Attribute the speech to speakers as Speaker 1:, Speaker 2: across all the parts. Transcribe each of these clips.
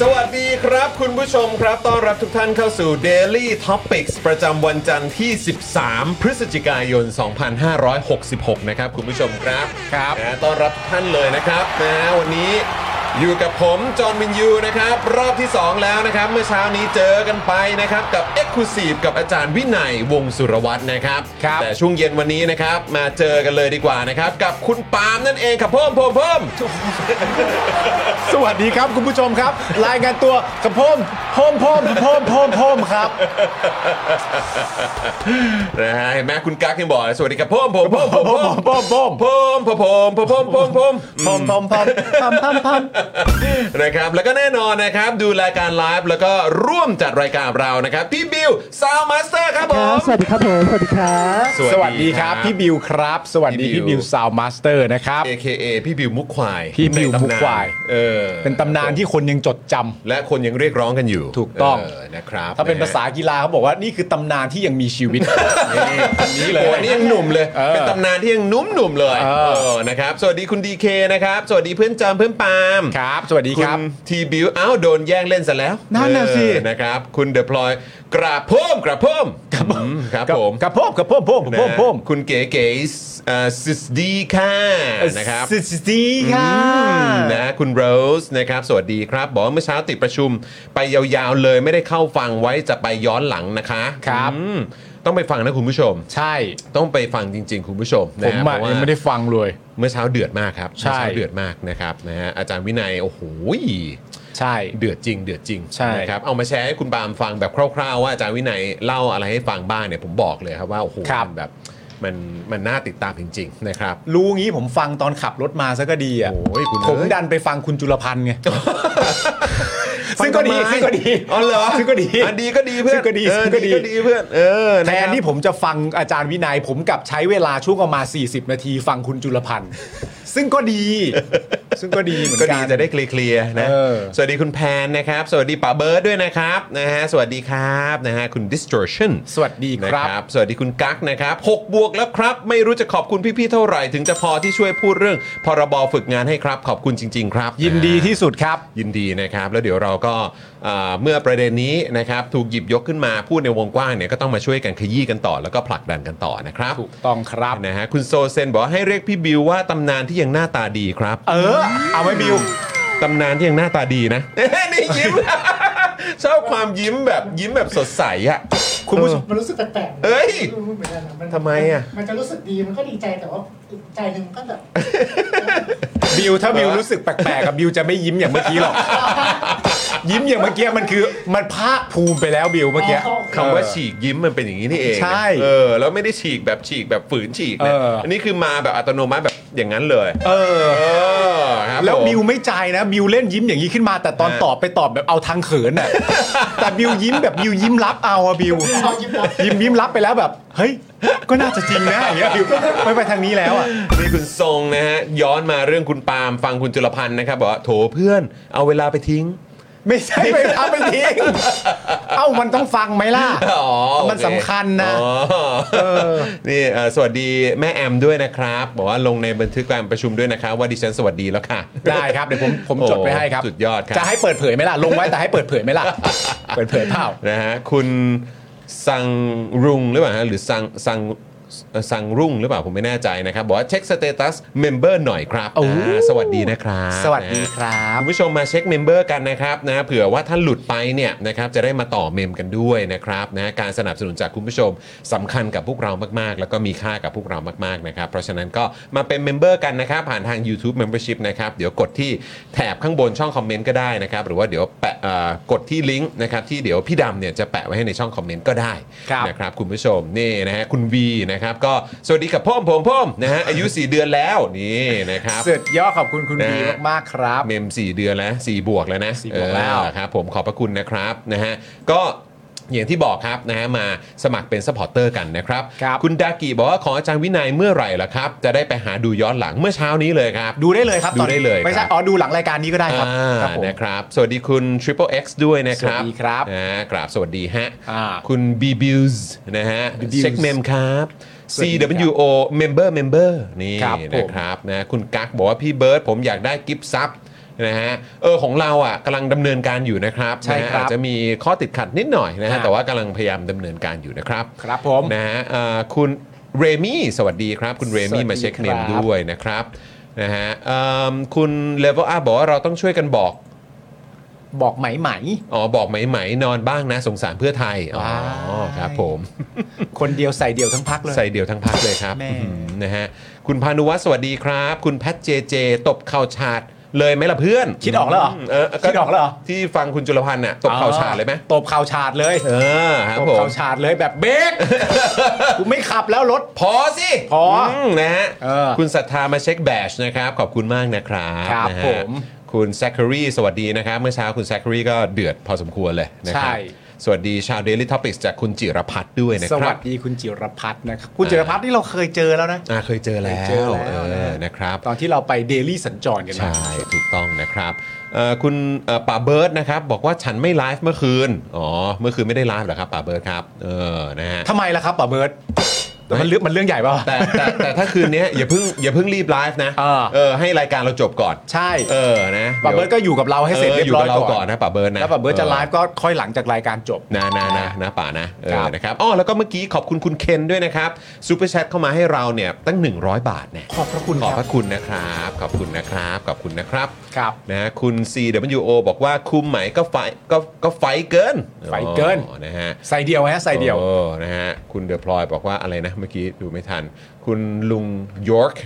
Speaker 1: สวัสดีครับคุณผู้ชมครับต้อนรับทุกท่านเข้าสู่ Daily Topics ประจำวันจันทร์ที่ 13 พฤศจิกายน 2566 นะครับ คุณผู้ชมครับ
Speaker 2: ครับ
Speaker 1: นะต้อนรับทุกท่านเลยนะครับนะวันนี้อยู่กับผมจอห์นวินยูนะครับ รอบที่ 2 แล้วนะครับ เมื่อเช้านี้เจอกันไปนะครับ กับ e x c l u s i v e กับอาจารย์วินัยวงศ์สุรวัตรนะครับ
Speaker 2: ครับ
Speaker 1: แต่ช่วงเย็นวันนี้นะครับ มาเจอกันเลยดีกว่านะครับ กับคุณปาล์มนั่นเองครับเพิ่มเพิ่มเพิ่ม
Speaker 3: สวัสดีครับคุณผู้ชมครับ รายงานตัวกับพมพมพมพมพมพมครับ
Speaker 1: นะฮะเห็นไหมคุณกั๊กยังบอกเลยสวัสดีครับผมผมผมผมผม
Speaker 3: ผม ผม
Speaker 1: ผ
Speaker 3: ผม
Speaker 1: ผมผมผมผมผมผม
Speaker 3: พมพมพมพมพมพม
Speaker 1: นะครับแล้วก็แน่นอนนะครับดูรายการไลฟ์แล้วก็ร่วมจัดรายการเรานะครับพี่บิวซาวมาสเตอร์ครับผม
Speaker 4: สวัสดีครับผม สวัสดีครับ
Speaker 3: สวัสดีครับ พี่บิวครับ สวัสดี
Speaker 1: พี่
Speaker 3: พี่
Speaker 1: บิ
Speaker 3: บิ
Speaker 1: ว
Speaker 3: วซาวมาสเตอร์นะครับ
Speaker 1: AKA พี่บิวมุกควาย
Speaker 3: พี่บิวมุกควาย
Speaker 1: เออ
Speaker 3: เป็นตำนานที่คนยังจดจำ
Speaker 1: และคนยังเรียกร้องกันอยู่
Speaker 3: ถูกต้อง
Speaker 1: เนะครับ
Speaker 3: ถ้าเป็นภาษากีฬาเขาบอกว่านี่คือตำนานที่ยังมีชีวิต นี่อันนี้เล
Speaker 1: โอ้
Speaker 3: ย
Speaker 1: นี่ยังหนุ่มเลย
Speaker 3: เออ
Speaker 1: เป็นตำนานที่ยังหนุ่มหนุ่มๆเลย
Speaker 3: เออ
Speaker 1: เออนะครับสวัสดีคุณดีเคนะครับสวัสดีเพื่อนจามเพื่อนปาล์ม
Speaker 3: ครับ สวัสดีครับ
Speaker 1: ณทีบิวอ้าวโดนแย่งเล่นซะแล้ว
Speaker 3: นั่นน่ะสิ
Speaker 1: เออนะครับ คุณเดอะพลอยกราบเพิ่มกราบเพิ่มครับผมครับผม
Speaker 3: กับพมกับพมพมพมพม
Speaker 1: นะคุณเก๋เก๋เอ่อซิสดีค่ะนะครับ
Speaker 3: สวัสดีค่ะ
Speaker 1: นะคุณโรสนะครับ สวัสดีครับ บอกว่าเมื่อเช้าติดประชุม ไปยาวๆเลยไม่ได้เข้าฟังไว้จะไปย้อนหลังนะคะ
Speaker 3: ครับ
Speaker 1: อืมต้องไปฟังนะคุณผู้ชม
Speaker 3: ใช่
Speaker 1: ต้องไปฟังจริง ๆ คุณผู้ชม
Speaker 3: ผ
Speaker 1: นะ
Speaker 3: ม
Speaker 1: ฮะ
Speaker 3: อะ
Speaker 1: เพราะว่า
Speaker 3: ยังไม่ได้ฟังเลย
Speaker 1: เมื่อเช้าเดือดมากครับ
Speaker 3: ใช่
Speaker 1: เมื่อเช้าเดือดมากนะครับนะฮะอาจารย์วินัยโอ้โห
Speaker 3: ใช่
Speaker 1: เดือดจริง เดือดจริง
Speaker 3: ใช่
Speaker 1: นะครับเอามาแชร์ให้คุณปาล์มฟังแบบคร่าวๆ ว่าอาจารย์วินัยเล่าอะไรให้ฟังบ้างเนี่ยผมบอกเลยครับว่าโอ้โหมันแบบมันมันน่าติดตามจริง ๆ นะครับ
Speaker 3: รู้งี้ผมฟังตอนขับรถมาซะก็ดีอ่ะ
Speaker 1: โอ้ยคุณ
Speaker 3: ผม
Speaker 1: เอ้ย
Speaker 3: ดันไปฟังคุณจุลพั นธ์ไง ซึ่งก็ดี
Speaker 1: ฟัทำไม
Speaker 3: ซึ่งก็ดี
Speaker 1: อ๋อเหรอ
Speaker 3: ซึ่งก็ดี
Speaker 1: อันดีก็ดีเพื่อน
Speaker 3: ซึ่งก็ดี
Speaker 1: เออ
Speaker 3: ซึ่งก็ดี
Speaker 1: ก็ดีเพื่อนเออ
Speaker 3: แท
Speaker 1: ะคน รับ
Speaker 3: ที่ผมจะฟังอาจารย์วินัย ผมกลับใช้เวลาช่วงประมาณ40 นาทีฟังคุณจุล พันธ์ ซึ่งก็ดี ซึ่งก็ดีเหมือน
Speaker 1: ก็
Speaker 3: กัน
Speaker 1: ดีจะได้เคลียร์ๆนะ
Speaker 3: เออ
Speaker 1: สวัสดีคุณแพนนะครับ สวัสดีป๋าเบิร์ดด้วยนะครับนะฮะสวัสดีครับนะฮะคุณ distortion
Speaker 3: สวัสดี
Speaker 1: นะ
Speaker 3: ครั
Speaker 1: ครับ บ สวัสดีคุณกั๊กนะครับ6บวกแล้วครับ ไม่รู้จะขอบคุณพี่ ๆ เท่าไหร่ ถึงจะพอที่ช่วยพูดเรื่อง พรบฝึกงานให้ครับ ขอบคุณจริง ๆ ครับ
Speaker 3: ยินดีที่สุดครับ
Speaker 1: ยินดีนะครับ แล้วเดี๋ยวเราก็เอ่อเมื่อประเด็นนี้นะครับ ถูกหยิบยกขึ้นมาพูดในวงกว้างเนี่ยก็ต้องมาช่วยกันขยี้กันต่อ แล้วก็ผลักดันกันต่อนะครับ
Speaker 3: ถูกต้องครับ
Speaker 1: นะฮะคุณโซเซนบอกว่าให้เรียกพี่บิวว่าตำนานที่ยังหน้าตาดีครับ
Speaker 3: เออ เอาไว้บิว
Speaker 1: ตำนานที่ยังหน้าตาดีนะ นี่ยิ้ม ชอบความยิ้มแบบยิ้มแบบสดใสอ่ะ
Speaker 3: คุณผู้ชม
Speaker 4: มันรู้สึกแปลกๆนะ
Speaker 1: เอ้ย
Speaker 4: ไม่รู้เหมือนกันนะน
Speaker 1: ทำไมอะ
Speaker 4: มันจะรู้สึกดีมันก็ดีใจแต่ว่าอีกใจหนึ่งก็แบบ
Speaker 3: บิวถ้าบิวรู้สึกแปลกๆกับบิวจะไม่ยิ้มอย่างเมื่อกี้หรอก ยิ้มอย่างเมื่อกี้มันคือมันภาคภูมิไปแล้วบิวเมื่อกี้
Speaker 4: อ๋อ
Speaker 1: คำว่าฉีกยิ้มมันเป็นอย่างนี้นี่เองนะ
Speaker 3: ใช่
Speaker 1: เออแล้วไม่ได้ฉีกแบบฉีกแบบฝืนฉีกนะ
Speaker 3: เอออั
Speaker 1: นนี้คือมาแบบอัตโนมัติแบบ อย่างนั้นเลย
Speaker 3: เออ
Speaker 1: เออครับ
Speaker 3: แล้ว
Speaker 1: ผม
Speaker 3: บิวไม่ใจายนะบิวเล่นยิ้มอย่างนี้ขึ้นมา แต่ตอน
Speaker 1: อ่า
Speaker 3: ตอบไปตอบแบบเอาทางเขินน่ะ แต่บิวยิ้มแบบบิวยิ้มรับเอาอะบิว
Speaker 4: เอายิ้มรับ
Speaker 3: ยิ้มยิ้มรับไปแล้วแบบ เฮ้ย ก็น่าจะจริงนะอย่างเงี้ยบิวไม่ไปทางนี้แล้วอะ
Speaker 1: นี่คุณทรงนะฮะย้อนมาเรื่องคุณปาล์มฟังคุณจุลพันธ์นะครับบอกว่าโถเพื่อนเอาเวลาไปทิ้ง
Speaker 3: ไม่ใช่ไปทำไปทิ้งเอ้ามันต้องฟังไหมล่ะ
Speaker 1: อ๋อโอเค
Speaker 3: มันสำคัญนะ
Speaker 1: อ๋อนี่เอ่อสวัสดีแม่แอมด้วยนะครับ บอกว่าลงในบันทึกการประชุมด้วยนะครับ ว่าดิฉันสวัสดีแล้วค่ะ
Speaker 3: ได้ครับเดี๋ยวผมผม
Speaker 1: โอ้
Speaker 3: จดไว้ให้ครับ
Speaker 1: สุดยอดครับ
Speaker 3: จะให้เปิดเผยไหมล่ะลงไว้แต่ให้เปิดเผยไหมล่ะ เปิดเผยเปล่า
Speaker 1: นะฮะคุณสังรุงหรือเปล่าฮะหรือสังสังสังรุ่งหรือเปล่าผมไม่แน่ใจนะครับ บอกว่าเช็คสเตตัสเมมเบอร์หน่อยครับ
Speaker 3: โอ้
Speaker 1: อ่าสวัสดีนะครับ
Speaker 3: สวัสดี
Speaker 1: นะฮะ
Speaker 3: ครับ
Speaker 1: คุณผู้ชมมาเช็คเมมเบอร์กันนะครับนะเผื่อว่าท่านหลุดไปเนี่ยนะครับจะได้มาต่อเมมกันด้วยนะครับนะการสนับสนุนจากคุณผู้ชมสำคัญกับพวกเรามากๆ แล้วก็มีค่ากับพวกเรามากๆนะครับเพราะฉะนั้นก็มาเป็นเมมเบอร์กันนะครับผ่านทาง YouTube Membership นะครับเดี๋ยวกดที่แถบข้างบนช่องคอมเมนต์ก็ได้นะครับหรือว่าเดี๋ยวแปะเอ่อกดที่ลิงก์นะครับที่เดี๋ยวพี่ดำเนี่ยจะแปะไว้ให้ในช่องคอมเมนต์ก็ได้
Speaker 3: ครับ
Speaker 1: นะครับคุณผู้ชมนี่นะฮะคุณวีนะครับก็สวัสดีกับพ่อมผมพ่อมนะฮะอายุ 4 เดือนแล้วนี่นะครับ
Speaker 3: สุดยอดขอบคุณคุณ
Speaker 1: นะ
Speaker 3: บี
Speaker 1: ฮะ
Speaker 3: มากๆครับ
Speaker 1: เมม4 เดือนแล้ว4บวกแล้วนะ
Speaker 3: สี่บวกแล้ว
Speaker 1: เออครับผมขอบพระคุณนะครับนะฮะก็อย่างที่บอกครับนะฮะมาสมัครเป็นสปอร์เตอร์กันนะครับ
Speaker 3: ครับ
Speaker 1: ณดากิบอกว่าขออาจารย์วินัยเมื่อไหร่ล่ะครับ จะได้ไปหาดูย้อนหลังเมื่อเช้านี้เลยครับ
Speaker 3: ดูได้เลยครับต
Speaker 1: ดู
Speaker 3: อนนี้
Speaker 1: ได้เลย
Speaker 3: ไม่
Speaker 1: ครั
Speaker 3: ใช่
Speaker 1: บ
Speaker 3: อ๋อดูหลังรายการนี้ก็ได้ครับ
Speaker 1: อ่า
Speaker 3: ครับผม
Speaker 1: นะครับ สวัสดีคุณ Triple X ด้วยนะครับ
Speaker 3: สวัสดีครับ
Speaker 1: นะฮะกราบสวัสดีฮะ
Speaker 3: อ่า
Speaker 1: คุณ b b u s นะฮะ
Speaker 3: BBuse
Speaker 1: เช็คเมมครับ
Speaker 3: สวัสดีครับ
Speaker 1: CWO Member Member นี่
Speaker 3: ครับผม
Speaker 1: นะครับนะคุณกั๊กบอกว่าพี่เบิร์ดผมอยากได้กิฟต์ซับนะฮะเออของเราอ่ะกำลังดำเนินการอยู่นะครับ
Speaker 3: ใช่ครับ
Speaker 1: นะฮะอาจจะมีข้อติดขัดนิดหน่อยนะฮะ
Speaker 3: ฮะ
Speaker 1: แต่ว่ากำลังพยายามดำเนินการอยู่นะครับ
Speaker 3: ครับผม
Speaker 1: นะฮะเอ่อคุณเรมี่สวัสดีครับ คุณเรมี่
Speaker 3: สวัสดี
Speaker 1: มาเช็คเมม
Speaker 3: ครับ
Speaker 1: ด้วยนะครับนะฮะเอิ่มคุณเลเวลอาบอกว่าเราต้องช่วยกันบอก
Speaker 3: บอกไหมไหม
Speaker 1: อ๋อบอกไหมไหมนอนบ้างนะสงสารเพื่อไทยอ๋อ
Speaker 3: ว้าย
Speaker 1: ครับผม
Speaker 3: คนเดียวใส่เดียวทั้งพักเลย
Speaker 1: ใส่เดี่ยวทั้งพักเลยครับ
Speaker 3: แม่
Speaker 1: อื้อหือนะฮะคุณพานุวัฒน์สวัสดีครับ คุณแพทเจเจ ตบเข่าฉาดเลยไหมล่ะเพื่อน
Speaker 3: คิดออกแล้วเหรอ
Speaker 1: เออ
Speaker 3: คิดออกแล้วเหรอ
Speaker 1: ที่ฟังคุณจุลพันธ์น่ะตบเข่าฉาดเลยไหม
Speaker 3: ตบเข่าฉาดเลย
Speaker 1: เออครับ
Speaker 3: ตบ
Speaker 1: ผม
Speaker 3: เข่าฉาดเลยแบบเบร กกูไม่ขับแล้วรถ
Speaker 1: พอสิ
Speaker 3: พออื
Speaker 1: มนะฮะ
Speaker 3: เออ
Speaker 1: คุณ คุณศรัทธามาเช็คแบชนะครับ ขอบคุณมากนะครับ
Speaker 3: ครับ
Speaker 1: นะฮะ
Speaker 3: ผม
Speaker 1: คุณแซคเคอรีสวัสดีนะครับ เมื่อเช้าคุณแซคเคอรีก็เดือดพอสมควรเลยนะครับ
Speaker 3: ใช่
Speaker 1: สวัสดีชาว Daily Topics จากคุณจิรพัฒน์ด้วยนะ
Speaker 3: ส
Speaker 1: ครั
Speaker 3: วั
Speaker 1: บ
Speaker 3: สดีคุณจิรพัฒน์นะครับคุณจิรพัฒน์นี่เราเคยเจอแล้วนะ
Speaker 1: อ่าเคยเจอแล้ว
Speaker 3: เคยเจอแล้ว
Speaker 1: เออนะครับ
Speaker 3: ตอนที่เราไปเดลี่สัญจรกันมา
Speaker 1: ใช่ ถูกต้องนะครับเอ่อคุณเอ่อป่าเบิร์ดนะครับ บอกว่าฉันไม่ไลฟ์เมื่อคืน อ๋อ เมื่อคืนไม่ได้ไลฟ์เหรอครับป่าเบิร์ดครับเออนะฮะ
Speaker 3: ทำไมล่ะครับป๋าเบิร์ตแต่มันเรื่องมันเรื่องใหญ่เปล่า
Speaker 1: แต่แต่แต่ถ้าคืนนี้อย่าเพิ่งอย่าเพิ่งรีบไลฟ์นะ
Speaker 3: เออ
Speaker 1: เออให้รายการเราจบก่อน
Speaker 3: ใช่
Speaker 1: เออนะ
Speaker 3: ป๋าเบิร์ตก็อยู่กับเราให้เสร็จเรียบร้อย
Speaker 1: า
Speaker 3: ก่
Speaker 1: ก่
Speaker 3: อ
Speaker 1: อน นนะป่าเบิร์ดนะ
Speaker 3: แล้วป๋าเบิร์ตจะไลฟ์ก็ค่อยหลังจากรายการจบ
Speaker 1: นะนะนะนะป่านะเอ
Speaker 3: ครั
Speaker 1: อบ นะครับอ๋อแล้วก็เมื่อกี้ขอบคุณคุณเคนด้วยนะครับซูเปอร์แชทเข้ามาให้เราเนี่ยตั้ง 100 บาทเนี่ย
Speaker 3: ขอบพระคุณ
Speaker 1: ข
Speaker 3: ค
Speaker 1: อบ
Speaker 3: รับ
Speaker 1: พระคุณนะครับ ขอบคุณนะครับ ขอบคุณนะครับ
Speaker 3: ครับ
Speaker 1: นะคุณ CWO บอกว่าคุมไหมก็ไฟก็ก็ไฟเกิน
Speaker 3: ไฟเกิน
Speaker 1: อ๋อนะฮะ
Speaker 3: ใส่เดียวฮะใส่เดียว
Speaker 1: โอ้นะฮะคุณเดอะพลอยบอกว่าอะไรนะเมื่อกี้ดูไม่ทัน คุณลุงยอร์ก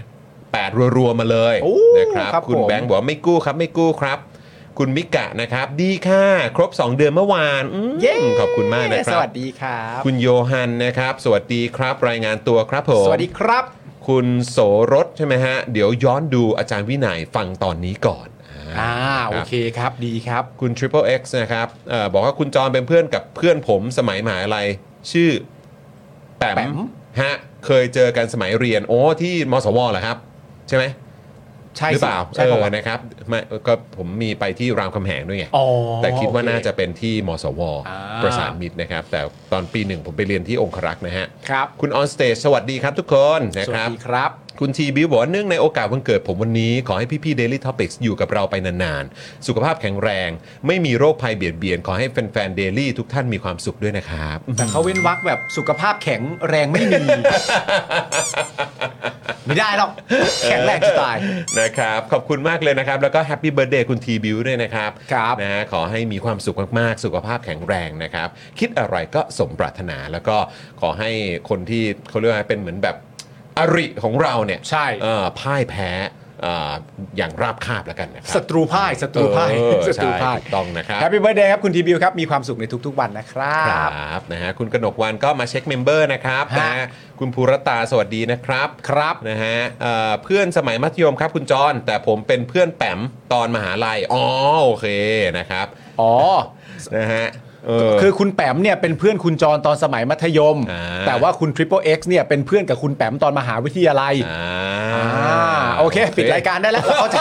Speaker 1: แปดรัวๆมาเลย
Speaker 3: โอ้
Speaker 1: นะครับ
Speaker 3: ครับ
Speaker 1: คุณ
Speaker 3: ผม
Speaker 1: แบงค์บอกว่าไม่กู้ครับไม่กู้ครับ คุณมิกะนะครับดีค่ะครบ 2 เดือนเมื่อวานอืมขอบคุณมากนะค
Speaker 3: ส
Speaker 1: รับ
Speaker 3: วัสดีครับ
Speaker 1: คุณโยฮันนะครับ สวัสดีครับ รายงานตัวครับผม
Speaker 3: สวัสดีครับ
Speaker 1: คุณโสรสใช่ไหมฮะ เดี๋ยวย้อนดูอาจารย์วินัยฟังตอนนี้ก่อน
Speaker 3: อ่า
Speaker 1: รับ
Speaker 3: โอเคครับ ดีครับ
Speaker 1: คุณ Triple X นะครับเออบอกว่าคุณจอนเป็นเพื่อนกับเพื่อนผมสมัยมหาลัยชื่อแป
Speaker 3: แป
Speaker 1: ม
Speaker 3: ม
Speaker 1: ฮะ เคยเจอกันสมัยเรียน โอ้ที่มสวเหรอครับ ใช่ไหม
Speaker 3: ใช่
Speaker 1: หรือเปล่า
Speaker 3: ใช่
Speaker 1: เอ
Speaker 3: เปล่า
Speaker 1: อ
Speaker 3: วะ
Speaker 1: นะครับไม่ก็ผมมีไปที่รามคำแหงด้วยไง
Speaker 3: อ๋อ
Speaker 1: แต่คิดว่าน่าจะเป็นที่มสว
Speaker 3: อ่า
Speaker 1: ประสานมิตรนะครับ แต่ตอนปีหนึ่งผมไปเรียนที่องครักษ์นะฮะ
Speaker 3: ครับ
Speaker 1: คุณออนสเตจสวัสดีครับทุกคนนะ
Speaker 3: ส
Speaker 1: ค
Speaker 3: วั
Speaker 1: รั
Speaker 3: ส
Speaker 1: บ
Speaker 3: ดีครับ
Speaker 1: คุณทีบิวบอกว่าเนื่องในโอกาสวันเกิดผมวันนี้ ขอให้พี่ๆ Daily Topics อยู่กับเราไปนานๆ สุขภาพแข็งแรง ไม่มีโรคภัยเบียดเบียน ขอให้แฟนๆ Daily ทุกท่านมีความสุขด้วยนะครับ
Speaker 3: แต่เขาเว้นวักแบบสุขภาพแข็งแรงไม่มี ไม่ได้หรอก แข็งแรงจะตาย
Speaker 1: นะครับ ขอบคุณมากเลยนะครับ แล้วก็แฮปปี้เบิร์ดเดย์คุณทีบิวด้วยนะครับ
Speaker 3: ครับ
Speaker 1: นะฮะขอให้มีความสุขมาก ๆ สุขภาพแข็งแรงนะครับ คิดอะไรก็สมปรารถนาแล้วก็ขอให้คนที่เขาเรียกว่าเป็นเหมือนแบบอริของเราเนี่ย
Speaker 3: ใช่
Speaker 1: เออพ่ายแพ้ เอ่ออย่างราบคาบแล้วกันนะครั
Speaker 3: ศัตรูพ่ายศัตรูพ่าย
Speaker 1: เออ
Speaker 3: ศัตรู
Speaker 1: ใช่
Speaker 3: พ่าย
Speaker 1: ถูกต้องนะครับ
Speaker 3: แฮปปี้เบิร์ดเดย์ครับ คุณทีบิวครับ มีความสุขในทุกๆวันนะครั
Speaker 1: คร
Speaker 3: บ
Speaker 1: ับนะฮะคุณกนกวันก็มาเช็คเมมเบอร์นะครับ
Speaker 3: ฮะ
Speaker 1: นะฮะคุณภูรตาสวัสดีนะครับ
Speaker 3: ครับ
Speaker 1: นะฮะเอ่อเพื่อนสมัยมัธยมครับคุณจอนแต่ผมเป็นเพื่อนแปมตอนมหาลัยอ๋อโอเคนะครับ
Speaker 3: อ๋อ
Speaker 1: นะฮะเออ
Speaker 3: คือคุณแปมเนี่ยเป็นเพื่อนคุณจรตอนสมัยมัธยม
Speaker 1: อ่า
Speaker 3: แต่ว่าคุณ Triple X เนี่ยเป็นเพื่อนกับคุณแปมตอนมหาวิทยาลัย
Speaker 1: อ่า
Speaker 3: อ่าโอเค ปิดรายการได้แล้วเราเข้าใจ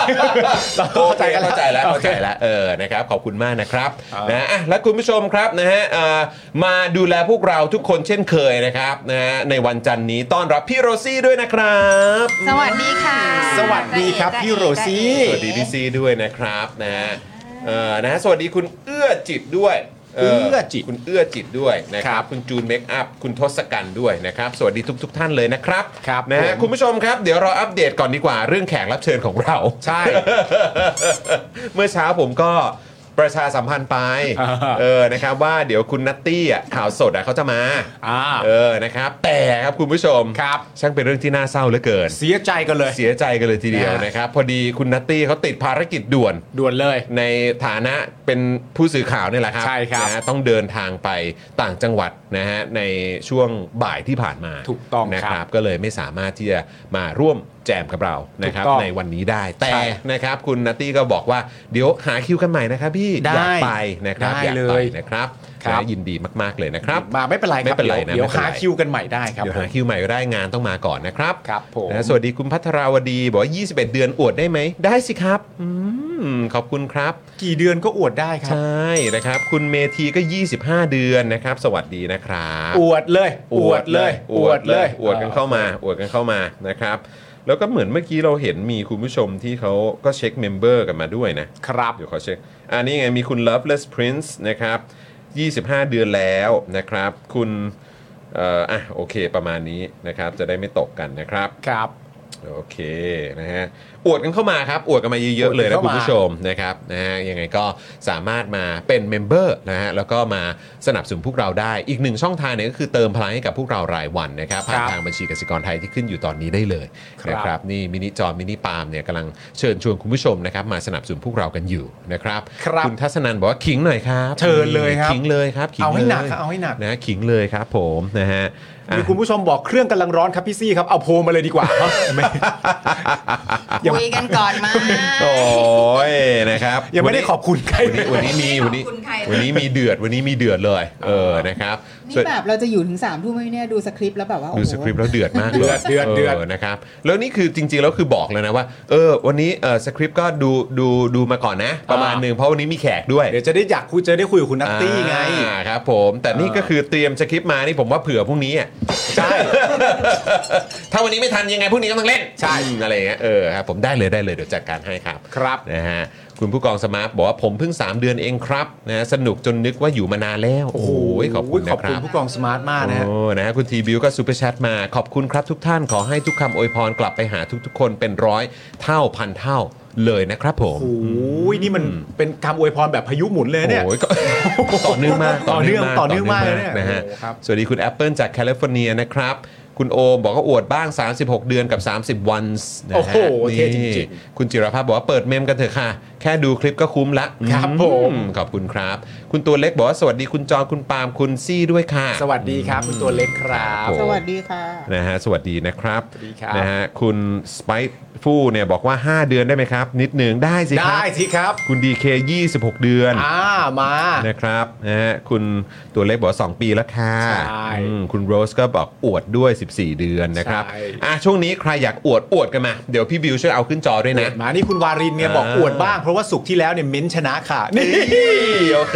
Speaker 3: เรา
Speaker 1: โอเค
Speaker 3: เข้าใจกันแล้ว
Speaker 1: เข้าใจแล้ว
Speaker 3: โอ
Speaker 1: เข้า
Speaker 3: เค
Speaker 1: ใจแล้วเออนะครับขอบคุณมากนะครับนะอ่ะและคุณผู้ชมครับนะฮะเอ่อมาดูแลพวกเราทุกคนเช่นเคยนะครับนะฮะในวันจันทร์นี้ต้อนรับพี่โรซี่ด้วยนะครับ
Speaker 5: สวัสดีค่ะ
Speaker 3: สวัสดีครับพี่โรซี่
Speaker 1: สวัสดีพี่ซีด้วยนะครับนะฮะเอ่อนะฮะสวัสดีคุณเอื้อจิตด้วย
Speaker 3: เอื้อจิต
Speaker 1: คุณเอื้อจิตด้วยนะค
Speaker 3: ค
Speaker 1: รั
Speaker 3: รั
Speaker 1: บบ คุณจูนเมคอัพคุณทศกัณฐ์ด้วยนะครับ สวัสดีทุกทท่านเลยนะครับ
Speaker 3: ครับ
Speaker 1: นะฮะ
Speaker 3: ผม
Speaker 1: คุณผู้ชมครับเดี๋ยวเราอัปเดตก่อนดีกว่าเรื่องแขกรับเชิญของเรา
Speaker 3: ใช่
Speaker 1: เมื่อเช้าผมก็ประชาสัมพันธ์ไป
Speaker 3: อ่า
Speaker 1: เออนะครับว่าเดี๋ยวคุณนัตตี้อ่ะข่าวสดอ่ะเขาจะมา
Speaker 3: อ่า
Speaker 1: เออนะครับแต่ครับคุณผู้ชม
Speaker 3: ครับ
Speaker 1: ช่างเป็นเรื่องที่น่าเศร้าเหลือเกิน
Speaker 3: เสียใจกันเลย
Speaker 1: เสียใจกันเลยทีเดียว
Speaker 3: นะฮะ
Speaker 1: นะครับ พอดีคุณนัตตี้เขาติดภารกิจด่วน
Speaker 3: ด่วนเลย
Speaker 1: ในฐานะเป็นผู้สื่อข่าวเนี่ยแหละครับ
Speaker 3: ใช่ครับ
Speaker 1: นะฮะต้องเดินทางไปต่างจังหวัดนะฮะในช่วงบ่ายที่ผ่านมา
Speaker 3: ถูกต้อง
Speaker 1: นะค
Speaker 3: ครั
Speaker 1: รับบ ก็เลยไม่สามารถที่จะมาร่วมแจมกับเรานะครับ
Speaker 3: ถูกต้อง
Speaker 1: ในวันนี้ได้แต่
Speaker 3: ใช่
Speaker 1: นะครับ คุณนัตตี้ก็บอกว่าเดี๋ยวหาคิวกันใหม่นะครับพี่
Speaker 3: ได้
Speaker 1: อยากไปนะครับ
Speaker 3: ได้
Speaker 1: อยากไป
Speaker 3: เลย
Speaker 1: นะครับ
Speaker 3: ครับ
Speaker 1: นะยินดีมาก ๆเลยนะครับ
Speaker 3: มาไม่เป็นไรค
Speaker 1: ไม่
Speaker 3: รับ
Speaker 1: เป็นไรนะ
Speaker 3: เดี๋ยว
Speaker 1: ไม่เป็น
Speaker 3: หา
Speaker 1: ไร
Speaker 3: คิวกันใหม่ได้ครับ
Speaker 1: เดี๋ยวหาคิวใหม่ก็ได้งานต้องมาก่อนนะครับ
Speaker 3: ครับผม
Speaker 1: นะสวัสดีคุณพัทราวดีบอกว่า 21 เดือนอวดได้ไหม ได้สิครับอืมขอบคุณครับ
Speaker 3: กี่เดือนก็อวดได้ครั
Speaker 1: ใช
Speaker 3: บ
Speaker 1: ่นะครับ คุณเมธีก็ 25 เดือนนะครับ สวัสดีนะครับ
Speaker 3: อวดเลย อวดเลย
Speaker 1: อวดเลย อวดกันเข้ามา อวดกันเข้ามานะครับ แล้วก็เหมือนเมื่อกี้เราเห็นมีคุณผู้ชมที่เขาก็เช็คเมมเบอร์กันมาด้วยนะ
Speaker 3: ครับ
Speaker 1: เดี๋ยวขอเช็ค อันนี้ไงมีคุณ Loveless Prince นะครับ 25 เดือนแล้วนะครับ คุณเอ่ออ่ะโอเคประมาณนี้นะครับ จะได้ไม่ตกกันนะครับ
Speaker 3: ครับ
Speaker 1: โอเคนะฮะอวดกันเข้ามาครับอวดกันมาเยอะๆเลยนะ
Speaker 3: อวดกันเข้ามา
Speaker 1: คุณผู้ชมนะครับนะฮะยังไงก็สามารถมาเป็นเมมเบอร์นะฮะแล้วก็มาสนับสนุนพวกเราได้อีกหนึ่งช่องทางเนี่ยก็คือเติมพลังให้กับพวกเรารายวันนะครับผ่าน
Speaker 3: ครับ
Speaker 1: ทางบัญชีกสิกรไทยที่ขึ้นอยู่ตอนนี้ได้เลย
Speaker 3: ครับ
Speaker 1: นะครับนี่มินิจอมินิปาล์มเนี่ยกำลังเชิญชวนคุณผู้ชมนะครับมาสนับสนุนพวกเรากันอยู่นะครับ
Speaker 3: ครับ
Speaker 1: ณทัศนันบอกว่าขิงหน่อยครับ
Speaker 3: เชิญเลยครับ
Speaker 1: ขิงเลยครับขิง
Speaker 3: เอาให้หนัก
Speaker 1: ลย
Speaker 3: ครับเอาให้หนัก
Speaker 1: นะขิงเลยครับผมนะฮะอ่ะ
Speaker 3: มีคุณผู้ชมบอกเครื่องกำลังร้อนครับพี่ซี่ครับ เอาโพลมาเลยดีกว่า ไม่ ยัง
Speaker 6: คุยกันก่อนไหมา
Speaker 1: โอ้ยนะครับ
Speaker 3: ยังไม่ได้ขอบคุณใคร
Speaker 1: วันนี้วันนี้มีวันนี้
Speaker 6: ขอบคุณใคร
Speaker 1: วันนี้มีเดือดวันนี้มีเดือดเลย เออนะครับ
Speaker 7: นี่แบบเราจะอยู่ถึงสามทุ่มไหมเนี่ยดูสคริปต์แล้วแบบว่า
Speaker 1: ดู
Speaker 7: โอ้
Speaker 1: ส
Speaker 7: โห
Speaker 1: คริปต์แล้วเดือดมากเลย
Speaker 3: เดือดเดือด
Speaker 1: นะครับ แล้วนี่คือจริงๆแล้วคือบอกเลยนะว่าเออวันนี้เออสคริปต์ก็ดูดูดูมาก่อนนะ ประมาณหนึงเพราะวันนี้มีแขกด้วย
Speaker 3: เดี๋ยวจะได้อยากคุยจะได้คุยกับคุณนัตตี้ไง
Speaker 1: อ่าครับผมแต่นี่ก็คือเตรียมสคริปต์มานี่ผมว่าเผื่อพรุ่งนี้อ่ะใช่ ถ้าวันนี้ไม่ทันยังไงพรุ่งนี้ก็ต้องเล่น
Speaker 3: ใช่
Speaker 1: อืมอะไรอย่างเงี้ยเออครับผมได้เลยได้เลยเดี๋ยวจัดการให้ครับ
Speaker 3: ครับ
Speaker 1: นะฮะคุณผู้กองสมาร์ทบอกว่าผมเพิ่ง 3 เดือนเองครับนะสนุกจนนึกว่าอยู่มานานแล้ว โอ้โหขอบคุณ
Speaker 3: ข
Speaker 1: นะ
Speaker 3: อบ
Speaker 1: ค
Speaker 3: คุณ
Speaker 1: รับ
Speaker 3: ผู้กองสมาร์ทมากนะฮะ
Speaker 1: โอ้นะฮะคุณทีบิวก็ซูเปอร์แชทมา ขอบคุณครับทุกท่านขอให้ทุกคำอวยพรกลับไปหาทุกๆ คนเป็นร้อยเท่าพันเท่าเลยนะครับผม
Speaker 3: โอ้ยนี่มันเป็นคำอวยพรแบบพายุหมุนเลยนะเนี่ย
Speaker 1: โอ้ยก็ ต่อเนื่องมาก
Speaker 3: ต่อเนื่องต่อเนื่องมากเลยเนี่ย
Speaker 1: นะฮะ
Speaker 3: โอ้โหครับ
Speaker 1: สวัสดีคุณแอปเปิลจากแคลิฟอร์เนียนะครับ คุณโอมบอกว่าอวดบ้าง 36 เดือนกับ 30 วันนะฮะ
Speaker 3: โอ้โหเท่จริงๆ
Speaker 1: นี่คุณจิรภาพบอกว่าเปิดเมมกันเถอะค่ะ แค่ดูคลิปก็คุ้มละ
Speaker 3: ครับ
Speaker 1: อื
Speaker 3: ผม
Speaker 1: ขอบคุณครับ คุณตัวเล็กบอกว่าสวัสดีคุณจอนคุณปาล์มคุณซี่ด้วยค่ะ
Speaker 3: สวัสดีครับ คุณตัวเล็กครับ
Speaker 1: ครับผม
Speaker 7: สวัสดีค่ะ
Speaker 1: นะฮะสวัสดีนะครับ
Speaker 3: สวัสดีครับ
Speaker 1: นะฮะคุณสไปฟู่เนี่ยบอกว่า 5 เดือนได้ไหมครับ นิดหนึ่งได้สิครั
Speaker 3: ได้
Speaker 1: บ
Speaker 3: สิครับ
Speaker 1: คุณดีเค26 เดือน
Speaker 3: อ่ามา
Speaker 1: นะครับนะฮะคุณตัวเล็กบอกว่า2ปีแล้วค่ะ
Speaker 3: ใช่
Speaker 1: อืมคุณโรสก็บอกอวดด้วย 14 เดือนนะครับ
Speaker 3: ใช่
Speaker 1: อ่ะช่วงนี้ใครอยากอวดอวดกันมา เดี๋ยวพี่บิวช่วยเอาขึ้นจอด้วยนะ
Speaker 3: มานี่คุณวารินเนี่ยบอก
Speaker 1: อ่า
Speaker 3: อวดบ้าง เพราะว่าสุกร์ที่แล้วเนี่ยเม้นชนะค่ะ นี่
Speaker 1: โอเค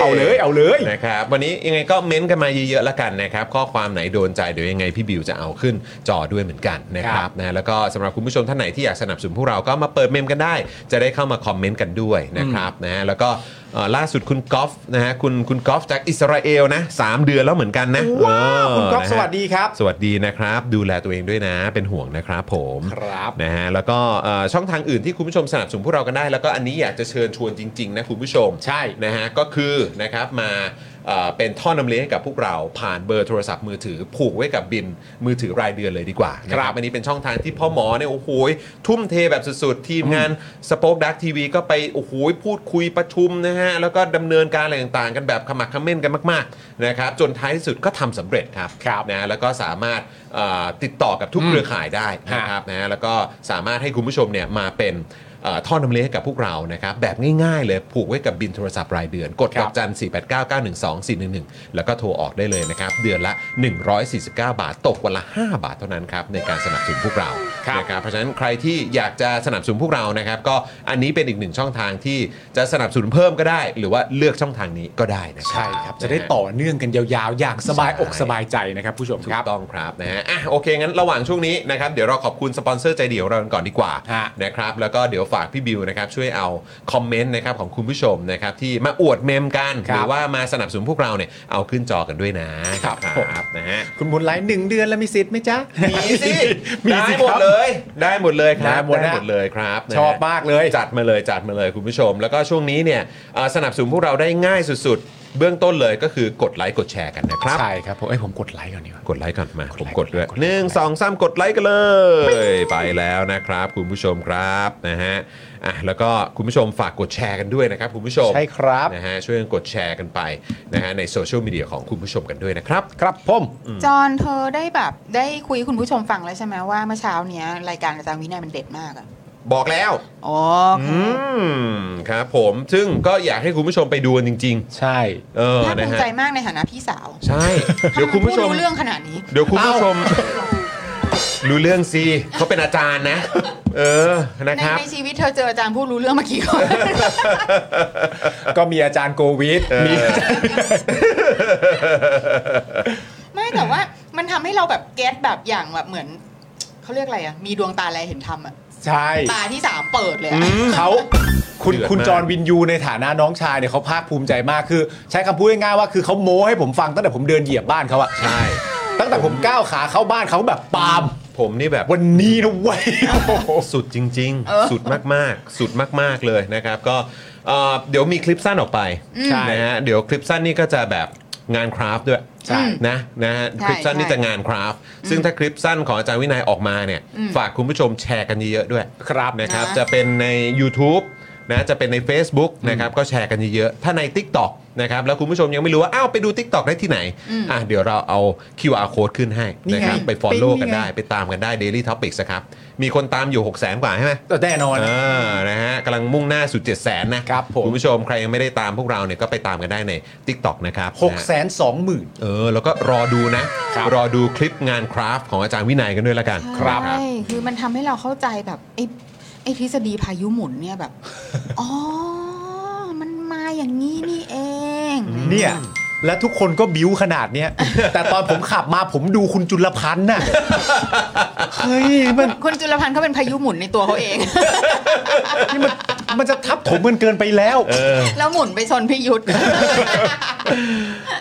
Speaker 3: เอาเลยเอาเลย
Speaker 1: นะครับวันนี้ยังไงก็เม้นต์กันมาเยอะๆแล้วกันนะครับข้อความไหนโดนใจเดี๋ยวยังไงพี่บิวจะเอาขึ้นจอด้วยเหมือนกันนะค
Speaker 3: ครั
Speaker 1: รับบ นะแล้วก็สำหรับคุณผู้ชมท่านไหนที่อยากสนับสนุนพวกเราก็มาเปิดเมมกันได้ จะได้เข้ามาคอมเมนต์กันด้วยนะครับนะฮะแล้วก็เอ่อล่าสุดคุณกอล์ฟนะฮะคุณคุณกอล์ฟจากอิสราเอลนะสามเดือนแล้วเหมือนกันนะ
Speaker 3: ว้าว
Speaker 1: เ
Speaker 3: คุณก๊อฟ
Speaker 1: นะฮะ
Speaker 3: สวัสดีครับ
Speaker 1: สวัสดีนะครับ ดูแลตัวเองด้วยนะเป็นห่วงนะครับผม
Speaker 3: ครับ
Speaker 1: นะฮะแล้วก็เอ่อช่องทางอื่นที่คุณผู้ชมสนับสนุนพวกเรากันได้ แล้วก็อันนี้อยากจะเชิญชวนจริง ๆ นะคุณผู้ชม
Speaker 3: ใช่
Speaker 1: นะฮะก็คือนะครับมา เอ่อเป็นท่อนำเลี้ยงให้กับพวกเราผ่านเบอร์โทรศัพท์มือถือ ผูกไว้กับบินมือถือรายเดือนเลยดีกว่านะค
Speaker 3: ครั
Speaker 1: รับบ อันนี้เป็นช่องทางที่พ่อหมอเนี่ยโอ้โหยทุ่มเทแบบสุดๆ ทีมงานสป็อคดักทีวีก็ไปโอ้โหยพูดคุยประชุมนะฮะแล้วก็ดำเนินการอะไรต่างๆ กันแบบขมักเขม้นกันมากๆนะครับจนท้ายที่สุดก็ทำสำเร็จครับนะแล้วก็สามารถเอ่อติดต่อกับทุกเครือข่ายได้นะครับนะฮะแล้วก็สามารถให้คุณผู้ชมเนี่ยมาเป็น เอ่อท่อนำเลี้ยงให้กับพวกเรานะครับแบบง่ายๆ เลยผูกไว้กับบินโทรศัพท์รายเดือน กดดอกจัน 4 8 9 9 1 2 4 1 1 แล้วก็โทรออกได้เลยนะครับ เดือนละ 149 บาท ตกวันละ 5 บาทเท่านั้นครับ ในการสนับสนุนพวกเรา
Speaker 3: ครับ
Speaker 1: นะครับเพราะฉะนั้นใครที่อยากจะสนับสนุนพวกเรานะครับ ก็อันนี้เป็นอีกหนึ่งช่องทางที่จะสนับสนุนเพิ่มก็ได้ หรือว่าเลือกช่องทางนี้ก็ได้นะครั
Speaker 3: ใช่ครับ จะได้ต่อเนื่องกันยาวๆ อย่างสบายอกสบายใจนะครับผู้ชม
Speaker 1: ถู
Speaker 3: ค
Speaker 1: ก
Speaker 3: รับ
Speaker 1: ต้องครับนะฮะอ่ะโอเคงั้นระหว่างช่วงนี้นะครับเดี๋ยวเราขอบคุณสปอนเซอร์ใจเดียวเรากันก่อนดีกว่า
Speaker 3: ฮะ
Speaker 1: นะครับแล้วก็เดี๋ยวฝากพี่บิวนะครับช่วยเอาคอมเมนต์นะครับของคุณผู้ชมนะครับที่มาอวดเมมกัน
Speaker 3: ค
Speaker 1: ห
Speaker 3: รับ
Speaker 1: รือว่ามาสนับสนุนพวกเราเนี่ยเอาขึ้นจอกันด้วยนะครับ
Speaker 3: ผม
Speaker 1: นะฮะ
Speaker 3: คุณบุญไลฟ์หนึ่งเดือนแล้วมีสิทธิ์ไหมจ๊ะมี
Speaker 1: ได้
Speaker 3: สิ
Speaker 1: หม
Speaker 3: ค
Speaker 1: ด
Speaker 3: รับ
Speaker 1: เลย ได้หมดเลยครับ
Speaker 3: ได้หมดนะ
Speaker 1: หมดเลยครับนะฮะ
Speaker 3: ชอบมากเลย
Speaker 1: จัดมาเลยจัดมาเลยคุณผู้ชม แล้วก็ช่วงนี้เนี่ยเอ่อสนับสนุนพวกเราได้ง่ายสุดๆ เบื้องต้นเลยก็คือกดไลค์กดแชร์กันนะครับ
Speaker 3: ใช่ครับผมเอ้ยผมกดไลค์ก่อนดีกว่า
Speaker 1: กดไลค์ก่อนมาผมก
Speaker 3: ก
Speaker 1: ด
Speaker 3: ดไลค์
Speaker 1: ด้วย
Speaker 3: กดไลค์
Speaker 1: หนึ่งสองสามกดไลค์กันเลยไปแล้วนะครับ คุณผู้ชมครับนะฮะอ่ะแล้วก็คุณผู้ชมฝากกดแชร์กันด้วยนะครับคุณผู้ชม
Speaker 3: ใช่ครับ
Speaker 1: นะฮะช่วยกันกดแชร์กันไปนะฮะในโซเชียลมีเดียของคุณผู้ชมกันด้วยนะครับ
Speaker 3: ครับผม
Speaker 7: จอนเธอได้แบบได้คุยให้คุณผู้ชมฟังแล้วใช่ไหมว่าเมื่อเช้าเนี้ยรายการอาจารย์วินัยมันเด็ดมากอะ
Speaker 1: บอกแล้ว
Speaker 7: อ๋อโอเค
Speaker 1: อืมครับผมซึ่งก็อยากให้คุณผู้ชมไปดูกันจริง
Speaker 3: ใช่
Speaker 1: ๆ เออ
Speaker 7: น่าภู
Speaker 1: นะ
Speaker 7: มิ
Speaker 1: ฮะ
Speaker 7: ใจมากในฐานะพี่สาว
Speaker 1: ใช่เดี๋ยวคุณผู้ชม
Speaker 7: รู้เรื่องขนาดนี้
Speaker 1: เดี๋ยวคุณผู้ชม รู้เรื่องสิเขาเป็นอาจารย์นะ เออนะ
Speaker 7: ใน
Speaker 1: ครับ
Speaker 7: ในชีวิตเธอเจออาจารย์ผู้รู้เรื่องมากี่คน
Speaker 3: ก็มีอาจารย์โกวิทมีอาจารย์
Speaker 7: ไม่แต่ว่ามันทำให้เราแบบเก็ตแบบอย่างแบบเหมือนเขาเรียกอะไรอะมีดวงตาแลเห็นธรรมอะ
Speaker 3: ใช่
Speaker 7: ตาที่สามเปิดเลยอะ
Speaker 3: เขาคุณ
Speaker 1: เดือดมาก
Speaker 3: คุณจรวินยูในฐานะน้องชายเนี่ยเขาภาคภูมิใจมากคือ ใช้คำพูดง่ายๆว่าคือเขาโม้ให้ผมฟังตั้งแต่ผมเดินเหยียบบ้านเขาอะ
Speaker 1: ใช่
Speaker 3: ตั้งแต่ผมก้าวขาเข้าบ้านเขาแบบปาล์ม
Speaker 1: ผมนี่แบบ
Speaker 3: วันนี้นะเว้ยโอ้โห
Speaker 1: สุดจริง ๆ สุดมากๆ สุดมากๆเลยนะครับ ก็เอ่อเดี๋ยวมีคลิปสั้นออกไป
Speaker 3: ใช่
Speaker 1: นะฮะเดี๋ยวคลิปสั้นนี่ก็จะแบบงานคราฟต์ด้วย
Speaker 3: ใช่
Speaker 1: นะนะฮะคลิปสั้นนี่จะงานคราฟต์ซึ่งถ้าคลิปสั้นของอาจารย์วินัยออกมาเนี่ย ฝากคุณผู้ชมแชร์กันเยอะๆด้วย
Speaker 3: ครับ
Speaker 1: นะครับจะเป็นใน YouTube นะจะเป็นใน Facebook นะครับก็แชร์กันเยอะๆ ถ้าใน TikTok นะครับแล้วคุณผู้ชมยังไม่รู้ว่า อ้าว ไปดู TikTok ได้ที่ไหน อ่ะเดี๋ยวเราเอา QR code ขึ้นให้
Speaker 3: นี่ไง
Speaker 1: นะครับไป follow
Speaker 3: ปิ๊งนี่ไง
Speaker 1: กันได้ไปตามกันได้ Daily Topics นะครับ มีคนตามอยู่ 6 0 0 0 0 กว่าใช่ไหม
Speaker 3: แต่แน่นอน
Speaker 1: เออนะฮะกำลังมุ่งหน้าสู่ 7 0 0 0 0นะครับ
Speaker 3: ผม
Speaker 1: คุณผู้ชมใครยังไม่ได้ตามพวกเราเนี่ยก็ไปตามกันได้ใน TikTok นะครับ
Speaker 3: หก
Speaker 1: นะฮะ
Speaker 3: แสนสองหมื่น
Speaker 1: เออ แล้วก็รอดูนะ
Speaker 3: ครับ
Speaker 1: รอดูคลิปงานคราฟต์ของอาจารย์วินัยกันด้วยละกัน
Speaker 7: ใช่คือมันทำให้เราเข้าใจแบบไอ้ไอ้ทฤษฎีพายุหมุนเนี่ย แบบ อ๋อ มันมาอย่างนี้นี่เอง
Speaker 3: เนี่ยและทุกคนก็บิ้วขนาดเนี้ย แต่ตอนผมขับมาผมดูคุณจุลพันธ์น่ะ เฮ้ยมัน
Speaker 7: คุณจุลพันธ์เขาเป็นพายุหมุนในตัวเขาเอง
Speaker 3: นี่มันมันจะทับถมมันเกินไปแล้ว
Speaker 7: แล้วหมุนไปชนพี่ยุทธ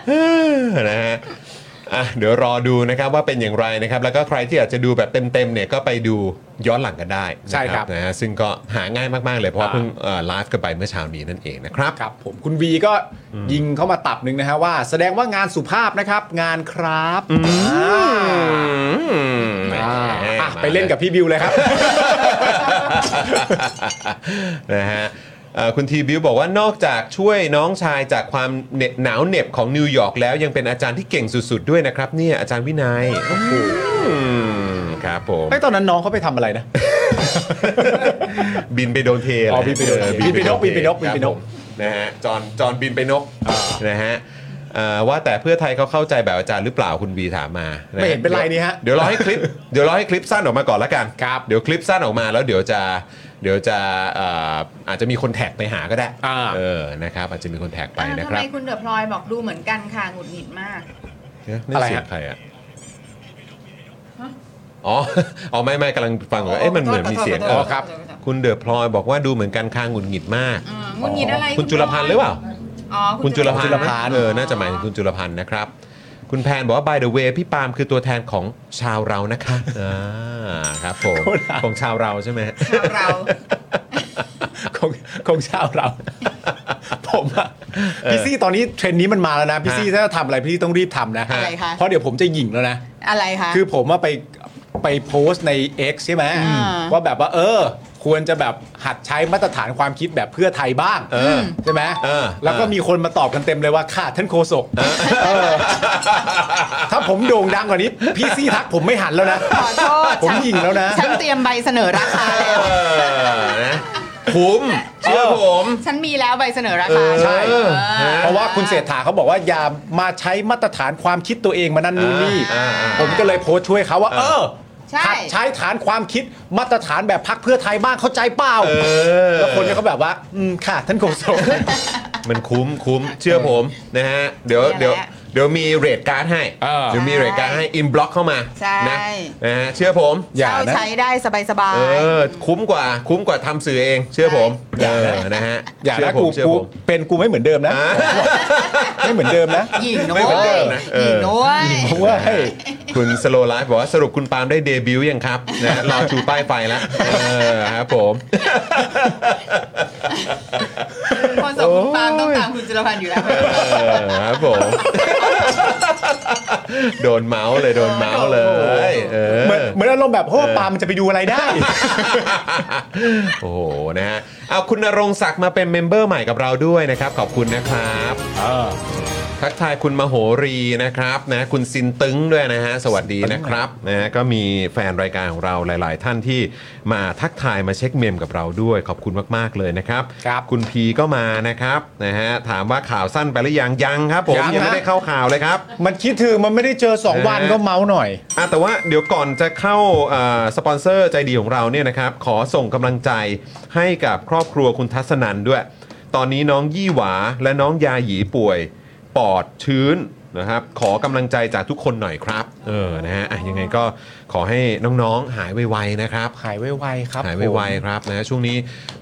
Speaker 1: เออนะฮะอ่ะเดี๋ยวรอดูนะครับว่าเป็นอย่างไรนะครับ แล้วก็ใครที่อยากจะดูแบบเต็มๆเนี่ยก็ไปดูย้อนหลังกันได้นะ
Speaker 3: ใช่ครับ
Speaker 1: นะฮะซึ่งก็หาง่ายมากๆเลยเพราะว่าเพิ่งเอ่อไลฟ์กันไปเมื่อเช้านี้นั่นเองนะครับ
Speaker 3: ครับผมคุณวีก็ยิงเข้ามาตับหนึ่งนะฮะว่า แสดงว่างานสุภาพนะครับ งานครับอ่าอ่ะไปเล่นกับพี่บิวเลยครับ
Speaker 1: นะฮะเอ่อคุณทีบิวบอกว่านอกจากช่วยน้องชายจากความเหน็บหนาวเหน็บของนิวยอร์กแล้วยังเป็นอาจารย์ที่เก่งสุดๆด้วยนะครับเนี่ยอาจารย์วินัยโอ้โหครับผม
Speaker 3: ไอ้ยตอนนั้นน้องเขาไปทำอะไรนะ
Speaker 1: บินไปโดนเท
Speaker 3: อ๋อบินไปโดนเท
Speaker 1: เออ
Speaker 3: บินไปนกบินไปนกบินไปน
Speaker 1: ครับผม
Speaker 3: ก
Speaker 1: นะฮะจอนจอนบินไปนกนะฮะเอ่อว่าแต่เพื่อไทยเขาเข้าใจแบบอาจารย์หรือเปล่าคุณวีถามมาะ
Speaker 3: ไม่เห็นเป็นไรนี่ฮะ
Speaker 1: เดี๋ยวรอให้คลิป เดี๋ยวรอให้คลิปสั้นออกมาก่อนละกัน
Speaker 3: ครับ
Speaker 1: เดี๋ยวคลิปสั้นออกมาแล้วเดี๋ยวจะเดี๋ยวจะเอ่ออาจจะมีคนแท็กไปหาก็ได้
Speaker 3: อ่า
Speaker 1: เออนะครับอาจจะมีคนแท็ก ไปนะ
Speaker 6: ทำ
Speaker 1: ครับ
Speaker 6: ไมคุณเดอะพลอยบอกดูเหมือนกันค่ะหงุดหงิดมาก
Speaker 1: เอ๊ะนี่
Speaker 3: อะไร
Speaker 1: เสียง
Speaker 3: ฮะ
Speaker 1: ใครอ่ะอ๋อ อ๋อไม่ไม่กำลังฟังว่าเอ๊ะมันเหมือนมีเสียง
Speaker 6: ขอโทษ
Speaker 1: เอ
Speaker 6: ขอโทษ
Speaker 1: อคุณเดอะพลอยบอกว่าดูเหมือนกันคางหงุดหงิดมาก
Speaker 6: อืมหงุดหงิดอะไร
Speaker 1: คุณจุลพันธ์หรือเปล่า
Speaker 6: อ๋อ
Speaker 1: คุณจุลพันธ์
Speaker 6: ลธ์
Speaker 1: นะเออ น่าจะหมายถึงคุณจุลพันธ์นะครับ คุณแพนบอกว่า by the way พี่ปาล์มคือตัวแทนของชาวเรานะคะ อ่า ครับผม ของชาวเราใช่ไหม
Speaker 6: ชาวเรา
Speaker 3: ของของชาวเรา ผมอะ พี่ซี่ตอนนี้เทรนด์นี้มันมาแล้วนะพี่ซี่ถ้าทำอะไรพี่ซี่ต้องรีบทำนะ
Speaker 7: อะไรคะ
Speaker 3: เพราะเดี๋ยวผมจะหยิ่งแล้วนะ
Speaker 7: อะไรคะ
Speaker 3: คือผมว่าไปไปโพสต์ใน X ใช่ไหม
Speaker 7: อ่า
Speaker 3: ว่าแบบว่า เออ ควรจะแบบหัดใช้มาตรฐานความคิดแบบเพื่อไทยบ้าง
Speaker 1: เออ
Speaker 3: ใช่ไหม
Speaker 1: เออ
Speaker 3: แล้วก็มีคนมาตอบกันเต็มเลยว่าค่ะท่านโคศกเออถ้าผมโด่งดังกว่านี้ พี่ซี่ทักผมไม่หันแล้วนะ
Speaker 7: ขอโทษ
Speaker 3: ผม
Speaker 7: ฉัน
Speaker 3: หยิ่งแล้วนะ
Speaker 7: ฉันเตรียมใบเสนอราคาแล้ว
Speaker 1: เออนะคุ้มเชื่อผม
Speaker 7: ฉันมีแล้วใบเสนอราคา
Speaker 3: ใช่
Speaker 1: เออฮ
Speaker 3: เพราะว่าคุณเศรษฐาเขาบอกว่าอย่ามาใช้มาตรฐานความคิดตัวเองมานั่นนู่นนี่
Speaker 1: อ่าอ่า
Speaker 3: ผมก็เลยโพสต์ช่วยเขาว่า เออ
Speaker 7: ใช่
Speaker 3: หัดใช้ฐานความคิดมาตรฐานแบบพักเพื่อไทยบ้างเข้าใจเปล่า
Speaker 1: เออ
Speaker 3: แล้วคนเนี่ยเขาแบบว่า อืม ค่ะ ท่านโฆษก
Speaker 1: มันคุ้มคุ้มเชื่อผมนะฮะเดี๋ยว
Speaker 7: เนี่ยแหละ
Speaker 1: เดี๋ยวเดี๋ยวมีเรทการ์ดให้
Speaker 3: เออ
Speaker 1: เดี๋ยวมีเรทการ์ดให้อินบล็อกเข้ามา
Speaker 7: ใช่
Speaker 1: นะนะฮะเชื่อผม
Speaker 3: อย่า
Speaker 7: เช่า
Speaker 3: นะ
Speaker 7: ใช้ได้สบาย
Speaker 1: เอ
Speaker 7: ๆ
Speaker 1: อ คุ้มกว่าคุ้มกว่าทำสื่อเอง เชื่อผมเออนะฮะ
Speaker 3: อย่า
Speaker 1: เชื่
Speaker 3: นะ
Speaker 1: ผ
Speaker 3: กู
Speaker 1: มเชื่อ
Speaker 3: กู
Speaker 1: ผม
Speaker 3: เป็นกูไม่เหมือนเดิมนะ
Speaker 1: อ่า
Speaker 3: ไม่เหมือนเดิมนะ
Speaker 7: หญิงนะ
Speaker 1: ไม่เหมือน
Speaker 7: เว้
Speaker 1: เดิ
Speaker 7: ย
Speaker 1: มนะเออ
Speaker 7: หญิงนะเว้ย
Speaker 3: เพราะว่า
Speaker 1: คุณสโลไลฟ์บอกว่าสรุปคุณปาล์มได้เดบิวต์ยังครับนะรอชูป้ายไฟแล้วเออครับผม
Speaker 7: คนส่งคุณปาล์มต้องตามคุณจุลพันธ์อยู่แล้ว
Speaker 1: เออครับผม โดนเมาส์เลยโดนเมาส์เลย เออ
Speaker 3: เหมือนเหมือนอารมณ์แบบโอ้ปาล์มมันจะไปดูอะไรได้
Speaker 1: โอ้โหนะฮะเอาคุณณรงค์ศักดิ์มาเป็นเมมเบอร์ใหม่กับเราด้วยนะครับ ขอบคุณนะครับ ทักทายคุณมโหรีนะครับนะคุณซินตึ้งด้วยนะฮะสวัสดีนะครับนะฮะก็มีแฟนรายการของเราหลาย ๆ ท่านที่มาทักทายมาเช็คเมมกับเราด้วย ขอบคุณมาก ๆ เลยนะครับ
Speaker 3: ครับ
Speaker 1: คุณพีก็มานะครับนะฮะถามว่าข่าวสั้นไปหรือยังยังครับผม
Speaker 3: ยัง
Speaker 1: ยังไม่
Speaker 3: นะ
Speaker 1: ได้เข้าข่าวเลยครับ
Speaker 3: มันคิดถึงมันไม่ได้เจอ 2 วันก็เมาหน่อย
Speaker 1: อ่ะแต่ว่าเดี๋ยวก่อนจะเข้าเอ่อสปอนเซอร์ใจดีของเราเนี่ยนะครับ ขอส่งกำลังใจให้กับครอบครัวคุณทัศนันด้วย ตอนนี้น้องยี่หวาและน้องยาหยีป่วย ปอดชื้นนะครับ ขอกำลังใจจากทุกคนหน่อยครับ เออนะฮะอ่ะยังไงก็ขอให้น้องๆหายไวๆนะครับ
Speaker 3: หายไวๆครับ
Speaker 1: หายไวๆครับนะช่วงนี้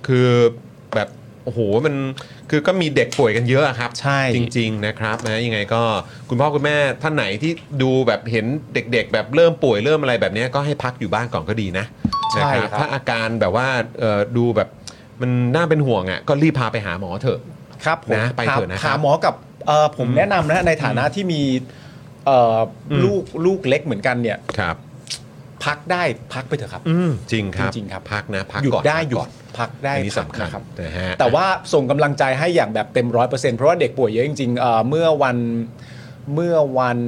Speaker 1: คือแบบโอ้โหมันคือก็มีเด็กป่วยกันเยอะอะครับ
Speaker 3: ใช่
Speaker 1: จริงๆนะครับนะยังไงก็คุณพ่อคุณแม่ท่านไหนที่ดูแบบเห็นเด็กๆ แบบเริ่มป่วยเริ่มอะไรแบบเนี้ยก็ให้พักอยู่บ้านก่อนก็ดีนะ
Speaker 3: ใช่
Speaker 1: นะครับ ถ้าอาการแบบว่าเอ่อดูแบบมันน่าเป็นห่วงอ่ะก็รีบพาไปหาหมอเถอะ
Speaker 3: ครับผม
Speaker 1: นะไปเถอะนะครับ
Speaker 3: หาหมอกับเอ่อผมแนะนำนะฮะในฐานะที่มีเอ่ออ
Speaker 1: ม
Speaker 3: ลูกลูกเล็กเหมือนกันเนี่ย
Speaker 1: ครับ
Speaker 3: พักได้พักไปเถอะครับ
Speaker 1: อืมจริงครับ
Speaker 3: จริงๆครับ
Speaker 1: พักนะพัก
Speaker 3: หยุด
Speaker 1: ก่อน
Speaker 3: ได้
Speaker 1: พัก
Speaker 3: หยุ
Speaker 1: ก่อ
Speaker 3: ด
Speaker 1: น
Speaker 3: พักได้
Speaker 1: อันนี้สำคัญ
Speaker 3: พักนะครับ
Speaker 1: นะฮะ
Speaker 3: แต่ว่าส่งกำลังใจให้อย่างแบบเต็มร้อยเปอร์เซ็นต์เพราะว่าเด็กป่วยเยอะจริงๆเอ่อเมื่อวันเมื่อวัน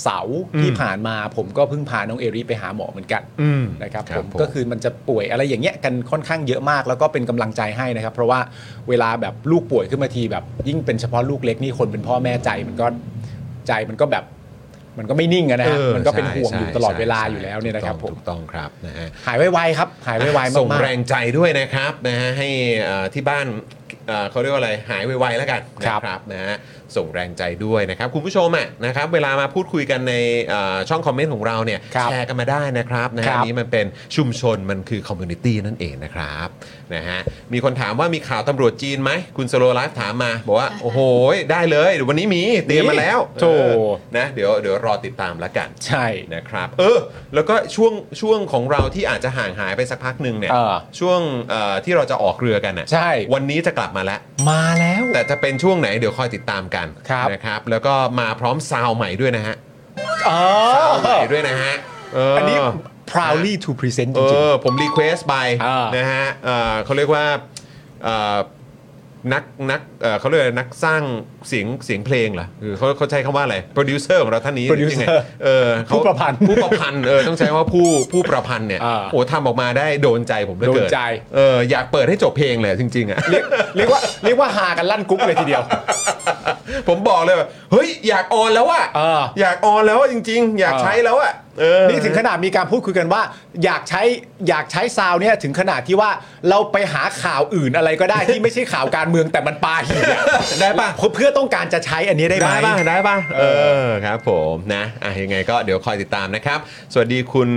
Speaker 3: เสาร์ที่
Speaker 1: อืม
Speaker 3: ผ่านมาผมก็เพิ่งพาน้องเอริไปหาหมอเหมือนกัน
Speaker 1: อืม
Speaker 3: นะครับ
Speaker 1: ครั
Speaker 3: ผ
Speaker 1: บ
Speaker 3: ม
Speaker 1: ผม
Speaker 3: ก็คือมันจะป่วยอะไรอย่างเงี้ยกันค่อนข้างเยอะมากแล้วก็เป็นกำลังใจให้นะครับ เพราะว่าเวลาแบบลูกป่วยขึ้นมาทีแบบยิ่งเป็นเฉพาะลูกเล็กนี่คนเป็นพ่อแม่ใจมันก็ใจมันก็แบบมันก็ไม่นิ่งอะนะฮะ
Speaker 1: ออ
Speaker 3: มันก็เป็น
Speaker 1: ใช่
Speaker 3: ห่วงอยู่ตลอด
Speaker 1: ใช่
Speaker 3: เวลา
Speaker 1: ใช่
Speaker 3: อยู่แล้วเนี่ยนะครับผ
Speaker 1: ถู
Speaker 3: ม
Speaker 1: กต้องถูกต้องครับนะฮะ
Speaker 3: หายไวๆครับหายไวๆ
Speaker 1: ส่ง
Speaker 3: มาก
Speaker 1: แร
Speaker 3: ๆ
Speaker 1: งใจด้วยนะครับนะฮะให้เอ่อที่บ้านเอ่อเขาเรียกว่าอะไรหายไวๆแล้วกันนะครับครับนะฮะส่งแรงใจด้วยนะครับ คุณผู้ชมอ่ะนะครับเวลามาพูดคุยกันในเอ่อช่องคอมเมนต์ของเราเนี่ย
Speaker 3: ครับ
Speaker 1: แชร์กันมาได้นะครับนะฮะ
Speaker 3: ครับ
Speaker 1: อันนี้มันเป็นชุมชนมันคือคอมมูนิตี้นั่นเองนะครับนะฮะมีคนถามว่ามีข่าวตำรวจจีนไหมคุณสโลไลฟ์ถามมาบอกว่า โอ้โห ได้เลยเดี๋ยววันนี้มีเตรียมมาแล้ว
Speaker 3: โถ
Speaker 1: เออนะเดี๋ยวเดี๋ยวรอติดตามแล้วกัน
Speaker 3: ใช่
Speaker 1: นะครับเออแล้วก็ช่วงช่วงของเราที่อาจจะห่างหายไปสักพักหนึ่งเนี่ย
Speaker 3: เออ
Speaker 1: ช่วงเอ่อที่เราจะออกเรือกันน่ะ
Speaker 3: ใช่
Speaker 1: วันนี้จะกลับมาแล้ว
Speaker 3: มาแล้ว
Speaker 1: แต่จะเป็นช่วงไหนเดี๋ยวคอยติดตามกัน
Speaker 3: ครับ
Speaker 1: นะครับแล้วก็มาพร้อมซาวใหม่ด้วยนะฮะ
Speaker 3: อ๋อ
Speaker 1: ซาวใหม่ด้วยนะฮะเ
Speaker 3: อันนี้ proudly to present จ
Speaker 1: เอ
Speaker 3: ริง
Speaker 1: อผมรีเควสไป
Speaker 3: อ่าน
Speaker 1: นะฮะเอ่อเขาเรียกว่าเอ่อนักนักเอ่อเขาเรียกอะไรนักสร้างเสียงเสียงเพลงเหรอหรือเขาเขาใช้คำว่าอะไรโปรดิวเซอร์ของเราท่านนี้
Speaker 3: Producer
Speaker 1: ยังไงเออเขา
Speaker 3: ผู้ประพันธ์
Speaker 1: ผู้ประพันธ์เออต้องใช้ว่าผู้ผู้ประพันธ์เนี่ย
Speaker 3: อ่า
Speaker 1: โอ้ทำออกมาได้โดนใจผมเหลือเกิ
Speaker 3: โดนใจ
Speaker 1: เอออยากเปิดให้จบเพลงเลยจริงๆ อ่ะ
Speaker 3: ๆ เรียกเรียกว่าเรียกว่าหากันลั่นกรุ๊ปเลยทีเดียว
Speaker 1: ผมบอกเลยว่าเฮ้ยอยากออนแล้วอ่ะ
Speaker 3: เออ
Speaker 1: อยากออนแล้วอะจริง ๆ อยาก
Speaker 3: เออ
Speaker 1: ใช้แล้วอ่ะเออ
Speaker 3: นี่ถึงขนาดมีการพูดคุยกันว่า อยากใช้อยากใช้ซาวเนี่ยถึงขนาดที่ว่าเราไปหาข่าวอื่นอะไรก็ได้ที่ไม่ใช่ข่าวการเมืองแต่มันปาหิน อะ
Speaker 1: ได้ปะ
Speaker 3: เพื่อเพื่อต้องการจะใช้อันนี้ได้ไหม
Speaker 1: ได้ป่ะได้ป่ะเออครับผมนะอ่ะยังไงก็เดี๋ยวคอยติดตามนะครับ สวัสดีคุณ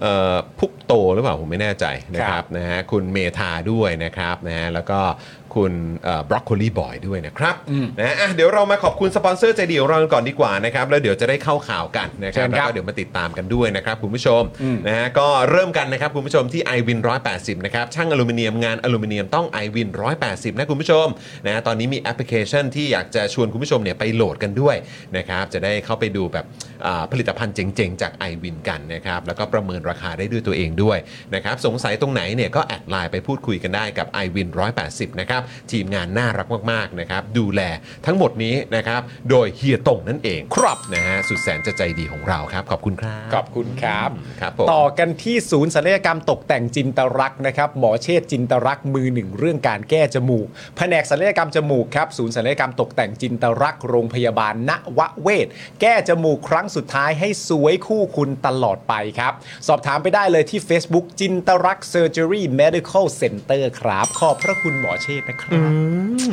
Speaker 1: เอ่อพุกโตหรือเปล่าผมไม่แน่ใจนะค
Speaker 3: ครั
Speaker 1: รับบ นะฮะคุณเมธาด้วยนะครับนะฮะแล้วก็ คุณบรอกโคลีบอยด้วยนะครับ
Speaker 3: อืม
Speaker 1: นะอ่ะเดี๋ยวเรามาขอบคุณสปอนเซอร์ใจดีของเรากันก่อนดีกว่านะครับ แล้วเดี๋ยวจะได้เข้าข่าวกันนะครับ
Speaker 3: เชิญ
Speaker 1: แล้ว
Speaker 3: ครับ
Speaker 1: ก็เดี๋ยวมาติดตามกันด้วยนะครับคุณผู้ชม
Speaker 3: อืม
Speaker 1: นะฮะก็เริ่มกันนะครับคุณผู้ชมที่ i w วิน180 นะครับช่างอลูมิเนียมงานอลูมิเนียมต้อง i w วิน180 นะคุณผู้ชมนะตอนนี้มีแอปพลิเคชันที่อยากจะชวนคุณผู้ชมเนี่ยไปโหลดกันด้วยนะครับจะได้เข้าไปดูแบบอ่าผลิตภัณฑ์เจ๋งๆจาก i w วินกันนะครับแล้วก็ประเมินราคาได้ด้วยตัวเองด้วยนะครับสงสัยตรงไหนเนี่ยก็แอดไลน์ไปพูดคุยกันได้กับ i w วิน180 นะครับทีมงานน่ารักมากๆนะครับดูแลทั้งหมดนี้นะครับโดยเฮียตงนั่นเองครับนะฮะสุดแสนจะใจดีของเราครับขอบคุณครับ
Speaker 3: ขอบคุณครับ
Speaker 1: ครับผม
Speaker 3: ต่อกันที่ศูนย์ศัลยกรรมตกแต่งจินตรักษณ์นะครับ หมอเชษจินตรักษณ์มือหนึ่งเรื่องการแก้จมูก แผนกศัลยกรรมจมูกครับ ศูนย์ศัลยกรรมตกแต่งจินตรักษณ์โรงพยาบาลณวเวศแก้จมูกครั้งสุดท้ายให้สวยคู่คุณตลอดไปครับ สอบถามไปได้เลยที่ Facebook จินตรักเซอร์เจอรี่เมดิคอลเซ็นเตอร์ครับ ขอบพระคุณหมอเชษนะครั
Speaker 1: อื
Speaker 3: บ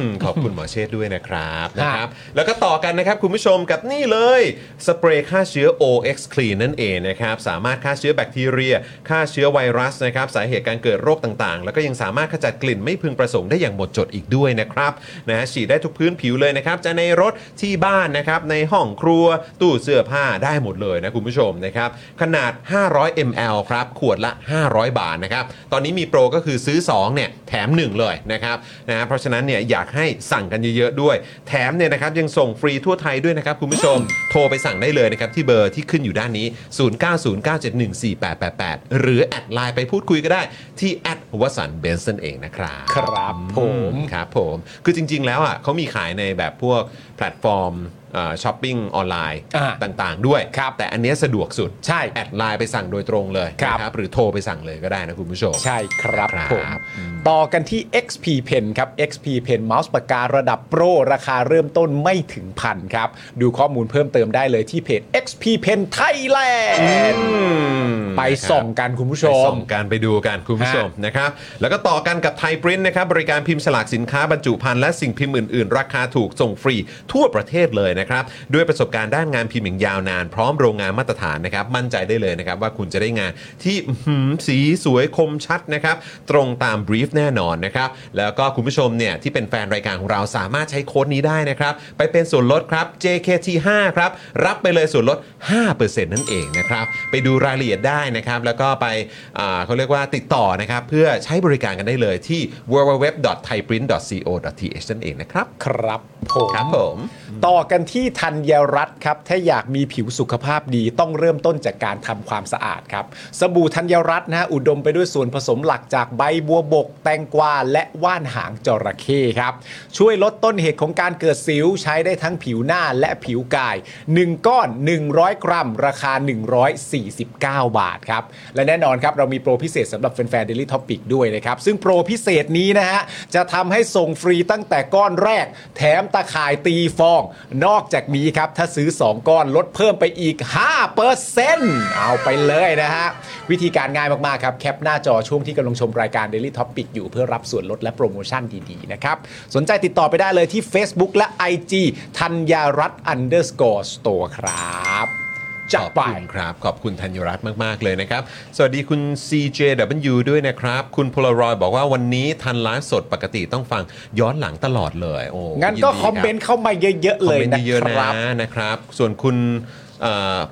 Speaker 1: มขอบคุณหมอเชษฐ์ด้วยนะครับ
Speaker 3: ครับ
Speaker 1: นะครับ แล้วก็ต่อกันนะครับคุณผู้ชมกับนี่เลยสเปรย์ฆ่าเชื้อ OX Clean นั่นเองนะครับสามารถฆ่าเชื้อแบคทีเรียฆ่าเชื้อไวรัสนะครับสาเหตุการเกิดโรคต่างๆ แล้วก็ยังสามารถขจัดกลิ่นไม่พึงประสงค์ได้อย่างหมดจดอีกด้วยนะครับนะฉีดได้ทุกพื้นผิวเลยนะครับจะในรถที่บ้านนะครับในห้องครัวตู้เสื้อผ้าได้หมดเลยนะคุณผู้ชมนะครับขนาด 500 ml ครับขวดละ 500 บาทนะครับตอนนี้มีโปรก็คือซื้อ 2 เนี่ย แถม 1 เลยนะครับนะเพราะฉะนั้นเนี่ยอยากให้สั่งกันเยอะๆด้วย แถมเนี่ยนะครับยังส่งฟรีทั่วไทยด้วยนะครับ คุณผู้ชมโทรไปสั่งได้เลยนะครับ ที่เบอร์ที่ขึ้นอยู่ด้านนี้ 0909714888 หรือ แอดไลน์ไปพูดคุยก็ได้ที่แอดวสันเบนซ์นั่นเองนะครับ
Speaker 3: ครับผม
Speaker 1: ครับผม คือจริง ๆ แล้วอ่ะเขามีขายในแบบพวกแพลตฟอร์มเอ่อช้อปปิ้งออนไลน์
Speaker 3: อ่า
Speaker 1: ต่างๆ ด้วย
Speaker 3: ครับ
Speaker 1: แต่อันเนี้ยสะดวกสุด
Speaker 3: ใช่
Speaker 1: แอดไลน์ไปสั่งโดยตรงเลย
Speaker 3: ครับ
Speaker 1: นะหรือโทรไปสั่งเลยก็ได้นะคุณผู้ชม
Speaker 3: ใช่ครับ
Speaker 1: ครับ
Speaker 3: ผมต่อกันที่ XP Pen ครับ XP Pen เมาส์ปากการะดับโปร ราคาเริ่มต้นไม่ถึงพันครับ ดูข้อมูลเพิ่มเติมได้เลยที่เพจ XP Pen Thailand ไปส่องกันคุณผู้ช
Speaker 1: ไป
Speaker 3: ม
Speaker 1: ส่องการไปดูกันคุณผู้ชมนะครับแล้วก็ต่อกันกับไทยปริ้นนะครับบริการพิมพ์ฉลากสินค้าบรรจุภัณฑ์และสิ่งพิมพ์อื่น ๆ ราคาถูกส่งฟรีทั่วประเทศเลยนะครับด้วยประสบการณ์ด้านงานพิมพ์อย่างยาวนาน พร้อมโรงงานมาตรฐานนะครับมั่นใจได้เลยนะครับว่าคุณจะได้งานที่อื้อหือสีสวยคมชัดนะครับตรงตามบรีฟแน่นอนนะครับแล้วก็คุณผู้ชมเนี่ยที่เป็นแฟนรายการของเราสามารถใช้โค้ดนี้ได้นะครับไปเป็นส่วนลดครับ JKT5 ครับรับไปเลยส่วนลด 5%นั่นเองนะครับไปดูรายละเอียดได้นะครับแล้วก็ไปอ่าเขาเรียกว่าติดต่อนะครับเพื่อใช้บริการกันได้เลยที่ www.thaiprint.co.th นั่นเองนะครับ
Speaker 3: ครับผม
Speaker 1: ครับผม
Speaker 3: ต่อกันที่ธัญรัตน์ครับ ถ้าอยากมีผิวสุขภาพดีต้องเริ่มต้นจากการทำความสะอาดครับ สบู่ธัญรัตน์นะฮะอุดมไปด้วยส่วนผสมหลักจากใบบัวบก แตงกวาและว่านหางจระเข้ครับ ช่วยลดต้นเหตุของการเกิดสิวใช้ได้ทั้งผิวหน้าและผิวกาย 1 ก้อน 100 กรัม ราคา 149 บาทครับ และแน่นอนครับ เรามีโปรพิเศษสำหรับแฟนๆ Daily Topic ด้วยนะครับ ซึ่งโปรพิเศษนี้นะฮะ จะทำให้ส่งฟรีตั้งแต่ก้อนแรก แถมตะข่ายตีฟอง นอกจากนี้ครับ ถ้าซื้อ 2 ก้อนลดเพิ่มไปอีก 5%เอาไปเลยนะฮะ วิธีการง่ายมาก ๆ ครับ แคปหน้าจอช่วงที่กำลังชมรายการ Daily Topic อยู่เพื่อรับส่วนลดและโปรโมชั่นดี ๆ นะครับ สนใจติดต่อไปได้เลยที่ Facebook และ IG ธัญญารัตน์ underscore store ครับจัด
Speaker 1: ขอบ
Speaker 3: ไป
Speaker 1: คุณครับ ขอบคุณธัญรัตน์มาก ๆ เลยนะครับ สวัสดีคุณ CJW ด้วยนะครับ คุณพลรอยบอกว่าวันนี้ทันไลฟ์สดปกติต้องฟังย้อนหลังตลอดเลยโอ้
Speaker 3: งั้นก็
Speaker 1: ยิดี
Speaker 3: คอม
Speaker 1: รับ
Speaker 3: เมนต์เข้ามาเยอะ ๆ เลย
Speaker 1: คอมมน
Speaker 3: นะ
Speaker 1: ต์เยอะๆ
Speaker 3: ครั
Speaker 1: นะ
Speaker 3: บ
Speaker 1: นะครับ ส่วนคุณ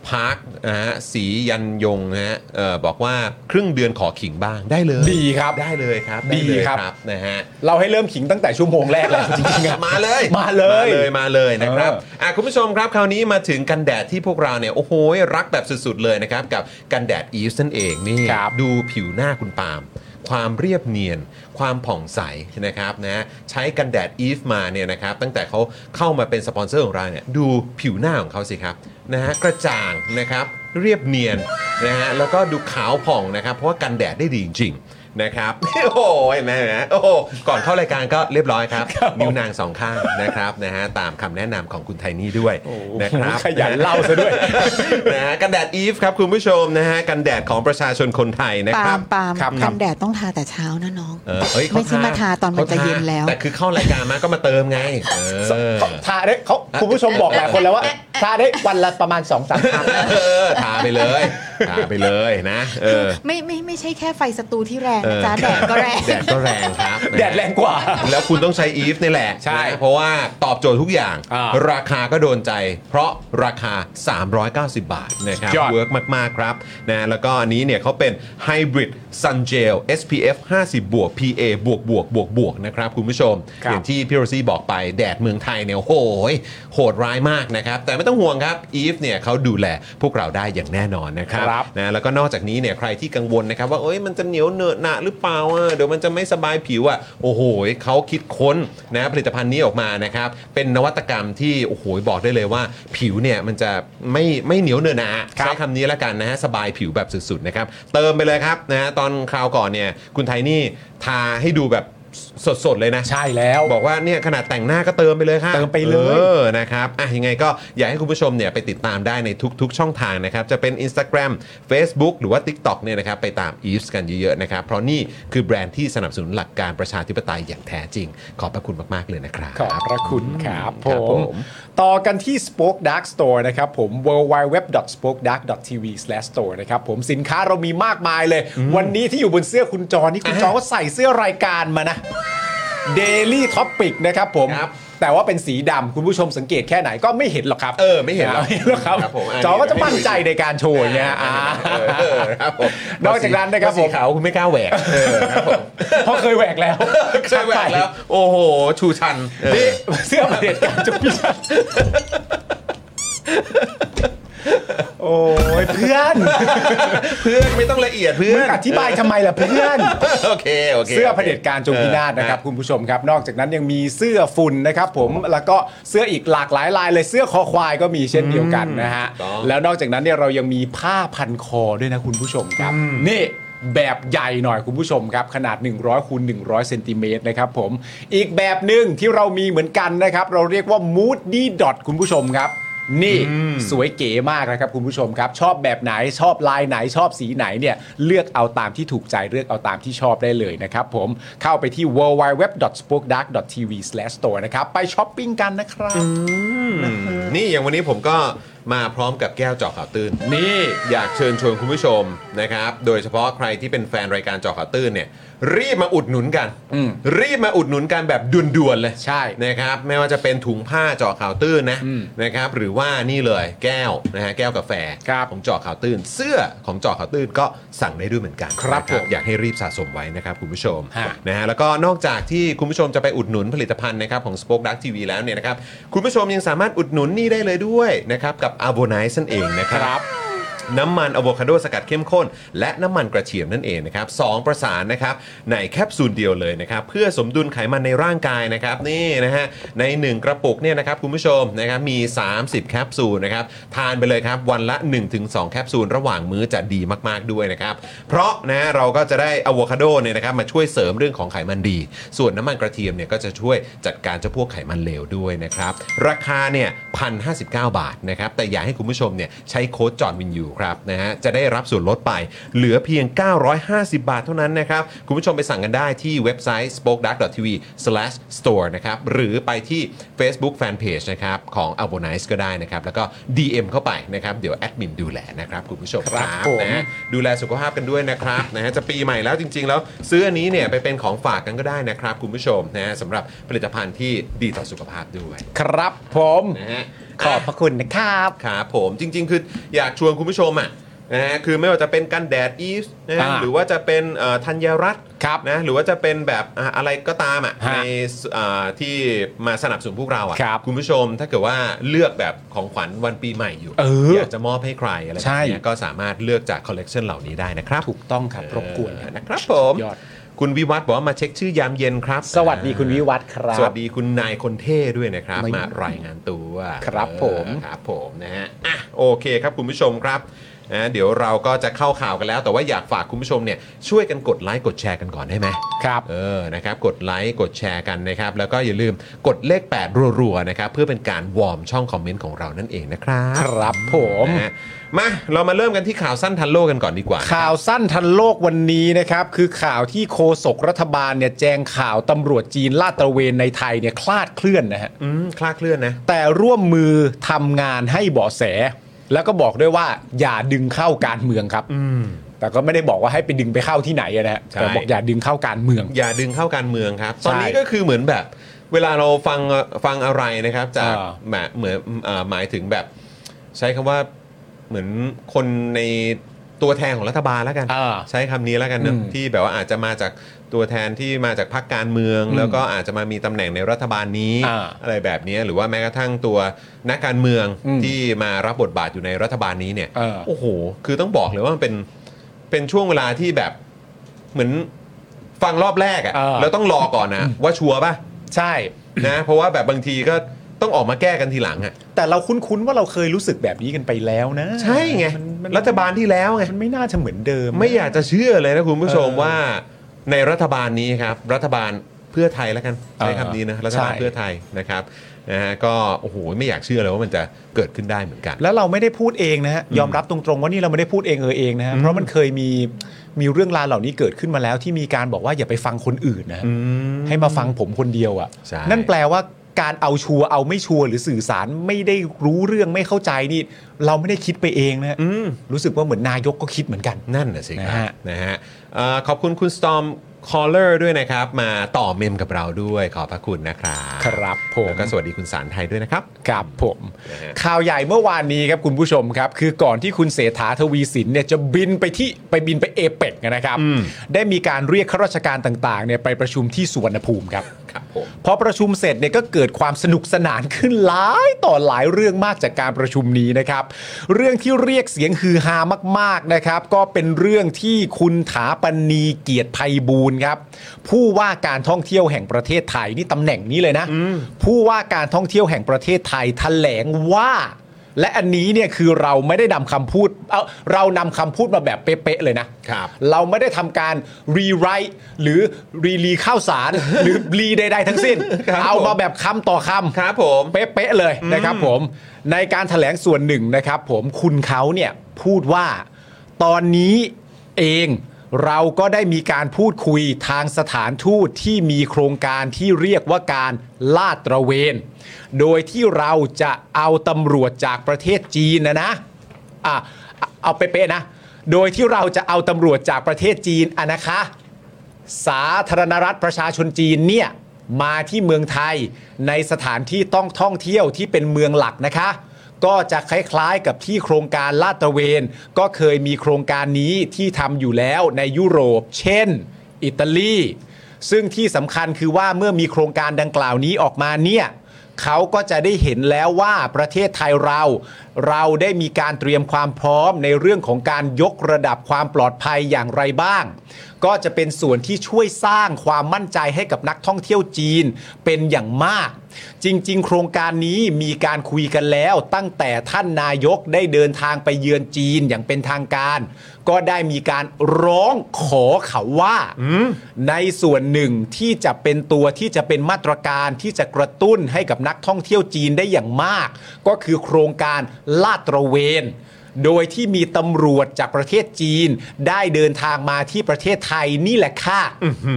Speaker 1: พาร์คนะฮะสียันยงนะฮะเอ่อบอกว่าครึ่งเดือนขอขิงบ้างได้เลย
Speaker 3: ดีครับ
Speaker 1: ได้เลยครับไเลย
Speaker 3: ดีครับ
Speaker 1: นะฮะ
Speaker 3: เราให้เริ่มขิงตั้งแต่ชั่วโมงแรกแล้ว จริงๆอะ
Speaker 1: มาเลย
Speaker 3: มาเลย
Speaker 1: มาเลยมาเลยนะครับ
Speaker 3: เออ
Speaker 1: อ่ะคุณผู้ชมครับคราวนี้มาถึงกันแดดที่พวกเราเนี่ยโอ้โหรักแบบสุดๆเลยนะครับ กับกันแดดอีฟนั่นเองนี่
Speaker 3: ครับ
Speaker 1: ดูผิวหน้าคุณปาล์มความเรียบเนียน ความผ่องใสนะครับนะใช้กันแดดอีฟมาเนี่ยนะครับตั้งแต่เขาเข้ามาเป็นสปอนเซอร์ของเราเนี่ยดูผิวหน้าของเขาสิครับนะฮะกระจ่างนะครับเรียบเนียนนะฮะแล้วก็ดูขาวผ่องนะครับ เพราะว่ากันแดดได้ดีจริงๆนะครับ โอ้โหเห็นไหมเห็นไหมโอ้โหก่อนเข้ารายการก็เรียบร้อยครับ
Speaker 3: ครับ
Speaker 1: นิ้วนางสองข้างนะครับนะฮะตามคำแนะนำของคุณไทนี่ด้วย
Speaker 3: โอ้โห
Speaker 1: นะครับ
Speaker 3: ขยันเล่าซะด้วย
Speaker 1: นะฮะกันแดดอีฟครับคุณผู้ชมนะฮะกันแดดของประชาชนคนไทยนะค
Speaker 7: ปา
Speaker 1: รั
Speaker 7: ล์
Speaker 1: บ
Speaker 7: มปาล์ม
Speaker 3: ครับครั
Speaker 7: กับ นแดดต้องทาแต่เช้านะน้อง
Speaker 1: เออเอ้ย
Speaker 7: ไม่ใช่มาทาตอนมันจะเย็นแล้ว
Speaker 1: แต่คือเข้ารายการมาก็มาเติมไงเออ
Speaker 3: ทาได้เขาคุณผู้ชมบอกหลายคนแล้วว่าทาได้วันละประมาณ2-3ครั้ง
Speaker 1: เออทาไปเลย หาไปเลยนะเออ
Speaker 7: ไม่ไม่ไม่ใช่แค่ไฟสตูที่แรง
Speaker 1: เอ
Speaker 7: นะ
Speaker 1: อ
Speaker 7: จ๊ะแดดก็แรง
Speaker 1: แดดก็แรงครับนะ
Speaker 3: แดดแรงกว่า
Speaker 1: แล้วคุณต้องใช้อีฟนี่แหละ
Speaker 3: ใช่
Speaker 1: นะเพราะว่าตอบโจทย์ทุกอย่าง
Speaker 3: อ่า
Speaker 1: ราคาก็โดนใจ เพราะราคา 390 บาทนะครับ
Speaker 3: ยอด
Speaker 1: เวิร์กมาก ๆ ครับนะแล้วก็อันนี้เนี่ยเขาเป็น Hybrid Sun Gel SPF 50บวก PA บวกบวกบวกบวกนะครับคุณผู้ชม
Speaker 3: ครั
Speaker 1: อ
Speaker 3: บ
Speaker 1: ย่างที่พี่โรซี่บอกไปแดดเมืองไทยเนี่ยโอ้โหยโหดร้ายมากนะครับ แต่ไม่ต้องห่วงครับอีฟเนี่ยเขาดูแลพวกเราได้อย่างแน่นอนนะครับ
Speaker 3: ครับ
Speaker 1: นะแล้วก็นอกจากนี้เนี่ยใครที่กังวลนะครับ ว่าเอ้ยมันจะเหนียวเหนอะหนะหรือเปล่าอ่ะเดี๋ยวมันจะไม่สบายผิวอ่ะโอ้โหยเขาคิดค้นนะผลิตภัณฑ์นี้ออกมานะครับ เป็นนวัตกรรมที่โอ้โหยบอกได้เลยว่า ผิวเนี่ยมันจะไม่ไม่เหนียวเหนอะหนะ
Speaker 3: ครั
Speaker 1: ใช้
Speaker 3: บ
Speaker 1: คำนี้แล้วกันนะฮะสบายผิวแบบสุดๆนะครับเติมไปเลยครับนะฮะตอนคราวก่อนเนี่ยคุณไทนี่ทาให้ดูแบบสดๆเลยนะ
Speaker 3: ใช่แล้ว
Speaker 1: บอกว่าเนี่ยขนาดแต่งหน้าก็เติมไปเลยค่ะ
Speaker 3: เติมไปเลย
Speaker 1: ออนะครับอ่ะยังไงก็อยากให้คุณผู้ชมเนี่ยไปติดตามได้ในทุกๆ ช่องทางนะครับ จะเป็น Instagram Facebook หรือว่า TikTok เนี่ยนะครับไปตาม e v e s กันเยอะๆนะครับ เพราะนี่คือแบรนด์ที่สนับสนุนหลักการประชาธิปไตยอย่างแท้จริง ขอบพระคุณมากๆเลยนะครับ
Speaker 3: ขอบพระคุณครับผ
Speaker 1: ครับผม ม
Speaker 3: ต่อกันที่ Spoke Dark Store นะครับผม www.spokedark.tv/store นะครับผมสินค้าเรามีมากมายเลย วันนี้ที่อยู่บนเสื้อคุณจอนี่คุณจอก็ใส่เสื้อรายการมานะ Daily Topic นะครับผม
Speaker 1: ครับ
Speaker 3: แต่ว่าเป็นสีดำคุณผู้ชมสังเกตแค่ไหนก็ไม่เห็นหรอกครับ
Speaker 1: เออไม่เห็นหรอก
Speaker 3: หรอกครับ
Speaker 1: ครับผมอันนี้
Speaker 3: จอก็จะมั่นใจในการโชว์อย่างเงี้ยอ่า
Speaker 1: เออครับผม
Speaker 3: นอกจากนั้นนะครับผม
Speaker 1: สีขาวคุณไม่กล้าแหวกเออครับผม
Speaker 3: เพราะเคยแหวกแล้ว
Speaker 1: เคยแหวกแล้ว โอ้โห ชูชันเออ
Speaker 3: นี่ เสื้อประเด็จการจุพิชันโอ้ยเพื่อน
Speaker 1: เพื่อนไม่ต้องละเอียดเพื่อน
Speaker 3: มึงอธิบายทำไมล่ะเพื่อน
Speaker 1: โอเคโอเค
Speaker 3: เสื้อเผด็จการจงพินาศนะครับคุณผู้ชมครับ นอกจากนั้นยังมีเสื้อฝุ่นนะครับผมแล้วก็เสื้ออีกหลากหลายลายเลยเสื้อคอควายก็มีเช่นเดียวกันนะฮะ
Speaker 1: ต้อง
Speaker 3: แล้วนอกจากนั้นเนี่ยเรายังมีผ้าพันคอด้วยนะคุณผู้ชมครับ นี่แบบใหญ่หน่อยคุณผู้ชมครับ ขนาด 100คูณ100เซนติเมตรนะครับผมอีกแบบหนึ่งที่เรามีเหมือนกันนะครับ เราเรียกว่า moody dot คุณผู้ชมครับ นี่สวยเก๋มากนะครับคุณผู้ชมครับ ชอบแบบไหนชอบลายไหนชอบสีไหนเนี่ยเลือกเอาตามที่ถูกใจเลือกเอาตามที่ชอบได้เลยนะครับผมเข้าไปที่ www.spokedark.tv/store นะครับไปช้อปปิ้งกันนะครับ
Speaker 1: นี่อย่างวันนี้ผมก็มาพร้อมกับแก้วเจอข่าวตื้น
Speaker 3: นี่
Speaker 1: อยากเชิญชวนคุณผู้ชมนะครับ โดยเฉพาะใครที่เป็นแฟนรายการเจอข่าวตื้นเนี่ย รีบมาอุดหนุนกัน
Speaker 3: อืม
Speaker 1: รีบมาอุดหนุนกันแบบด่วนๆเลย
Speaker 3: ใช่
Speaker 1: นะครับไม่ว่าจะเป็นถุงผ้าเจาะข่าวตื้นนะ
Speaker 3: อืม
Speaker 1: นะครับหรือว่านี่เลยแก้วนะฮะแก้วกาแฟ
Speaker 3: ครับ
Speaker 1: ของเจาะข่าวตื้น เสื้อของเจาะข่าวตื้นก็สั่งได้ด้วยเหมือนกัน
Speaker 3: ครับ
Speaker 1: นะ
Speaker 3: ผม
Speaker 1: อยากให้รีบสะสมไว้นะครับคุณผู้ชม
Speaker 3: ฮะ
Speaker 1: นะฮะแล้วก็นอกจากที่คุณผู้ชมจะไปอุดหนุนผลิตภัณฑ์นะครับของ Spoke Dark TV แล้วเนี่ยนะครับคุณผู้ชมยังสามารถอุดหนุนนี่ได้เลยด้วยนะครับกับ a v o n i c e นั่นเองนะค
Speaker 3: ครับ รับ
Speaker 1: น้ำมันอะโวคาโดสกัดเข้มข้น และน้ำมันกระเทียมนั่นเองนะครับสองประสานนะครับในแคปซูลเดียวเลยนะครับ เพื่อสมดุลไขมันในร่างกายนะครับนี่นะฮะใน 1 กระปุกเนี่ยนะครับคุณผู้ชมนะครับมี 30 แคปซูลนะครับทานไปเลยครับ วันละ 1-2 แคปซูลระหว่างมื้อจะดีมาก ๆ ด้วยนะครับ เพราะนะเราก็จะได้อะโวคาโดเนี่ยนะครับมาช่วยเสริมเรื่องของไขมันดี ส่วนน้ำมันกระเทียมเนี่ยก็จะช่วยจัดการเจ้าพวกไขมันเลวด้วยนะครับ ราคาเนี่ยพันห้บาทนะครับ แต่อยากให้คุณผู้ชมเนี่ยใช้โค้ดจอห์นวินยูครับนะฮะจะได้รับส่วนลดไปเหลือเพียง 950 บาทเท่านั้นนะครับ คุณผู้ชมไปสั่งกันได้ที่เว็บไซต์ spokedark.tv/store นะครับหรือไปที่ Facebook Fanpage นะครับของ a v o n i c e ก็ได้นะครับ แล้วก็ DM เข้าไปนะครับ เดี๋ยวแอดมินดูแลนะครับคุณผู้ชม
Speaker 3: ครับผม
Speaker 1: นะฮะ ดูแลสุขภาพกันด้วยนะครับ นะฮะจะปีใหม่แล้วจริง ๆ แล้วซื้ออันนี้เนี่ยไปเป็นของฝากกันก็ได้นะครับ คุณผู้ชมนะฮะสำหรับผลิตภัณฑ์ที่ดีต่อสุขภาพด้วย
Speaker 3: ครับผม
Speaker 1: นะฮะ
Speaker 3: ขอบพระคุณนะครับ
Speaker 1: ครับผมจริง ๆ คืออยากชวนคุณผู้ชมอ่ะนะฮะคือไม่ว่าจะเป็นกันแดดอีฟนะฮะ
Speaker 3: อ่า
Speaker 1: หรือว่าจะเป็นเอ่อธัญรัตน์
Speaker 3: ครับ
Speaker 1: นะหรือว่าจะเป็นแบบอ่ะอะไรก็ตามอ่ะ
Speaker 3: ฮะ
Speaker 1: ในเอ่อที่มาสนับสนุนพวกเรา
Speaker 3: ครั
Speaker 1: อ่ะ
Speaker 3: บ
Speaker 1: คุณผู้ชมถ้าเกิดว่าเลือกแบบของขวัญวันปีใหม่อยู่
Speaker 3: เอออย
Speaker 1: ากจะมอบให้ใครอะไรแบบ
Speaker 3: ใช่
Speaker 1: เนี้ยก็สามารถเลือกจากคอลเลกชันเหล่านี้ได้นะครับ
Speaker 3: ถูกต้องครับรบกวนครับ
Speaker 1: นะครับผม
Speaker 3: ยอด
Speaker 1: คุณวิวัฒน์บอกว่ามาเช็คชื่อยามเย็นครับ
Speaker 3: สวัสดีคุณวิวัฒน์ครับ
Speaker 1: สวัสดีคุณนายคนเท่ด้วยนะครับ
Speaker 3: ไม่
Speaker 1: มารายงานตัว
Speaker 3: ครับผม
Speaker 1: เออครับผมนะฮะอ่ะโอเคครับคุณผู้ชมครับนะเดี๋ยวเราก็จะเข้าข่าวกันแล้ว แต่ว่าอยากฝากคุณผู้ชมเนี่ยช่วยกันกดไลค์กดแชร์กันก่อนได้ไหม
Speaker 3: ครับ
Speaker 1: เออ นะครับ กดไลค์ กดแชร์กันนะครับ แล้วก็อย่าลืมกดเลข 8 รัวๆ นะครับ เพื่อเป็นการวอร์มช่องคอมเมนต์ของเรานั่นเองนะครับ
Speaker 3: ครับผม
Speaker 1: นะฮะมา เรามาเริ่มกันที่ข่าวสั้นทันโลกกันก่อนดีกว่า
Speaker 3: ข่าวสั้นทันโลกวันนี้นะครับ คือข่าวที่โฆษกรัฐบาลเนี่ยแจ้งข่าวตำรวจจีนลาดตระเวนในไทยเนี่ยคลาดเคลื่อนนะฮะ
Speaker 1: อืม คลาดเคลื่อนนะ
Speaker 3: แต่ร่วมมือทำงานให้เบาะแส แล้วก็บอกด้วยว่าอย่าดึงเข้าการเมืองครับ
Speaker 1: อืม
Speaker 3: แต่ก็ไม่ได้บอกว่าให้ไปดึงไปเข้าที่ไหนอะนะฮะ
Speaker 1: ใช่
Speaker 3: แต่บอกอย่าดึงเข้าการเมือง
Speaker 1: อย่าดึงเข้าการเมืองครับ
Speaker 3: ใช่
Speaker 1: ตอนนี้ก็คือเหมือนแบบ เวลาเราฟังฟังอะไรนะครับจาก
Speaker 3: อ่า
Speaker 1: แหมเหมือนเอ่อหมายถึงแบบ ใช้คำว่าเหมือนคนในตัวแทนของรัฐบาลแล้วกัน
Speaker 3: อ่า
Speaker 1: ใช้คำนี้แล้วกันเนอะ
Speaker 3: อืม
Speaker 1: ที่แบบว่าอาจจะมาจากตัวแทนที่มาจากพรรคการเมือง
Speaker 3: อืม
Speaker 1: แล้วก็อาจจะมามีตำแหน่งในรัฐบาลนี้
Speaker 3: อ่า
Speaker 1: อะไรแบบนี้หรือว่าแม้กระทั่งตัวนักการเมือง
Speaker 3: อืม
Speaker 1: ที่มารับบทบาทอยู่ในรัฐบาลนี้เนี่ย
Speaker 3: เออ
Speaker 1: โอ้โห คือต้องบอกเลยว่ามันเป็นเป็นช่วงเวลาที่แบบเหมือนฟังรอบแรก
Speaker 3: เออ
Speaker 1: อะ่ะแล้วต้องรอก่อนนะ ว่าชัวร์ป่ะ
Speaker 3: ใช่
Speaker 1: นะเพราะว่าแบบบางทีก็ต้องออกมาแก้กันทีหลังอะ่ะ
Speaker 3: แต่เราคุ้นๆว่าเราเคยรู้สึกแบบนี้กันไปแล้วนะ
Speaker 1: ใช่ไง
Speaker 3: มันมัน
Speaker 1: รัฐบาลที่แล้วไง
Speaker 3: มันไม่น่าจะเหมือนเดิม
Speaker 1: ไม่อยากจะเชื่อเลยนะคุณผู้ชม
Speaker 3: เออ
Speaker 1: ว่าในรัฐบาลนี้ครับ รัฐบาลเพื่อไทยแล้วกันใช้คำนี้นะ
Speaker 3: เออ
Speaker 1: รัฐบาล
Speaker 3: ใช่
Speaker 1: เพื่อไทยนะครับนะฮะก็โอ้โหไม่อยากเชื่อเลยว่ามันจะเกิดขึ้นได้เหมือนกัน
Speaker 3: แล้วเราไม่ได้พูดเองนะฮะยอมรับตรงๆว่านี่เราไม่ได้พูดเองเออเองนะฮะ
Speaker 1: อืม
Speaker 3: เพราะมันเคยมีมีเรื่องราวเหล่านี้เกิดขึ้นมาแล้วที่มีการบอกว่าอย่าไปฟังคนอื่นนะฮะ
Speaker 1: อืม
Speaker 3: ให้มาฟังผมคนเดียวอะ
Speaker 1: ใช่
Speaker 3: ่ะ นั่นแปลว่าการเอาชัวร์เอาไม่ชัวร์หรือสื่อสารไม่ได้รู้เรื่องไม่เข้าใจนี่ เราไม่ได้คิดไปเองนะ
Speaker 1: อืม
Speaker 3: รู้สึกว่าเหมือนนายกก็คิดเหมือนกัน
Speaker 1: นั่นน่ะสิครับ
Speaker 3: นะฮะ
Speaker 1: นะฮะเอ่อขอบคุณคุณ Storm Caller ด้วยนะครับ มาต่อเมมกับเราด้วยขอบพระคุณนะครับ
Speaker 3: ครับผม
Speaker 1: แล้วก็สวัสดีคุณสารไทยด้วยนะครับ
Speaker 3: ครับผม
Speaker 1: นะฮะ
Speaker 3: ข่าวใหญ่เมื่อวานนี้ครับคุณผู้ชมครับ คือก่อนที่คุณเศรษฐาทวีสินเนี่ยจะบินไปที่ไปบินไปเอเปกนะครับ ได้มีการเรียกข้าราชการต่างๆเนี่ยไปประชุมที่สุวรรณภูมิครับ
Speaker 1: ครับผม
Speaker 3: พอประชุมเสร็จเนี่ยก็เกิดความสนุกสนานขึ้นหลายต่อหลายเรื่องมากจากการประชุมนี้นะครับ เรื่องที่เรียกเสียงฮือฮามากๆนะครับ ก็เป็นเรื่องที่คุณถาปณีเกียรติภัยบูลย์ครับ ผู้ว่าการท่องเที่ยวแห่งประเทศไทยนี่ตำแหน่งนี้เลยนะ ผู้ว่าการท่องเที่ยวแห่งประเทศไทยแถลงว่า และอันนี้เนี่ยคือเราไม่ได้นำคำพูดเอาเรานำคำพูดมาแบบเป๊ะๆเลยนะ
Speaker 1: ครับ
Speaker 3: เราไม่ได้ทำการรีไรต์หรือรีลีข้าวสาร หรือรีใดๆทั้งสิ้น
Speaker 1: ครับผม
Speaker 3: เอาาม แบบคำต่อคำ
Speaker 1: ครับผม
Speaker 3: เป๊ะๆเลยนะครับผมในการถแถลงส่วนหนึ่งนะครับ ผมคุณเขาเนี่ยพูดว่าตอนนี้เองเราก็ได้มีการพูดคุยทางสถานทูตที่มีโครงการที่เรียกว่าการลาดตระเวน โดยที่เราจะเอาตำรวจจากประเทศจีนนะนะอ่ะเอาเป๊ะๆนะ โดยที่เราจะเอาตำรวจจากประเทศจีนอะนะคะ สาธารณรัฐประชาชนจีนเนี่ยมาที่เมืองไทยในสถานที่ต้องท่องเที่ยวที่เป็นเมืองหลักนะคะ ก็จะคล้ายๆกับที่โครงการลาดตระเวน ก็เคยมีโครงการนี้ที่ทำอยู่แล้วในยุโรป เช่น อิตาลี ซึ่งที่สำคัญคือว่าเมื่อมีโครงการดังกล่าวนี้ออกมาเนี่ย เขาก็จะได้เห็นแล้วว่าประเทศไทยเรา เราได้มีการเตรียมความพร้อมในเรื่องของการยกระดับความปลอดภัยอย่างไรบ้าง ก็จะเป็นส่วนที่ช่วยสร้างความมั่นใจให้กับนักท่องเที่ยวจีนเป็นอย่างมาก จริง ๆ โครงการนี้มีการคุยกันแล้ว ตั้งแต่ท่านนายกได้เดินทางไปเยือนจีนอย่างเป็นทางการ ก็ได้มีการร้องขอเขาว่า ในส่วนหนึ่งที่จะเป็นตัวที่จะเป็นมาตรการที่จะกระตุ้นให้กับนักท่องเที่ยวจีนได้อย่างมาก ก็คือโครงการลาดตระเวน โดยที่มีตำรวจจากประเทศจีน ได้เดินทางมาที่ประเทศไทยนี่แหละค่ะ
Speaker 1: อื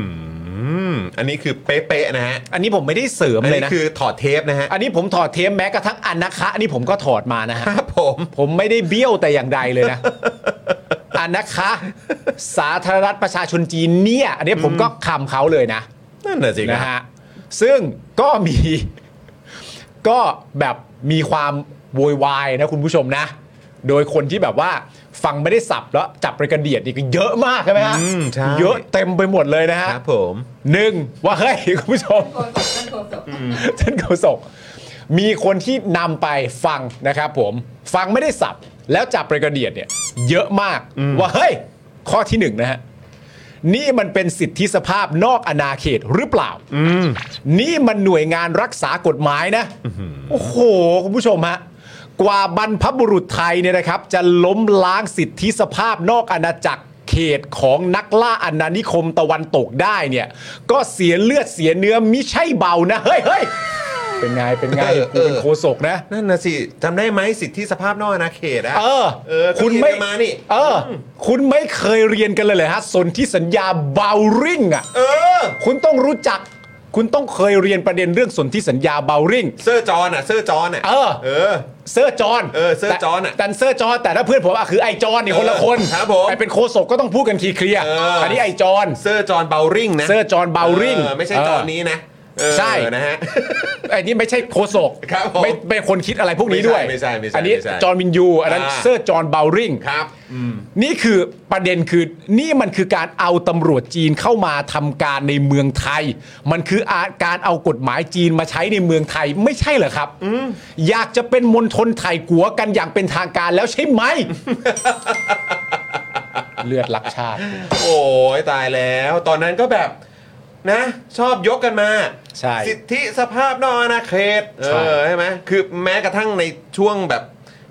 Speaker 1: มอันนี้คือเป๊ะๆนะฮะ
Speaker 3: อันนี้ผมไม่ได้เสริม
Speaker 1: อัน
Speaker 3: เลย
Speaker 1: นี้
Speaker 3: นะ
Speaker 1: คือถอดเทปนะฮะ
Speaker 3: อันนี้ผมถอดเทมแม้กระทั่งอันนะคะอันนี้ผมก็ถอดมานะฮะ
Speaker 1: ครับผม
Speaker 3: ผมไม่ได้เบี้ยวแต่อย่างใดเลยนะ อันนะคะ สาธารณรัฐประชาชนจีนเนี่ย อันนี้ผมก็คำเขาเลยนะ
Speaker 1: นั่นน่ะสิครับ
Speaker 3: นะฮะซึ่งก็มี ก็แบบมีความโวยวายนะคุณผู้ชมนะ โดยคนที่แบบว่าฟังไม่ได้สับแล้วจับไปกระเดียดนี่ก็เยอะมากใช่ไหมฮะ
Speaker 1: อืมใช่
Speaker 3: เยอะเต็มไปหมดเลยนะฮะ
Speaker 1: ครับผม
Speaker 3: หนึ่งว่าเฮ้ยคุณผู้ชม
Speaker 6: โกนศพท่านโกนศพ
Speaker 3: ท่านโฆษกมีคนที่นำไปฟังนะครับผมฟังไม่ได้สับ แล้วจับไปกระเดียดเนี่ยเยอะมากว่าเฮ้ย ข้อที่หนึ่งนะฮะ นี่มันเป็นสิทธิสภาพนอกอาณาเขตหรือเปล่า นี่มันหน่วยงานรักษากฎหมายนะ โอ้โห คุณผู้ชมฮะ กว่าบรรพบุรุษไทยเนี่ยนะครับ จะล้มล้างสิทธิสภาพนอกอาณาจักรเขตของนักล่าอาณานิคมตะวันตกได้เนี่ย ก็เสียเลือดเสียเนื้อมิใช่เบานะ เฮ้ยเฮ้ยเป็นไง เป็นไง
Speaker 1: เออเอ
Speaker 3: กู
Speaker 1: อ
Speaker 3: เป็นโคศกนะ
Speaker 1: นั่นน่ะสิจำได้ไหมสิทธิสภาพนอกอาณาเขตอะ
Speaker 3: เออ
Speaker 1: เออก็
Speaker 3: คุณ
Speaker 1: เรียน
Speaker 3: ไม่
Speaker 1: กันมานี่
Speaker 3: เออ คุณไม่เคยเรียนกันเลยเหรอฮะสนที่สัญญาเบาริ่งอ่ะ
Speaker 1: เออ
Speaker 3: คุณต้องรู้จัก คุณต้องเคยเรียนประเด็นเรื่องสนธิสัญญาเบาริง
Speaker 1: เสื้อจอนอ่ะเสื้อจอนอ่ะ
Speaker 3: เออ
Speaker 1: เออ
Speaker 3: เซอร์จอห์น
Speaker 1: เออเซอร์จอห์นอะ
Speaker 3: แต่แต่เซอร์จอห์นแต่ถ้าเพื่อนผมอะคือไอจอห์นนี่คนละคน
Speaker 1: เออครับผม
Speaker 3: ไอเป็นโคศกก็ต้องพูดกันทีเคลียร์
Speaker 1: เอออั
Speaker 3: นนี้ไอจอห์น
Speaker 1: เสื้อจอนเบลริงนะ
Speaker 3: เซอร์จอห์นเบาริง
Speaker 1: ออไม่ใช่จอนนี้นะเออ
Speaker 3: ใช่
Speaker 1: นะ ฮะ
Speaker 3: ไอ้นี่ไม่ใช่โคศก
Speaker 1: ครับผม
Speaker 3: ไม่ไม่คนคิดอะไรพวกนี้ด้วย
Speaker 1: ไม่ใช่ไม่ใช่
Speaker 3: อันนี้
Speaker 1: ไม่ใช่
Speaker 3: จอห์นวินยู อันนั้น
Speaker 1: อ่า
Speaker 3: เซอร์จอห์นเบาริง
Speaker 1: ครับอืม
Speaker 3: นี่คือประเด็นคือนี่มันคือการเอาตำรวจจีนเข้ามาทำการในเมืองไทย มันคืออาการเอากฎหมายจีนมาใช้ในเมืองไทยไม่ใช่เหรอครับอยากจะเป็นมณฑลไทยกัวกันอย่างเป็นทางการแล้วใช่ไหม เลือดรักชาติ
Speaker 1: โอ้ยตายแล้วตอนนั้นก็แบบนะ ชอบยกกันมา
Speaker 3: ใช่
Speaker 1: สิทธิสภาพนอกอาณาเขตเอ
Speaker 3: ใช่
Speaker 1: อใช่ไหมคือแม้กระทั่งในช่วงแบบ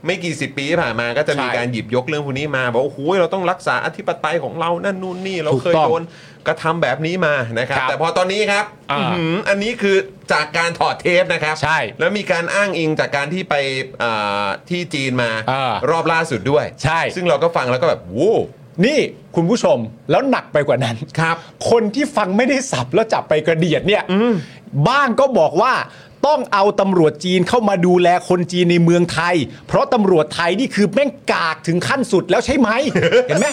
Speaker 1: ไม่กี่สิบปีที่ผ่านมาก็จะมี
Speaker 3: ใช่
Speaker 1: การหยิบยกเรื่องพวกนี้มาบอกว่าโอ้โหเราต้องรักษาอธิปไตยของเรานั่นนู่นนี่เรา
Speaker 3: ถูก
Speaker 1: เคย
Speaker 3: ต้อง
Speaker 1: โดนกระทำแบบนี้มานะครับ
Speaker 3: ครับ
Speaker 1: แต่พอตอนนี้ครับ
Speaker 3: อ่า
Speaker 1: อื้อหืออันนี้คือจากการถอดเทปนะครับ
Speaker 3: ใช่
Speaker 1: แล้วมีการอ้างอิงจากการที่ไปอ่าที่จีนมา
Speaker 3: อ่าร
Speaker 1: อบล่าสุดด้วย
Speaker 3: ใช่
Speaker 1: ซึ่งเราก็ฟังแล้วก็แบบโว้
Speaker 3: นี่คุณผู้ชมแล้วหนักไปกว่านั้น
Speaker 1: ครับ
Speaker 3: คนที่ฟังไม่ได้สับแล้วจับไปกระเดียดเนี่ยบ้างก็บอกว่าต้องเอาตำรวจจีนเข้ามาดูแลคนจีนในเมืองไทย เพราะตำรวจไทยนี่คือแม่งกากถึงขั้นสุดแล้วใช่ ไหม เห็นไหม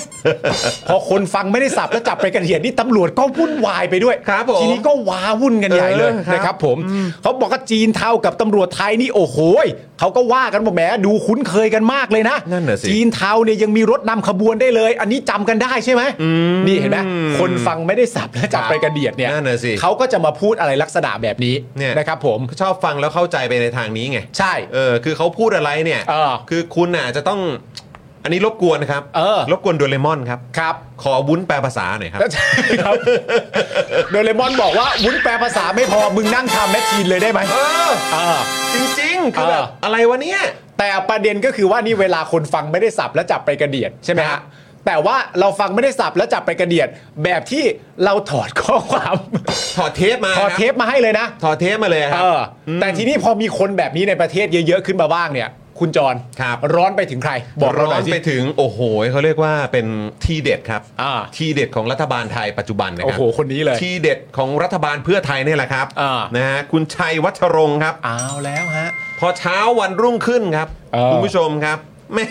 Speaker 3: พอคนฟังไม่ได้สับแล้วจับไปกระเดียดนี่ตำรวจก็วุ่นวายไปด้วย
Speaker 1: ครับผม
Speaker 3: ทีนี้ก็ว้าวุ่นกันใหญ่เลย
Speaker 1: เออครับ
Speaker 3: นะครับผมเขาบอกว่าจีนเท่ากับตำรวจไทยนี่โอ้โหยเขาก็ว่ากันว่าแหมดูคุ้นเคยกันมากเลยนะ
Speaker 1: นั่นน่ะสิ
Speaker 3: จีนเทาเนี่ยยังมีรถนำขบวนได้เลย อันนี้จำกันได้ใช่ไหมนี่เห็นไหมคนฟังไม่ได้สับแล้วจับไปกระเดียดเนี่ย
Speaker 1: นั่นน่ะสิ
Speaker 3: เขาก็จะมาพูดอะไรลักษณะแบบนี้
Speaker 1: เนี่ย
Speaker 3: นะครับผม
Speaker 1: ชอบฟังแล้วเข้าใจไปในทางนี้ไง
Speaker 3: ใช่
Speaker 1: เออคือเขาพูดอะไรเนี่ย
Speaker 3: เออ
Speaker 1: คือคุณน่ะจะต้องอันนี้รบกวนนะครับ
Speaker 3: เออ
Speaker 1: รบกวนโดเรมอนครับ
Speaker 3: ครับ
Speaker 1: ขอวุ้นแปลภาษาหน่อยครับ
Speaker 3: ใช่ครับ โดเรมอนบอกว่าวุ้นแปลภาษาไม่พอมึงนั่งทำแมชชีนเลยได้ไหม
Speaker 1: เออ
Speaker 3: เออ
Speaker 1: จริง ๆ คือ
Speaker 3: เออ
Speaker 1: แบบอะไรวะเนี่ย
Speaker 3: แต่ประเด็นก็คือว่านี่เวลาคนฟังไม่ได้สับแล้วจับไปกระเดียดใช่ไหม
Speaker 1: ครั
Speaker 3: ฮะ
Speaker 1: บ
Speaker 3: แต่ว่าเราฟังไม่ได้สับแล้วจับไปกระเดียด แบบที่เราถอดข้อความ
Speaker 1: ถอดเทปมา
Speaker 3: ถอด
Speaker 1: ครับ
Speaker 3: เทปมาให้เลยนะ
Speaker 1: ถอดเทปมาเลยครั
Speaker 3: เอบ อแต่ทีนี้พอมีคนแบบนี้ในประเทศเยอะ ๆ ขึ้นมาบ้างเนี่ย คุณจร
Speaker 1: ครับ
Speaker 3: ร้อนไปถึงใคร บอกเรา
Speaker 1: ร้
Speaker 3: หน่
Speaker 1: อ
Speaker 3: อน ยสิ
Speaker 1: ไปถึงโอ้โหเขาเรียกว่าเป็นทีเด็ดครับ
Speaker 3: อ่า
Speaker 1: ทีเด็ดของรัฐบาลไทยปัจจุบันนะครั
Speaker 3: โอ้โหคนนี้เลย
Speaker 1: ทีเด็ดของรัฐบาลเพื่อไทยเนี่ยแหละครับ
Speaker 3: อ่าน
Speaker 1: นะฮะคุณชัยวัชรงค์ครับ
Speaker 3: เอาแล้วฮะ
Speaker 1: พอเช้าวันรุ่งขึ้นครับ
Speaker 3: เออ
Speaker 1: คุณผู้ชมครับแม่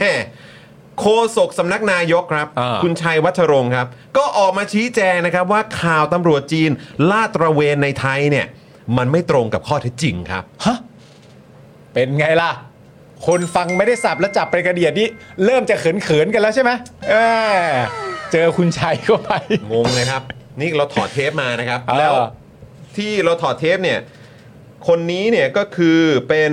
Speaker 1: โคศกสำนักนายกครับ
Speaker 3: เออ
Speaker 1: คุณชัยวัชรงค์ครับ ก็ออกมาชี้แจงนะครับว่าข่าวตำรวจจีน ลาดตระเวนในไทยเนี่ย มันไม่ตรงกับข้อเท็จจริงครับ
Speaker 3: ฮะเป็นไงล่ะ คนฟังไม่ได้สับแล้วจับไปกระเดียดนี่เริ่มจะเขินๆกันแล้วใช่ไหมเออเจอคุณชัยเข้าไป
Speaker 1: งงเลยครับ นี่เราถอดเทปมานะครับ
Speaker 3: เออ
Speaker 1: แล้วที่เราถอดเทปเนี่ย คนนี้เนี่ยก็คือเป็น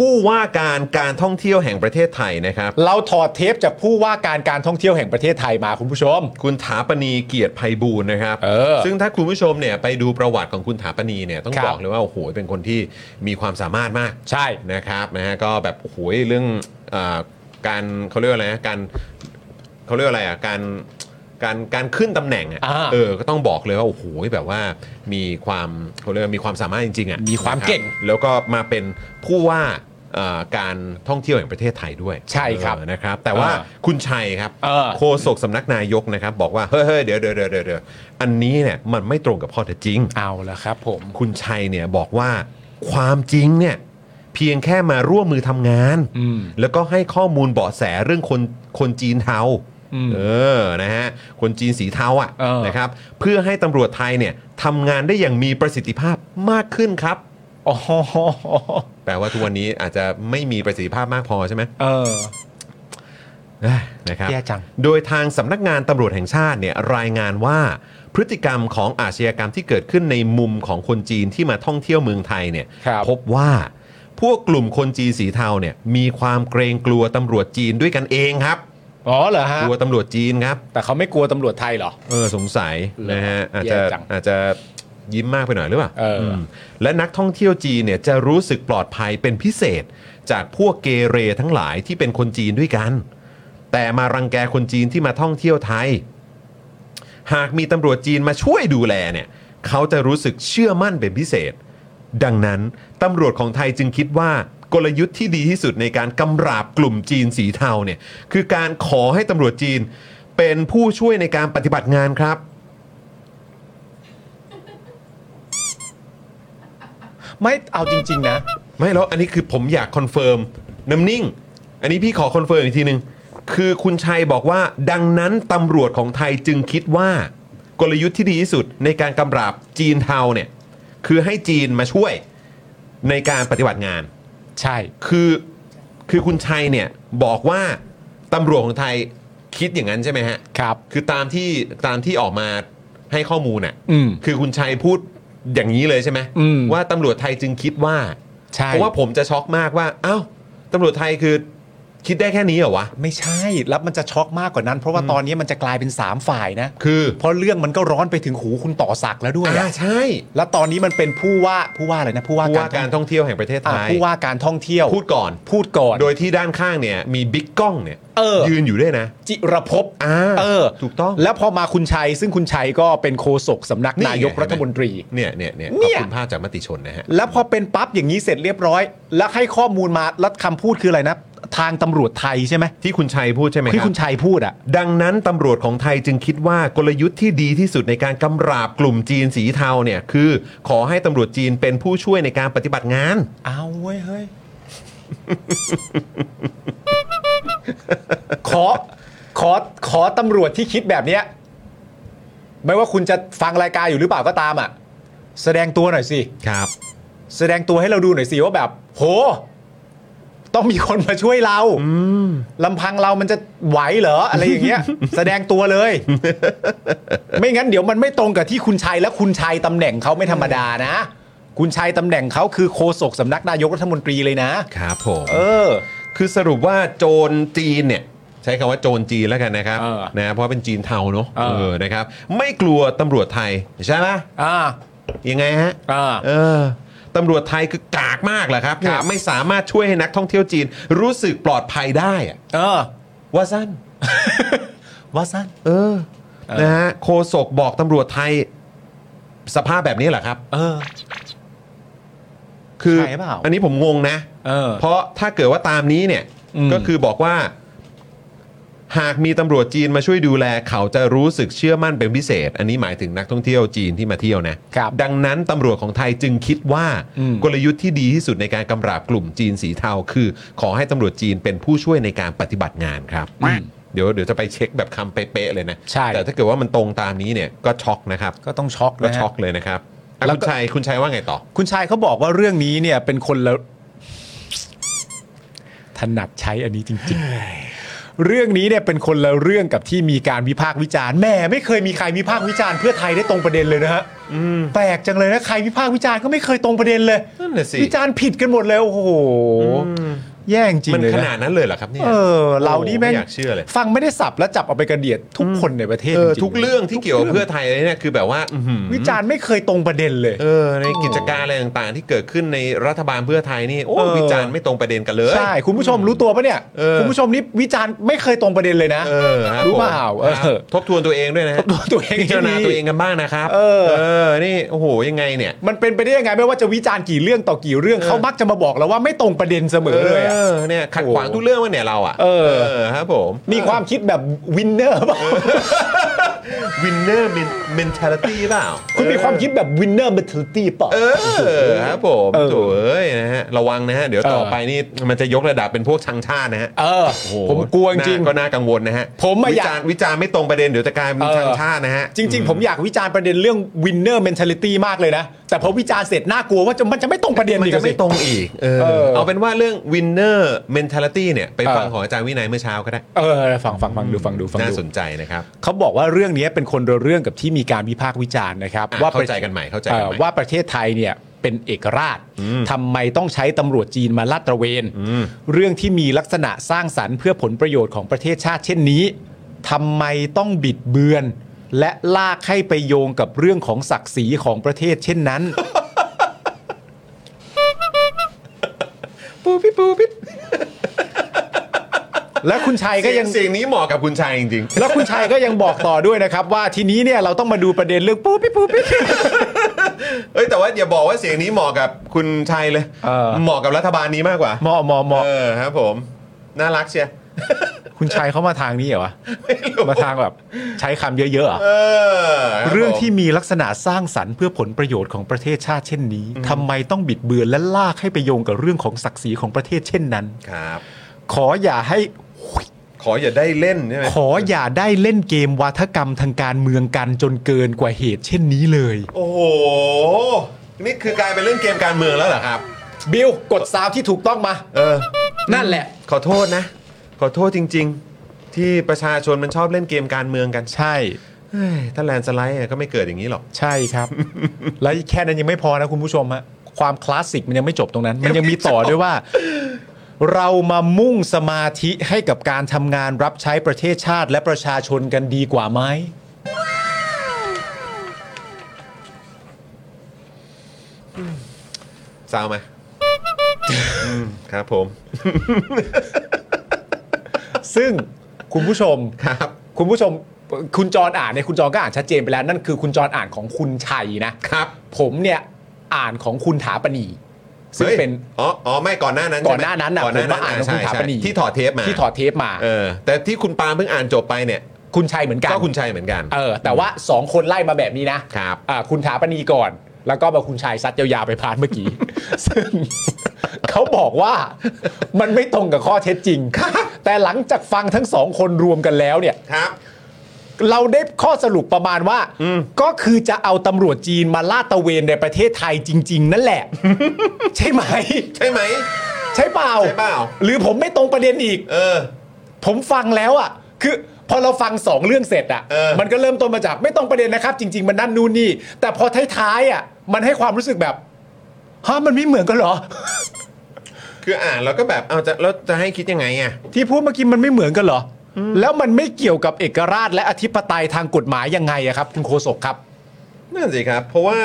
Speaker 1: ผู้ว่าการการท่องเที่ยวแห่งประเทศไทยนะครับ
Speaker 3: เราถอดเทปจากผู้ว่าการการท่องเที่ยวแห่งประเทศไทยมาคุณผู้ชม
Speaker 1: คุณถาปณีเกียรติภัยบูลย์นะครับ
Speaker 3: เออ
Speaker 1: ซึ่งถ้าคุณผู้ชมเนี่ยไปดูประวัติของคุณถาปณีเนี่ยต้อง
Speaker 3: ครับ บ
Speaker 1: อกเลยว่าโอ้โหเป็นคนที่มีความสามารถมาก
Speaker 3: ใช่
Speaker 1: นะครับนะฮะก็แบบโอ้โหเรื่องเออการเขาเรียกว่าอะไรนะการเขาเรียกว่าอะไรอ่ะการการการขึ้นตำแหน่งอ่ะ
Speaker 3: อ่า
Speaker 1: เออก็ต้องบอกเลยว่าโอ้โหแบบว่ามีความเขาเรียกว่ามีความสามารถจริงๆอ่ะ
Speaker 3: มีความเก่ง
Speaker 1: นะครับแล้วก็มาเป็นผู้ว่าเอ่อการท่องเที่ยวแห่งประเทศไทยด้วย
Speaker 3: ใช่ครับ
Speaker 1: เออนะครับ แต่ว่า
Speaker 3: อ่า
Speaker 1: คุณชัยครับ
Speaker 3: เออ
Speaker 1: โฆษกสำนักนายกนะครับ บอกว่า เฮ้ยเฮ้ยเดี๋ยวเดี๋ยวเดี๋ยวเดี๋ยวอันนี้เนี่ยมันไม่ตรงกับข้อเท็จจริง
Speaker 3: เอาละครับผม
Speaker 1: คุณชัยเนี่ยบอกว่าความจริงเนี่ยเพียงแค่มาร่วมมือทำงาน
Speaker 3: อืม
Speaker 1: แล้วก็ให้ข้อมูลเบาะแสเรื่องคนคนจีนเทา
Speaker 3: อืม
Speaker 1: เออนะฮะคนจีนสีเทาอ่ะ
Speaker 3: เออ
Speaker 1: นะครับเพื่อให้ตำรวจไทยเนี่ยทำงานได้อย่างมีประสิทธิภาพมากขึ้นครับ
Speaker 3: อ๋อ
Speaker 1: แปลว่าทุกวันนี้อาจจะไม่มีประสิทธิภาพมากพอใช่ไหม
Speaker 3: เออ
Speaker 1: เอ้ยนะครับ
Speaker 3: แย่จัง
Speaker 1: โดยทางสำนักงานตำรวจแห่งชาติเนี่ยรายงานว่าพฤติกรรมของอาชญากรรมที่เกิดขึ้นในมุมของคนจีนที่มาท่องเที่ยวเมืองไทยเนี่ย
Speaker 3: ครับ
Speaker 1: พบว่าพวกกลุ่มคนจีนสีเทาเนี่ยมีความเกรงกลัวตำรวจจีนด้วยกันเองครับ
Speaker 3: อ๋อเหรอฮะ
Speaker 1: กลัวตำรวจจีนครับ
Speaker 3: แต่เขาไม่กลัวตำรวจไทยเหรอ
Speaker 1: เออสงสัย
Speaker 3: เหรอ
Speaker 1: นะฮะอาจจะ
Speaker 3: แย่จัง
Speaker 1: อาจจะยิ้มมากไปหน่อยหรือเปล่า
Speaker 3: เอออื
Speaker 1: มและนักท่องเที่ยวจีนเนี่ยจะรู้สึกปลอดภัยเป็นพิเศษ จากพวกเกเรทั้งหลายที่เป็นคนจีนด้วยกัน แต่มารังแกคนจีนที่มาท่องเที่ยวไทย หากมีตำรวจจีนมาช่วยดูแลเนี่ยเขาจะรู้สึกเชื่อมั่นเป็นพิเศษ ดังนั้นตำรวจของไทยจึงคิดว่ากลยุทธ์ที่ดีที่สุดในการกำราบกลุ่มจีนสีเทาเนี่ยคือการขอให้ตำรวจจีนเป็นผู้ช่วยในการปฏิบัติงานครับ
Speaker 3: ไม่เอาจริง ๆ นะ
Speaker 1: ไม่แล้วอันนี้คือผมอยากคอนเฟิร์มน้ำนิ่ง อันนี้พี่ขอคอนเฟิร์มอีกทีหนึ่งคือคุณชัยบอกว่า ดังนั้นตำรวจของไทยจึงคิดว่า กลยุทธ์ที่ดีที่สุดในการกำราบจีนเทาเนี่ย คือให้จีนมาช่วยในการปฏิบัติงาน
Speaker 3: ใช่
Speaker 1: คือคือคุณชัยเนี่ยบอกว่าตำรวจของไทยคิดอย่างนั้นใช่ไหมฮะ
Speaker 3: ครับ
Speaker 1: คือตามที่ตามที่ออกมาให้ข้อมูลน่ะ
Speaker 3: อืม
Speaker 1: คือคุณชัยพูดอย่างนี้เลยใช่ไหม
Speaker 3: อืม
Speaker 1: ว่าตำรวจไทยจึงคิดว่า
Speaker 3: ใช่
Speaker 1: เพราะว่าผมจะช็อกมากว่า เอ้าตำรวจไทยคือคิดได้แค่นี้เหรอวะ
Speaker 3: ไม่ใช่ แล้วมันจะช็อกมากกว่านั้น เพราะว่าตอนนี้มันจะกลายเป็น 3 ฝ่ายนะ
Speaker 1: คือ
Speaker 3: เพราะเรื่องมันก็ร้อนไปถึงหูคุณต่อศักดิ์แล้วด้วย
Speaker 1: อ่า
Speaker 3: อะ
Speaker 1: ใช่
Speaker 3: แล้วตอนนี้มันเป็นผู้ว่าผู้ว่าอะไรนะ ผู้ว่า
Speaker 1: ผู้
Speaker 3: กา
Speaker 1: ว่าร การท่องเที่ยวแห่งประเทศไท
Speaker 3: อ่าย ผู้ว่าการท่องเที่ยว
Speaker 1: พูดก่อน
Speaker 3: พูดก่อน
Speaker 1: โดยที่ด้านข้างเนี่ยมีบิ๊กกล้องเนี่ย
Speaker 3: เออ
Speaker 1: ยืนอยู่ด้วยนะ
Speaker 3: จิรภพ
Speaker 1: อ่า
Speaker 3: เออ
Speaker 1: ถูกต้อง
Speaker 3: แล้วพอมาคุณชัย ซึ่งคุณชัยก็เป็นโฆษกสำนักนายกรัฐมนตรี
Speaker 1: เนี่ยเนี่ยเนี่ย
Speaker 3: เนี่
Speaker 1: ขอบ
Speaker 3: ย
Speaker 1: คุณภาพจากมติชนนะฮะ
Speaker 3: แล้วพอเป็นปั๊บอย่างนี้เสร็จเรียบร้อย แล้วให้ข้อมูลมาแล้วคำพูดคืออะไรนะ ทางตำรวจไทยใช่ไหม
Speaker 1: ที่คุณชัยพูดใช่ไหม
Speaker 3: ที่
Speaker 1: รับ
Speaker 3: คุณชัยพูดอ่ะ
Speaker 1: ดังนั้นตำรวจของไทยจึงคิดว่ากลยุทธ์ที่ดีที่สุดในการกำราบกลุ่มจีนสีเทาเนี่ยคือขอให้ตำรวจจีนเป็นผู้ช่วยในการปฏิบัติงาน
Speaker 3: เอาเว้ยเฮ้ย ขอขอขอตำรวจที่คิดแบบเนี้ยไม่ว่าคุณจะฟังรายการอยู่หรือเปล่าก็ตามอ่ะ แสดงตัวหน่อยสิ
Speaker 1: ครับ
Speaker 3: แสดงตัวให้เราดูหน่อยสิว่าแบบ โห ต้องมีคนมาช่วยเราลำพังเรามันจะไหวเหรออะไรอย่างเงี้ย แสดงตัวเลย ไม่งั้นเดี๋ยวมันไม่ตรงกับที่คุณชัยและคุณชัยตำแหน่งเขาไม่ธรรมดานะ คุณชัยตำแหน่งเขาคือโฆษกสำนักนายกรัฐมนตรีเลยนะ
Speaker 1: ครับผม
Speaker 3: เออ
Speaker 1: คือสรุปว่าโจรจีนเนี่ย ใช้คำว่าโจรจีนแล้วกันนะครับ
Speaker 3: เออ
Speaker 1: นะเพราะเป็นจีนเทาเนอะ
Speaker 3: เออ
Speaker 1: เออนะครับ ไม่กลัวตำรวจไทย ใช่ไหม
Speaker 3: อ่า
Speaker 1: ยังไงฮะ
Speaker 3: อ่า
Speaker 1: เออตำรวจไทยคือกากมากแหละครับ
Speaker 3: ครับ
Speaker 1: ไม่สามารถช่วยให้นักท่องเที่ยวจีน รู้สึกปลอดภัยได้อะ
Speaker 3: เออ
Speaker 1: ว่าสั้น
Speaker 3: ว่าสั้น
Speaker 1: เออ นะฮะโคศกบอกตำรวจไทยสภาพแบบนี้เหรอครับ
Speaker 3: เออ
Speaker 1: คือ
Speaker 3: ใช่เปล่า
Speaker 1: อันนี้ผมงงนะ
Speaker 3: เออ
Speaker 1: เพราะถ้าเกิดว่าตามนี้เนี่ย
Speaker 3: อืม
Speaker 1: ก็คือบอกว่า หากมีตำรวจจีนมาช่วยดูแล เขาจะรู้สึกเชื่อมั่นเป็นพิเศษ อันนี้หมายถึงนักท่องเที่ยวจีนที่มาเที่ยวนะ
Speaker 3: ครับ
Speaker 1: ดังนั้นตำรวจของไทยจึงคิดว่า
Speaker 3: อืม
Speaker 1: กลยุทธ์ที่ดีที่สุดในการกำราบกลุ่มจีนสีเทาคือ ขอให้ตำรวจจีนเป็นผู้ช่วยในการปฏิบัติงานครับ
Speaker 3: อืม
Speaker 1: เดี๋ยวเดี๋ยวจะไปเช็คแบบคำเป๊ะๆเลยนะ
Speaker 3: ใช่
Speaker 1: แต่ถ้าเกิดว่ามันตรงตามนี้เนี่ยก็ช็อกนะครับ
Speaker 3: ก็ต้องช็อก
Speaker 1: ก็
Speaker 3: นะฮะ
Speaker 1: ช็อกเลยนะครับอ่ะ
Speaker 3: แล้ว
Speaker 1: คุณ
Speaker 3: ก็
Speaker 1: ชัยคุณชัยว่าไงต่อ
Speaker 3: คุณชายเขาบอกว่าเรื่องนี้เนี่ยเป็นคนละถนัดใช้อันนี้จริง ๆ เรื่องนี้เนี่ยเป็นคนละเรื่องกับที่มีการวิพากษ์วิจารณ์แหม่ไม่เคยมีใครวิพากษ์วิจารณ์เพื่อไทยได้ตรงประเด็นเลยนะฮะแปลกจังเลยนะใครวิพากษ์วิจารณ์ก็ไม่เคยตรงประเด็นเลย
Speaker 1: นั่นน่ะสิ
Speaker 3: วิจารณ์ผิดกันหมดเลยโอ้โหแย่จริง
Speaker 1: มัน
Speaker 3: เลย
Speaker 1: ข
Speaker 3: นะ
Speaker 1: นาดนั้นเลยเหรอครับเนี่ย
Speaker 3: เออ เรานี่แม่ง
Speaker 1: โอ้โหไอยากเชื่อเลย
Speaker 3: ฟังไม่ได้สับแล้วจับเอาไปกระเดียดทุกคนในประเทศ
Speaker 1: เออ
Speaker 3: จริงๆ
Speaker 1: ทุกเรื่องที่เกี่ยวกับเพื่อไทยเนี่ยคือแบบว่าอื้อหือ
Speaker 3: วิจารณ์ไม่เคยตรงประเด็นเลย
Speaker 1: เออในกิจการอะไรต่างๆ ที่เกิดขึ้นในรัฐบาลเพื่อไทยนี่โอ้
Speaker 3: เออ
Speaker 1: วิจารณ์ไม่ตรงประเด็นกันเลย
Speaker 3: ใช่ คุณผู้ชมรู้ตัวปะเนี่ย
Speaker 1: เออ
Speaker 3: คุณผู้ชมนี่วิจารณ์ไม่เคยตรงประเด็นเลยนะ
Speaker 1: เออคบ
Speaker 3: รู้เปล่า
Speaker 1: ผม
Speaker 3: เออ
Speaker 1: ครับทบทวนตัวเองด้วยนะฮะ
Speaker 3: ทบทวนตัวเอง
Speaker 1: พิจารณา
Speaker 3: ให้ดี
Speaker 1: ตัวเองกันบ้างนะครับ
Speaker 3: เออ
Speaker 1: เออนี่โอ้โหยังไงเนี่ย
Speaker 3: มันเป็นไปได้ยังไงไม่ว่าจะวิจารณ์กี่เรื่องต่อกี่เรื่อง
Speaker 1: เออ
Speaker 3: เขามักจะมาบอกเราว่าไม่ตรงประเด็นเสมอเลยอะ
Speaker 1: เออเนี่ยขัดขวางทุกเรื่องวะเนี่ยเราอ่ะ
Speaker 3: เออ
Speaker 1: ครับผม
Speaker 3: มีความคิดแบบวินเนอร์ป่ะ
Speaker 1: วินเนอร์เมนเทลิตี้เปล่า
Speaker 3: คุณมีความคิดแบบวินเนอร์เมทัลตี้ป่ะ
Speaker 1: เออครับผม
Speaker 3: เออ
Speaker 1: โถเอ้ยนะฮะระวังนะฮะ เดี๋ยว
Speaker 3: เออ
Speaker 1: ต่อไปนี่มันจะยกระดับเป็นพวกชังชาตินะฮะ
Speaker 3: เออ
Speaker 1: โอ้โห
Speaker 3: ผมกลัวจริง
Speaker 1: น่าก็น่ากังวลนะฮะ
Speaker 3: ผมอะ
Speaker 1: วิ
Speaker 3: อยาก
Speaker 1: จารณ์วิจารณ์ไม่ตรงประเด็นเดี๋ยวจะกลายเป็น
Speaker 3: เออ
Speaker 1: ชังชาตินะฮะ
Speaker 3: จริง ๆ ผมอยากวิจารณ์ประเด็นเรื่องวินเนอร์เมนเทลิตี้มากเลยนะ แต่พอวิจารณ์เสร็จน่ากลัวว่าจะมันจะไม่ตรงประเด็น
Speaker 1: มัน
Speaker 3: อีก
Speaker 1: จะ
Speaker 3: อะสิ
Speaker 1: ไม่ตรงอีกเออ
Speaker 3: เออ
Speaker 1: เอาเป็นว่าเรื่อง winner mentality เนี่ยไปฟัง
Speaker 3: เออ
Speaker 1: ของอาจารย์วินัยเมื่อเช้าก็ได้
Speaker 3: เออฟังฟังฟังดูฟังดูฟัง
Speaker 1: น่า
Speaker 3: ดู
Speaker 1: สนใจนะครับ
Speaker 3: เขาบอกว่าเรื่องนี้เป็นคนละเรื่องกับที่มีการวิพากษ์วิจารณ์นะครับ
Speaker 1: อ่ะ
Speaker 3: ว่าประ
Speaker 1: เข้าใจกันใหม่เข้าใจกันใหม่
Speaker 3: เอ่อว่าประเทศไทยเนี่ยเป็นเอกราชทำไมต้องใช้ตำรวจจีนมาลาดตระเวน เรื่องที่มีลักษณะสร้างสรรค์เพื่อผลประโยชน์ของประเทศชาติเช่นนี้ทำไมต้องบิดเบือน และลากให้ไปโยงกับเรื่องของศักดิ์ศรีของประเทศเช่นนั้น
Speaker 1: ปูพี่ปูพี่
Speaker 3: และคุณชัยก็
Speaker 1: ก็
Speaker 3: ยั
Speaker 1: ยัง งสิ่งนี้เหมาะกับคุณชายจริง
Speaker 3: แล้วคุณชัยก็ยังบอกต่อด้วยนะครับว่าทีนี้เนี่ยเราต้องมาดูประเด็นเรื่องปุ๊บปิ๊บปุ๊บปิ๊บ
Speaker 1: ๆ เอ้ยแต่ว่าอย่าบอกว่าเสียงนี้เหมาะกับคุณชัยเลย
Speaker 3: เออ
Speaker 1: เหมาะกับรัฐบาลนี้มากกว่า
Speaker 3: เหมอมอมอ
Speaker 1: เออครับผม น่ารักเชียร์
Speaker 3: คุณชัยเขามาทางนี้เหรอวะมาทางแบบใช้คำเยอะๆเหรอ
Speaker 1: เออคบ
Speaker 3: เรื่องที่
Speaker 1: ผม
Speaker 3: มีลักษณะสร้างสรรค์เพื่อผลประโยชน์ของประเทศชาติเช่นนี้ทำไมต้องบิดเบือนและลากให้ไปโยงกับเรื่องของศักดิ์ศรีของประเทศเช่นนั้น
Speaker 1: ครับ
Speaker 3: ขออย่าให้
Speaker 1: ขออย่าได้เล่นใช่ไหม
Speaker 3: ขออย่าได้เล่นเกมวาทกรรมทางการเมืองกันจนเกินกว่าเหตุเช่นนี้เลย
Speaker 1: โอ้โห นี่คือกลายเป็นเรื่องเกมการเมืองแล้วเหรอครับ
Speaker 3: บิลกดซาวที่ถูกต้องมา
Speaker 1: เออ
Speaker 3: นั่นแหละ
Speaker 1: ขอโทษนะ ขอโทษจริง ๆ ที่ประชาชนมันชอบเล่นเกมการเมืองกัน
Speaker 3: ใช่
Speaker 1: เฮ้ยถ้าแลนด์สไลด์อะก็ไม่เกิดอย่างนี้หรอก
Speaker 3: ใช่ครับ และแค่นั้นยังไม่พอนะคุณผู้ชมฮะความคลาสสิกมันยังไม่จบตรงนั้น มันยังมีต่อด้วยว่า เรามามุ่งสมาธิให้กับการทำงานรับใช้ประเทศชาติและประชาชนกันดีกว่าไหม
Speaker 1: ซาวไหมอืมครับผม
Speaker 3: ซึ่งคุณผู้ชม
Speaker 1: ครับ
Speaker 3: คุณผู้ชมคุณจรอ่านเนี่ยคุณจรก็อ่านชัดเจนไปแล้ว นั่นคือคุณจรอ่านของคุณชัยนะ
Speaker 1: ครับ
Speaker 3: ผมเนี่ยอ่านของคุณถาปณีซึ่ง
Speaker 1: ฮ้ย
Speaker 3: เป็น
Speaker 1: อ๋ออ๋อ ไม่ก่อนหน้านั้น
Speaker 3: ก่
Speaker 1: ใช่
Speaker 3: อน
Speaker 1: ไหม
Speaker 3: หน้านั้นน่ะ
Speaker 1: ก่อนหน้า
Speaker 3: ผม
Speaker 1: นั้
Speaker 3: ก็
Speaker 1: น
Speaker 3: อ่านของ
Speaker 1: ใช่
Speaker 3: คุณถาป
Speaker 1: ใช่
Speaker 3: ณี
Speaker 1: ที่ถอดเทปมา
Speaker 3: ที่ถอดเทปมา
Speaker 1: เออ แต่ที่คุณปาล์มเพิ่งอ่านจบไปเนี่ย
Speaker 3: คุณชัยเหมือนกัน
Speaker 1: ก็คุณชัยเหมือนกัน
Speaker 3: เออแต่ว่าสองคนไล่มาแบบนี้นะครับ อ่าคุณถาปณีก่อน แล้วก็มาคุณชัยซัดยาวๆไปพาร์ทเมื่อกี้ ซึ่งเขาบอกว่ามันไม่ตรงกับข้อเท็จจ ริง แต่หลังจากฟังทั้งสองคนรวมกันแล้วเนี่ย
Speaker 1: ครับ
Speaker 3: เราได้ข้อสรุปประมาณว่า ก็คือจะเอาตำรวจจีนมาลาดตระเวนในประเทศไทยจริง ๆ นั่ นแหละ ใช่ไหม
Speaker 1: ใช่ไหม
Speaker 3: ใช่เปล่า
Speaker 1: ใช่เปล่า
Speaker 3: หรือผมไม่ตรงประเด็นอีก
Speaker 1: เออ
Speaker 3: ผมฟังแล้วอ่ะ คือพอเราฟังสองเรื่องเสร็จอ่ะ
Speaker 1: เออ
Speaker 3: มันก็เริ่มต้นมาจากไม่ตรงประเด็นนะครับ จริง ๆ มันนั่นนู่นนี่ แต่พอท้ายๆอ่ะ มันให้ความรู้สึกแบบฮะมันไม่เหมือนกันเหรอ
Speaker 1: คืออ่านแล้วก็แบบ เอาจะแล้วจะให้คิดยังไงอ่ะ
Speaker 3: ที่พูดเมื่อกี้มันไม่เหมือนกันเหรอ แล้วมันไม่เกี่ยวกับเอกราชและอธิปไตยทางกฎหมายยังไงอะครับคุณโคศกครับ
Speaker 1: นั่นสิครับ เพราะว่า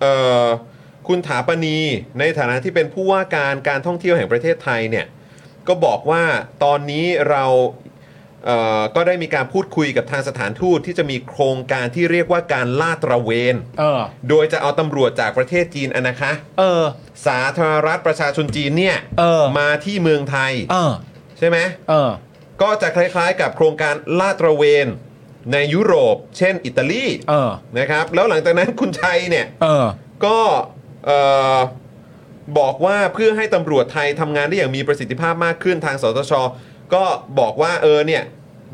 Speaker 1: เอ่อคุณถาปณีในฐานะที่เป็นผู้ว่าการการท่องเที่ยวแห่งประเทศไทยเนี่ยก็บอกว่าตอนนี้เราเอ่อก็ได้มีการพูดคุยกับทางสถานทูตที่จะมีโครงการที่เรียกว่าการลาดตระเวน
Speaker 3: เออ
Speaker 1: โดยจะเอาตำรวจจากประเทศจีนอะนะคะ
Speaker 3: เออ
Speaker 1: สาธารณรัฐประชาชนจีนเนี่ย
Speaker 3: เออ
Speaker 1: มาที่เมืองไทย
Speaker 3: เออ
Speaker 1: ใช่ไหม
Speaker 3: เออ
Speaker 1: ก็จะคล้ายๆกับโครงการลาดตระเวน ในยุโรป เช่น อิตาลี
Speaker 3: เออ
Speaker 1: นะครับ แล้วหลังจากนั้นคุณชัยเนี่ย
Speaker 3: เออ
Speaker 1: ก็เอ่อบอกว่าเพื่อให้ตำรวจไทยทำงานได้อย่างมีประสิทธิภาพมากขึ้นทางสตช ก็บอกว่าเออเนี่ย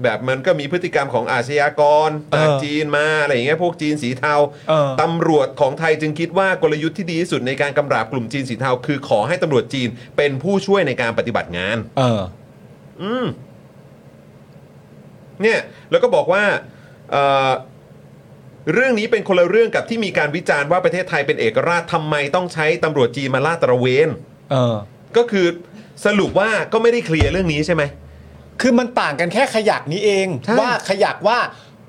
Speaker 1: แบบมันก็มีพฤติกรรมของอาชญากรจาก
Speaker 3: เออ
Speaker 1: จีนมาอะไรอย่างเงี้ยพวกจีนสีเทา
Speaker 3: เออ
Speaker 1: ตำรวจของไทยจึงคิดว่ากลยุทธ์ที่ดีที่สุดในการกำราบกลุ่มจีนสีเทา คือขอให้ตำรวจจีนเป็นผู้ช่วยในการปฏิบัติงาน
Speaker 3: เออ
Speaker 1: อืมเนี่ยแล้วก็บอกว่าเอ่อเรื่องนี้เป็นคนละเรื่องกับที่มีการวิจารณ์ว่าประเทศไทยเป็นเอกราชทำไมต้องใช้ตำรวจจีนมาลาดตระเวน
Speaker 3: เออ
Speaker 1: ก็คือสรุปว่าก็ไม่ได้เคลียร์เรื่องนี้ใช่ไหม
Speaker 3: คือมันต่างกันแค่ขยักนี้เอง
Speaker 1: ใช่
Speaker 3: ว่าขยักว่า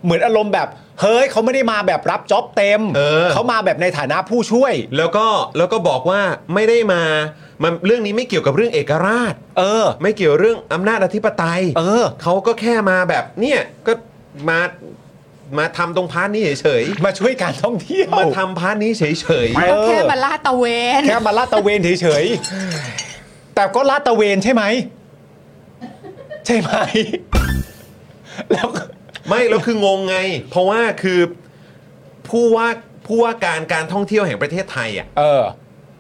Speaker 3: เหมือนอารมณ์แบบ เฮ้ยเขาไม่ได้มาแบบรับจ็อบเต็ม
Speaker 1: เออ
Speaker 3: มาแบบในฐานะผู้ช่วย
Speaker 1: แล้วก็แล้วก็บอกว่าไม่ได้มามันเรื่องนี้ไม่เกี่ยวกับเรื่องเอกราช
Speaker 3: เออ
Speaker 1: ไม่เกี่ยวเรื่องอำนาจอธิปไตย
Speaker 3: เออ
Speaker 1: เขาก็แค่มาแบบเนี่ยก็มามาทำตรงพาร์ทนี้เฉย
Speaker 3: มาช่วยการท่องเที่ยว
Speaker 1: ๆมาทำพาร์ทนี้เฉยๆ
Speaker 7: ก็แค่มาลาดตระเวน
Speaker 3: แค่มาลาดตระเวนเฉยๆ แต่ก็ลาดตระเวนใช่ไหม ใช่ไหม แล้วก็
Speaker 1: ไม่แล้วคืองงไง เพราะว่าคือผู้ว่าผู้ว่าการการท่องเที่ยวแห่งประเทศไทยอ่ะ
Speaker 3: เออ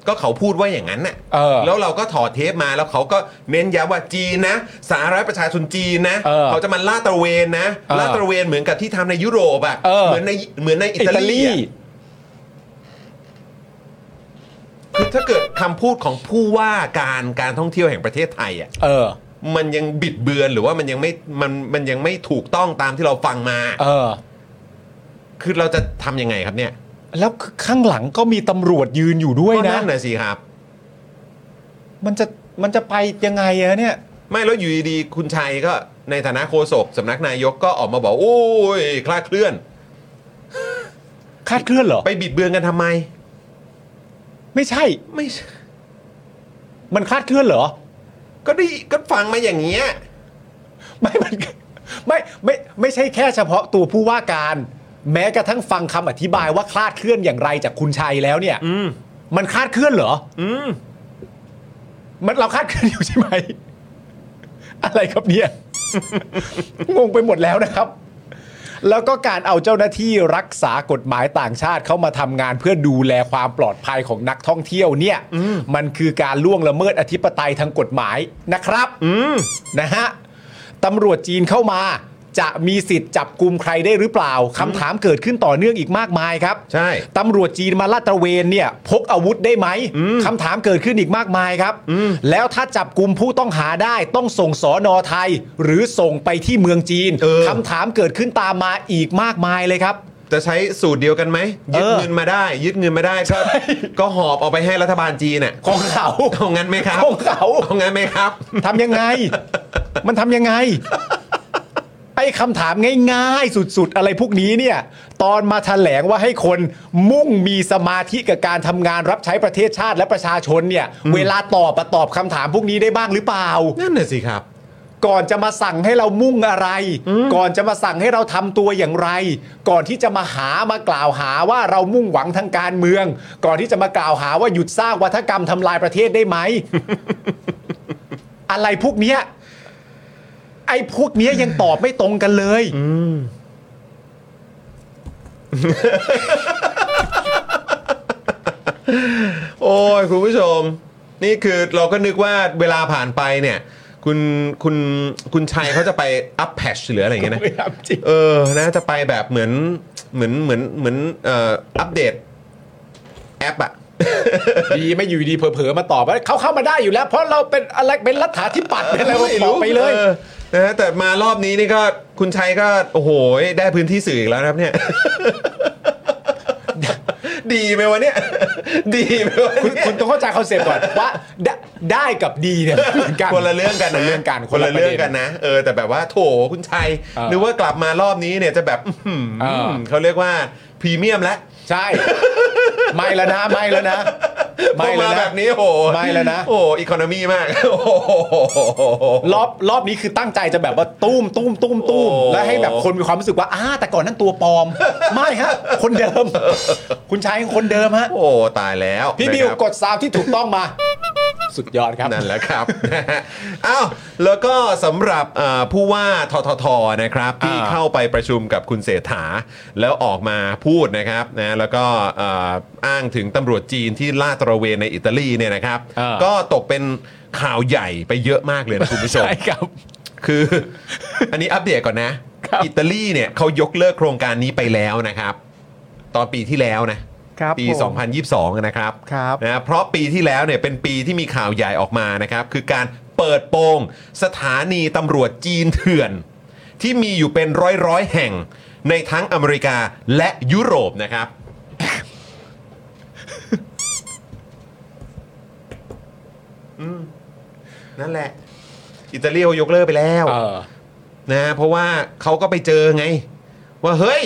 Speaker 1: ก็เขาพูดว่าอย่างนั้นน่ะ
Speaker 3: เออ
Speaker 1: แล้วเราก็ถอดเทปมาแล้วเขาก็เน้นย้ำว่าจีนนะสาธารณรัฐประชาชนจีนนะ
Speaker 3: เออ
Speaker 1: จะมาลาดตระเวนนะ
Speaker 3: เออ
Speaker 1: ลาดตระเวนเหมือนกับที่ทำในยุโรปอ่ะ
Speaker 3: เออ
Speaker 1: มือนในเหมือนในอิตาลีอะคือถ้าเกิดคำพูดของผู้ว่าการการท่องเที่ยวแห่งประเทศไทยอ่ะ
Speaker 3: เออ
Speaker 1: มันยังบิดเบือนหรือว่ามันยังไม่มันมันยังไม่ถูกต้องตามที่เราฟังมา
Speaker 3: เออ
Speaker 1: คือเราจะทำยังไงครับเนี่ย
Speaker 3: แล้วข้างหลังก็มีตำรวจยืนอยู่ด้วย
Speaker 1: ก็
Speaker 3: นะ
Speaker 1: นั่นน่ะสิครับ
Speaker 3: มันจะมันจะไปยังไงอะเนี่ย
Speaker 1: ไม่แล้วอยู่ดีๆคุณชัยก็ในฐานะโฆษกสำนักนายกก็ออกมาบอก โอ้ย คลาดเคลื่อน
Speaker 3: คาดเคลื่อนเหรอ
Speaker 1: ไปบิดเบือนกันทำไม
Speaker 3: ไม่ใช่
Speaker 1: ไม่ใช่
Speaker 3: มันคาดเคลื่อนเหรอ
Speaker 1: ก็ได้ก็ฟังมาอย่างเงี้ย
Speaker 3: ไม่มันไม่ไม่ไม่ใช่แค่เฉพาะตัวผู้ว่าการ แม้กระทั่งฟังคำอธิบายว่าคลาดเคลื่อนอย่างไรจากคุณชัยแล้วเนี่ย
Speaker 1: อืม
Speaker 3: มันคลาดเคลื่อนเหรอ
Speaker 1: อืม
Speaker 3: มันเราคาดเคลื่อนอยู่ใช่ไหม อะไรครับเนี่ย งงไปหมดแล้วนะครับ แล้วก็การเอาเจ้าหน้าที่รักษากฎหมายต่างชาติเข้ามาทำงานเพื่อดูแลความปลอดภัยของนักท่องเที่ยวเนี่ยมันคือการล่วงละเมิดอธิปไตยทางกฎหมายนะครับนะฮะตำรวจจีนเข้ามา จะมีสิทธิ์จับกลุ่มใครได้หรือเปล่าคำถามเกิดขึ้นต่อเนื่องอีกมากมายครับ
Speaker 1: ใช่
Speaker 3: ตำรวจจีนมาลาดตระเวนเนี่ยพกอาวุธได้ไหมคำถามเกิดขึ้นอีกมากมายครับ แล้วถ้าจับกลุ่มผู้ต้องหาได้ต้องส่งสอนอไทย หรือส่งไปที่เมืองจีน
Speaker 1: เออ
Speaker 3: คำถามเกิดขึ้นตามมาอีกมากมายเลยครับ
Speaker 1: จะใช้สูตรเดียวกันไหมยึด
Speaker 3: เออ
Speaker 1: เงินมาได้ ยึดเงินมาได้ก็ก็หอบเอาไปให้รัฐบาลจีนน่ะ
Speaker 3: ของเขา
Speaker 1: เอางั้นไหมครับ
Speaker 3: ของเขา
Speaker 1: เอางั้นไหมครับ
Speaker 3: ทำยังไง มันทำยังไง ไอ้คำถามง่ายๆ สุดๆ อะไรพวกนี้เนี่ย ตอนมาแถลงว่าให้คนมุ่งมีสมาธิกับการทำงานรับใช้ประเทศชาติและประชาชนเนี่ย เวลาตอบมาตอบคำถามพวกนี้ได้บ้างหรือเปล่า
Speaker 1: นั่นน่ะสิครับ
Speaker 3: ก่อนจะมาสั่งให้เรามุ่งอะไร ก่อนจะมาสั่งให้เราทำตัวอย่างไร ก่อนที่จะมาหามากล่าวหาว่าเรามุ่งหวังทางการเมือง ก่อนที่จะมากล่าวหาว่าหยุดสร้างวัฒกรรมทำลายประเทศได้ไหม อะไรพวกเนี้ยไอ้พวกเนี้ยยังตอบไม่ตรงกันเลย
Speaker 1: โอ้ยคุณผู้ชม นี่คือเราก็นึกว่าเวลาผ่านไปเนี่ย คุณคุณคุณชัยเขาจะไปอัพแพชหรืออะไรอย่างเงี้ยนะ เออนะจะไปแบบเหมือนเหมือนเหมือนเหมือนเอ่ออัปเดตแอปอะ
Speaker 3: ดีไม่อยู่ดีเผลอๆมาตอบว่าเขาเข้ามาได้อยู่แล้ว เพราะเราเป็นอะไรเป็นรัฐาธิปัตย์เป็นอะไรตอบไปเลย
Speaker 1: ออนะฮะแต่มารอบนี้นี่ก็คุณชัยก็โอ้โหได้พื้นที่สื่ออีกแล้วนะครับเนี่ย ดีไหมวะเนี่ย ดีไหมวะ
Speaker 3: คุณ
Speaker 1: เนี่ย
Speaker 3: คุณต้องเข้าใจคอนเซปต์ก่อนว่าได้ได้กับดีเนี่ยเหมือกั
Speaker 1: คนละเรื่องกัน
Speaker 3: ค
Speaker 1: นะ
Speaker 3: นละเรื่องกัน
Speaker 1: คนละ
Speaker 3: ป
Speaker 1: เรื่อง
Speaker 3: ด็
Speaker 1: กันนะเออแต่แบบว่าโถคุณชัย
Speaker 3: เออ
Speaker 1: นึกว่ากลับมารอบนี้เนี่ยจะแบบอื้อ
Speaker 3: เอ
Speaker 1: หือ
Speaker 3: อ
Speaker 1: เขาเรียกว่าพรีเมียมแล้ว
Speaker 3: ใช่ ไม่แล้วนะ ไม่แล้วนะ ไม่
Speaker 1: พอ
Speaker 3: แล้ว
Speaker 1: มา
Speaker 3: นะ
Speaker 1: แบบนี้โอ้โห
Speaker 3: ไม่แล้วนะ
Speaker 1: โอ้อีโคโนมีมาก โอ้โห
Speaker 3: รอบรอบนี้คือตั้งใจจะแบบว่าตุ้มตุ้มตุ้มตุ้ม
Speaker 1: โอ้
Speaker 3: และให้แบบคนมีความรู้สึกว่าอ้าแต่ก่อนนั่นตัวปลอม ไม่ฮะ คนเดิม คุณชายยังคนเดิมฮะ
Speaker 1: โอ้ตายแล้ว
Speaker 3: พี่
Speaker 1: นะ
Speaker 3: บิว
Speaker 1: ครับ
Speaker 3: กดซาวที่ถูกต้องมา สุดยอดครับ
Speaker 1: นั่นแหละครับ อ้าวแล้วก็สำหรับเอ่อผู้ว่าทททนะครับ ที่
Speaker 3: อ่า
Speaker 1: เข้าไปประชุมกับคุณเศรษฐา แล้วออกมาพูดนะครับนะแล้วก็เอ่ออ้างถึงตำรวจจีนที่ลาดตระเวนในอิตาลีเนี่ยนะครับ
Speaker 3: อ่า
Speaker 1: ก็ตกเป็นข่าวใหญ่ไปเยอะมากเลยนะคุณผู้ชม
Speaker 3: ใช่ครับ
Speaker 1: คือ อันนี้อัปเดตก่อนนะ
Speaker 3: ครับ
Speaker 1: อิตาลีเนี่ยเขายกเลิกโครงการนี้ไปแล้วนะครับ ตอนปีที่แล้วนะ ปี 2022 นะครับ
Speaker 3: ครับ
Speaker 1: นะเพราะปีที่แล้วเนี่ยเป็นปีที่มีข่าวใหญ่ออกมานะครับ คือการเปิดโปงสถานีตำรวจจีนเถื่อน ที่มีอยู่เป็นร้อยร้อยๆแห่งในทั้งอเมริกาและยุโรปนะครับ อืมนั่นแหละ อิตาลีเขายกเลิกไปแล้ว
Speaker 3: เออ
Speaker 1: นะเพราะว่าเขาก็ไปเจอไง ว่าเฮ้ย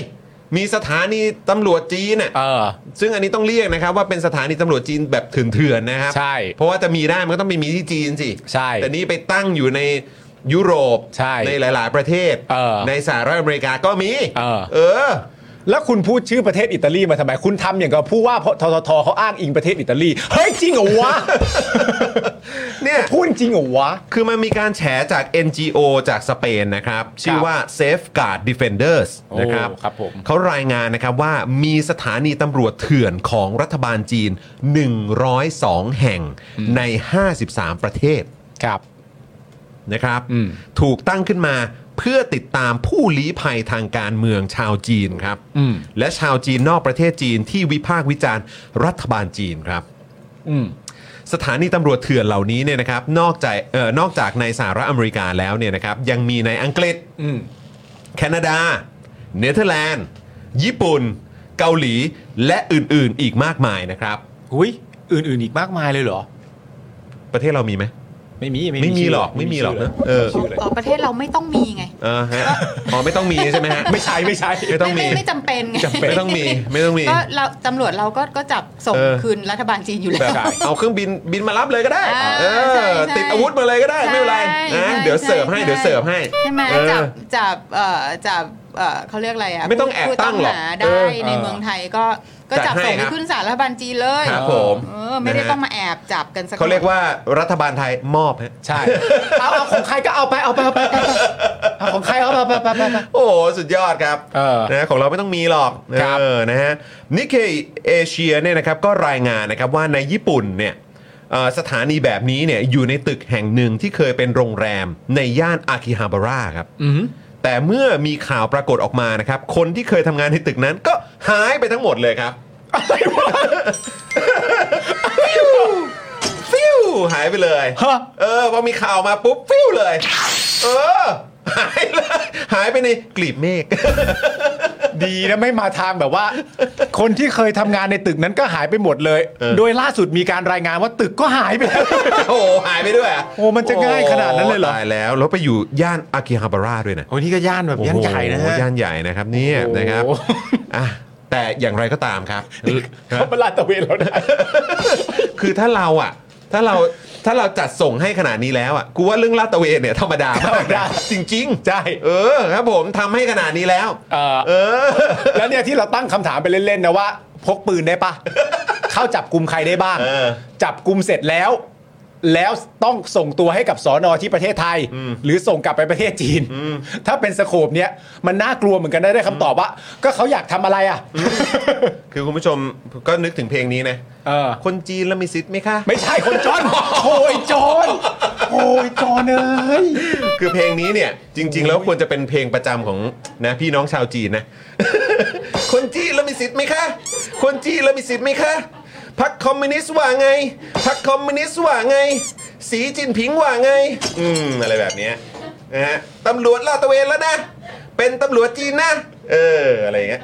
Speaker 1: มีสถานีตำรวจจีนอ่ะ
Speaker 3: เออ
Speaker 1: ซึ่งอันนี้ต้องเรียกนะครับ ว่าเป็นสถานีตำรวจจีนแบบเถื่อนๆนะครับ
Speaker 3: ใช่
Speaker 1: เพราะว่าจะมีได้มันก็ต้องไปมีที่จีนสิ
Speaker 3: ใช่
Speaker 1: แต่นี่ไปตั้งอยู่ในยุโรป
Speaker 3: ใช่
Speaker 1: หลายๆ ประเทศ
Speaker 3: เออ
Speaker 1: ในสหรัฐอเมริกาก็มี
Speaker 3: เออ
Speaker 1: เออ
Speaker 3: แล้วคุณพูดชื่อประเทศอิตาลีมาทำไม คุณทำอย่างกับผู้ว่าเพราะทททเขาอ้างอิงประเทศอิตาลีเฮ้ยจริงเหรอวะ
Speaker 1: เนี่ย
Speaker 3: พูดจริงเหรอวะ
Speaker 1: คือมันมีการแฉจาก NGO จากสเปนนะครับ ชื่อว่า Safeguard Defenders
Speaker 3: โอ้
Speaker 1: นะครับ
Speaker 3: ครับผม
Speaker 1: เขารายงานนะครับว่ามีสถานีตำรวจเถื่อนของรัฐบาลจีน 102 แห่งใน 53 ประเทศนะครับ
Speaker 3: อืม
Speaker 1: ถูกตั้งขึ้นมาเพื่อติดตามผู้ลี้ภัยทางการเมืองชาวจีนครับ
Speaker 3: อืม
Speaker 1: และชาวจีนนอกประเทศจีนที่วิพากษ์วิจารณ์รัฐบาลจีนครับ
Speaker 3: อืม
Speaker 1: สถานีตำรวจเถื่อนเหล่านี้เนี่ยนะครับนอกจากเอ่อนอกจากในสหรัฐอเมริกาแล้วเนี่ยนะครับยังมีในอังกฤษ
Speaker 3: อืม
Speaker 1: แคนาดา เนเธอร์แลนด์ ญี่ปุ่น เกาหลีและอื่นๆอีกมากมายนะครับ
Speaker 3: หุยอื่น ๆ อีกมากมายเลยเหรอ
Speaker 1: ประเทศเรามีไหม
Speaker 3: ไม่มี
Speaker 1: ไม่มี
Speaker 3: ชื่
Speaker 1: หรอกไม่มีหรอกนะเออ
Speaker 3: ชื่อเลย
Speaker 7: อ๋อประเทศเราไม่ต้องมีไง
Speaker 1: เออฮะอ๋อไม่ต้องมีใช่ไหมฮะ
Speaker 3: ไม่ใช่ไม่ใช่
Speaker 1: ไม่ต้อง
Speaker 7: ไม่
Speaker 1: มี
Speaker 7: ไม่ไม่จำเป็นไง
Speaker 3: จำเป็น
Speaker 1: ไม่ต้องมีไม่ต้องมี
Speaker 7: ก็เราตำรวจเราก็ก็จับส่ง
Speaker 1: เออ
Speaker 7: คืนรัฐบาลจีนอยู่
Speaker 1: แบ
Speaker 7: แล้
Speaker 1: บ
Speaker 7: ว
Speaker 1: เอาเครื่องบินบินมารับเลยก็ได้
Speaker 7: อ่า
Speaker 1: เอ
Speaker 7: ใช่
Speaker 1: อ
Speaker 7: ใช่
Speaker 1: ติดอาวุธมาเลยก็ได้ไม่เป็นไร
Speaker 7: ใช่
Speaker 1: นะ
Speaker 7: ใช่
Speaker 1: เดี๋ยวเสิร์ฟให้
Speaker 7: ใช่
Speaker 1: เดี๋ยวเสิร์ฟให้
Speaker 7: ใช่ไหม
Speaker 1: เออ
Speaker 7: จับจับเอ่อจับเอ่อเขาเรียกอะไรอ่ะ
Speaker 1: ไม่ต้องแอบ
Speaker 7: ผู้
Speaker 1: ตั้งหรอก
Speaker 7: ผู้ต้า
Speaker 1: เอ
Speaker 7: ได้
Speaker 1: อ
Speaker 7: ใน
Speaker 3: เออ
Speaker 7: เมืองไทยก็ก็
Speaker 1: จั
Speaker 7: จั
Speaker 1: ด
Speaker 7: บ
Speaker 1: ให้
Speaker 7: ส่งไป
Speaker 1: ครับ
Speaker 7: ขึ้นศาลรัฐบาลจีนเลย
Speaker 1: ครับผม
Speaker 7: เออไม่ได้
Speaker 1: นะฮะ
Speaker 7: ต้องมาแอบจับกันสัก
Speaker 1: เขาเรียกว่ารัฐบาลไทยมอบฮะ
Speaker 3: ใช่ เอาเอาของใครก็เอาไปเอาไปเอาไปเอาไป เอาของใครเอาไปไปไปไป
Speaker 1: โอ้โหสุดยอดครับ
Speaker 3: เออ
Speaker 1: นะของเราไม่ต้องมีหรอก
Speaker 3: ครับ
Speaker 1: เออนะฮะนิเคเอเชียเนี่ยนะครับก็รายงานนะครับว่าในญี่ปุ่นเนี่ยเอ่อสถานีแบบนี้เนี่ยอยู่ในตึกแห่งหนึ่งที่เคยเป็นโรงแรมในย่านอากิฮาบาระครับ
Speaker 3: อือหือ
Speaker 1: แต่เมื่อมีข่าวปรากฏออกมานะครับ คนที่เคยทำงานในตึกนั้นก็หายไปทั้งหมดเลยครับฟิวฟิวหายไปเลย
Speaker 3: ฮะ
Speaker 1: เออพอมีข่าวมาปุ๊บฟิวเลย เออหายเลยหายไปในกลีบเมฆ
Speaker 3: ดีนะไม่มาทางแบบว่า คนที่เคยทำงานในตึกนั้นก็หายไปหมดเลย
Speaker 1: เออ
Speaker 3: โดยล่าสุดมีการรายงานว่าตึกก็หายไปแล้ว
Speaker 1: โอ้โหหายไปด้วยะ
Speaker 3: โอ้มันจะง่ายขนาดนั้นเลยเหรอ
Speaker 1: โตายแล้ว แล้วไปอยู่ย่านอากิฮาบาระด้วยนะ
Speaker 3: โอ้นี่ก็ย่านแบบย่านใหญ่นะ
Speaker 1: โอ้
Speaker 3: ฮะ
Speaker 1: โย่านใหญ่นะครับเนี่ย
Speaker 3: โอ้โห
Speaker 1: นะครับอ่ะแต่อย่างไรก็ตามครับ
Speaker 3: เขาเป็นลาดตระเวนแล้วนะ
Speaker 1: คือถ้าเราอ่ะ ถ้าเราถ้าเราจัดส่งให้ขนาดนี้แล้วอ่ะกูว่าเรื่องลาดตระเวนเนี่ยธรรมดามากนะจริงๆ
Speaker 3: ใช่
Speaker 1: เออครับผมทำให้ขนาดนี้แล้ว
Speaker 3: เออ
Speaker 1: เออ
Speaker 3: แล้วเนี่ยที่เราตั้งคำถามไปเล่นๆนะว่า พกปืนได้ปะ เข้าจับกลุ่มใครได้บ้าง
Speaker 1: เออ
Speaker 3: จับกลุ่มเสร็จแล้ว แล้วต้องส่งตัวให้กับสอนอที่ประเทศไทย หรือส่งกลับไปประเทศจีน ถ้าเป็นสโคปเนี้ยมันน่ากลัวเหมือนกันนะได้คำตอบว่า ก็เขาอยากทำอะไรอ่ะ
Speaker 1: คือคุณผู้ชมก็นึกถึงเพลงนี้นะ
Speaker 3: เออ
Speaker 1: คนจีนแล้วมีสิทธิ์ไหมคะ
Speaker 3: ไม่ใช่คน จน โอ้ยจนโอ้ยจนเอ้ย
Speaker 1: คือเพลงนี้เนี่ยจริง ๆ แล้วควรจะเป็นเพลงประจำของนะพี่น้องชาวจีนนะ คนจีนแล้วมีสิทธิ์ไหมคะ คนจีนแล้วมีสิทธิ์ไหมคะพรรคคอมมิวนิสต์ว่าไงพรรคคอมมิวนิสต์ว่าไง สีจินผิงว่าไง อืมอะไรแบบเนี้ยนะฮะตำรวจลาดตระเวนแล้วนะ เป็นตำรวจจีนนะ เอออะไรอย่างเงี้ย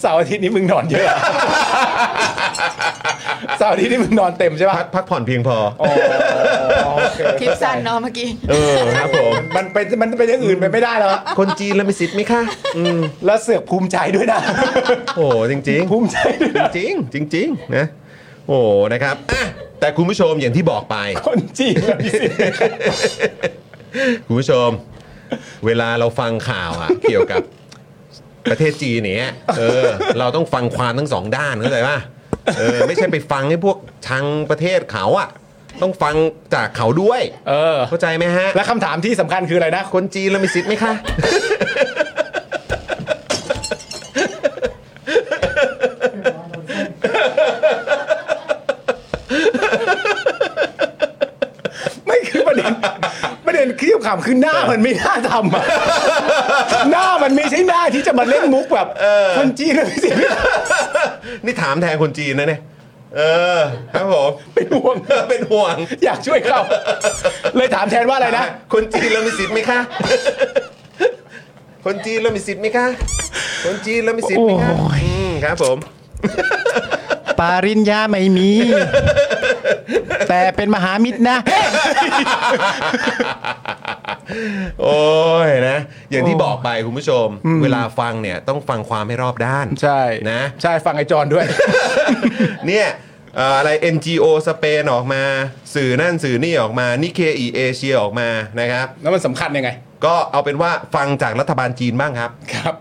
Speaker 3: เสาร์อาทิตย์นี้มึงนอนเยอะ อะ เสาร์อาทิตย์นี้มึงนอนเต็มใช่ปะ
Speaker 1: พักพักผ่อนเพียงพอ
Speaker 7: คลิปสั้นเนาะเมื่อกี้
Speaker 1: เออครับผม
Speaker 3: มันเป็นมันเป็นอย่างอื่นไปไม่ได้แล้วอะ
Speaker 1: คนจีนแล้วมีสิทธิ์ไหมคะอืม
Speaker 3: แล้วเสือกภูมิใจด้วยนะ
Speaker 1: โอ้โหจริง ๆ
Speaker 3: ภูมิใจด้วยนะ
Speaker 1: จริงๆจริงๆนะโอ้นะครับอ่ะแต่คุณผู้ชมอย่างที่บอกไป
Speaker 3: คนจีนแล้วมีสิทธิ์
Speaker 1: คุณผู้ชม เวลาเราฟังข่าวอะ เกี่ยวกับประเทศจีนเนี้ยเออ เราต้องฟังความทั้งสองด้านเข้าใจป่ะเออไม่ใช่ไปฟังให้พวกชังประเทศเขาอะต้องฟังจากเขาด้วย
Speaker 3: เออ
Speaker 1: เข้าใจไหมฮะ
Speaker 3: และคำถามที่สำคัญคืออะไรนะ
Speaker 1: คนจีนเรามีสิทธิ์ไหมคะ
Speaker 3: ไม่คือประเด็น ประเด็นคลิปขำคือหน้ามันไม่น่าทำอะ หน้ามันไม่ใช่หน้าที่จะมาเล่นมุกแบบคนจีนแล้วมีสิทธิ์
Speaker 1: นี่ถามแทนคนจีนนะเนี่ยเออครับผม
Speaker 3: เป็นห่วง
Speaker 1: เป็นห่วง
Speaker 3: อยากช่วยเขาเลยถามแทนว่าอะไรนะ
Speaker 1: คนจีนเรามีสิทธิ์ไหมคะ คนจีนเรามีสิทธิ์ไหมคะ คนจีนเรามีสิทธิ์ไหมคะ
Speaker 3: โอ้ย
Speaker 1: อืมครับ ผม
Speaker 3: ปาริญญาไม่มี แต่เป็นมหามิตรนะ
Speaker 1: โอ้ยนะ อย่างที่บอกไปคุณผู้ชม เวลาฟังเนี่ยต้องฟังความให้รอบด้าน
Speaker 3: ใช่
Speaker 1: นะ
Speaker 3: ใช่ฟังไอจอนด้วย
Speaker 1: เนี่ยเอ่ออะไร NGO สเปนออกมา สื่อนั่นสื่อนี่ออกมานิเคอีเอเชียออกมานะครับ
Speaker 3: แล้วมันสำคัญยังไง
Speaker 1: ก็เอาเป็นว่าฟังจากรัฐบาลจีนบ้างครับ
Speaker 3: ครับ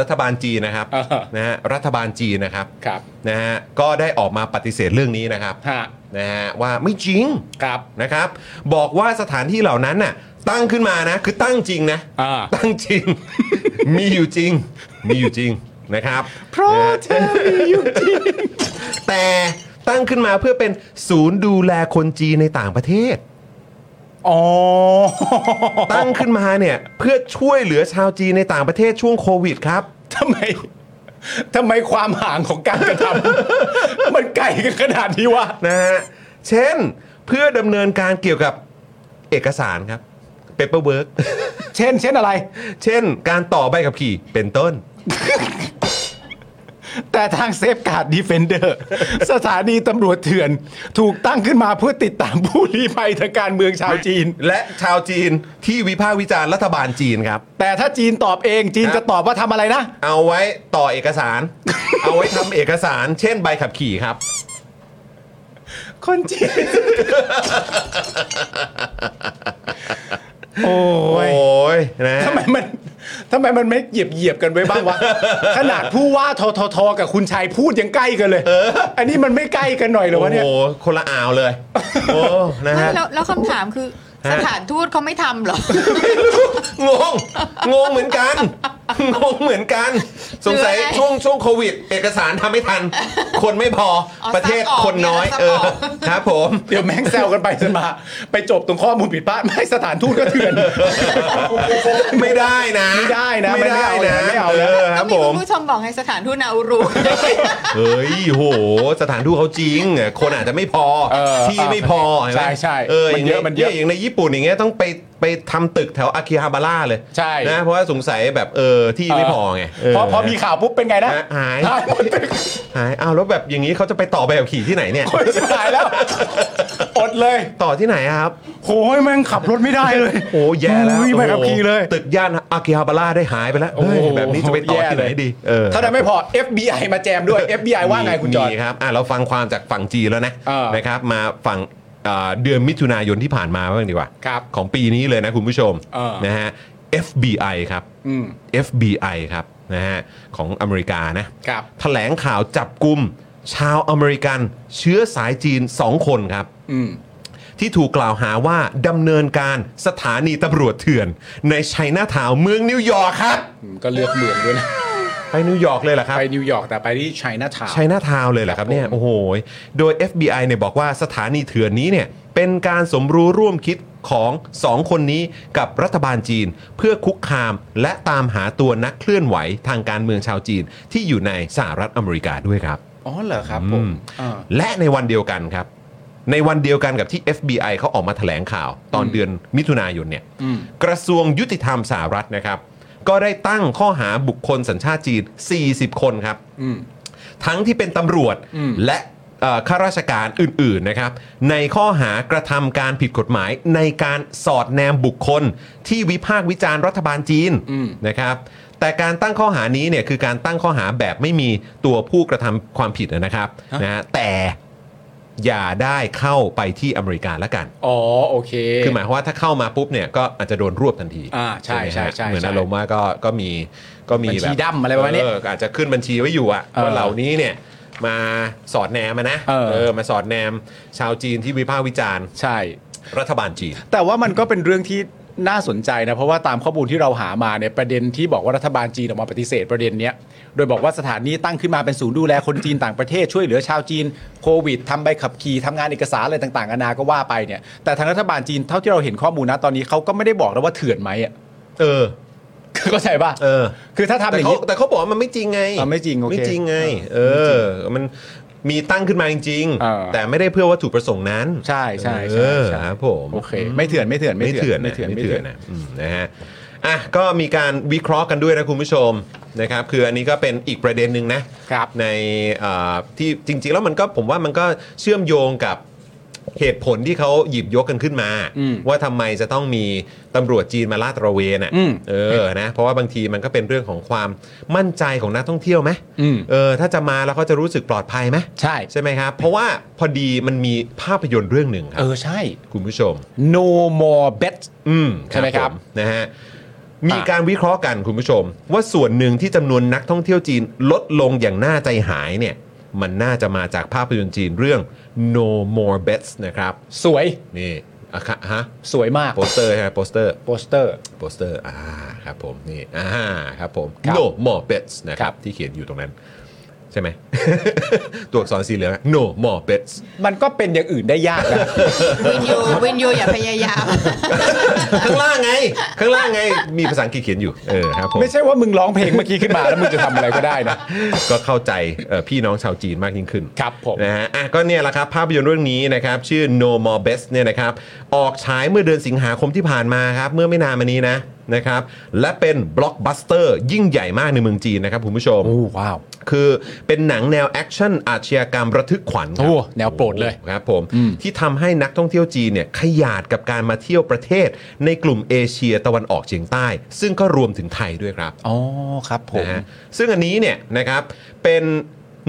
Speaker 1: รัฐบาลจีนนะครับ
Speaker 3: อ่าฮะ
Speaker 1: นะฮะรัฐบาลจีนนะครับ
Speaker 3: ครับ
Speaker 1: นะฮะก็ได้ออกมาปฏิเสธเรื่องนี้นะครับ
Speaker 3: ฮะ
Speaker 1: นะฮะว่าไม่จริง
Speaker 3: ครับ
Speaker 1: นะครับ บอกว่าสถานที่เหล่านั้นน่ะตั้งขึ้นมานะคือตั้งจริงนะ
Speaker 3: อ่า
Speaker 1: ตั้งจริง มีอยู่จริง มีอยู่จริงนะครับ
Speaker 3: เพราะ
Speaker 1: นฮ
Speaker 3: เธอมีอยู่จริง
Speaker 1: แต่ตั้งขึ้นมาเพื่อเป็นศูนย์ดูแลคนจีนในต่างประเทศ
Speaker 3: อ๋อ
Speaker 1: ตั้งขึ้นมาเนี่ยเพื่อช่วยเหลือชาวจีนในต่างประเทศช่วงโควิดครับ
Speaker 3: ทำไมทำไมความห่างของการกระทำ มันไกลกันขนาดนี้วะ
Speaker 1: นะฮะ เช่นเพื่อดำเนินการเกี่ยวกับเอกสารครับเปเปอร์เวิร์ก
Speaker 3: เช่น เช่นอะไร
Speaker 1: เช่น การต่อใบขับขี่เป็นต้น
Speaker 3: แต่ทางเซฟการ์ดดีเฟนเดอ ร์ สถานีตำรวจเถื่อน ถูกตั้งขึ้นมาเพื่อติดตามผู้ลี้ภัยทางการเมืองชาวจี น
Speaker 1: และชาวจีนที่วิพากษ์วิจารณ์รัฐบาลจีนครับ
Speaker 3: แต่ถ้าจีนตอบเองจีนจะตอบว่าทำอะไรนะ
Speaker 1: เอาไว้ต่อเอกสาร เอาไว้ทำเอกสาร เช่นใบขับขี่ครับ
Speaker 3: คนจีน โอ้
Speaker 1: โอ้
Speaker 3: ย
Speaker 1: ยนะ
Speaker 3: ทำไมมันทำไมมันไม่เหยียบเหยียบๆกันไว้บ้างวะ ขนาดผู้ว่าทททกับคุณชัยพูดยังใกล้กันเลยอันนี้มันไม่ใกล้กันหน่อยเหรอ
Speaker 1: โอ้
Speaker 3: วะเนี่ย
Speaker 1: โหคนละอ่าวเลย โอ้นะฮะ
Speaker 7: แล้วแล้วคำถามคือ
Speaker 1: ฮะ
Speaker 7: สถานทูตเขาไม่ทำเหรอ
Speaker 1: งง งงเหมือนกัน งงเหมือนกัน สงสัย
Speaker 7: เหนื่อย
Speaker 1: ช่วงช่วงโควิด เอกสารทำไม่ทัน คนไม่พอ
Speaker 7: เอา
Speaker 1: ประเทศ
Speaker 7: ซักออก
Speaker 1: คนน้อย
Speaker 7: เนี่ย
Speaker 1: เออ
Speaker 7: ซักออก
Speaker 1: ครับผม
Speaker 3: เดี๋ยวแม่งแซวกันไปกันมา ไปจบตรงข้อมูลผิดพลาดไม่สถานทูตก็เถื่อน
Speaker 1: ไม่ได้นะ
Speaker 3: ไม่ได้นะ
Speaker 1: ไม่ได้นะ
Speaker 3: ไม่เอา
Speaker 1: เอ
Speaker 3: นะ
Speaker 1: อค
Speaker 7: ก็
Speaker 1: รับผ
Speaker 7: มีคุ
Speaker 1: ม
Speaker 7: ณผู้ชมบอกให้สถานทูตนาอูรู
Speaker 1: เฮ้ยโห สถานทูตเขาจริง คนอาจจะไม่พอ
Speaker 3: เออ
Speaker 1: ที่ไม่พอเห็นไหม
Speaker 3: ใช่ใช่
Speaker 1: เออ
Speaker 3: มันเยอะ
Speaker 1: าง
Speaker 3: มันเยอะ
Speaker 1: อย่างในญี่ปุ่นอย่างเงี้ยต้องไปไปทำตึกแถวอากิฮาบาร่าเลย
Speaker 3: ใช่
Speaker 1: นะเพราะว่าสงสัยแบบเออที่ไม่พอไงเ
Speaker 3: พอพอมีข่าวปุ๊บเป็นไงนะ
Speaker 1: ฮะหาย
Speaker 3: หายหมดตึก
Speaker 1: หายอ้าวแล้วแบบอย่างนี้เขาจะไปต่อใบขับขี่ที่ไหนเนี่ย
Speaker 3: โอ้ยชิบหายแล้ว อดเลย
Speaker 1: ต่อที่ไหนอะครับ
Speaker 3: โอ้ยแม่งขับรถไม่ได้เลย
Speaker 1: โอ้แย่แล้ว
Speaker 3: อุ้ยไปขับขี่เลย
Speaker 1: ตึกย่านอากิฮาบาร่าได้หายไปแล้ว
Speaker 3: โอ้โห
Speaker 1: เฮ้ยแบบนี้จะไปต่อที่ไหน
Speaker 3: แย่เลย
Speaker 1: ดีเออ
Speaker 3: เท่านั้นไม่พอ FBI มาแจมด้วย FBI ว่าไงคุณจอย
Speaker 1: มีครับอ่ะเราฟังความจากฝั่งจีนแล้วนะ
Speaker 3: เออ
Speaker 1: นะครับ มาฝั่งเอ่อเดือนมิถุนายนที่ผ่านมาบ้างดีกว่า
Speaker 3: ครับ
Speaker 1: ของปีนี้เลยนะคุณผู้ชม
Speaker 3: เออ
Speaker 1: นะฮะ FBI ครับ
Speaker 3: อืม
Speaker 1: FBI ครับนะฮะของอเมริกานะครับ แถลงข่าวจับกลุ่มชาวอเมริกัน เชื้อสายจีน 2 คนครับ
Speaker 3: อืม
Speaker 1: ที่ถูกกล่าวหาว่าดำเนินการสถานีตำรวจเถื่อน ในไชน่าทาวน์เมืองนิวยอร์กครับ
Speaker 3: ก็เลือกเมืองด้วยนะ
Speaker 1: ไปนิวยอร์กเลยเหรอครับ
Speaker 3: ไปนิวยอร์กแต่ไปที่ไชน่าทาว
Speaker 1: ไชน่าทาวน์เลยเหรอครับเนี่ย
Speaker 3: ครับผม
Speaker 1: โอ้โหโดย FBI เนี่ยบอกว่าสถานีเถื่อนนี้เนี่ยเป็นการสมรู้ร่วมคิดของสองคนนี้กับรัฐบาลจีน เพื่อคุกคามและตามหาตัวนักเคลื่อนไหวทางการเมืองชาวจีน ที่อยู่ในสหรัฐอเมริกาด้วยครับ
Speaker 3: อ๋อเหรอครับผมอ่า
Speaker 1: และในวันเดียวกันครับ ในวันเดียวกันกับที่ FBI เขาออกมาแถลงข่าว ตอนเดือนมิถุนายนเนี่ย
Speaker 3: อืม
Speaker 1: กระทรวงยุติธรรมสหรัฐนะครับ ก็ได้ตั้งข้อหาบุคคลสัญชาติจีน 40 คนครับ
Speaker 3: อืม
Speaker 1: ทั้งที่เป็นตำรวจ
Speaker 3: อืม
Speaker 1: และเอ่อข้าราชการอื่น ๆ นะครับ ในข้อหากระทำการผิดกฎหมายในการสอดแนมบุคคล ที่วิพากษ์วิจารณ์รัฐบาลจีนนะครับ แต่การตั้งข้อหานี้เนี่ยคือการตั้งข้อหาแบบไม่มีตัวผู้กระทำความผิดนะครับนะฮะแต่อย่าได้เข้าไปที่อเมริกาละกัน
Speaker 3: อ๋อโอเค
Speaker 1: คือหมายความว่าถ้าเข้ามาปุ๊บเนี่ยก็อาจจะโดนรวบทันที
Speaker 3: อ่าใช่
Speaker 1: ไหมฮะ
Speaker 3: ใช่ใช่
Speaker 1: เหมือน
Speaker 3: ใช่
Speaker 1: อารมณ์ว่าก็ก็มีก็มี
Speaker 3: บัญชี
Speaker 1: แบบ
Speaker 3: ดำอะไรประมาณนี้
Speaker 1: เอออาจจะขึ้นบัญชีไว้อยู่อะ
Speaker 3: เออ
Speaker 1: ว่าเหล่านี้เนี่ยมาสอดแนมอะนะ
Speaker 3: เออ
Speaker 1: มาสอดแนมชาวจีนที่วิพากษ์วิจารณ์
Speaker 3: ใช่
Speaker 1: รัฐบาลจีน
Speaker 3: แต่ว่ามันก็เป็นเรื่องที่น่าสนใจนะ เพราะว่าตามข้อมูลที่เราหามาเนี่ยประเด็นที่บอกว่ารัฐบาลจีนออกมาปฏิเสธประเด็นเนี้ยโดยบอกว่าสถานีตั้งขึ้นมาเป็นศูนย์ดูแลคนจีนต่างประเทศช่วยเหลือชาวจีนโควิดทำใบขับขี่ทำงานเอกสารอะไรต่างๆนานาก็ว่าไปเนี่ยแต่ทางรัฐบาลจีนเท่าที่เราเห็นข้อมูลนะตอนนี้เขาก็ไม่ได้บอกแล้วว่าเถื่อนไหมอ่ะ
Speaker 1: เออ
Speaker 3: เข้าใจป่ะ
Speaker 1: เออ
Speaker 3: คือถ้าทำอ
Speaker 1: แต่
Speaker 3: ย่าง
Speaker 1: เขา
Speaker 3: นี้
Speaker 1: แต่เขาบอกว่ามันไม่จริงไง
Speaker 3: อ่ะไม่จริงโอเค
Speaker 1: ไม่จริงไง เออ มันมีตั้งขึ้นมาจริง
Speaker 3: เออ
Speaker 1: ๆแต่ไม่ได้เพื่อวัตถุประสงค์นั้น
Speaker 3: ใช่ใช่
Speaker 1: เอ
Speaker 3: ใช่
Speaker 1: อ
Speaker 3: ใช่
Speaker 1: ครับผม
Speaker 3: โอเค ไม่เถื่อนไม่เถื่อน
Speaker 1: ไม่เถื่อนนะ
Speaker 3: ไม่เถื่อน
Speaker 1: ไม่
Speaker 3: ไม่
Speaker 1: เถื่
Speaker 3: เถื่
Speaker 1: อ
Speaker 3: อน น
Speaker 1: นะอืมนะฮะอ่ะก็มีการวิเคราะห์กันด้วยนะคุณผู้ชมนะครับคืออันนี้ก็เป็นอีกประเด็นหนึ่งนะครับ ในเอ่อที่จริง ๆ แล้วมันก็ผมว่ามันก็เชื่อมโยงกับเหตุผลที่เขาหยิบยกกันขึ้นมา
Speaker 3: อืม
Speaker 1: ว่าทำไมจะต้องมีตำรวจจีนมาลาดตระเวนอ่ะ
Speaker 3: อืม
Speaker 1: เออนะเพราะว่าบางทีมันก็เป็นเรื่องของความมั่นใจของนักท่องเที่ยวไหม
Speaker 3: อืม
Speaker 1: เออถ้าจะมาแล้วเขาจะรู้สึกปลอดภัยไหม
Speaker 3: ใช่
Speaker 1: ใช่ไหมครับ เพราะว่าพอดีมันมีภาพยนตร์เรื่องหนึ่งครั
Speaker 3: เอบ อใช่
Speaker 1: คุณผู้ชม
Speaker 3: no more bet
Speaker 1: อืม
Speaker 3: ใช่ไหมครับ
Speaker 1: ผนะฮะมีการวิเคราะห์กันคุณผู้ชม ว่าส่วนหนึ่งที่จำนวนนักท่องเที่ยวจีนลดลงอย่างน่าใจหายเนี่ย มันน่าจะมาจากภาพยนตร์จีนเรื่อง No More Bets นะครับ
Speaker 3: สวย
Speaker 1: นี่อะคะฮะ
Speaker 3: สวยมาก
Speaker 1: โปสเตอร์ใช่ไหมโปสเตอร์
Speaker 3: โปสเตอร์
Speaker 1: โปสเตอร์อ่าครับผมนี่อ่าครับผม
Speaker 3: ครับ
Speaker 1: No More Bets นะค
Speaker 3: ค
Speaker 1: รั
Speaker 3: รั
Speaker 1: บบ ที่เขียนอยู่ตรงนั้น ใช่ไหม ตัวอักษรสีเหลืองอะ No More Bets
Speaker 3: มันก็เป็นอย่างอื่นได้ยากนะ
Speaker 7: วินยูวินยูอย่าพยายาม
Speaker 1: ข้างล่างไง ข้างล่างไงมีภาษาอังกฤษเขียนอยู่เออครับผม
Speaker 3: ไม่ใช่ว่ามึงร้องเพลงเมื่อกี้ขึ้นมาแล้วมึงจะทำอะไรก็ได้นะ
Speaker 1: ก็เข้าใจเอ่อพี่น้องชาวจีนมากยิ่งขึ้น
Speaker 3: ครับผม
Speaker 1: นะฮะอ่ะก็เนี่ยแหละครับภาพยนตร์เรื่องนี้นะครับชื่อ No More Best เนี่ยนะครับออกฉายเมื่อเดือนสิงหาคมที่ผ่านมาครับ เมื่อไม่นานมานี้นะนะครับและเป็นบล็อกบัสเตอร์ยิ่งใหญ่มากในเมืองจีนนะครับคุณผู้ชม
Speaker 3: โอ้ว้าว
Speaker 1: คือเป็นหนังแนวแอคชั่นอาชญากรรมระทึกขวัญครับ
Speaker 3: โอ้แนวโปรดเลย
Speaker 1: ครับผม
Speaker 3: อืม
Speaker 1: ที่ทำให้นักท่องเที่ยวจีนเนี่ยขยาดกับการมาเที่ยวประเทศ ในกลุ่มเอเชียตะวันออกเฉียงใต้ ซึ่งก็รวมถึงไทยด้วยครับ
Speaker 3: อ๋อครับผม
Speaker 1: นะฮะซึ่งอันนี้เนี่ยนะครับเป็น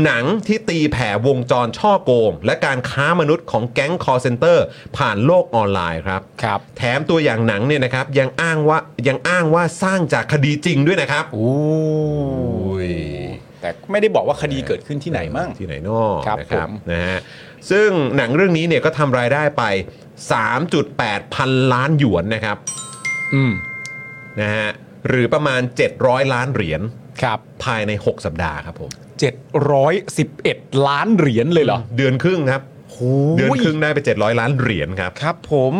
Speaker 1: หนังที่ตีแผ่วงจรช่อโกง และการค้ามนุษย์ของแก๊งคอร์เซนเตอร์ ผ่านโลกออนไลน์ครับ
Speaker 3: ครับ
Speaker 1: แถมตัวอย่างหนังเนี่ยนะครับยังอ้างว่ายังอ้างว่าสร้างจากคดีจริงด้วยนะครับ
Speaker 3: โอ้
Speaker 1: ย
Speaker 3: แต่ไม่ได้บอกว่าคดีเกิดขึ้นที่ไหนมั่ง
Speaker 1: ที่ไหนนอก
Speaker 3: ครับ
Speaker 1: นะครับ
Speaker 3: ผม
Speaker 1: นะฮะซึ่งหนังเรื่องนี้เนี่ยก็ทำรายได้ไป 3.8 พันล้านหยวนนะครับ
Speaker 3: อืม
Speaker 1: นะฮะหรือประมาณ 700 ล้านเหรียญ
Speaker 3: ครับ
Speaker 1: ภายใน 6 สัปดาห์ครับผม
Speaker 3: 711 ล้านเหรียญเลยเหรอ
Speaker 1: เดือนครึ่งครับ
Speaker 3: โ
Speaker 1: เดื
Speaker 3: เดื
Speaker 1: อนครึ่งได้ไป 700 ล้านเหรียญครับ
Speaker 3: ครับผม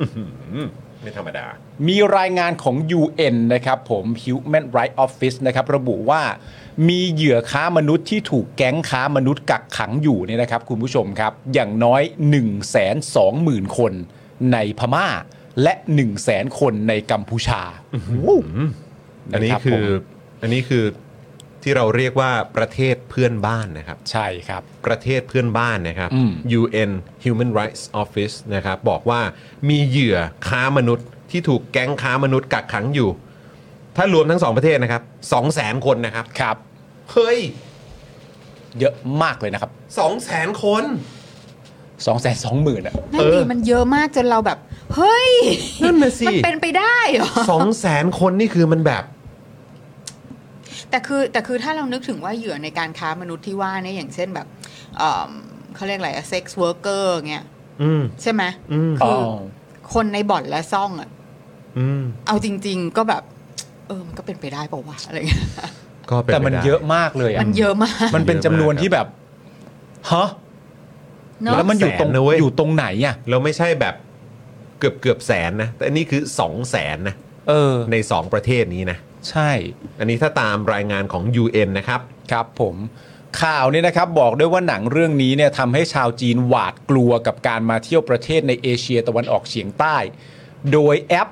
Speaker 1: อืมไม่ธรรมดา
Speaker 3: มีรายงานของ UN นะครับผม Human Rights Office นะครับระบุว่ามีเหยื่อค้ามนุษย์ที่ถูกแก๊งค้ามนุษย์กักขังอยู่เนี่ยนะครับคุณผู้ชมครับ อย่างน้อย 1 2 0 0 0 0 คนในพม่า และ 1 0 0 0 0 0 คนในกัมพูชา
Speaker 1: อันนี้
Speaker 3: นะครับ
Speaker 1: คื
Speaker 3: ผ
Speaker 1: อ
Speaker 3: ม
Speaker 1: อันนี้คือที่เราเรียกว่าประเทศเพื่อนบ้านนะครับ
Speaker 3: ใช่ครับ
Speaker 1: ประเทศเพื่อนบ้านนะครับ
Speaker 3: อืม
Speaker 1: UN Human Rights Office นะครับบอกว่ามีเหยื่อค้ามนุษย์ที่ถูกแก๊งค้ามนุษย์กักขังอยู่ ถ้ารวมทั้งสองประเทศนะครับ 2 0 0แสนคนนะครับ
Speaker 3: ครับ
Speaker 1: เฮ้ย
Speaker 3: เยอะมากเลยนะครับ
Speaker 1: 2 0 0แสนคน
Speaker 3: 2 2 0 0 0 0อ่ะ
Speaker 7: นั่นดีมันเยอะมากจนเราแบบ เฮ้ย
Speaker 1: นั่นน่ะสิ
Speaker 7: มันเป็นไปได้เหรอ
Speaker 1: 2 0 0แสนคนนี่คือมันแบบ
Speaker 7: แต่คือแต่คือถ้าเรานึกถึงว่าเหยื่อในการค้ามนุษย์ที่ว่าเนี่ยอย่างเช่นแบบเอิ่มเขาเรียกอะไรเซ็กซ์เวิร์กเกอร์เงี้ย
Speaker 1: อืม
Speaker 7: ใช่ไหม
Speaker 1: อืม
Speaker 7: คืออคนในบ่อนและซ่องอะ
Speaker 1: อืม
Speaker 7: เอาจริง ๆ ก็แบบ เออมันก็เป็นไปได้เปล่าวะอะไรเงี้ย
Speaker 1: ก็เป็น
Speaker 3: แต่มัน
Speaker 1: ไปได้
Speaker 3: เยอะมากเลยอ่ะ
Speaker 7: มันเยอะมาก
Speaker 3: มันเป็นจำนวนที่แบบฮะ
Speaker 7: เนอะ
Speaker 3: แล้วมันอยู่ตรง
Speaker 1: แสนนะเว้ย
Speaker 3: อยู่ตรงไหนอ่ะ
Speaker 1: เราไม่ใช่แบบเกือบเกือบแสนนะ แต่อันนี้คือ 2 0 0แสนนะ
Speaker 3: เออ
Speaker 1: ใน 2 ประเทศนี้นะ
Speaker 3: ใช่
Speaker 1: อันนี้ถ้าตามรายงานของ UN นะครับ
Speaker 3: ครับผมข่าวเนี่ยนะครับบอกด้วยว่าหนังเรื่องนี้เนี่ยทำให้ชาวจีนหวาดกลัวกับการมาเที่ยวประเทศในเอเชียตะวันออกเฉียงใต้ โดยแอป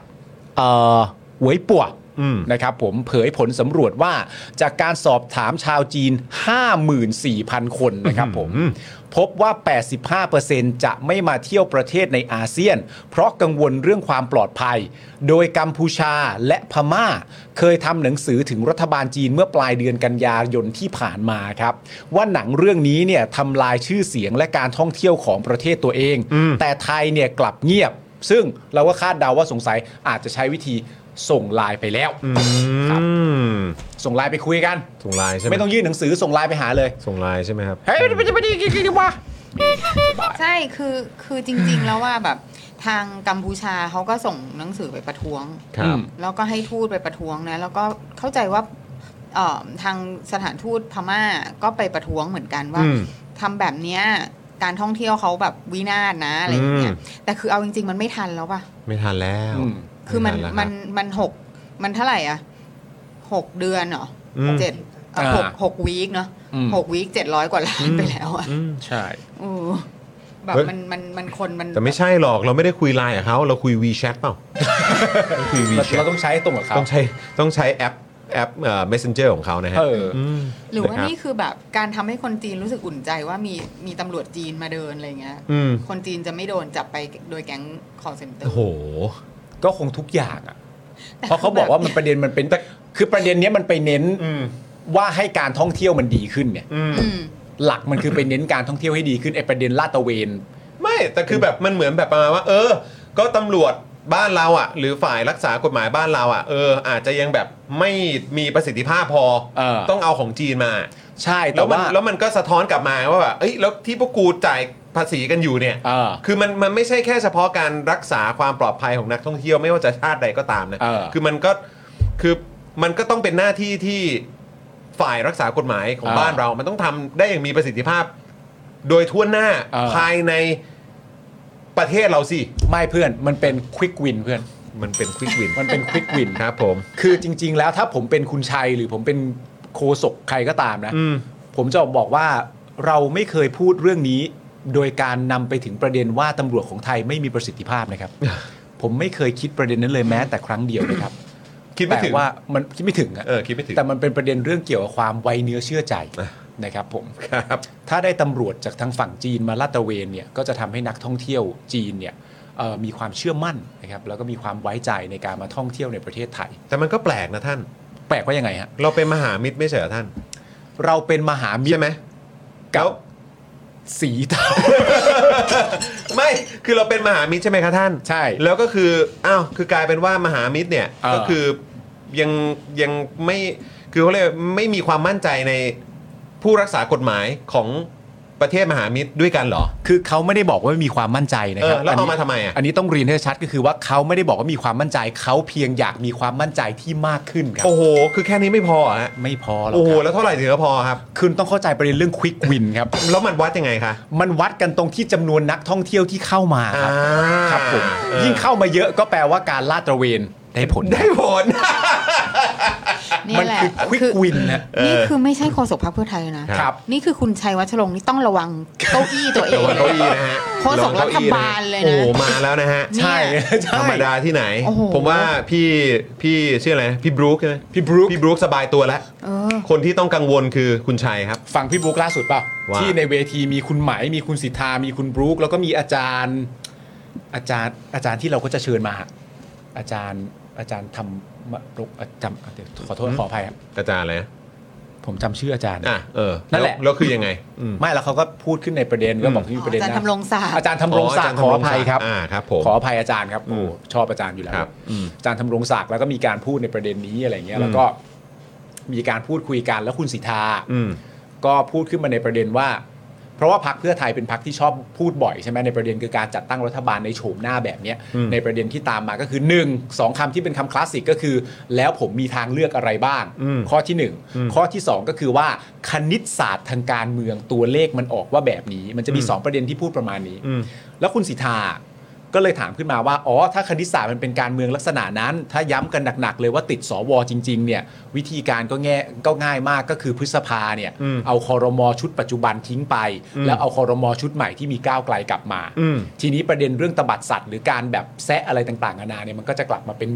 Speaker 3: เอ่อหวยปัว
Speaker 1: อืม
Speaker 3: นะครับผมเผยผลสำรวจว่าจากการสอบถามชาวจีน 54,000 คนนะครับผม พบว่า 85%จะไม่มาเที่ยวประเทศในอาเซียน เพราะกังวลเรื่องความปลอดภัย โดยกัมพูชาและพม่า เคยทำหนังสือถึงรัฐบาลจีนเมื่อปลายเดือนกันยายนที่ผ่านมาครับ ว่าหนังเรื่องนี้เนี่ยทำลายชื่อเสียงและการท่องเที่ยวของประเทศตัวเอง แต่ไทยเนี่ยกลับเงียบ ซึ่งเราก็คาดเดาว่าสงสัยอาจจะใช้วิธีส่งไลน์ไปแล้วครับ
Speaker 1: อืม
Speaker 3: ส่งไลน์ไปคุยกัน
Speaker 1: ส่งไลน์ใช่ไหม
Speaker 3: ไม่ต้องยื่นหนังสือส่งไลน์ไปหาเลย
Speaker 1: ส่งไลน์ใช่ไหมครับ
Speaker 3: เฮ้ยมันจะไปดีกี่กี่วะ
Speaker 7: ใช่คือคือจริง ๆ แล้วว่าแบบทางกัมพูชาเขาก็ส่งหนังสือไปประท้วง
Speaker 1: ครับ
Speaker 7: แล้วก็ให้ทูตไปประท้วงนะ แล้วก็เข้าใจว่าเอ่อทางสถานทูตพม่าก็ไปประท้วงเหมือนกันว่า
Speaker 1: อืม
Speaker 7: ทำแบบเนี้ยการท่องเที่ยวเขาแบบวินาศนะอะไรอย่างเงี้ยแต่คือเอาจริง ๆ มันไม่ทันแล้วป่ะ
Speaker 1: ไม่ทันแล้ว
Speaker 3: อืม
Speaker 7: คือมัน
Speaker 1: ไทัแล้ว
Speaker 7: มั
Speaker 1: รับ
Speaker 7: นมันหกมันเท่าไหร่อ่ะหกเดือนเหรอ
Speaker 1: อืม
Speaker 7: เจ็ดเอ่อหก
Speaker 3: อ่า
Speaker 7: หกวีคเนาะ
Speaker 3: อืม
Speaker 7: หกวีคเจ็ดร้อยกว่าล้านไปแล้วอ่ะ
Speaker 1: อืม
Speaker 3: ใช่
Speaker 7: โอ้แบบ
Speaker 1: เฮ้ย
Speaker 7: มันมันมันคนมัน
Speaker 1: แต่ไม่ใช่หรอกเราไม่ได้คุยไลน์กับเขาเราคุย WeChat เปล่าเราคุย
Speaker 3: เรา
Speaker 1: WeChat
Speaker 3: เราต้องใช้ตรงกับเขา
Speaker 1: ต้องใช้ต้องใช้แอปแอปเอ่อ Messenger ของเขานะฮะ
Speaker 3: เอออ
Speaker 1: ม
Speaker 7: หรือว่า
Speaker 1: ะคบ
Speaker 7: นี่คือแบบการทำให้คนจีนรู้สึกอุ่นใจว่ามีมีตำรวจจีนมาเดินอะไรอย่างเงี้ย
Speaker 1: อืม
Speaker 7: คนจีนจะไม่โดนจับไปโดยแก๊งคอร์เซนเตอ
Speaker 1: โอ้
Speaker 7: ร์
Speaker 1: โห
Speaker 3: ก็คงทุกอย่างอ่ะ เพราะเขาบอกว่ามันประเด็นมันเป็น คือประเด็นเนี้ยมันไปเน้นว่าให้การท่องเที่ยวมันดีขึ้นเนี่ย
Speaker 7: อืม
Speaker 3: หลักมันคือไปเน้นการท่องเที่ยวให้ดีขึ้นไอ้ประเด็นลาดตระเวน
Speaker 1: ไม่แต่คือแบบมันเหมือนแบบประมาณว่า เออ ก็ตำรวจบ้านเราอ่ะ หรือฝ่ายรักษากฎหมายบ้านเราอ่ะเออ อาจจะยังแบบไม่มีประสิทธิภาพพอ
Speaker 3: เออ
Speaker 1: ต้องเอาของจีนมา
Speaker 3: ใช่
Speaker 1: แล้
Speaker 3: แต่
Speaker 1: วมัน
Speaker 3: ว่า
Speaker 1: แล้วมันก็สะท้อนกลับมาว่าแบบเอ้ยแล้วที่พวกกูจ่ายภาษีกันอยู่เนี่ย
Speaker 3: เออ
Speaker 1: คือมันมันไม่ใช่แค่เฉพาะการรักษาความปลอดภัยของนักท่องเที่ยวไม่ว่าจะชาติใดก็ตามนะ
Speaker 3: เออ
Speaker 1: คือมันก็คือมันก็ต้องเป็นหน้าที่ที่ฝ่ายรักษากฎหมายของ
Speaker 3: เออ
Speaker 1: บ้านเรา มันต้องทำได้อย่างมีประสิทธิภาพ โดยทั่วหน้า
Speaker 3: เออ
Speaker 1: ภายในประเทศเราสิ
Speaker 3: ไม่เพื่อนมันเป็นควิกวินเพื่อน
Speaker 1: มันเป็นควิกวิน
Speaker 3: มันเป็นควิกวิน
Speaker 1: ครับผม
Speaker 3: คือจริง ๆ แล้วถ้าผมเป็นคุณชัยหรือผมเป็นโคศกใครก็ตามนะ
Speaker 1: อืม
Speaker 3: ผมจะบอกว่าเราไม่เคยพูดเรื่องนี้ โดยการนำไปถึงประเด็นว่าตำรวจของไทยไม่มีประสิทธิภาพนะครับ ผมไม่เคยคิดประเด็นนั้นเลยแม้แต่ครั้งเดียวนะครับ
Speaker 1: คิดไม่ถึง
Speaker 3: แต่ว่ามันคิดไม่ถึงอะ
Speaker 1: เออคิดไม่ถึง
Speaker 3: แต่มันเป็นประเด็นเรื่องเกี่ยวกับความไวเนื้อเชื่อใจนะครับ ผม
Speaker 1: ครับ
Speaker 3: ถ้าได้ตำรวจจากทางฝั่งจีนมาลาดตระเวนเนี่ยก็จะทำให้นักท่องเที่ยวจีนเนี่ยเอ่อมีความเชื่อมั่นนะครับแล้วก็มีความไว้ใจในการมาท่องเที่ยวในประเทศไทย
Speaker 1: แต่มันก็แปลกนะท่าน
Speaker 3: แปลกว่ายังไงฮะ
Speaker 1: เราเป็นมหามิตรไม่ใช่เหรอท่าน
Speaker 3: เราเป็นมหามิต
Speaker 1: ใช่
Speaker 3: ร
Speaker 1: ไหม
Speaker 3: กับสีเทา
Speaker 1: ไม่คือเราเป็นมหามิตรใช่ไหมคะท่าน
Speaker 3: ใช่
Speaker 1: แล้วก็คือ อ้าว คือกลายเป็นว่ามหามิตรเนี่ย
Speaker 3: เออ
Speaker 1: ก็คือยังยังไม่ คือเขาเรียกไม่มีความมั่นใจในผู้รักษากฎหมายของ ประเทศมหามิตรด้วยกันเหรอ
Speaker 3: คือเขาไม่ได้บอกว่ามีความมั่นใจนะครั
Speaker 1: เออแล้วเอา
Speaker 3: นนี้
Speaker 1: มาทำไมอ่ะ
Speaker 3: อันนี้ต้องเรียนให้ชัดก็คือว่าเขาไม่ได้บอกว่ามีความมั่นใจ เขาเพียงอยากมีความมั่นใจที่มากขึ้นครับ
Speaker 1: โอ้โห คือแค่นี้ไม่พอฮะ
Speaker 3: ไม่พอหรอก
Speaker 1: โอ้โห
Speaker 3: ครับ
Speaker 1: แล้วเท่าไหร่ถึงจะพอครับ
Speaker 3: คุณต้องเข้าใจประเด็นเรื่องควิกวินครับ
Speaker 1: แล้วมันวัดยังไงคะ
Speaker 3: มันวัดกันตรงที่จำนวนนักท่องเที่ยวที่เข้ามาครับครับผม
Speaker 1: เออ
Speaker 3: ยิ่งเข้ามาเยอะก็แปลว่าการลาดตระเวนได้ผล
Speaker 1: ได้ผล
Speaker 7: นี่
Speaker 3: มัน
Speaker 7: แหละ
Speaker 3: คือควิก
Speaker 7: คือ
Speaker 3: วินนะ
Speaker 7: นี่คือไม่ใช่โฆษกพรรคเพื่อไทยนะครับ นี่คือคุณชัยวัชรงค์นี่ต้องระวังเก้าอี้ตัวเอ
Speaker 1: ระ
Speaker 7: ง
Speaker 1: วัง
Speaker 7: เล
Speaker 1: เก้าย อี้นะฮะ
Speaker 7: โฆษกรัฐบาลเลยนะ
Speaker 1: โอ้โหมาแล้วนะฮะ
Speaker 3: ใช่ใช่
Speaker 1: ธรรมดาที่ไหน
Speaker 7: โอ้โห
Speaker 1: ผมว่าพี่พี่ชื่ออะไรนะพี่บรูคใช่ไหม
Speaker 3: พี่บรูค
Speaker 1: พี่บรูคสบายตัวแล้ว
Speaker 7: เออ
Speaker 1: คนที่ต้องกังวลคือคุณชัยครับ
Speaker 3: ฟังพี่บรู๊คล่าสุดเปล่า
Speaker 1: ว่า
Speaker 3: ที่ในเวทีมีคุณไหมมีคุณสิทธา มีคุณบรู๊คแล้วก็มีอาจารย์ อาจารย์อาจารย์ที่เราก็จะเชิญมา อาจารย์อาจารย์ทำมรกจำเดี๋ยวขอโทษขออภัยครับ
Speaker 1: อาจารย์เลย
Speaker 3: ผมจำชื่ออาจารย์
Speaker 1: อ่ะเออ
Speaker 3: นั่นแห
Speaker 1: ว
Speaker 3: ละ
Speaker 1: แล้วคือยังไงอืม
Speaker 3: ไม่แล้วเขาก็พูดขึ้นในประเด็นก็บอกที่มีประเด็น
Speaker 7: อาจารย์ทำรงศักดิ์
Speaker 3: อาจารย์ทำรงศักดิ์ขออภัยครับ
Speaker 1: อ่าครับผม
Speaker 3: ขออภัยอาจารย์ครับ
Speaker 1: อืม
Speaker 3: โอ้ชอบอาจารย์อยู่แล้ว
Speaker 1: ครับอืม
Speaker 3: อาจารย์ทำรงศักดิ์แล้วก็มีการพูดในประเด็นนี้อะไรเงี้
Speaker 1: อื
Speaker 3: ย
Speaker 1: ม
Speaker 3: แล้วก็มีการพูดคุยกันแล้วคุณสิทธา
Speaker 1: อืม
Speaker 3: ก็พูดขึ้นมาในประเด็นว่า เพราะว่าพักเพื่อไทยเป็นพักที่ชอบพูดบ่อยใช่ไหมในประเด็นคือการจัดตั้งรัฐบาลในโฉมหน้าแบบเนี้ย
Speaker 1: อืม
Speaker 3: ในประเด็นที่ตามมาก็คือหนึ่งสองคำที่เป็นคำคลาสสิกก็คือ แล้วผมมีทางเลือกอะไรบ้าง
Speaker 1: อืม
Speaker 3: ข้อที่หนึ่ง
Speaker 1: อืม
Speaker 3: ข้อที่สองก็คือว่าคณิตศาสตร์ทางการเมืองตัวเลขมันออกว่าแบบนี้ มันจะมี
Speaker 1: อืม
Speaker 3: สองประเด็นที่พูดประมาณนี้
Speaker 1: อืม
Speaker 3: แล้วคุณสิทธาก็เลยถามขึ้นมาว่า อ๋อ ถ้าคณิตศาสตร์มันเป็นการเมืองลักษณะนั้น ถ้าย้ำกันหนักๆเลยว่าติดสวจริงๆ เนี่ย วิธีการก็แง่ก็ง่ายมากก็คือพฤษภาเนี่ย
Speaker 1: อืม
Speaker 3: เอาคอรมอชุดปัจจุบันทิ้งไป
Speaker 1: อืม
Speaker 3: แล้วเอาคอรมอชุดใหม่ที่มีก้าวไกลกลับมา
Speaker 1: อืม
Speaker 3: ทีนี้ประเด็นเรื่องตบัดสัตว์หรือการแบบแซะอะไรต่างๆนานาเนี่ยมันก็จะกลับมาเป็น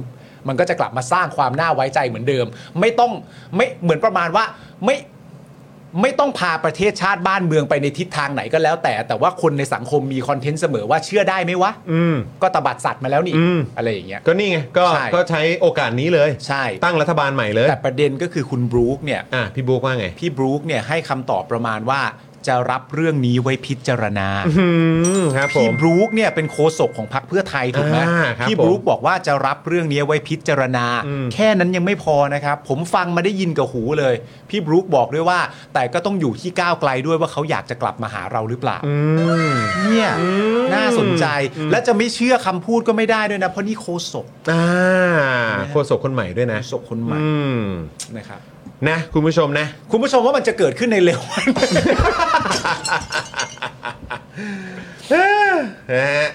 Speaker 3: มันก็จะกลับมาสร้างความน่าไว้ใจเหมือนเดิม ไม่ต้องไม่เหมือนประมาณว่าไม่ไม่ต้องพาประเทศชาติบ้านเมืองไปในทิศทางไหนก็แล้วแต่แต่ว่าคนในสังคมมีคอนเทนต์เสมอว่าเชื่อได้ไหมวะ
Speaker 1: อืม
Speaker 3: ก็ตบัดสัตว์มาแล้วนี่
Speaker 1: อืม
Speaker 3: อะไรอย่างเงี้ย
Speaker 1: ก็นี่ไงก็
Speaker 3: ใช่
Speaker 1: ก็ใช้โอกาสนี้เลย
Speaker 3: ใช่
Speaker 1: ตั้งรัฐบาลใหม่เลย
Speaker 3: แต่ประเด็นก็คือคุณบรู๊คเนี่ย
Speaker 1: อ่ะพี่บุ๊กว่าไง
Speaker 3: พี่บรู๊คเนี่ยให้คำตอบประมาณว่าจะรับเรื่องนี้ไว้พิจารณา
Speaker 1: อื้อหือครับผ
Speaker 3: พี่
Speaker 1: ม
Speaker 3: บรู๊คเนี่ยเป็นโคศกของพรรคเพื่อไทยถูกไหม
Speaker 1: อ่าครับ
Speaker 3: พี่บรู๊คบอกว่าจะรับเรื่องนี้ไว้พิจารณา
Speaker 1: อืม
Speaker 3: แค่นั้นยังไม่พอนะครับ ผมฟังมาได้ยินกับหูเลย พี่บรู๊คบอกด้วยว่า แต่ก็ต้องอยู่ที่ก้าวไกลด้วยว่าเขาอยากจะกลับมาหาเราหรือเปล่า
Speaker 1: อืม
Speaker 3: เนี่ยน่าสนใจ
Speaker 1: อืม
Speaker 3: และจะไม่เชื่อคำพูดก็ไม่ได้ด้วยนะ เพราะนี่โคศก
Speaker 1: อ่าโฆษกคนใหม่ด้วยนะ
Speaker 3: โคศกคนใหม่
Speaker 1: อืม
Speaker 3: นะครับ
Speaker 1: นะคุณผู้ชมนะ
Speaker 3: คุณผู้ชมว่ามันจะเกิด ขึ้นในเร็ววัน
Speaker 1: นะฮะ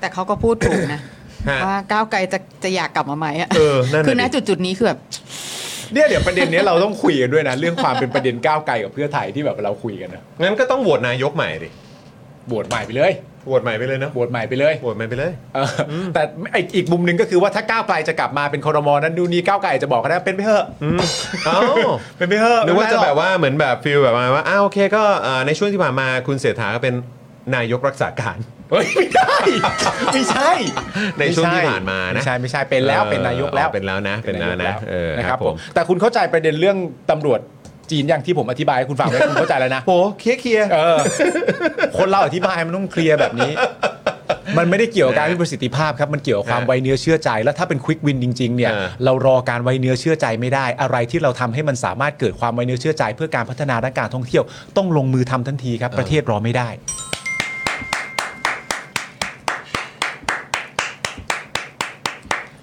Speaker 7: แต่เขาก็พูดถูกนะ
Speaker 1: ฮะ
Speaker 7: ว่าก้าวไกลจะจะอยากกลับมาไหมอ่ะ
Speaker 1: เออนั่น
Speaker 7: คือณ
Speaker 1: น่ะดิ
Speaker 7: จุดจุดๆนี้คือแบบ
Speaker 3: เนี่ยเดี๋ยวประเด็นเนี้ยเราต้องคุยกันด้วยนะ เรื่องความเป็นประเด็นก้าวไกลกับเพื่อไทยที่แบบเราคุยกันนะ
Speaker 1: งั้นก็ต้องโหวตนายกใหม่ดิ
Speaker 3: บวชใหม่ไปเลย
Speaker 1: โหวตใหม่ไปเลยเนอะ
Speaker 3: บวชใหม่ไปเลย
Speaker 1: โหวตใหม่ไปเลย
Speaker 3: เออแต่อีกอีกมุมหนึ่งก็คือว่าถ้าก้าวไกลจะกลับมาเป็นคอรมอนั้นดูนนี่ก้าวไกลอาจจะบอกก็ได้เป็นไปเถอะ
Speaker 1: อืมเอ้า
Speaker 3: เป็นไปเถอะ
Speaker 1: หรือว่าจะ
Speaker 3: ไม่
Speaker 1: แบ
Speaker 3: เป็
Speaker 1: บ
Speaker 3: นไรหรอก
Speaker 1: ว่าเหมือนแบบฟิลแบบประมาณว่าอ้าวโอเคก็เอ่อในช่วงที่ผ่านมาคุณเศรษฐาก็เป็นนายกรักษาการ
Speaker 3: เฮ้ยไม่ได้ไม่ใช่
Speaker 1: ในช่วงที่ผ่านมานะ
Speaker 3: ไม่ใช่ไม่ใช่เป็นแล้วเป็นนายกแล้ว
Speaker 1: เออเป็นแล้วนะเป็นแล้วนะเออ
Speaker 3: นะ
Speaker 1: ครั
Speaker 3: ครั
Speaker 1: บบ ผ
Speaker 3: ผม มแต่คุณเข้าใจประเด็นเรื่องตำรวจจีนอย่างที่ผมอธิบายให้คุณฟั งไว้คุณเข้าใจแล้วนะ
Speaker 1: โหเคลียร์เคลียร์
Speaker 3: เออคนเราอธิบายมันต้องเคลียร์แบบ นี้ มันไม่ได้เกี่ยวกับการมีประสิทธิภาพครับมันเกี่ยวกับความ
Speaker 1: นะ
Speaker 3: ไวเนื้อเชื่อใจ แล้วถ้าเป็นควิกวินจริงๆเนี่ย
Speaker 1: เออ
Speaker 3: เรารอการไวเนื้อเชื่อใจไม่ได้ อะไรที่เราทำให้มันสามารถเกิดความไวเนื้อเชื่อใจ เพื่อการพัฒนาด้านการท่องเที่ยวต้องลงมือทำทันทีครับประเทศรอไม่ได้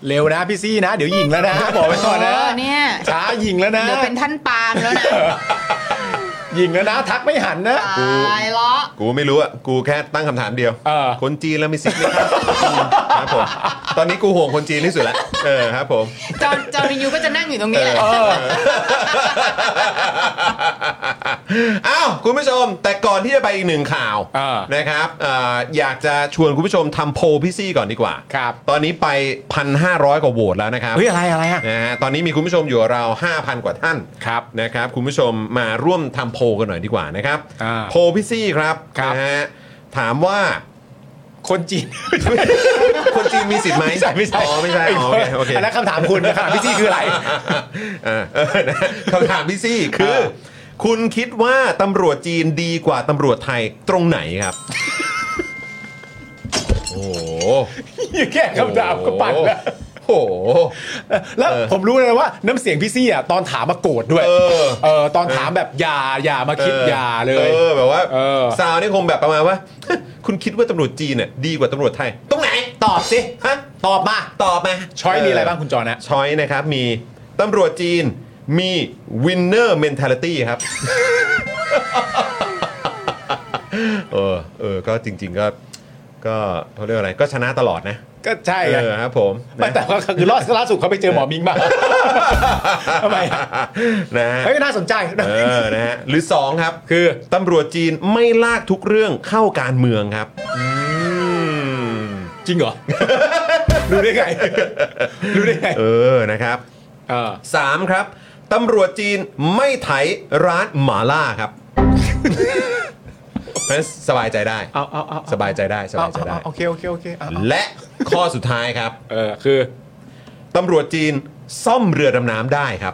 Speaker 3: เร็วนะพี่ซี่นะ เดี๋ยวยิงแล้วนะ บอกไว้ก่อนนะ
Speaker 7: เออเนี่ย
Speaker 3: ช้ายิงแล้วนะ
Speaker 7: เดี๋ยวเป็นท่านปาล์มแล้วนะ
Speaker 3: ยิงแล้วนะ ทักไม่หันนะ
Speaker 7: ตายละ
Speaker 1: กูไม่รู้อ่ะกูแค่ตั้งคำถามเดียว
Speaker 3: เออ
Speaker 1: คนจีนแล้วมีสิทธิ์ไหมครับครับผมตอนนี้กูห่วงคนจีนที่สุดละเออครับผม
Speaker 7: จอห์นจอห์นวินยูก็จะนั่งอยู่ตรงนี้แหละ
Speaker 1: อ้าวคุณผู้ชม แต่ก่อนที่จะไปอีกหนึ่งข่าว
Speaker 3: อ่าน
Speaker 1: นะครับเอ่ออยากจะชวนคุณผู้ชมทำโพลพี่ซี่ก่อนดีกว่า
Speaker 3: ครับ
Speaker 1: ตอนนี้ไป 1,500 กว่าโหวตแล้วนะครับ
Speaker 3: เฮ้ยอะไรอะไรอะ
Speaker 1: นะฮะตอนนี้มีคุณผู้ชมอยู่กับเรา 5,000 กว่าท่าน
Speaker 3: ครับ
Speaker 1: นะครับ คุณผู้ชมมาร่วมทำโพลกันหน่อยดีกว่านะครับ
Speaker 3: อ่า
Speaker 1: โพลพี่ซี่ครับ
Speaker 3: ครับ
Speaker 1: นะฮะถามว่า
Speaker 3: คนจีน
Speaker 1: คนจีนมีสิทธิ์ไหม
Speaker 3: ไม่ใช่ไม่ใช่
Speaker 1: อ๋อไม่ใช่อ๋อโอเค โอเค
Speaker 3: นนั้นคำถามคุณ นะครับพี่ซี่คืออะไร
Speaker 1: เออเออนะ คำถามพี่ซี่คือ
Speaker 3: เออ
Speaker 1: คุณคิดว่าตำรวจจีนดีกว่าตำรวจไทยตรงไหนครับ โอ้โห
Speaker 3: แค่คำถามก็ปั่นแล้ว
Speaker 1: โอ้โห
Speaker 3: แล้ว
Speaker 1: เออ
Speaker 3: ผมรู้เลยว่าน้ำเสียงพี่ซี่อ่ะตอนถามมาโกรธด้วย
Speaker 1: เออ
Speaker 3: เออตอนถามแบบอย่าอย่ามาคิด
Speaker 1: เออ
Speaker 3: อย่าเลย
Speaker 1: เออแบบว่า
Speaker 3: เออ
Speaker 1: ซาวนี่คงแบบประมาณ ว่า คุณคิดว่าตำรวจจีนเนี่ยดีกว่าตำรวจไทย ตรงไหน
Speaker 3: ตอบสิ
Speaker 1: ฮะ
Speaker 3: ตอบมา
Speaker 1: ตอบมา
Speaker 3: ช้อยมีอะไรบ้างคุณจอนะ
Speaker 1: ช้อยนะครับ มีตำรวจจีนมี winner mentality ครับ เออเออก็จริง ๆ ก็ก็เขาเรียกว่าอะไรก็ชนะตลอดนะ
Speaker 3: ก็ใช่ไง
Speaker 1: เออครับผม
Speaker 3: ไม่แต่ว่าคือล่าล่าสุดเขาไปเจอหมอมิงมาทำไมอะ
Speaker 1: นะฮะ
Speaker 3: เฮ้ยน่าสนใจ
Speaker 1: เออนะฮะหรือสองครับ
Speaker 3: คือ
Speaker 1: ตำรวจจีนไม่ลากทุกเรื่องเข้าการเมืองครับ
Speaker 3: จริงเหรอ รู้ได้ไง รู้ได้ไง
Speaker 1: เออนะครับ
Speaker 3: เออ
Speaker 1: สามครับตำรวจจีนไม่ไถร้านหมาล่าครับ เพราะฉะนั้นสบายใจได้
Speaker 3: เอาเอาเอา
Speaker 1: สบายใจได้สบายใจได้
Speaker 3: โอเคโอเคโอเคเอาเอา
Speaker 1: และข้อสุดท้ายครับ
Speaker 3: เออคือ
Speaker 1: ตำรวจจีนซ่อมเรือดำน้ำได้ครับ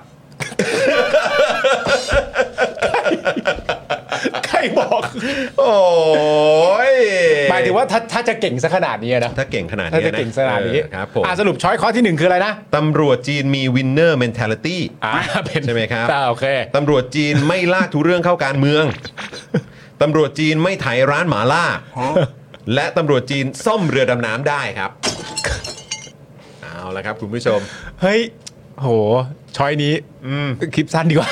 Speaker 3: ใครบอก
Speaker 1: โอ้ย
Speaker 3: หมายถึงว่าถ้าถ้าจะเก่งซะขนาดนี้อะนะ
Speaker 1: ถ้าเก่งขนาดนี้
Speaker 3: ถ้าน จะเก่งขนาดนี้
Speaker 1: เออครับผม
Speaker 3: อ่ะสรุปช้อยข้อที่หนึ่งคืออะไรนะ
Speaker 1: ตำรวจจีนมี winner mentality
Speaker 3: อ่าเป็น
Speaker 1: ใช่ไหมครับ
Speaker 3: อ่าโอเค
Speaker 1: ตำรวจจีนไม่ลากทุกเรื่องเข้าการเมือง ตำรวจจีนไม่ไถร้านหมาล่า และตำรวจจีนซ่อมเรือดำน้ำได้ครับ เอาละครับคุณผู้ชม
Speaker 3: เฮ้ย โห ช้อยนี้คลิปสั้นดีกว่า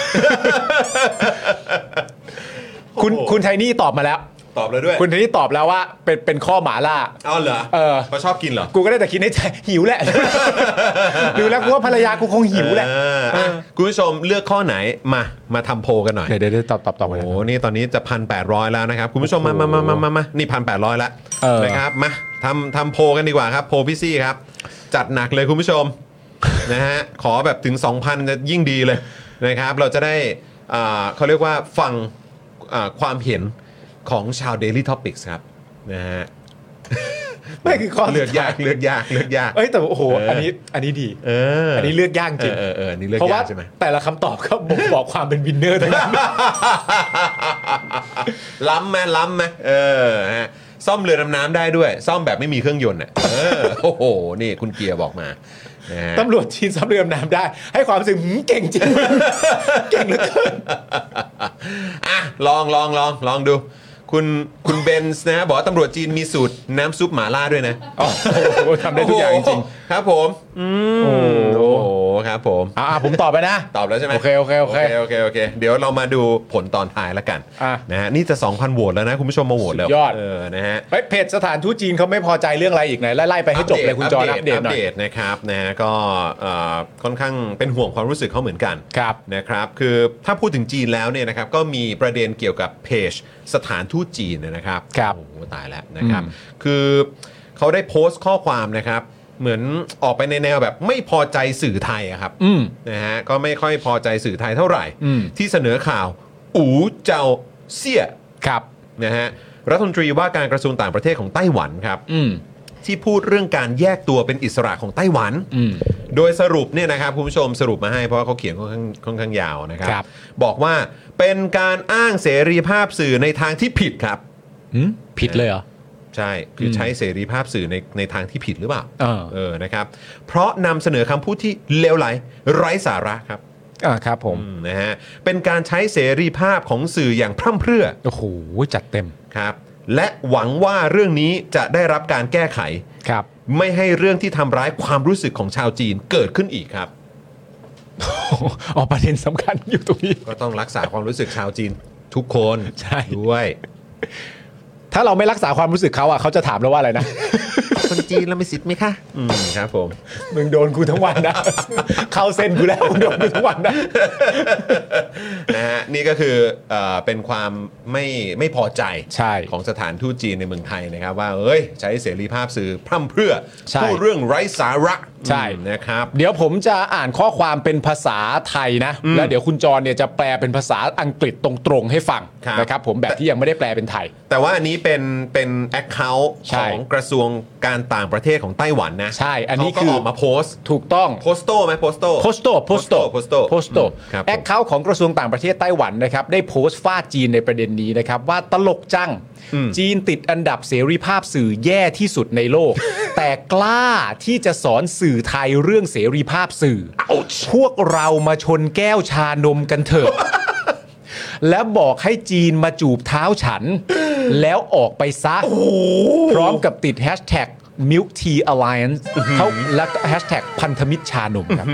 Speaker 3: คุณคุณไทนี่ตอบมาแล้ว
Speaker 1: ตอบเลยด้วย
Speaker 3: คุณไทนี่ตอบแล้วว่า เป็นเป็นข้อหมาล่า
Speaker 1: เอาเหรอ
Speaker 3: เออ
Speaker 1: เขาชอบกินเหรอ
Speaker 3: กูก็ได้แต่คิดในใจหิว แหละ ดูแล้วกูว่าภรรยากูคงหิวแหละ
Speaker 1: เอออ่ะคุณผู้ชมเลือกข้อไหนมา มาทำโพลกันหน่อย
Speaker 3: เดี๋ยวเดี๋ยวเดี๋ยวตอบตอบตอบไป
Speaker 1: โอ้โห นี่ตอนนี้จะพันแปดร้อยแล้วนะครับ คุณผู้ชมมามามามามามานี่พันแปดร้อยละ
Speaker 3: เออ
Speaker 1: นะครับ มาทำทำโพลกันดีกว่าครับ โพลพี่ซี่ครับ จัดหนักเลยคุณผู้ชม นะฮะ ขอแบบถึง 2,000 จะยิ่งดีเลยนะครับ เราจะได้อ่าเขาเรียกว่าฟังอ่าความเห็นของชาว Daily Topics ครับ นะฮะ
Speaker 3: ไม่คือข้อ
Speaker 1: เลือกยาก เลือกยาก เลือกยาก
Speaker 3: เอ้ยแต่ว่าโอ้โห
Speaker 1: เอออั
Speaker 3: อันนี้อันนี้ดี
Speaker 1: เออ
Speaker 3: อั
Speaker 1: อั
Speaker 3: นนี้เลือกยากจริง
Speaker 1: เออเอออันนี้เลือก
Speaker 3: เพราะ
Speaker 1: ยา
Speaker 3: ว่าก
Speaker 1: ใช่ไหม
Speaker 3: แต่ละคำตอบก็บ่งบอกความเป็นวินเนอร์ทั้งนั้น
Speaker 1: ล้ำไหมล้ำไหมเออฮะซ่อมเรือดำน้ำได้ด้วย ซ่อมแบบไม่มีเครื่องยนต์อ่ะเอ อโอ้โห นี่คุณเกียร์บอกมานะฮะ
Speaker 3: ตำรวจจีนซ้ำเรือมน้ำได้ ให้ความรู้สึกหืมเก่งจริง เก่งเหลือเกิน
Speaker 1: อ่ะลองลองลองลองดู คุณคุณเบนส์นะฮะบอกว่าตำรวจจีนมีสูตรน้ำซุปหมาล่าด้วยนะ
Speaker 3: โอ้โหทำได้ทุกอย่างจริง
Speaker 1: โโหครับผมอืมโอ้โหครับผม
Speaker 3: ๆอ่าผมตอบไปนะ
Speaker 1: ตอบแล้วใช่ไหม
Speaker 3: โอเคโอเคโอเค
Speaker 1: โอเคโอเค เดี๋ยวเรามาดูผลตอนท้ายละกัน
Speaker 3: อ่ะ
Speaker 1: นะฮะนี่จะ 2,000โหวตแล้วนะคุณผู้ชมมาโหวตแล้ว
Speaker 3: สุดยอด
Speaker 1: เออนะฮะ
Speaker 3: เฮ้ยเพจสถานทูตจีนเขาไม่พอใจเรื่องอะไรอีกไหนไล่ๆไปให้จบเลยคุณจอห์นอัปเดตหน่อย
Speaker 1: อัปเดตนะครับนะฮะก็เอ่อค่อนข้างเป็นห่วงความรู้สึกเขาเหมือนกัน
Speaker 3: ครับ
Speaker 1: นะครับคือถ้าพูดถึงจีนแล้วเนี่ยนะครับก็มีประเด็นเกี่ยวกับเพจสถานทูตจีนเนยนะครับ
Speaker 3: ครับ
Speaker 1: โอ้โหตายแล้วนะครับ
Speaker 3: อืม
Speaker 1: คือเขาได้โพสต์ข้อความนะครับ เหมือนออกไปในแนวแบบไม่พอใจสื่อไทยอะครับ
Speaker 3: อืม
Speaker 1: นะฮะก็ไม่ค่อยพอใจสื่อไทยเท่าไหร่
Speaker 3: อืม
Speaker 1: ที่เสนอข่าว อูเจ้าเสี่ย
Speaker 3: ครับ
Speaker 1: นะฮะรัฐมนตรีว่าการกระทรวงต่างประเทศของไต้หวันครับ
Speaker 3: อืม
Speaker 1: ที่พูดเรื่องการแยกตัวเป็นอิสระของไต้หวัน
Speaker 3: อืม
Speaker 1: โดยสรุปเนี่ยนะครับคุณผู้ชมสรุปมาให้เพราะว่าเขาเขียนค่อนข้างค่อนข้างยาวนะครั
Speaker 3: ครับ
Speaker 1: บอกว่าเป็นการอ้างเสรีภาพสื่อในทางที่ผิดครับ
Speaker 3: อืมผิดเลยเหรอ
Speaker 1: ใช่คือ
Speaker 3: ม
Speaker 1: ใช้เสรีภาพสื่อในในทางที่ผิดหรือเปล่า
Speaker 3: เออ
Speaker 1: เออนะครับ เพราะนำเสนอคำพูดที่เลวไหลไร้สาระครับ
Speaker 3: อ่าครับผม
Speaker 1: อืมนะฮะเป็นการใช้เสรีภาพของสื่ออย่างพร่ำเพรื่อ
Speaker 3: โอ้โห จัดเต็ม
Speaker 1: ครับ และหวังว่าเรื่องนี้จะได้รับการแก้ไข
Speaker 3: ครับ
Speaker 1: ไม่ให้เรื่องที่ทำร้ายความรู้สึกของชาวจีนเกิดขึ้นอีกครับ
Speaker 3: อ๋อประเด็นสำคัญอยู่ตรงนี้
Speaker 1: ก็ต้องรักษาความรู้สึกชาวจีนทุกคน
Speaker 3: ใช่
Speaker 1: ด้วย
Speaker 3: ถ้าเราไม่รักษาความรู้สึกเขาอ่ะเขาจะถามเราว่าอะไรนะ
Speaker 1: คนจีนเราไม่สิทธิ์ไหมคะอืมครับผม
Speaker 3: มึงโดนกูทั้งวันนะ เข้าเส้นกูแล้วมึงโดนกูทั้งวันนะ
Speaker 1: นะฮะนี่ก็คือเอ่อเป็นความไม่ไม่พอใจ
Speaker 3: ใช่
Speaker 1: ของสถานทูตจีนในเมืองไทยนะครับ ว่าเอ้ยใช้เสรีภาพสื่อพร่ำเพรื่อ
Speaker 3: ใช่
Speaker 1: พูดเรื่องไร้สาระ
Speaker 3: ใช่
Speaker 1: อืมนะครับ
Speaker 3: เดี๋ยวผมจะอ่านข้อความเป็นภาษาไทยนะ แล้วเดี๋ยวคุณจรเนี่ยจะแปลเป็นภาษาอังกฤษตรงๆให้ฟัง
Speaker 1: ครับ
Speaker 3: นะครับผมแบบที่ยังไม่ได้แปลเป็นไทย
Speaker 1: แต่ว่าอันนี้เป็นเป็นแอคเคาท์ข
Speaker 3: ใช่
Speaker 1: องกระทรวงการต่างประเทศของไต้หวันนะ
Speaker 3: ใช่อันนี้
Speaker 1: เขา
Speaker 3: คือ
Speaker 1: ก็ออกมาโพสต์
Speaker 3: ถูกต้อง
Speaker 1: โพสโต้ไหมโพสโต้
Speaker 3: โพสโตโพสโต
Speaker 1: โพสโต้
Speaker 3: โพสโต
Speaker 1: อืมครับผม
Speaker 3: แอคเคาท์ของกระทรวงต่างประเทศไต้หวันนะครับ ได้โพสต์ฟาดจีนในประเด็นนี้นะครับ ว่าตลกจัง อืมจีนติดอันดับเสรีภาพสื่อแย่ที่สุดในโลก แต่กล้าที่จะสอนสื่อไทยเรื่องเสรีภาพสื่อ พวกเรามาชนแก้วชานมกันเถอะ และบอกให้จีนมาจูบเท้าฉัน แล้วออกไปซะ พร้อมกับติดแฮชแท็ก Milk Tea Alliance เขาและแฮชแท็กพันธมิตรชานมครับ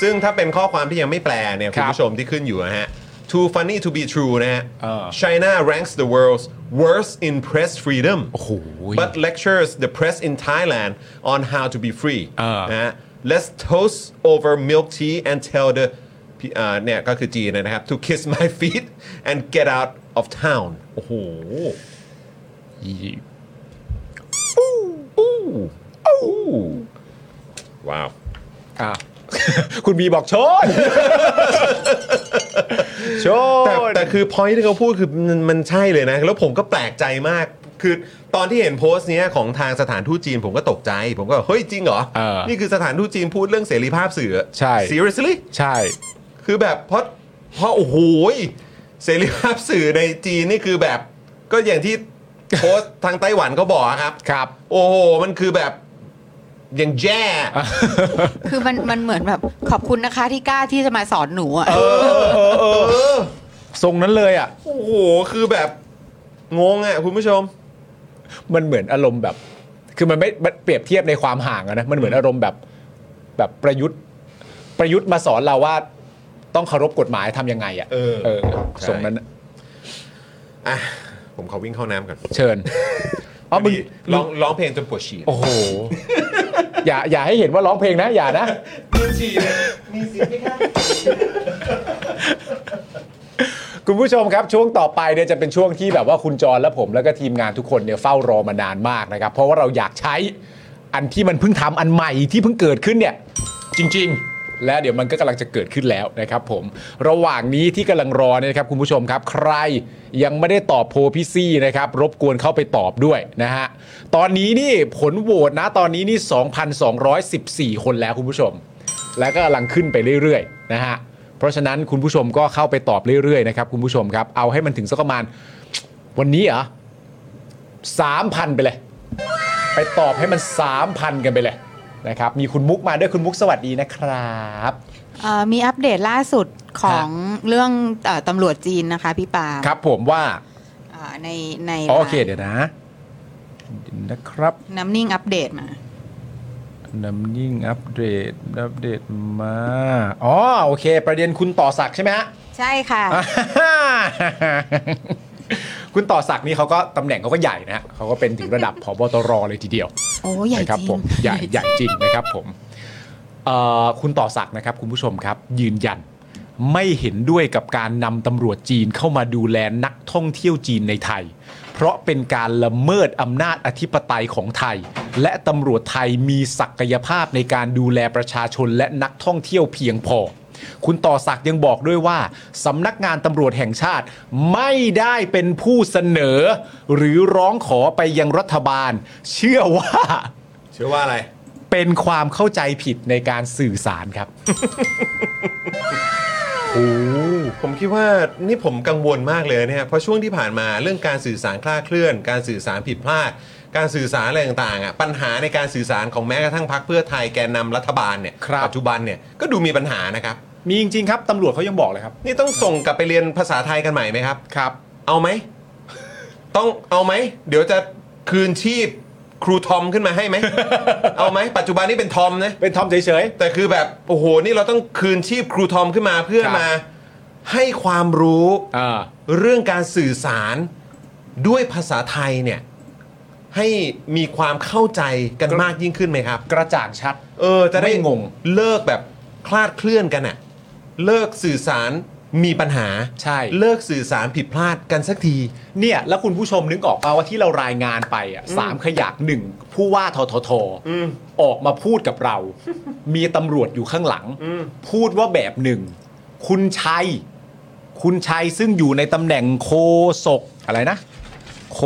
Speaker 1: ซึ่งถ้าเป็นข้อความที่ยังไม่แปลเนี่ย
Speaker 3: ค
Speaker 1: คุ
Speaker 3: รั
Speaker 1: ณ
Speaker 3: บ
Speaker 1: ผู้ชมที่ขึ้นอยู่นะฮะ Too funny to be true นะฮะ
Speaker 3: เออ
Speaker 1: China ranks the world's worst in press freedom
Speaker 3: โอ้โห
Speaker 1: but lectures the press in Thailand on how to be free
Speaker 3: เออ
Speaker 1: นะฮะ Let's toast over milk tea and tell the พี่อ่าเนี่ยก็คือจีนนะครับ to kiss my feet and get out of town โอ้โห อู้อู้ว้าว
Speaker 3: อ่ะ คุณบีบอกช น ชน
Speaker 1: แต่แต่คือ point ที่เขาพูดคือมันมันใช่เลยนะ แล้วผมก็แปลกใจมาก คือตอนที่เห็นโพสต์เนี้ยของทางสถานทูตจีนผมก็ตกใจ ผมก็ เฮ้ย จริงเหรอ
Speaker 3: เออ
Speaker 1: นี่คือสถานทูตจีนพูดเรื่องเสรีภาพสื่อ
Speaker 3: ใช่
Speaker 1: seriously
Speaker 3: ใช่
Speaker 1: คือแบบเพราะเพราะโอ้โหยเสรีภาพสื่อในจีนนี่คือแบบ ก็อย่างที่โพสต์ ทางไต้หวันเขาบอกอะครับ
Speaker 3: ครับ
Speaker 1: โอ้โห มันคือแบบอย่างแย่
Speaker 7: คือมันมันเหมือนแบบขอบคุณนะคะที่กล้าที่จะมาสอนหนูอ่ะ
Speaker 3: ทรงนั้นเลยอ่ะ
Speaker 1: โอ้โห คือแบบงงอ่ะคุณผู้ชม
Speaker 3: มันเหมือนอารมณ์แบบ คือมันไม่มันเปรียบเทียบในความห่างอะนะ มันเหมือนอารมณ์แบบ แบบประยุทธ์ ประยุทธ์มาสอนเราว่า ต้องเคารพกฎหมายทำยังไงอ่ะ
Speaker 1: เออใช่
Speaker 3: ทรงนั้นอะ
Speaker 1: อ่ะ ผมขอวิ่งเข้าน้ำก่อน
Speaker 3: เชิญอ๋อมึง
Speaker 1: ร้องร้องเพลงจนปวดฉี่
Speaker 3: โอ้โห อย่าอย่าให้เห็นว่าร้องเพลงนะ อย่านะ
Speaker 4: มีเสียงไหมคะ
Speaker 3: คุณผู้ชมครับ ช่วงต่อไปเนี่ยจะเป็นช่วงที่แบบว่าคุณจรและผมแล้วก็ทีมงานทุกคนเนี่ยเฝ้ารอมานานมากนะครับ เพราะว่าเราอยากใช้อันที่มันเพิ่งทำอันใหม่ที่เพิ่งเกิดขึ้นเนี่ย จริง ๆ และเดี๋ยวมันก็กำลังจะเกิดขึ้นแล้วนะครับผมระหว่างนี้ที่กำลังรอเนี่ยนะครับคุณผู้ชมครับใครยังไม่ได้ตอบโพลพี่ซี่นะครับรบกวนเข้าไปตอบด้วยนะฮะตอนนี้นี่ผลโหวตนะตอนนี้นี่ 2,214 คนแล้วคุณผู้ชม และก็กำลังขึ้นไปเรื่อยๆนะฮะ เพราะฉะนั้นคุณผู้ชมก็เข้าไปตอบเรื่อยๆนะครับคุณผู้ชมครับ เอาให้มันถึงสักประมาณ วันนี้เหรอสามพันไปเลย ไปตอบให้มันสามพันกันไปเลยนะครับ มีคุณมุกมาด้วยคุณมุกสวัสดีนะครับ
Speaker 7: เอ่อมีอัปเดตล่าสุดของเรื่องเออตำรวจจีนนะคะพี่ปา
Speaker 3: ครับผมว่า
Speaker 7: อ่าในใน
Speaker 3: อ๋อโอเคเดี๋ยวนะเดี๋ยวนะครับ
Speaker 7: น้ำนิ่งอัปเดตมา
Speaker 3: น้ำยิ่งอัปเดตอัปเดตมาอ๋อโอเค ประเด็นคุณต่อศักดิ์ใช่ไหมฮะ
Speaker 7: ใช่ค่ะ
Speaker 3: อ่าคุณต่อศักดิ์นี่เขาก็ตำแหน่งเขาก็ใหญ่นะฮะเขาก็เป็นถึงระดับ พบตรเลยทีเดียว
Speaker 7: โอ้ใหญ่
Speaker 3: นะครับ
Speaker 7: จริ
Speaker 3: ผ
Speaker 7: ง
Speaker 3: ม ใหญ่ใหญ่จริงนะครับผมเอ่อคุณต่อศักดิ์นะครับคุณผู้ชมครับ ยืนยันไม่เห็นด้วยกับการนำตำรวจจีนเข้ามาดูแลนักท่องเที่ยวจีนในไทย เพราะเป็นการละเมิดอำนาจอธิปไตยของไทย และตำรวจไทยมีศักยภาพในการดูแลประชาชนและนักท่องเที่ยวเพียงพอ คุณต่อศักดิ์ยังบอกด้วยว่าสำนักงานตำรวจแห่งชาติ ไม่ได้เป็นผู้เสนอ หรือร้องขอไปยังรัฐบาล เชื่อว่า
Speaker 1: เชื่อว่าอะไร
Speaker 3: เป็นความเข้าใจผิดในการสื่อสารครับ โอ้
Speaker 1: ผมคิดว่านี่ผมกังวลมากเลยเนี่ยเพราะช่วงที่ผ่านมาเรื่องการสื่อสารคลาดเคลื่อน การสื่อสารผิดพลาด การสื่อสารอะไรต่างๆอ่ะปัญหาในการสื่อสารของแม้กระทั่งพรรคเพื่อไทยแกนนำรัฐบาลเนี่ยปัจจุบันเนี่ยก็ดูมีปัญหานะครับ
Speaker 3: มีจริงๆครับตำรวจเขายังบอกเลยครับ
Speaker 1: นี่ต้องส่งกลับไปเรียนภาษาไทยกันใหม่ไหมครับ
Speaker 3: ครับ
Speaker 1: เอาไหม ต้องเอาไหม เดี๋ยวจะคืนชีพครูทอมขึ้นมาให้ไหม เอาไหม ปัจจุบันนี่เป็นทอมนะ
Speaker 3: เป็นทอมเฉย
Speaker 1: แต่คือแบบโอ้โหนี่เราต้องคืนชีพครูทอมขึ้นมาเพื่อ
Speaker 3: ครับ
Speaker 1: มาให้ความรู้
Speaker 3: ๆอ่า
Speaker 1: เรื่องการสื่อสารด้วยภาษาไทยเนี่ย ให้มีความเข้าใจกัน
Speaker 3: กระ
Speaker 1: มากยิ่งขึ้นไหมครับ
Speaker 3: กระจ่างชัด
Speaker 1: เออ จะได้
Speaker 3: ไม่งง
Speaker 1: เลิกแบบคลาดเคลื่อนกันอะเลิกสื่อสารมีปัญหา
Speaker 3: ใช่
Speaker 1: เลิกสื่อสารผิดพลาดกันสักที
Speaker 3: เนี่ยแล้วคุณผู้ชมนึกออกป่าว่าที่เรารายงานไปอ่ะสามขยักหนึ่งผู้ว่าทททออกมาพูดกับเรา มีตำรวจอยู่ข้างหลัง พูดว่าแบบหนึ่ง คุณชัย คุณชัยซึ่งอยู่ในตำแหน่งโคศกอะไรนะ โค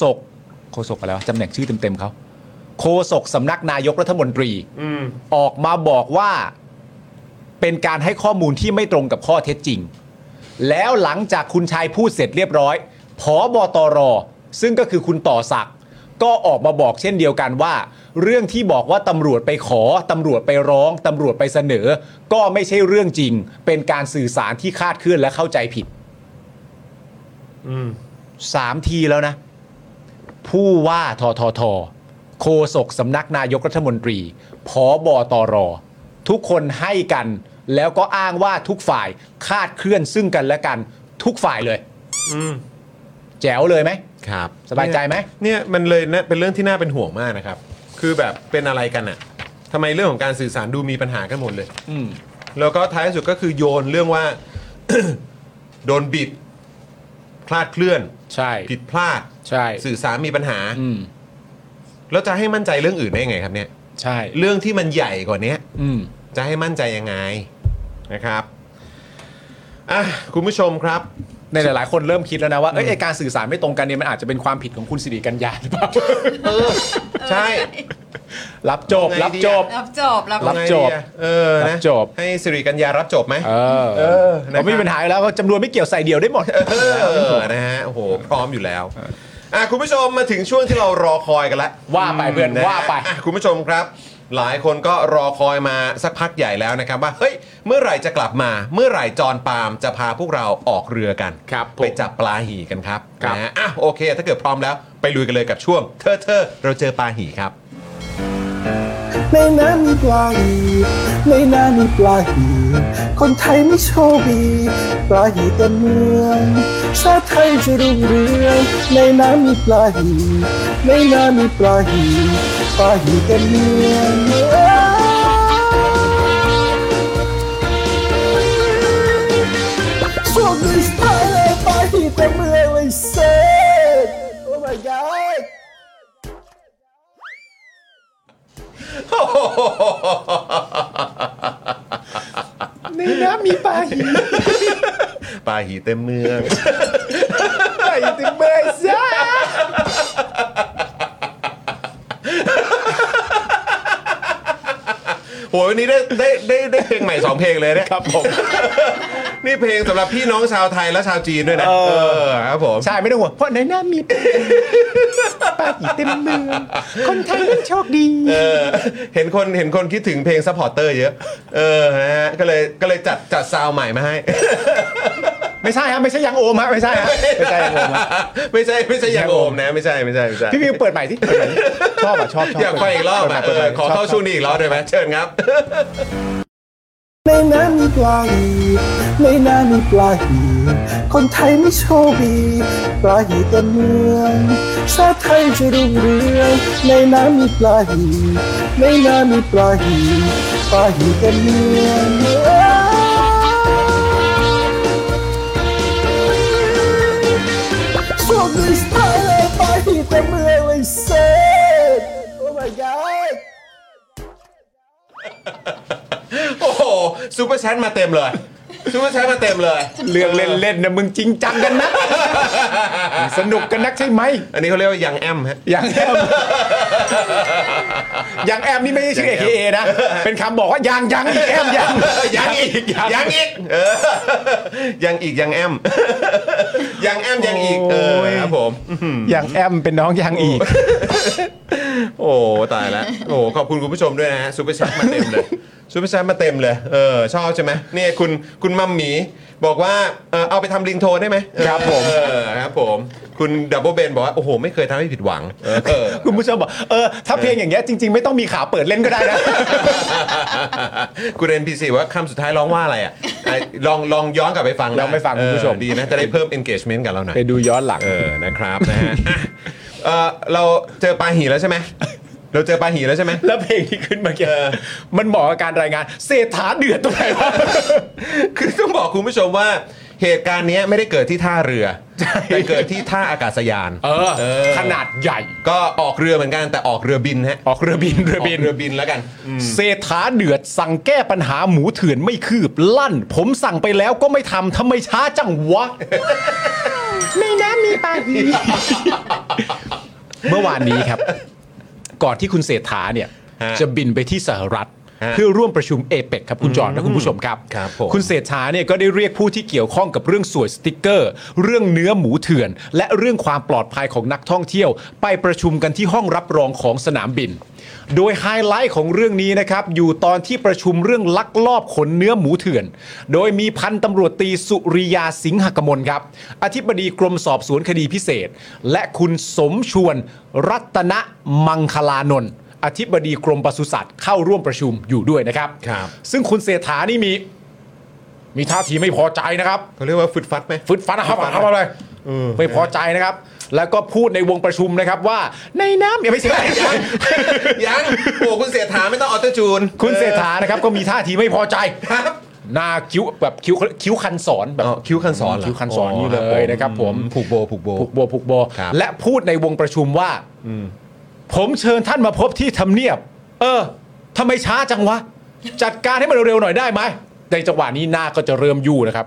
Speaker 3: ศกโคศกอะไรวะตำแหน่งชื่อเต็มๆเขาโคศกสำนักนายกรัฐมนตรีออกมาบอกว่าเป็นการให้ข้อมูลที่ไม่ตรงกับข้อเท็จจริง แล้วหลังจากคุณชายพูดเสร็จเรียบร้อย ผอบอตร ซึ่งก็คือคุณต่อศักดิ์ก็ออกมาบอกเช่นเดียวกันว่า เรื่องที่บอกว่าตำรวจไปขอตำรวจไปร้องตำรวจไปเสนอ ก็ไม่ใช่เรื่องจริง เป็นการสื่อสารที่คลาดเคลื่อนและเข้าใจผิด
Speaker 8: อืม
Speaker 3: สามทีแล้วนะ ผู้ว่าทททโฆษกสำนักนายกรัฐมนตรีพอบอตร ทุกคนให้กัน แล้วก็อ้างว่าทุกฝ่ายคาดเคลื่อนซึ่งกันและกัน ทุกฝ่ายเลย
Speaker 8: อืม
Speaker 3: แจ๋วเลยไหม
Speaker 1: ครับ
Speaker 3: สบายใจไหม
Speaker 1: เนี่ยมันเลยนะเป็นเรื่องที่น่าเป็นห่วงมากนะครับ คือแบบเป็นอะไรกันอะทำไมเรื่องของการสื่อสารดูมีปัญหากันหมดเลย
Speaker 3: อืม
Speaker 1: แล้วก็ท้ายสุดก็คือโยนเรื่องว่า โดนบิด คลาดเคลื่อน
Speaker 3: ใช่
Speaker 1: ผิดพลาด
Speaker 3: ใช่
Speaker 1: สื่อสารมีปัญหา
Speaker 3: อืม
Speaker 1: แล้วจะให้มั่นใจเรื่องอื่นได้ไงครับเนี่ย
Speaker 3: ใช่
Speaker 1: เรื่องที่มันใหญ่กว่าเนี้ย
Speaker 3: อืม
Speaker 1: จะให้มั่นใจยังไงนะครับอ่ะคุณผู้ชมครับ
Speaker 3: ในหลายๆ คนเริ่มคิดแล้วนะว่าเอ้ยไอ้การสื่อสารไม่ตรงกันเนี่ยมันอาจจะเป็นความผิดของคุณสิริกัญญาหรือเปล่า
Speaker 1: ใช่
Speaker 3: รับจบ รับจบ
Speaker 6: รับจบรับ
Speaker 3: รับจบ
Speaker 1: ไงดีอะเออ
Speaker 3: รั
Speaker 1: นะ
Speaker 3: บจบ
Speaker 1: ให้สิริกัญญารับจบไหม
Speaker 3: เออ
Speaker 1: เออนะครับ
Speaker 3: ไม่มีปัญหาอยู่แล้วเพราะจำนวนไม่เกี่ยวใส่เดียวได้หมด
Speaker 1: เออนะฮะโอ้โหพร้อมอยู่แล้วอ่ะคุณผู้ชมมาถึงช่วงที่เรารอคอยกันแล้ว
Speaker 3: ว่าไปเพื่อน
Speaker 1: มะฮะ
Speaker 3: ว่าไป
Speaker 1: อ่ะคุณผู้ชมครับ หลายคนก็รอคอยมาสักพักใหญ่แล้วนะครับว่าเฮ้ยเมื่อไหร่จะกลับมา เมื่อไหร่จอนปาล์มจะพาพวกเราออกเรือกัน
Speaker 3: ครับผม
Speaker 1: ไปจับปลาหี่กันครับ
Speaker 3: ครับ
Speaker 1: นะฮะอ่ะโอเค ถ้าเกิดพร้อมแล้วไปลุยกันเลยกับช่วงเธอเธอเราเจอปลาหี่ครับ
Speaker 9: ในน้ำมีปลาหีในน้ำมีปลาหีคนไทยไม่โชคดี ปลาหีเต็มเมือง ชาติไทยจะรุ่งเรือง ในน้ำมีปลาหีในน้ำมีปลาหีปลาหีเต็มเมืองโชคดีสไตล์เลยปลาหีเต็มเมืองเลยเซ่ Oh my god
Speaker 3: ในน้ำมีปลาหิน
Speaker 1: ปลาหีเต็มเมือง
Speaker 3: ใส่ถึงเบซ่า
Speaker 1: โหวันนี้ได้ได้ได้ได้เพลงใหม่ 2 เพลงเลยเนี่ย
Speaker 3: ครับผม
Speaker 1: นี่เพลงสำหรับพี่น้องชาวไทยและชาวจีนด้วยนะ เออครับผม
Speaker 3: ใช่ไม่ต้องห่วงเพราะในน้ำมีปลาหินปลาหินเต็มเมืองคนไทยนั้นโชคดี
Speaker 1: เออเห็นคนเห็นคนคิดถึงเพลงซัพพอร์เตอร์เยอะ เออนะฮะก็เลยก็เลยจัดจัดซาวด์ใหม่มาให้
Speaker 3: ไม่ใช่ฮะไม่ใช่ยังโอมฮะไม่ใช่ฮะไม่ใช่ยังโอมฮะ
Speaker 1: ไม่ใช่ไม่ใช่ยังโอมนะ ไม่ใช่ไม่ใช่ไม่ใช่
Speaker 3: พี่วิวเปิดใหม่สิเปิดใหม่สิชอบอ่ะชอบชอบ
Speaker 1: อยากไปอีกรอบอ่ะ
Speaker 3: เปิดใหม่
Speaker 1: เออขอเข้าช่วงนี้อีกรอบได้ไหมเชิญครับ
Speaker 9: ในน้ำมีปลาหีในน้ำมีปลาหีคนไทยไม่โชคดีปลาหีเต็มเมือง ชาติไทยจะรุ่งเรือง ในน้ำมีปลาหีในน้ำมีปลาหีปลาหีเต็มเมืองโชคดีสไตล์เลยปลาหีเต็มเมืองเลยเซ่ Oh my god
Speaker 1: โอ้โหซูเปอร์แชทมาเต็มเลยซูเปอร์แชทมาเต็มเลย
Speaker 3: เรื่องเล่นๆนะมึงจริงจังกันนะมึงสนุกกันนักใช่ไหม
Speaker 1: อันนี้เขาเรียกว่ายังแอมฮะ
Speaker 3: ยังแอมยังแอมนี่ไม่ใช่ชื่อ AKA นะ เป็นคำบอกว่ายังยังอีกแอมยัง
Speaker 1: ยังอีกยังอีกเออ ยังอีกยังแอ ม ยังแอมยังอีกเออครับผม
Speaker 3: ยังแอมเป็นน้องยังอีก
Speaker 1: โอ้ตายแล้วโอ้ขอบคุณคุณผู้ชมด้วยนะฮะซูเปอร์แชทมาเต็มเลยซูเปอร์แชทมาเต็มเลยเออชอบใช่ไหมเนี่ยคุณคุณมัมหมีบอกว่าเออเอาไปทำลิงโทนได้ไหม
Speaker 3: ครับผม
Speaker 1: เออครับผมคุณดับเบิลเบนบอกว่าโอ้โหไม่เคยทำให้ผิดหวังเออ
Speaker 3: คุณผู้ชมบอกเออถ้าเพลงอย่างเงี้ยจริง ๆ ไม่ต้องมีขาเปิดเล่นก็ได้นะ
Speaker 1: คุณเอ็นพีซีว่าคำสุดท้ายร้องว่าอะไรอ่ะไอ้ลองลองย้อนกลับไปฟังด้
Speaker 3: ลองไปฟังคุณผู้ชม
Speaker 1: เออดีนะ จะได้เพิ่ม engagement กับเราหน่อย
Speaker 3: ไปดูย้อนหลัง
Speaker 1: เออ นะครับนะฮะอ่ะเออเราเจอปลาหีแล้วใช่ไหม เราเจอปลาหีแล้วใช่ไหม
Speaker 3: แล้วเพลงที่ขึ้นมาเกี้มันเหมาะกับการรายงาน เศรษฐาเดือดตรงไหนวะ
Speaker 1: คือต้องบอกคุณผู้ชมว่าเหตุการณ์เนี้ยไม่ได้เกิดที่ท่าเรือ แต่เกิดที่ท่าอากาศยาน
Speaker 3: เออ
Speaker 1: เออ
Speaker 3: ขนาดใหญ่
Speaker 1: ก็ออกเรือเหมือนกันแต่ออกเรือบินฮะ
Speaker 3: ออกเรือบินเรือบิน
Speaker 1: กเรือบินแล้วกัน
Speaker 3: เศรษฐาเดือดสั่งแก้ปัญหาหมูเถื่อนไม่คืบ ลั่น ผมสั่งไปแล้วก็ไม่ทำทำไมช้าจังวะ ไม่นะมีปาหี เมื่อวานนี้ครับ ก่อนที่คุณเศรษฐาเนี่ย
Speaker 1: ฮะ
Speaker 3: จะบินไปที่สหรัฐ
Speaker 1: ฮะ
Speaker 3: เพื่อร่วมประชุมเอเปกครับคุณจอห์นและคุณผู้ชมครับ
Speaker 1: ครับผม
Speaker 3: คุณเศรษฐาเนี่ยก็ได้เรียกผู้ที่เกี่ยวข้องกับเรื่องสวยสติกเกอร์ เรื่องเนื้อหมูเถื่อน และเรื่องความปลอดภัยของนักท่องเที่ยว ไปประชุมกันที่ห้องรับรองของสนามบิน โดยไฮไลท์ของเรื่องนี้นะครับอยู่ตอนที่ประชุมเรื่องลักลอบขนเนื้อหมูเถื่อน โดยมีพันตำรวจตีสุริยาสิงหกมลครับ อธิบดีกรมสอบสวนคดีพิเศษ และคุณสมชวน รัตนมังคลานนท์อธิบดีกรมปศุสัตว์เข้าร่วมประชุมอยู่ด้วยนะครับ
Speaker 1: ครับ
Speaker 3: ซึ่งคุณเศรษฐานี่มี มีท่าทีไม่พอใจนะครับ
Speaker 1: เขาเรียกว่าฟึดฟัดไหม
Speaker 3: ฟึดฟัดนะครับ
Speaker 1: ฟึดฟัด
Speaker 3: ทำอะไร
Speaker 1: เออ
Speaker 3: ไม่พอใจนะครับ แล้วก็พูดในวงประชุมนะครับว่าในน้ำอย่าไปเสีย ใจ
Speaker 1: ยังโอ้คุณเสียถาไม่ต้องออโตจูน
Speaker 3: คุณเศรษฐานะครับก็มีท่าทีไม่พอใจ
Speaker 1: ครับ
Speaker 3: หน้าคิ้วแบบคิ้วคิ้วคันสอนแบบ
Speaker 1: อ๋อคิ้วคันสอนเหร
Speaker 3: คิ้วคันสอนนี่เลยนะครับผม
Speaker 1: ผูกโบผูกโบ
Speaker 3: ผูกโบผูกโบ
Speaker 1: ครับ
Speaker 3: และพูดในวงประชุมว่าผมเชิญท่านมาพบที่ทำเนียบ เออทำไมช้าจังวะ จัดการให้มันเร็วๆหน่อยได้ไหมในจังหวะนี้หน้าก็จะเริ่มยู่นะครับ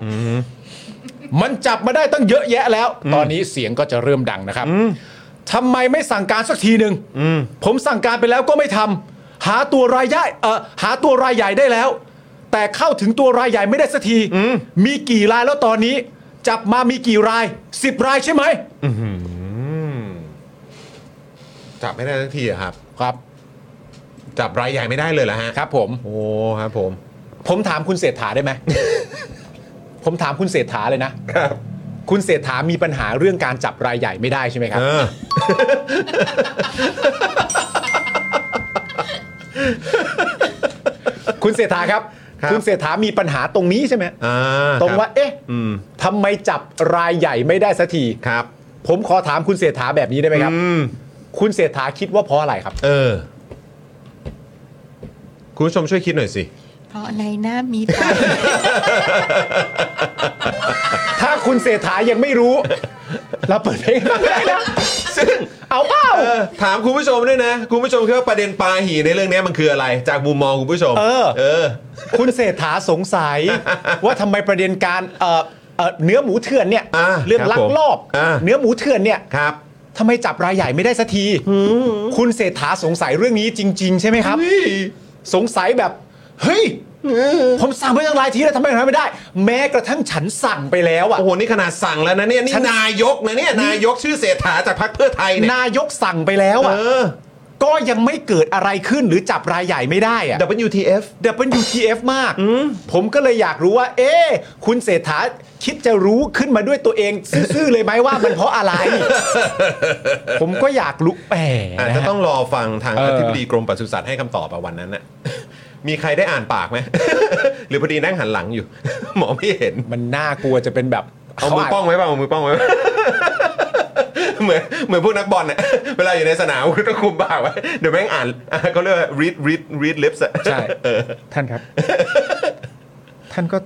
Speaker 3: มันจับมาได้ตั้งเยอะแยะแล้ว ตอนนี้เสียงก็จะเริ่มดังนะครับทำไมไม่สั่งการสักทีหนึ่งผมสั่งการไปแล้วก็ไม่ทำหาตัวรายใหญ่เออหาตัวรายใหญ่ได้แล้ว แต่เข้าถึงตัวรายใหญ่ไม่ได้สักทีมีกี่รายแล้วตอนนี้ จับมามีกี่รายสิบรายใช่ไหม
Speaker 1: จับไม่ได้ทันทีอะครับ
Speaker 3: ครับ
Speaker 1: จับรายใหญ่ไม่ได้เลยเหรอฮะ
Speaker 3: ครับผม
Speaker 1: โอ้ครับผม
Speaker 3: ผมถามคุณเศรษฐาได้ไหม ผมถามคุณเศรษฐาเลยนะครับ คุณเศรษฐามีปัญหาเรื่องการจับรายใหญ่ไม่ได้ใช่ไหมครับ
Speaker 1: เออ
Speaker 3: คุณเศรษฐาครับ
Speaker 1: ครับ
Speaker 3: คุณเศรษฐามีปัญหาตรงนี้ใช่ไหม
Speaker 1: อ่า
Speaker 3: ตรงว่า เอ๊ะ
Speaker 1: อืม
Speaker 3: ทำไมจับรายใหญ่ไม่ได้สักที
Speaker 1: ครับ
Speaker 3: ผมขอถามคุณเศรษฐาแบบนี้ได้ไหมครับ
Speaker 1: อืม
Speaker 3: คุณเศรษฐาคิดว่าเพราะอะไรครับ
Speaker 1: เออ คุณผู้ชมช่วยคิดหน่อยสิ
Speaker 7: เพราะในน้ำมีปลา
Speaker 3: ถ้าคุณเศรษฐายังไม่รู้ เราเปิดเพลงได้นะ
Speaker 1: ซึ่ง
Speaker 3: เอาเปล่า
Speaker 1: เออถามคุณผู้ชมด้วยนะ คุณผู้ชมคิดว่าประเด็นปลาหีในเรื่องนี้มันคืออะไร จากมุมมองคุณผู้ชม
Speaker 3: เออ
Speaker 1: เออ
Speaker 3: คุณเศรษฐาสงสั ย ว่าทำไมประเด็นการเอ่อเอ่อเนื้อหมูเถื่อนเนี่ย
Speaker 1: อ่า
Speaker 3: เรื่อง
Speaker 1: ครับ
Speaker 3: ลักลอบ
Speaker 1: ผมอ่า
Speaker 3: เนื้อหมูเถื่อนเนี่ย
Speaker 1: ครับ
Speaker 3: ทำไมจับรายใหญ่ไม่ได้สักทีคุณเศรษฐาสงสัยเรื่องนี้จริง ๆ ใช่ไหมครับ สงสัยแบบ เฮ้ย ผมสั่งไปตั้งหลายทีแล้วทำไมทำไม่ได้ แม้กระทั่งฉันสั่งไปแล้วอ่ะ
Speaker 1: โอ้โหนี่ขนาดสั่งแล้วนะเนี่ยนี่
Speaker 3: ฉัน
Speaker 1: นายกนะเนี่ยนายกชื่อเศรษฐาจากพรรคเพื่อไทยเนี่ย
Speaker 3: นายกสั่งไปแล้วอ่ะ
Speaker 1: เออ
Speaker 3: ก็ยังไม่เกิดอะไรขึ้นหรือจับรายใหญ่ไม่ได้อ่ะ
Speaker 1: WTF
Speaker 3: WTF มาก ผมก็เลยอยากรู้ว่า เอ๊ะคุณเศรษฐาคิดจะรู้ขึ้นมาด้วยตัวเอง ซื่อๆเลยไหมว่ามันเพราะ อะไร ผมก็อยากรู้แหม
Speaker 1: อาจ
Speaker 3: นะ
Speaker 1: จะ
Speaker 3: ฮะ
Speaker 1: ต้องรอฟังทาง
Speaker 3: เอ
Speaker 1: อ
Speaker 3: ออ
Speaker 1: ธิบดีกรมปศุสัตว์ให้คำตอบอะวันนั้นน่ะ มีใครได้อ่านปากไหม หรือพอดีนั่งหันหลังอยู่ หมอไม่เห็น
Speaker 3: มันน่ากลัวจะเป็นแบบ
Speaker 1: เอามือป้องไว้เปล่าเอามือป้องไว้ เหมือนเหมือนพวกนักบอลเนี่ย เวลาอยู่ในสนามคุณต้องคุมปากไว้ เดี๋ยวแม่งอ่าน อ่ะเขาเรียกว่า read read read lips อะ
Speaker 3: ใช่
Speaker 1: เออ
Speaker 3: ท่านครับ ท่านก็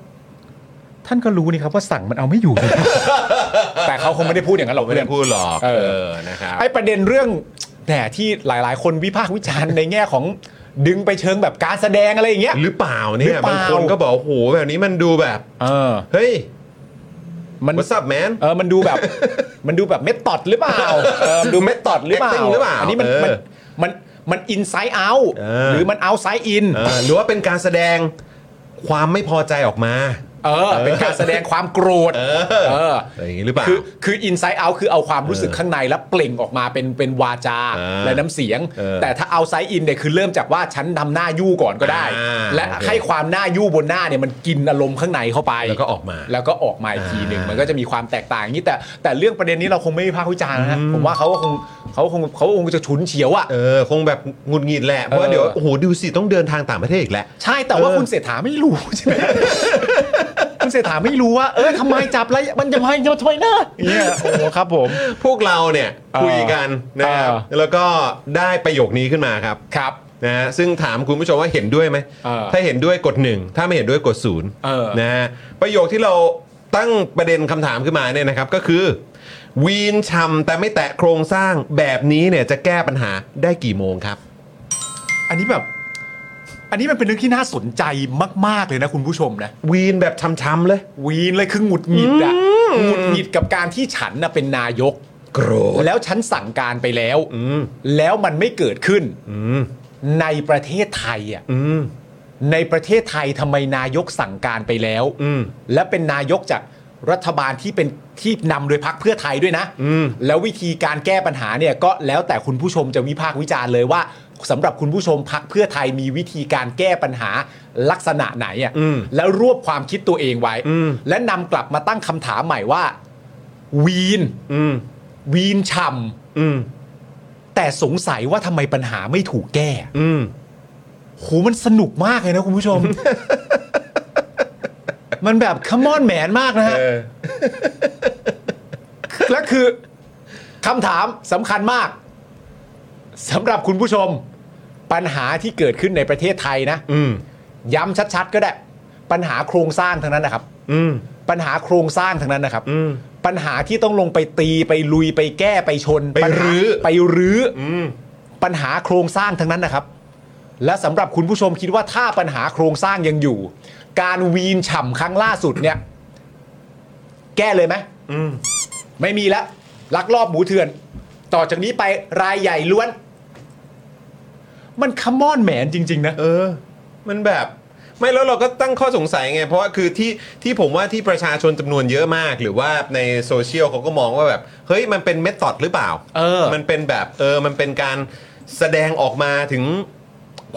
Speaker 3: ท่านก็รู้นี่ครับว่าสั่งมันเอาไม่อยู่ แต่เขาคงไม่ได้พูดอย่างนั้นหรอ ก
Speaker 1: ไม่
Speaker 3: เพื่
Speaker 1: ได้
Speaker 3: อน
Speaker 1: พูดหรอก
Speaker 3: เออ
Speaker 1: เออนะครับ
Speaker 3: ไอประเด็นเรื่องแหนที่หลาย ๆ คนวิพากษ์วิจารณ์ในแง่ของดึงไปเชิงแบบการแสดงอะไรอย่างเงี้ย
Speaker 1: หรือเปล่า
Speaker 3: หรื
Speaker 1: เนี่ย
Speaker 3: อเปล่า
Speaker 1: บางคนก็บอกโอ้โหแบบนี้มันดูแบบ
Speaker 3: เออ
Speaker 1: เฮ้ย
Speaker 3: มัน
Speaker 1: what's up man
Speaker 3: เออ มันดูแบบ มันดูแบบเมทอดหรือเปล่า เออดูเมทอดหรือเปล่า
Speaker 1: Acting หรือเปล่า
Speaker 3: อันนี้มัน
Speaker 1: เออ
Speaker 3: มัน มัน มันอินไซด์เอาท์
Speaker 1: เออ
Speaker 3: หรือมันเอาไซด์อิน
Speaker 1: เออหรือว่าเป็นการแสดงความไม่พอใจออกมา
Speaker 3: เออ เป็นการแสดงความโกรธ เออ
Speaker 1: อะไรอย่างนี้หรือเปล่า
Speaker 3: คือ คืออินไซด์เอาท์คือเอาความรู้สึกข้างในแล้วเปล่งออกมาเป็น เป็นวาจา
Speaker 1: เออ
Speaker 3: และน้ำเสียง
Speaker 1: เออ
Speaker 3: แต่ถ้าเอาไซด์อินเนี่ยคือเริ่มจากว่าฉันทำหน้ายู่ก่อนก็ได้
Speaker 1: อ่า
Speaker 3: และ
Speaker 1: โอเค
Speaker 3: ให้ความหน้ายู่บนหน้าเนี่ยมันกินอารมณ์ข้างในเข้าไป
Speaker 1: แล้วก็ออกมา
Speaker 3: แล้วก็ออกมาอีกทีหนึ่ง
Speaker 1: อ่ามั
Speaker 3: มันก็จะมีความแตกต่างอย่างนี้แต่แต่เรื่องประเด็นนี้เราคงไม่วิพากษ์วิจารณ์นะฮะผมว่าเขาก็คงเขาคงเขาคงจะฉุนเฉียวอ่ะ
Speaker 1: เออคงแบบหงุดหงิดแหละ เพราะว่า
Speaker 3: เออ
Speaker 1: เดี๋ยวโอ้โหดูสิต้องเดินทางต่างประเทศอีกแหละ
Speaker 3: ใช่แต่ว่า
Speaker 1: เออ
Speaker 3: คุณเศรษฐาไม่รู้ ใช่ไหม คุณเศรษฐาไม่รู้ว่า เออทำไมจับอะไรมันจะไม่ยอมถอยนะเนี่ยโอ้โหครับผม
Speaker 1: พวกเราเนี่ย
Speaker 3: เออ
Speaker 1: คุยกันนะครับ
Speaker 3: เออ
Speaker 1: แล้วก็ได้ประโยคนี้ขึ้นมาครับ
Speaker 3: ครับ
Speaker 1: นะฮะซึ่งถามคุณผู้ชมว่าเห็นด้วยไหม
Speaker 3: เออ
Speaker 1: ถ้าเห็นด้วยกดหนึ่งถ้าไม่เห็นด้วยกดศูนย์
Speaker 3: เออ
Speaker 1: นะฮะประโยคที่เราตั้งประเด็นคำถามขึ้นมาเนี่ยนะครับก็คือ วีนชำแต่ไม่แตะโครงสร้างแบบนี้เนี่ยจะแก้ปัญหาได้กี่โมงครับ
Speaker 3: อันนี้แบบ อันนี้มันเป็นเรื่องที่น่าสนใจมาก ๆ เลยนะคุณผู้ชมนะ
Speaker 1: วีนแบบช้ำๆเลย
Speaker 3: วีนเลยคือหงุดหงิดอะหงุดหงิดกับการที่ฉันน่ะเป็นนายก
Speaker 1: โกรธ
Speaker 3: แล้วฉันสั่งการไปแล้ว
Speaker 1: อืม
Speaker 3: แล้วมันไม่เกิดขึ้น
Speaker 1: อืม
Speaker 3: ในประเทศไทยอ่ะ
Speaker 1: อืม
Speaker 3: ในประเทศไทยทำไมนายกสั่งการไปแล้ว
Speaker 1: อืม
Speaker 3: และเป็นนายกจากรัฐบาลที่เป็นที่นำโดยพักเพื่อไทยด้วยนะ
Speaker 1: อืม
Speaker 3: แล้ววิธีการแก้ปัญหาเนี่ยก็แล้วแต่คุณผู้ชมจะวิพากษ์วิจารณ์เลยว่าสำหรับคุณผู้ชมพักเพื่อไทยมีวิธีการแก้ปัญหาลักษณะไหนอ่ะ
Speaker 1: อืม
Speaker 3: แล้วรวบความคิดตัวเองไว้
Speaker 1: อืม
Speaker 3: และนำกลับมาตั้งคำถามใหม่ว่า วีน
Speaker 1: อืม
Speaker 3: วีนฉ่
Speaker 1: อืม
Speaker 3: ำแต่สงสัยว่าทำไมปัญหาไม่ถูกแก้
Speaker 1: อืม
Speaker 3: โหมันสนุกมากเลยนะคุณ ผู้ชม มันแบบขมอนแหมนมากนะฮะ และคือคำถามสำคัญมากสำหรับคุณผู้ชม ปัญหาที่เกิดขึ้นในประเทศไทยนะ
Speaker 1: อืม
Speaker 3: ย้ำชัดๆ ก็ได้ ปัญหาโครงสร้างทั้งนั้นนะครับ
Speaker 1: อืม
Speaker 3: ปัญหาโครงสร้างทั้งนั้นนะครับ
Speaker 1: อืม
Speaker 3: ปัญหาที่ต้องลงไปตีไปลุยไปแก้ไปชน
Speaker 1: ไป
Speaker 3: ญหา
Speaker 1: รื้อ
Speaker 3: ไปรื้อ
Speaker 1: อืม
Speaker 3: ปัญหาโครงสร้างทั้งนั้นนะครับ และสำหรับคุณผู้ชมคิดว่าถ้าปัญหาโครงสร้างยังอยู่ การวีนฉ่ำครั้งล่าสุดเนี่ย แก้เลยไหม
Speaker 1: อืม
Speaker 3: ไม่มีแล้วลักลอบหมูเถื่อน ต่อจากนี้ไปรายใหญ่ล้วน มันขมอนแหมนจริง ๆ นะ
Speaker 1: เออ มันแบบไม่แล้วเราก็ตั้งข้อสงสัยไง เพราะว่าคือที่ที่ผมว่าที่ประชาชนจำนวนเยอะมาก หรือว่าในโซเชียลเขาก็มองว่าแบบ เฮ้ยมันเป็นเมธอดหรือเปล่า
Speaker 3: เออ
Speaker 1: มันเป็นแบบเออมันเป็นการแสดงออกมาถึง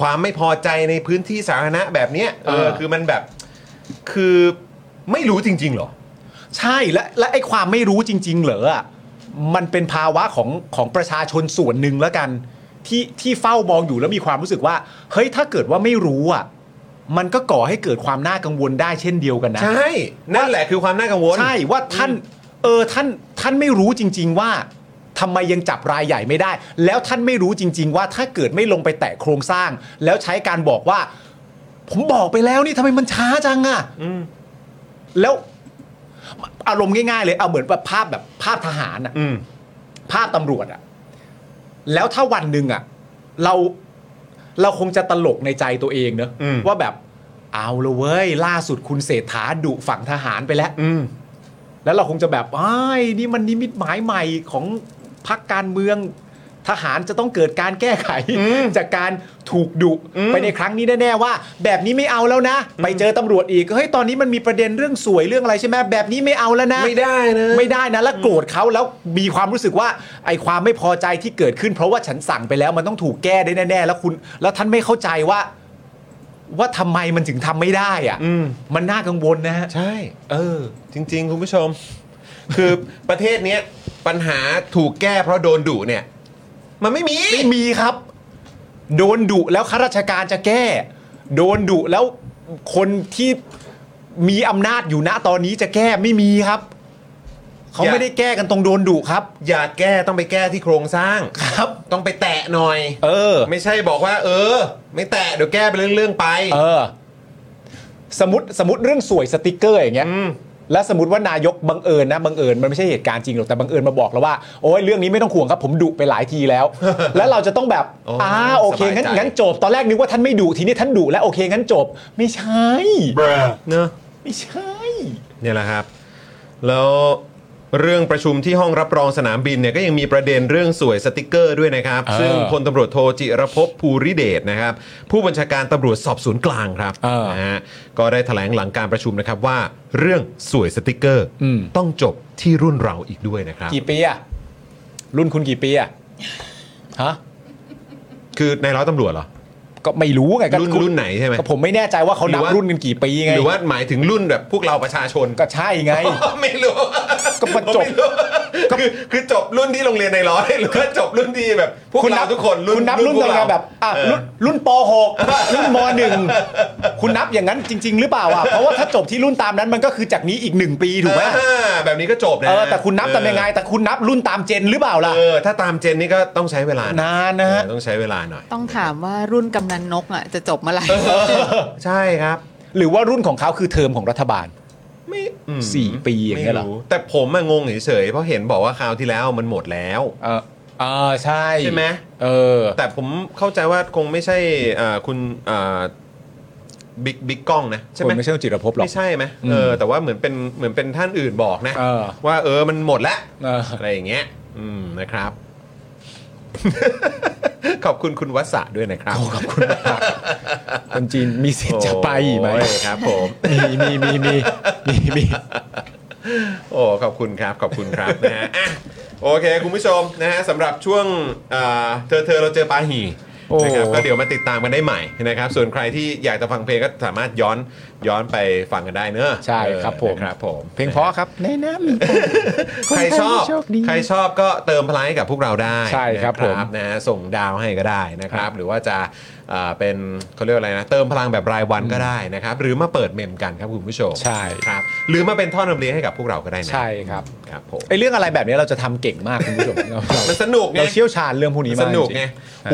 Speaker 1: ความไม่พอใจในพื้นที่สาธารณะแบบเนี้ยเออคือมันแบบคือไม่รู้จริง ๆ เหรอ
Speaker 3: ใช่และและไอ้ความไม่รู้จริง ๆ เหรออะมันเป็นภาวะของของประชาชนส่วนหนึ่งแล้วกัน ที่ที่เฝ้ามองอยู่แล้วมีความรู้สึกว่า เฮ้ยถ้าเกิดว่าไม่รู้อ่ะมันก็ก่อให้เกิดความน่ากังวลได้เช่นเดียวกันนะ
Speaker 1: ใช่ นั่นแหละคือความน่ากังวล
Speaker 3: ใช่ว่าท่านเออท่านท่านไม่รู้จริง ๆ ว่าทำไมยังจับรายใหญ่ไม่ได้ แล้วท่านไม่รู้จริง ๆ ว่าถ้าเกิดไม่ลงไปแตะโครงสร้าง แล้วใช้การบอกว่า ผมบอกไปแล้วนี่ทำไมมันช้าจังอะแล้วอารมณ์ง่าย ๆ เลยเอาเหมือนแบบภาพแบบภาพทหารอะ
Speaker 1: อืม
Speaker 3: ภาพตำรวจอะแล้วถ้าวันหนึ่งอะเราเราคงจะตลกในใจตัวเองเนอะ
Speaker 1: อืม
Speaker 3: ว่าแบบเอาละเว้ย ล่าสุดคุณเศรษฐาดุฝั่งทหารไปแล้ว
Speaker 1: อืม
Speaker 3: แล้วเราคงจะแบบไอ้ายนี่มันนิมิตหมายใหม่ของพรรคการเมืองทหารจะต้องเกิดการแก้ไข จากการถูกดุไปในครั้งนี้แน่ๆว่า แบบนี้ไม่เอาแล้วนะ ไปเจอตำรวจอีกเฮ้ยตอนนี้มันมีประเด็นเรื่องสวยเรื่องอะไรใช่ไหมแบบนี้ไม่เอาแล้วนะ
Speaker 1: ไม่ได้นะ
Speaker 3: ไม่ได้นะแล้วโกรธเขาแล้วมีความรู้สึกว่าไอ้ความไม่พอใจที่เกิดขึ้น เพราะว่าฉันสั่งไปแล้วมันต้องถูกแก้ได้แน่ๆแล้วคุณ แล้วท่านไม่เข้าใจว่า ว่าทำไมมันถึงทำไม่ได้อะ
Speaker 1: อืม
Speaker 3: มันน่ากังวลนะฮะ
Speaker 1: ใช่
Speaker 3: เออ
Speaker 1: จริง ๆ คุณผู้ชม คือประเทศเนี้ยปัญหาถูกแก้เพราะโดนดุเนี่ย มันไม่มี
Speaker 3: ไม่มีครับ โดนดุแล้วข้าราชการจะแก้ โดนดุแล้วคนที่มีอำนาจอยู่ณตอนนี้จะแก้ไม่มีครับ เขา
Speaker 1: อย่า
Speaker 3: ไม่ได้แก้กันตรงโดนดุครับ
Speaker 1: อยากแก้ต้องไปแก้ที่โครงสร้าง
Speaker 3: ครับ
Speaker 1: ต้องไปแตะหน่อย
Speaker 3: เออ
Speaker 1: ไม่ใช่บอกว่า เออ ไม่แตะเดี๋ยวแก้ไปเรื่องๆไป
Speaker 3: เออ สมมติสมมติเรื่องสวยสติกเกอร์อย่างเงี้ย
Speaker 1: อืม
Speaker 3: และสมมติว่านายกบังเอิญนะบังเอิญมันไม่ใช่เหตุการณ์จริงหรอกแต่บังเอิญมาบอกแล้วว่าโอ้ยเรื่องนี้ไม่ต้องห่วงครับผมดุไปหลายที แล้ว แล้วเราจะต้องแบบ
Speaker 1: โอ้
Speaker 3: อ่าโอเคงั้น
Speaker 1: สบายใจ
Speaker 3: งั้นจบตอนแรกนึกว่าท่านไม่ดุทีนี้ท่านดุแล้วโอเคงั้นจบ ไม่ใช่
Speaker 1: เนอะ
Speaker 3: ไม่ใช่
Speaker 1: เนี่ยแหละครับ แล้วเรื่องประชุมที่ห้องรับรองสนามบินเนี่ยก็ยังมีประเด็นเรื่องสวยสติกเกอร์ด้วยนะครับ
Speaker 3: เออ
Speaker 1: ซึ่งพลตำรวจโทจิรภพภูริเดชนะครับ ผู้บัญชาการตำรวจสอบสวนกลางครับ
Speaker 3: เออ
Speaker 1: นะฮะก็ได้แถลงหลังการประชุมนะครับว่าเรื่องสวยสติกเกอร์
Speaker 3: อืม
Speaker 1: ต้องจบที่รุ่นเราอีกด้วยนะครับ
Speaker 3: กี่ปีอะรุ่นคุณกี่ปีอะฮะ
Speaker 1: คือในร้อยตำรวจเหรอ
Speaker 3: ก็ไม่รู้ไงก็
Speaker 1: รุ่นรุ่นไหนใช่ไหม
Speaker 3: ก็ผมไม่แน่ใจว่าเขา
Speaker 1: หรื
Speaker 3: นับ
Speaker 1: อว่า
Speaker 3: รุ่นกันกี่ปีไง
Speaker 1: หรือว่าหมายถึงรุ่นแบบพวกเราประชาชน
Speaker 3: ก็ใช่ไง
Speaker 1: ไม่รู้
Speaker 3: ก็มันจบ
Speaker 1: ไม่รู้ คือคือจบรุ่นที่โรงเรียนในร้อยหรือว่าจบรุ่นที่แบบพวก
Speaker 3: คุณ
Speaker 1: เรา
Speaker 3: นับ
Speaker 1: ทุกคนรุ่น
Speaker 3: คุณนับรุ่น
Speaker 1: พว
Speaker 3: อะ
Speaker 1: ก
Speaker 3: ไร
Speaker 1: เรา
Speaker 3: แบบอ่ะ
Speaker 1: เออ
Speaker 3: รุ่นรุ่นป .6 รุ่นม .1 คุณนับอย่างนั้นจริง ๆ หรือเปล่าอ่ะเพราะว่าถ้าจบที่รุ่นตามนั้นมันก็คือจากนี้อีกหนึ่งปีถูกไหม
Speaker 1: อ่าแบบนี้ก็จบนะ
Speaker 3: เออแต่คุณนับตามยังไง แต่คุณนับรุ่นตามเจนหรือเปล่าล่ะ
Speaker 1: เออ ถ้าตามเจนนี่ก็ต้องใช้เวลานะ
Speaker 3: นานนะฮะ
Speaker 1: เออต้องใช้เวลาหน่อย
Speaker 7: ต้องถามว่ารุ่นกำนันนกอ่ะจะจบเมื่อไหร่
Speaker 1: ใช่ครับ
Speaker 3: หรือว่ารุ่นของเขาคือเทอมของรัฐบาล
Speaker 1: ไม่อืม
Speaker 3: สี่ปีอย่างเงี้ยเหรอ
Speaker 1: ไม่แต่ผมอะงงเฉยๆเพราะเห็นบอกว่าคราวที่แล้วมันหมดแล้ว
Speaker 3: เออเออใช่
Speaker 1: ใช่ไหม
Speaker 3: เออ
Speaker 1: แต่ผมเข้าใจว่าคงไม่ใช่เอ่อคุณเอ่อบิ๊กบิ๊กกล้องนะใช่ไหม
Speaker 3: คนไม่ใช่คุณจิรภพหรอก
Speaker 1: ไม่ใช่ไหมเออ แต่ว่าเหมือนเป็นเหมือนเป็นท่านอื่นบอกนะ
Speaker 3: เออ
Speaker 1: ว่าเออมันหมดแล้ว
Speaker 3: เอออ
Speaker 1: ไรอย่างเงี้ย อืมนะครับ ขอบคุณคุณวัสสะด้วยนะครับ
Speaker 3: ขอบคุณมาก คนจีนมีสิทธิ์จะไปอีกไหม
Speaker 1: โอ้ยครับผม
Speaker 3: มีมีมีมีมีมี
Speaker 1: โอ้ขอบคุณครับขอบคุณครับ นะฮะอ่ะโอเค คุณผู้ชมนะฮะสำหรับช่วงอ่าเธอเธอเราเจอปาหี
Speaker 3: โอ้
Speaker 1: นะครับก็เดี๋ยวมาติดตามกันได้ใหม่นะครับ ส่วนใครที่อยากจะฟังเพลงก็สามารถย้อนย้อนไปฟังกันได้เนอะ
Speaker 3: ใช่ครับผ
Speaker 1: เอ
Speaker 3: ม
Speaker 1: อนะครับผม
Speaker 3: เพลงเพราะครับในน้ำมี
Speaker 1: ใครชอบ
Speaker 3: คนไทยโชคดี
Speaker 1: ใครชอบก็เติมพลังให้กับพวกเราได้
Speaker 3: ใช่ครับ
Speaker 1: นะ
Speaker 3: ผม
Speaker 1: นะฮะส่งดาวให้ก็ได้นะครับ
Speaker 3: ครับ
Speaker 1: หรือว่าจะอ่าเป็นเขาเรียกว่าอะไรนะเติมพลังแบบรายวันก็ได้นะครับ หรือมาเปิดเมมกันครับคุณผู้ชม
Speaker 3: ใช่
Speaker 1: ครับหรือมาเป็นท่อนนำเลี้ยงให้กับพวกเราก็ได้นะ
Speaker 3: ใช่ครับ
Speaker 1: ครับผม
Speaker 3: ไอเรื่องอะไรแบบนี้เราจะทำเก่งมากคุณผู้ชมเราเรา
Speaker 1: มันสนุกไง
Speaker 3: เราเชี่ยวชาญเรื่องพวกนี้
Speaker 1: ส
Speaker 3: มาก
Speaker 1: นุก
Speaker 3: จริง
Speaker 1: ไง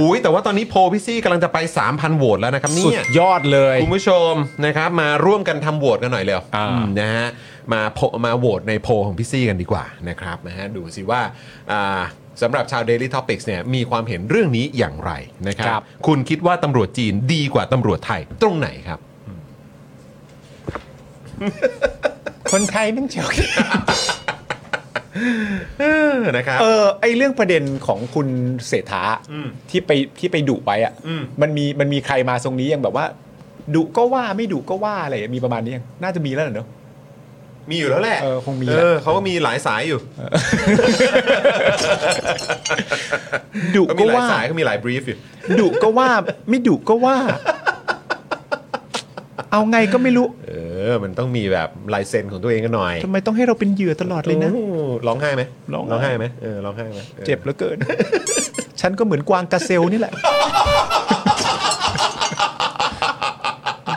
Speaker 1: อุ้ยแต่ว่าตอนนี้โพลพี่ซี่กำลังจะไป 3,000 โหวตแล้วนะครับ
Speaker 3: สุ
Speaker 1: เนี่
Speaker 3: ด
Speaker 1: ย
Speaker 3: ยอดเลย
Speaker 1: คุณผู้ชมนะครับมาร่วมกันทำโหวตกันหน่อยเร็ว
Speaker 3: อ่า
Speaker 1: อืมนะฮะมาโพมาโหวตในโพลของพี่ซี่กันดีกว่านะครับนะฮะดูสิว่าอ่าสำหรับชาว Daily Topics เนี่ยมีความเห็นเรื่องนี้อย่างไรนะครับ คุณคิดว่าตำรวจจีนดีกว่าตำรวจไทยตรงไหนครับ
Speaker 3: คนไทยเป็นเชี่ยวชาญ
Speaker 1: เออนะครับ
Speaker 3: เออไอเรื่องประเด็นของคุณเศรษฐา
Speaker 1: อืม
Speaker 3: ที่ไปที่ไปดุไปอ่ะ
Speaker 1: อืม
Speaker 3: มันมีมันมีใครมาทรงนี้ยังแบบว่าดุก็ว่าไม่ดุก็ว่าอะไรมีประมาณนี้ยังน่าจะมีแล้วเหรอเนอะ
Speaker 1: มีอยู่แล้วแหละ
Speaker 3: เออคงมีแหละ
Speaker 1: เออเขาก็มีหลายสายอยู่
Speaker 3: ดุ
Speaker 1: เขา
Speaker 3: ก็
Speaker 1: มีหลาย
Speaker 3: ว่า
Speaker 1: สายเขามีหลายบรีฟอยู่
Speaker 3: ดุก็ว่าไม่ดุก็ว่า เอาไงก็ไม่รู้
Speaker 1: เออ มันต้องมีแบบลายเซ็นของตัวเองกันหน่อย
Speaker 3: ทำไมต้องให้เราเป็นเหยื่อตลอดเลยนะ
Speaker 1: โอ้ร้องไห้ไหม
Speaker 3: ร้องไห้
Speaker 1: ไห้ไหมเออ ร้องไห้ไหมออ
Speaker 3: เจ็บเหลือเกิน ฉันก็เหมือนกวางกระเซลนี่แหละ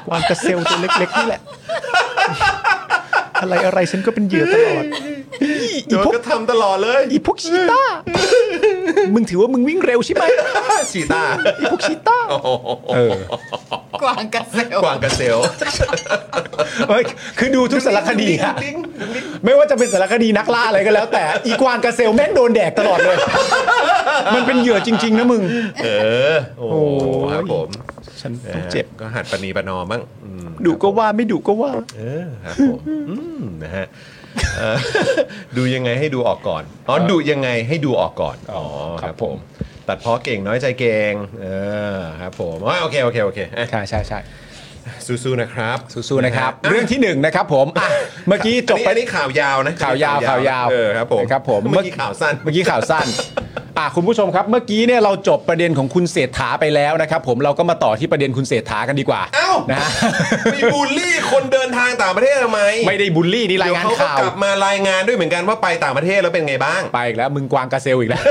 Speaker 3: กวางกระเซลตัวเล็กๆนี่แหละ อะไรอะไรฉันก็เป็นเหยื่อตลอด
Speaker 1: โดนก็ทำตลอดเลย
Speaker 3: อีพวกชีต้า มึงถือว่ามึงวิ่งเร็วใช่ไหม
Speaker 1: ชีตา
Speaker 3: อีพวกชีต้า เออ
Speaker 10: กวางกระเซล
Speaker 1: กวางกระเซล
Speaker 3: เอ้ยคือดูทุกสารคดีอะไม่ว่าจะเป็นสารคดีนักล่าอะไรก็แล้ว แต่อีกวางกระเซลแม่งโดนแดกตลอดเลย มันเป็นเหยื่อจริง ๆ นะมึง
Speaker 1: เออ โอ้โหครับผม
Speaker 3: ฉันต้องเจ็บ
Speaker 1: ก็หัดปณีประนอมบ้างอืม
Speaker 3: ดุก็ว่าไม่ดุก็ว่า
Speaker 1: เออครับผมอืมนะฮะเออ ดูยังไงให้ดูออกก่อน อ๋อ ดูยังไงให้ดูออกก่อน อ๋อครับผม ตัดเพ้อเก่งน้อยใจเก่ง เออครับผมอ๋อโอเคโอเคโอเคอ่ะ
Speaker 3: ใช่ใช่ใช่
Speaker 1: สู้ๆนะครับ
Speaker 3: สู้ๆนะครับ เรื่องที่หนึ่งนะครับผมอ่ะเมื่อกี้จบ
Speaker 1: อันนี้
Speaker 3: ไป
Speaker 1: อันนี้ข่าวยาวนะ
Speaker 3: ข่าวยาวข่าวยาว
Speaker 1: เออครับผม
Speaker 3: ครับผม
Speaker 1: เมื่อกี้ข่าวสั้น
Speaker 3: เมื่อกี้ข่าวสั้นอ่ะคุณผู้ชมครับ เมื่อกี้เนี่ยเราจบประเด็นของคุณเศรษฐาไปแล้วนะครับผมเราก็มาต่อที่ประเด็นคุณเศรษฐากันดีกว่า
Speaker 1: เอ้า
Speaker 3: นะฮะ
Speaker 1: มีบูลลี่คนเดินทางต่างประเทศทำไม
Speaker 3: ไม่ได้บูลลี่นี่ราย
Speaker 1: เดี๋ยว
Speaker 3: งาน
Speaker 1: เขาก็
Speaker 3: ข่าว
Speaker 1: กลับมารายงานด้วยเหมือนกันว่าไปต่างประเทศแล้วเป็นไงบ้าง
Speaker 3: ไปอีกแล้วมึงกวางกระเซลอีกแล้ว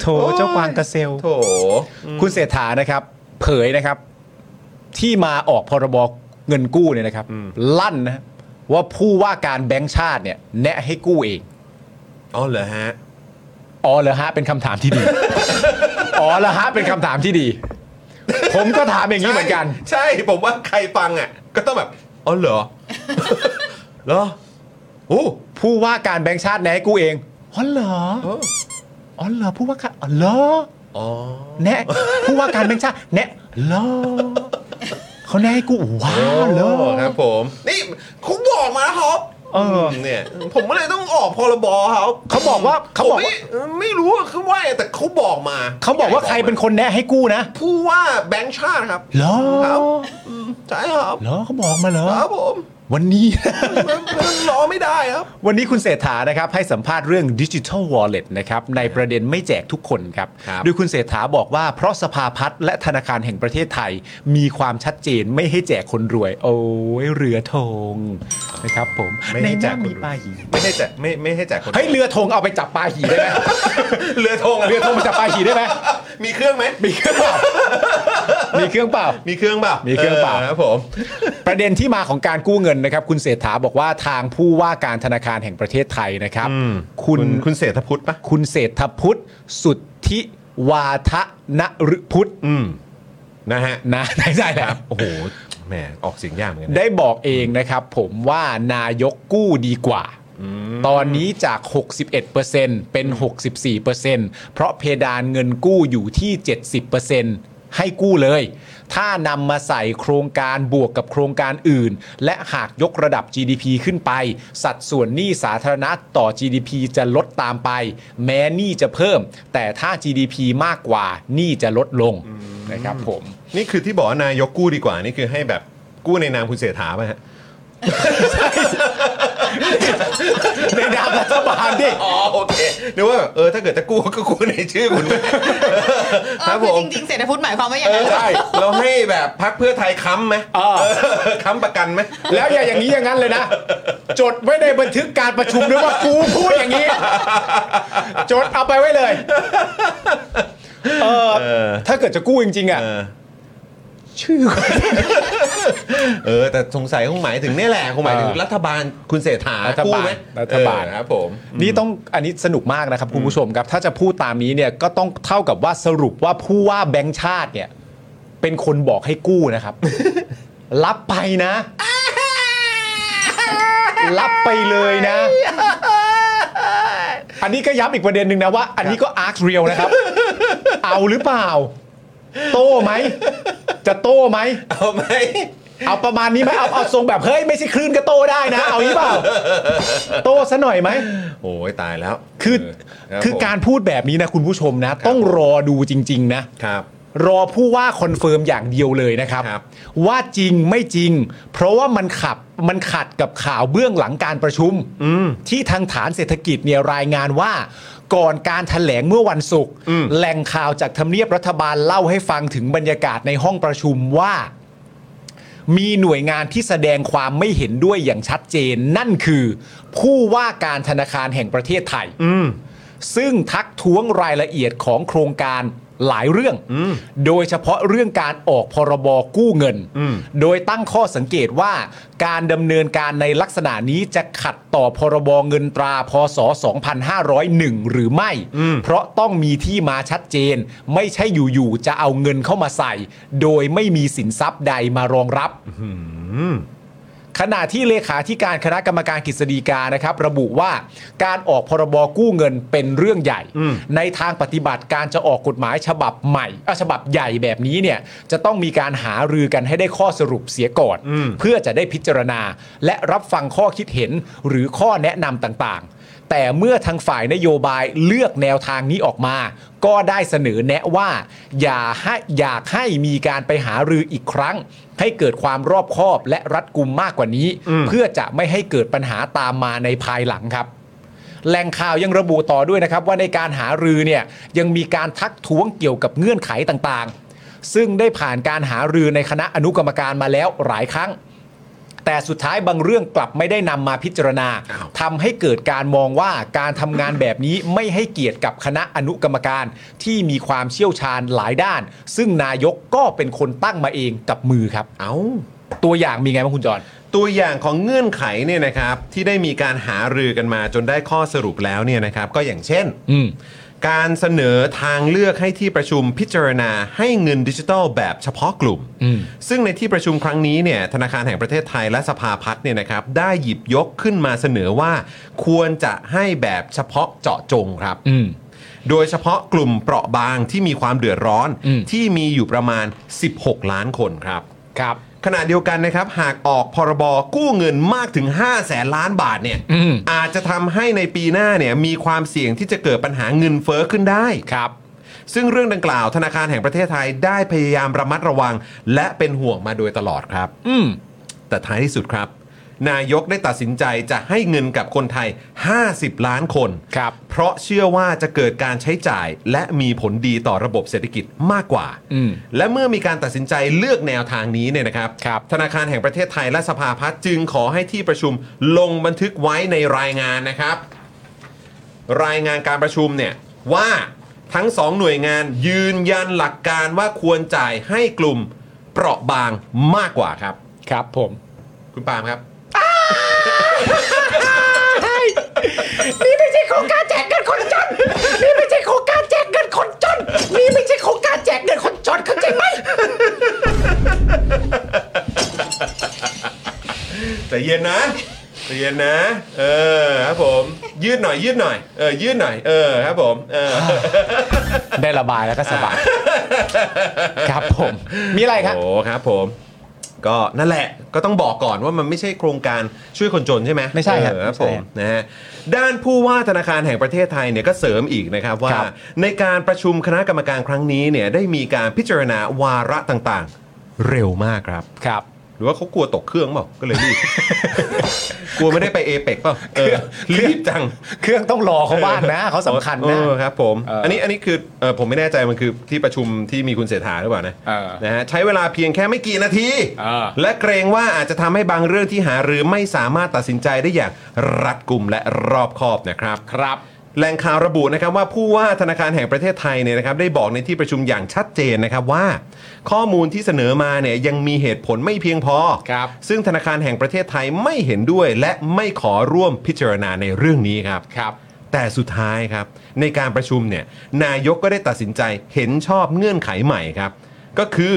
Speaker 3: โถเจ้ากวางกระเซล
Speaker 1: โถ
Speaker 3: คุณเศรษฐานะครับ เผยนะครับ ที่มาออกพรบเงินกู้เนี่ยนะครับ ลั่นนะว่าผู้ว่าการแบงก์ชาติเนี่ย แนะให้กู้เอง
Speaker 1: อ๋อเหรอฮะ
Speaker 3: อ๋อเหรอฮะเป็นคำถามที่ ดี อ๋อเหรอฮะเป็นคำถามที่ดี ผมก็ถามอย่างนี้เหมือนกัน
Speaker 1: ใช่ผมว่าใครฟังอ่ะ ก็ต้องแบบ อ๋อเหร อ เหรอโอ้
Speaker 3: ผู้ว่าการแบงค์ชาติแนะให้กู้เองอ๋อเหรออ๋อเหรอผู้ว่าการอ๋อเหรอ
Speaker 1: อ๋อ
Speaker 3: แนะผู้ว่าการแบงค์ชาติแนะเหรอเขาแนะให้กู้ว้า
Speaker 1: โอ้
Speaker 3: วเหรอ
Speaker 1: ครับผมนี่เขาบอกมาแล้วครับ
Speaker 3: เอออื
Speaker 1: มเนี่ย ผมก็เลยต้องออกพรบครับ
Speaker 3: เขาบอกว่าเขาบอ
Speaker 1: ผ
Speaker 3: ก
Speaker 1: ม
Speaker 3: ว่า
Speaker 1: ไม่ไม่รู้ว่าคือว่าไงแต่เขาบอกมา
Speaker 3: เขาบอกว่าใครเป็นคนแนะให้กู้นะ
Speaker 1: ผู้ว่าแบงค์ชาติครับ
Speaker 3: เหรอ
Speaker 1: ครับอืมใช่ครับ
Speaker 3: เหรอเขาบอกมาเหรอ
Speaker 1: ครับผม
Speaker 3: วันนี้
Speaker 1: มันมันรอไม่ได้ครับ
Speaker 3: วันนี้คุณเศรษฐานะครับให้สัมภาษณ์เรื่องดิจิ t a ลวอลเล็ตนะครับในประเด็นไม่แจกทุกคนครับ
Speaker 1: ครับ
Speaker 3: โดยคุณเศรษฐาบอกว่าเพราะสภาพัฒน์และธนาคารแห่งประเทศไทย มีความชัดเจนไม่ให้แจกคนรวย โอ้ยเรือธงนะครับผม
Speaker 1: ไม่ให้แจกคนรวย
Speaker 3: ในน้ำมีปลาหี
Speaker 1: ไม่ให้แจกไม่ไม่ให้แจกคน
Speaker 3: เฮ้ยเรือธงเอาไปจับปลาหีได้ไหม
Speaker 1: เรือธงะ
Speaker 3: เรือธงมาจับปลาหี ได้ไหม
Speaker 1: มีเครื่องไหม
Speaker 3: มีเครื่องเปล่า มีเครื่องเปล่า
Speaker 1: มีเครื่องเปล่ามี
Speaker 3: เครื่องเปล่า
Speaker 1: ครับผม
Speaker 3: ประเด็นที่มาของการกู้เงินนะครับ คุณเศรษฐาบอกว่าทางผู้ว่าการธนาคารแห่งประเทศไทยนะครับ
Speaker 1: อืม
Speaker 3: คุณ
Speaker 1: คุณเศรษฐพุทธปะ
Speaker 3: คุณเศรษฐพุทธสุทธิวาทะนฤพุทธ
Speaker 1: อืมนะฮะ
Speaker 3: นะ ได้ใช่แล้ว
Speaker 1: โอ้โหแหมออกเสียงยากเหมือนกันนะ
Speaker 3: ได้บอกเองนะครับ ผมว่านายกกู้ดีกว่า ตอนนี้จาก 61%เป็น 64%เพราะเพดานเงินกู้อยู่ที่ 70%เ ให้กู้เลย ถ้านำมาใส่โครงการบวกกับโครงการอื่น และหากยกระดับ GDP ขึ้นไป สัดส่วนหนี้สาธารณะต่อ GDP จะลดตามไป แม้หนี้จะเพิ่ม แต่ถ้า GDP มากกว่าหนี้จะลดลงนะครับผม
Speaker 1: นี่คือที่บอกว่านายกกู้ดีกว่า นี่คือให้แบบกู้ในนามคุณเสถาป่ะฮะ
Speaker 3: ในนามรัฐบาลดิ
Speaker 1: อ๋อโอเคนึกว่าเออถ้าเกิดจะกู้ก็กู้ในชื่อคุณแม่ค
Speaker 7: เออ
Speaker 1: รับ
Speaker 7: คื
Speaker 1: ผ
Speaker 7: อจ
Speaker 1: ม
Speaker 7: ริงๆเศรษฐพุทธหมายความว่าอย่า
Speaker 1: เอง
Speaker 7: นั้
Speaker 1: อน ใช่เราให้แบบพักเพื่อไทยค้ำไหม
Speaker 3: เออ
Speaker 1: เออค้ำประกันไหม
Speaker 3: แล้วอย่าอย่างนี้อย่างนั้นเลยนะ จดไว้ในบันทึกการประชุมด้วยว่ากูพูดอย่างนี้ จดเอาไปไว้เลยเออ
Speaker 1: เออ
Speaker 3: ถ้าเกิดจะกู้จริงๆอ่ะ
Speaker 1: เออ
Speaker 3: ชื่อ
Speaker 1: เออ แต่สงสัยคงหมายถึงเนี่ยแหละคงหมายถึง
Speaker 3: เออ
Speaker 1: รัฐบาลคุณเศรษฐา
Speaker 3: รัฐบาล
Speaker 1: กู้ไหม
Speaker 3: รัฐบาล
Speaker 1: เออครับผม
Speaker 3: นี่ต้องอันนี้สนุกมากนะครับคุณผู้ชมครับ ถ้าจะพูดตามนี้เนี่ยก็ต้องเท่ากับว่าสรุปว่าผู้ว่าแบงค์ชาติเนี่ย เป็นคนบอกให้กู้นะครับ รับไปนะ รับไปเลยนะ อันนี้ก็ย้ำอีกประเด็นหนึ่งนะว่า อันนี้ก็อาร์คเรียลนะครับ เอาหรือเปล่า โต้ไหม จะโต้ไหม
Speaker 1: เอา ไหม
Speaker 3: เอาประมาณนี้ไหมเอาเอาทรงแบบเฮ้ยไม่ใช่คลื่นก็โต้ได้นะ เอานี้เปล่า โต้ซะหน่อยไหม
Speaker 1: โอ้ยตายแล้ว
Speaker 3: คือ
Speaker 1: เบ
Speaker 3: คือ
Speaker 1: ผม
Speaker 3: การพูดแบบนี้นะคุณผู้ชมนะ ต้องรอดูจริง ๆ นะ
Speaker 1: ครับ
Speaker 3: รอผู้ว่าคอนเฟิร์มอย่างเดียวเลยนะครับ
Speaker 1: ครับ
Speaker 3: ว่าจริงไม่จริง เพราะว่ามันขับมันขัดกับข่าวเบื้องหลังการประชุมที่ทางฐานเศรษฐกิจเนี่ยรายงานว่า ก่อนการแถลงเมื่อวันศุกร์แหล่งข่าวจากทำเนียบรัฐบาลเล่าให้ฟังถึงบรรยากาศในห้องประชุมว่า มีหน่วยงานที่แสดงความไม่เห็นด้วยอย่างชัดเจน นั่นคือ ผู้ว่าการธนาคารแห่งประเทศไทย ซึ่งทักท้วงรายละเอียดของโครงการหลายเรื่อง โดยเฉพาะเรื่องการออกพรบกู้เงิน โดยตั้งข้อสังเกตว่า การดำเนินการในลักษณะนี้จะขัดต่อพรบเงินตราพศ 2501 หรือไม่ เพราะต้องมีที่มาชัดเจน ไม่ใช่อยู่ๆจะเอาเงินเข้ามาใส่ โดยไม่มีสินทรัพย์ใดมารองรับ ขณะที่เลขาธิการคณะกรรมการกฤษฎีกานะครับ ระบุว่าการออกพรบกู้เงินเป็นเรื่องใหญ่ ในทางปฏิบัติการจะออกกฎหมายฉบับใหม่เอ่อฉบับใหญ่แบบนี้เนี่ยจะต้องมีการหารือกันให้ได้ข้อสรุปเสียก่อน เพื่อจะได้พิจารณา และรับฟังข้อคิดเห็นหรือข้อแนะนำต่างๆ แต่เมื่อทางฝ่ายนโยบายเลือกแนวทางนี้ออกมา ก็ได้เสนอแนะว่า อย่าให้อยากให้มีการไปหารืออีกครั้ง ให้เกิดความรอบคอบและรัดกุมมากกว่านี้ เพื่อจะไม่ให้เกิดปัญหาตามมาในภายหลังครับ แหล่งข่าวยังระบุต่อด้วยนะครับว่าในการหารือเนี่ยยังมีการทักท้วงเกี่ยวกับเงื่อนไขต่างๆ ซึ่งได้ผ่านการหารือในคณะอนุกรรมการมาแล้วหลายครั้ง แต่สุดท้ายบางเรื่องกลับไม่ได้นำมาพิจารณาทำให้เกิดการมองว่าการทำงานแบบนี้ไม่ให้เกียรติกับคณะอนุกรรมการที่มีความเชี่ยวชาญหลายด้าน ซึ่งนายกก็เป็นคนตั้งมาเองกับมือครับ
Speaker 1: เอา
Speaker 3: ตัวอย่างมีไงบ้างคุณจร
Speaker 1: ตัวอย่างของเงื่อนไขเนี่ยนะครับที่ได้มีการหารือกันมาจนได้ข้อสรุปแล้วเนี่ยนะครับก็อย่างเช่น
Speaker 3: อืม
Speaker 1: การเสนอทางเลือกให้ที่ประชุมพิจารณาให้เงินดิจิทัลแบบเฉพาะกลุ่ม
Speaker 3: อืม
Speaker 1: ซึ่งในที่ประชุมครั้งนี้เนี่ยธนาคารแห่งประเทศไทยและสภาพัฒน์เนี่ยนะครับได้หยิบยกขึ้นมาเสนอว่า ควรจะให้แบบเฉพาะเจาะจงครับ
Speaker 3: อืม
Speaker 1: โดยเฉพาะกลุ่มเปราะบางที่มีความเดือดร้อน
Speaker 3: อืม
Speaker 1: ที่มีอยู่ประมาณ 16 ล้านคนครับ
Speaker 3: ครับ
Speaker 1: ขณะเดียวกันนะครับ หากออกพรบกู้เงินมากถึง 5 0 0แสนล้านบาทเนี่ย
Speaker 3: อืม
Speaker 1: อาจจะทำให้ในปีหน้าเนี่ยมีความเสี่ยงที่จะเกิดปัญหาเงินเฟ้อขึ้นได้
Speaker 3: ครับ
Speaker 1: ซึ่งเรื่องดังกล่าวธนาคารแห่งประเทศไทยได้พยายามระมัดระวัง และเป็นห่วงมาโดยตลอดครับ
Speaker 3: อืม
Speaker 1: แต่ท้ายที่สุดครับ นายกได้ตัดสินใจจะให้เงินกับคนไทย 50 ล้านคน
Speaker 3: ครับ
Speaker 1: เพราะเชื่อว่าจะเกิดการใช้จ่าย และมีผลดีต่อระบบเศรษฐกิจมากกว่า
Speaker 3: อืม
Speaker 1: และเมื่อมีการตัดสินใจเลือกแนวทางนี้เนี่ยนะครับ
Speaker 3: ครับ
Speaker 1: ธนาคารแห่งประเทศไทยและสภาพัฒน์จึงขอให้ที่ประชุมลงบันทึกไว้ในรายงานนะครับ รายงานการประชุมเนี่ยว่าทั้งสองหน่วยงานยืนยันหลักการว่าควรจ่ายให้กลุ่มเปราะบางมากกว่าครับ
Speaker 3: ครับผม
Speaker 1: คุณปาล์มครับ
Speaker 3: นี่ไม่ใช่โครงการแจกเงินคนจน นี่ไม่ใช่โครงการแจกเงินคนจน นี่ไม่ใช่โครงการแจกเงินคนจนเข้าใจไหม
Speaker 1: แต่เย็นนะแต่เย็นนะ เออครับผม ยืดหน่อย ยืดหน่อย เออยืดหน่อย เออครับผม เออ
Speaker 3: ได้ระบายแล้วก็สบาย ครับผมมีอะไรครับ
Speaker 1: โอ้ครับผม ก็นั่นแหละก็ต้องบอกก่อนว่ามันไม่ใช่โครงการช่วยคนจนใช่ไหม
Speaker 3: ไม่ใช่ครับ
Speaker 1: เออครับ
Speaker 3: ไม่ใช่
Speaker 1: ผมนะฮะด้านผู้ว่าธนาคารแห่งประเทศไทยเนี่ยก็เสริมอีกนะครับว่า
Speaker 3: ครับ
Speaker 1: ในการประชุมคณะกรรมการครั้งนี้เนี่ยได้มีการพิจารณาวาระต่างๆ เร็วมากครับ
Speaker 3: ครับ
Speaker 1: หรือว่าเขากลัวตกเครื่องเปล่าก็เลย รีบ กลัวไม่ได้ไปเอเปกเปล่าเออรีบจัง
Speaker 3: เครื่องต้องรอเขาบ้างนะเขาสำคัญนะ
Speaker 1: เออครับผม
Speaker 3: เอออั
Speaker 1: อันนี้อันนี้คือเออผมไม่แน่ใจมันคือที่ประชุมที่มีคุณเสถาหรือเปล่านะ
Speaker 3: เออ
Speaker 1: นะฮะใช้เวลาเพียงแค่ไม่กี่นาที
Speaker 3: เออ
Speaker 1: และเกรงว่าอาจจะทำให้บางเรื่องที่หารือไม่สามารถตัดสินใจได้อย่างรัดกุมและรอบคอบนะครับ
Speaker 3: ครับ
Speaker 1: แหล่งข่าวระบุนะครับว่าผู้ว่าธนาคารแห่งประเทศไทยเนี่ยนะครับได้บอกในที่ประชุมอย่างชัดเจนนะครับว่า ข้อมูลที่เสนอมาเนี่ยยังมีเหตุผลไม่เพียงพอ
Speaker 3: ครับ
Speaker 1: ซึ่งธนาคารแห่งประเทศไทยไม่เห็นด้วย และไม่ขอร่วมพิจารณาในเรื่องนี้ครับ
Speaker 3: ครับ
Speaker 1: แต่สุดท้ายครับ ในการประชุมเนี่ยนายกก็ได้ตัดสินใจเห็นชอบเงื่อนไขใหม่ครับ ก็คือ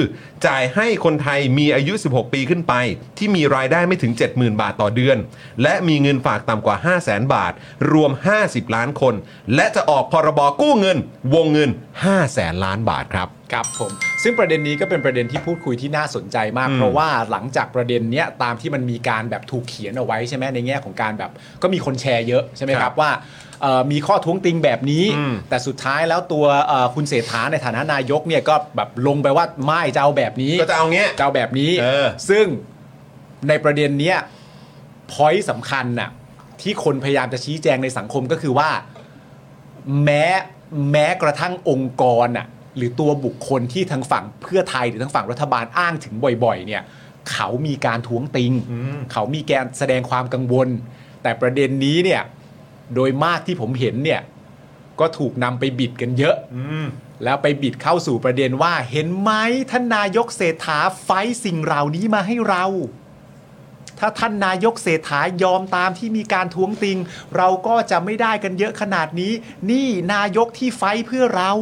Speaker 1: จ่ายให้คนไทยมีอายุ 16 ปีขึ้นไป ที่มีรายได้ไม่ถึง 70,000 บาทต่อเดือน และมีเงินฝากต่ำกว่า 500,000 บาท รวม 50 ล้านคน และจะออกพรบกู้เงิน วงเงิน 500,000 ล้านบาทครับ
Speaker 3: ครับผมซึ่งประเด็นนี้ก็เป็นประเด็นที่พูดคุยที่น่าสนใจมาก
Speaker 1: อืม
Speaker 3: เพราะว่าหลังจากประเด็นเนี้ยตามที่มันมีการแบบถูกเขียนเอาไว้ใช่ไหมในแง่ของการแบบ ก็มีคนแชร์เยอะใช่ไหมค
Speaker 1: ครั
Speaker 3: รั
Speaker 1: บบ
Speaker 3: ว่าเอ่อมีข้อท้วงติงแบบนี้
Speaker 1: อืม
Speaker 3: แต่สุดท้ายแล้วตัวเอ่อคุณเศรษฐาในฐานะนายกเนี่ยก็แบบลงไปว่าไม่จะเอาแบบนี้
Speaker 1: ก็จะเอาเงี้ย
Speaker 3: จะเอาแบบนี้
Speaker 1: เออ
Speaker 3: ซึ่งในประเด็นเนี้ยพอยสำคัญน่ะที่คนพยายามจะชี้แจงในสังคมก็คือว่า แม้แม้กระทั่งองค์กรน่ะหรือตัวบุคคลที่ทางฝั่งเพื่อไทยหรือทางฝั่งรัฐบาลอ้างถึงบ่อยๆ เนี่ยเขามีการท้วงติง เขามีการแสดงความกังวล แต่ประเด็นนี้เนี่ยโดยมากที่ผมเห็นเนี่ยก็ถูกนำไปบิดกันเยอะ แล้วไปบิดเข้าสู่ประเด็นว่า เห็นไหมท่านนายกเศรษฐาไฟท์สิ่งเหล่านี้มาให้เรา ถ้าท่านนายกเศรษฐายอมตามที่มีการท้วงติง เราก็จะไม่ได้กันเยอะขนาดนี้ นี่นายกที่ไฟท์เพื่อเรา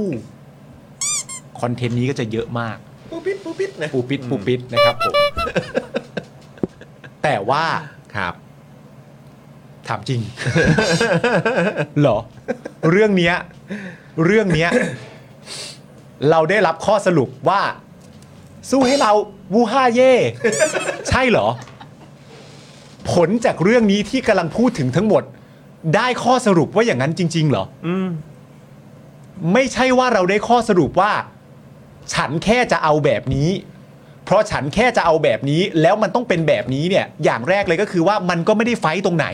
Speaker 3: คอนเทนต์นี้ก็จะเยอะมาก
Speaker 1: ปูปิดปูปิดนะ
Speaker 3: ปูปิดปูปิดนะครับผม แต่ว่า
Speaker 1: ครับ
Speaker 3: ถามจริง เหรอ เรื่องเนี้ย เรื่องเนี้ย เราได้รับข้อสรุปว่า สู้ให้เราวูฮ่าเย่ใช่เหรอ ผลจากเรื่องนี้ที่กำลังพูดถึงทั้งหมด ได้ข้อสรุปว่าอย่างนั้นจริง ๆ เหรออไม่ใช่ว่าเราได้ข้อสรุปว่า ฉันแค่จะเอาแบบนี้ เพราะฉันแค่จะเอาแบบนี้ แล้วมันต้องเป็นแบบนี้เนี่ย อย่างแรกเลยก็คือว่ามันก็ไม่ได้ไฟต์ตรงไหน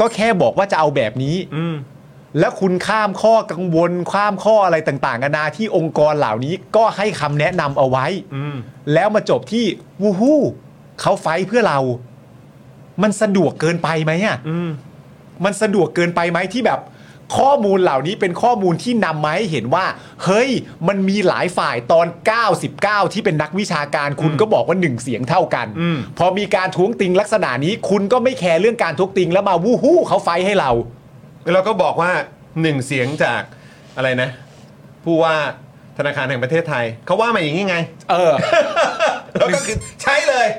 Speaker 3: ก็แค่บอกว่าจะเอาแบบนี้แล้วคุณข้ามข้อกังวลข้ามข้ออะไรต่างๆนานาที่องค์กรเหล่านี้ก็ให้คำแนะนำเอาไว้แล้วมาจบที่วูฮู้เขาไฟต์เพื่อเรา มันสะดวกเกินไปไหมอ่ะมันสะดวกเกินไปไหมที่แบบ ข้อมูลเหล่านี้เป็นข้อมูลที่นำมาให้เห็นว่า เฮ้ย มันมีหลายฝ่ายตอน 99 ที่เป็นนักวิชาการคุณก็บอกว่าหนึ่งเสียงเท่ากัน พอมีการท้วงติงลักษณะนี้ คุณก็ไม่แคร์เรื่องการท้วงติงแล้วมาวู้ฮู้เขาไฟท์ให้เรา
Speaker 1: แล้วก็บอกว่าหนึ่งเสียงจากอะไรนะ ผู้ว่าธนาคารแห่งประเทศไทยเขาว่ามาอย่างนี้ไง
Speaker 3: เออ
Speaker 1: แล้วก็คือใช้เลย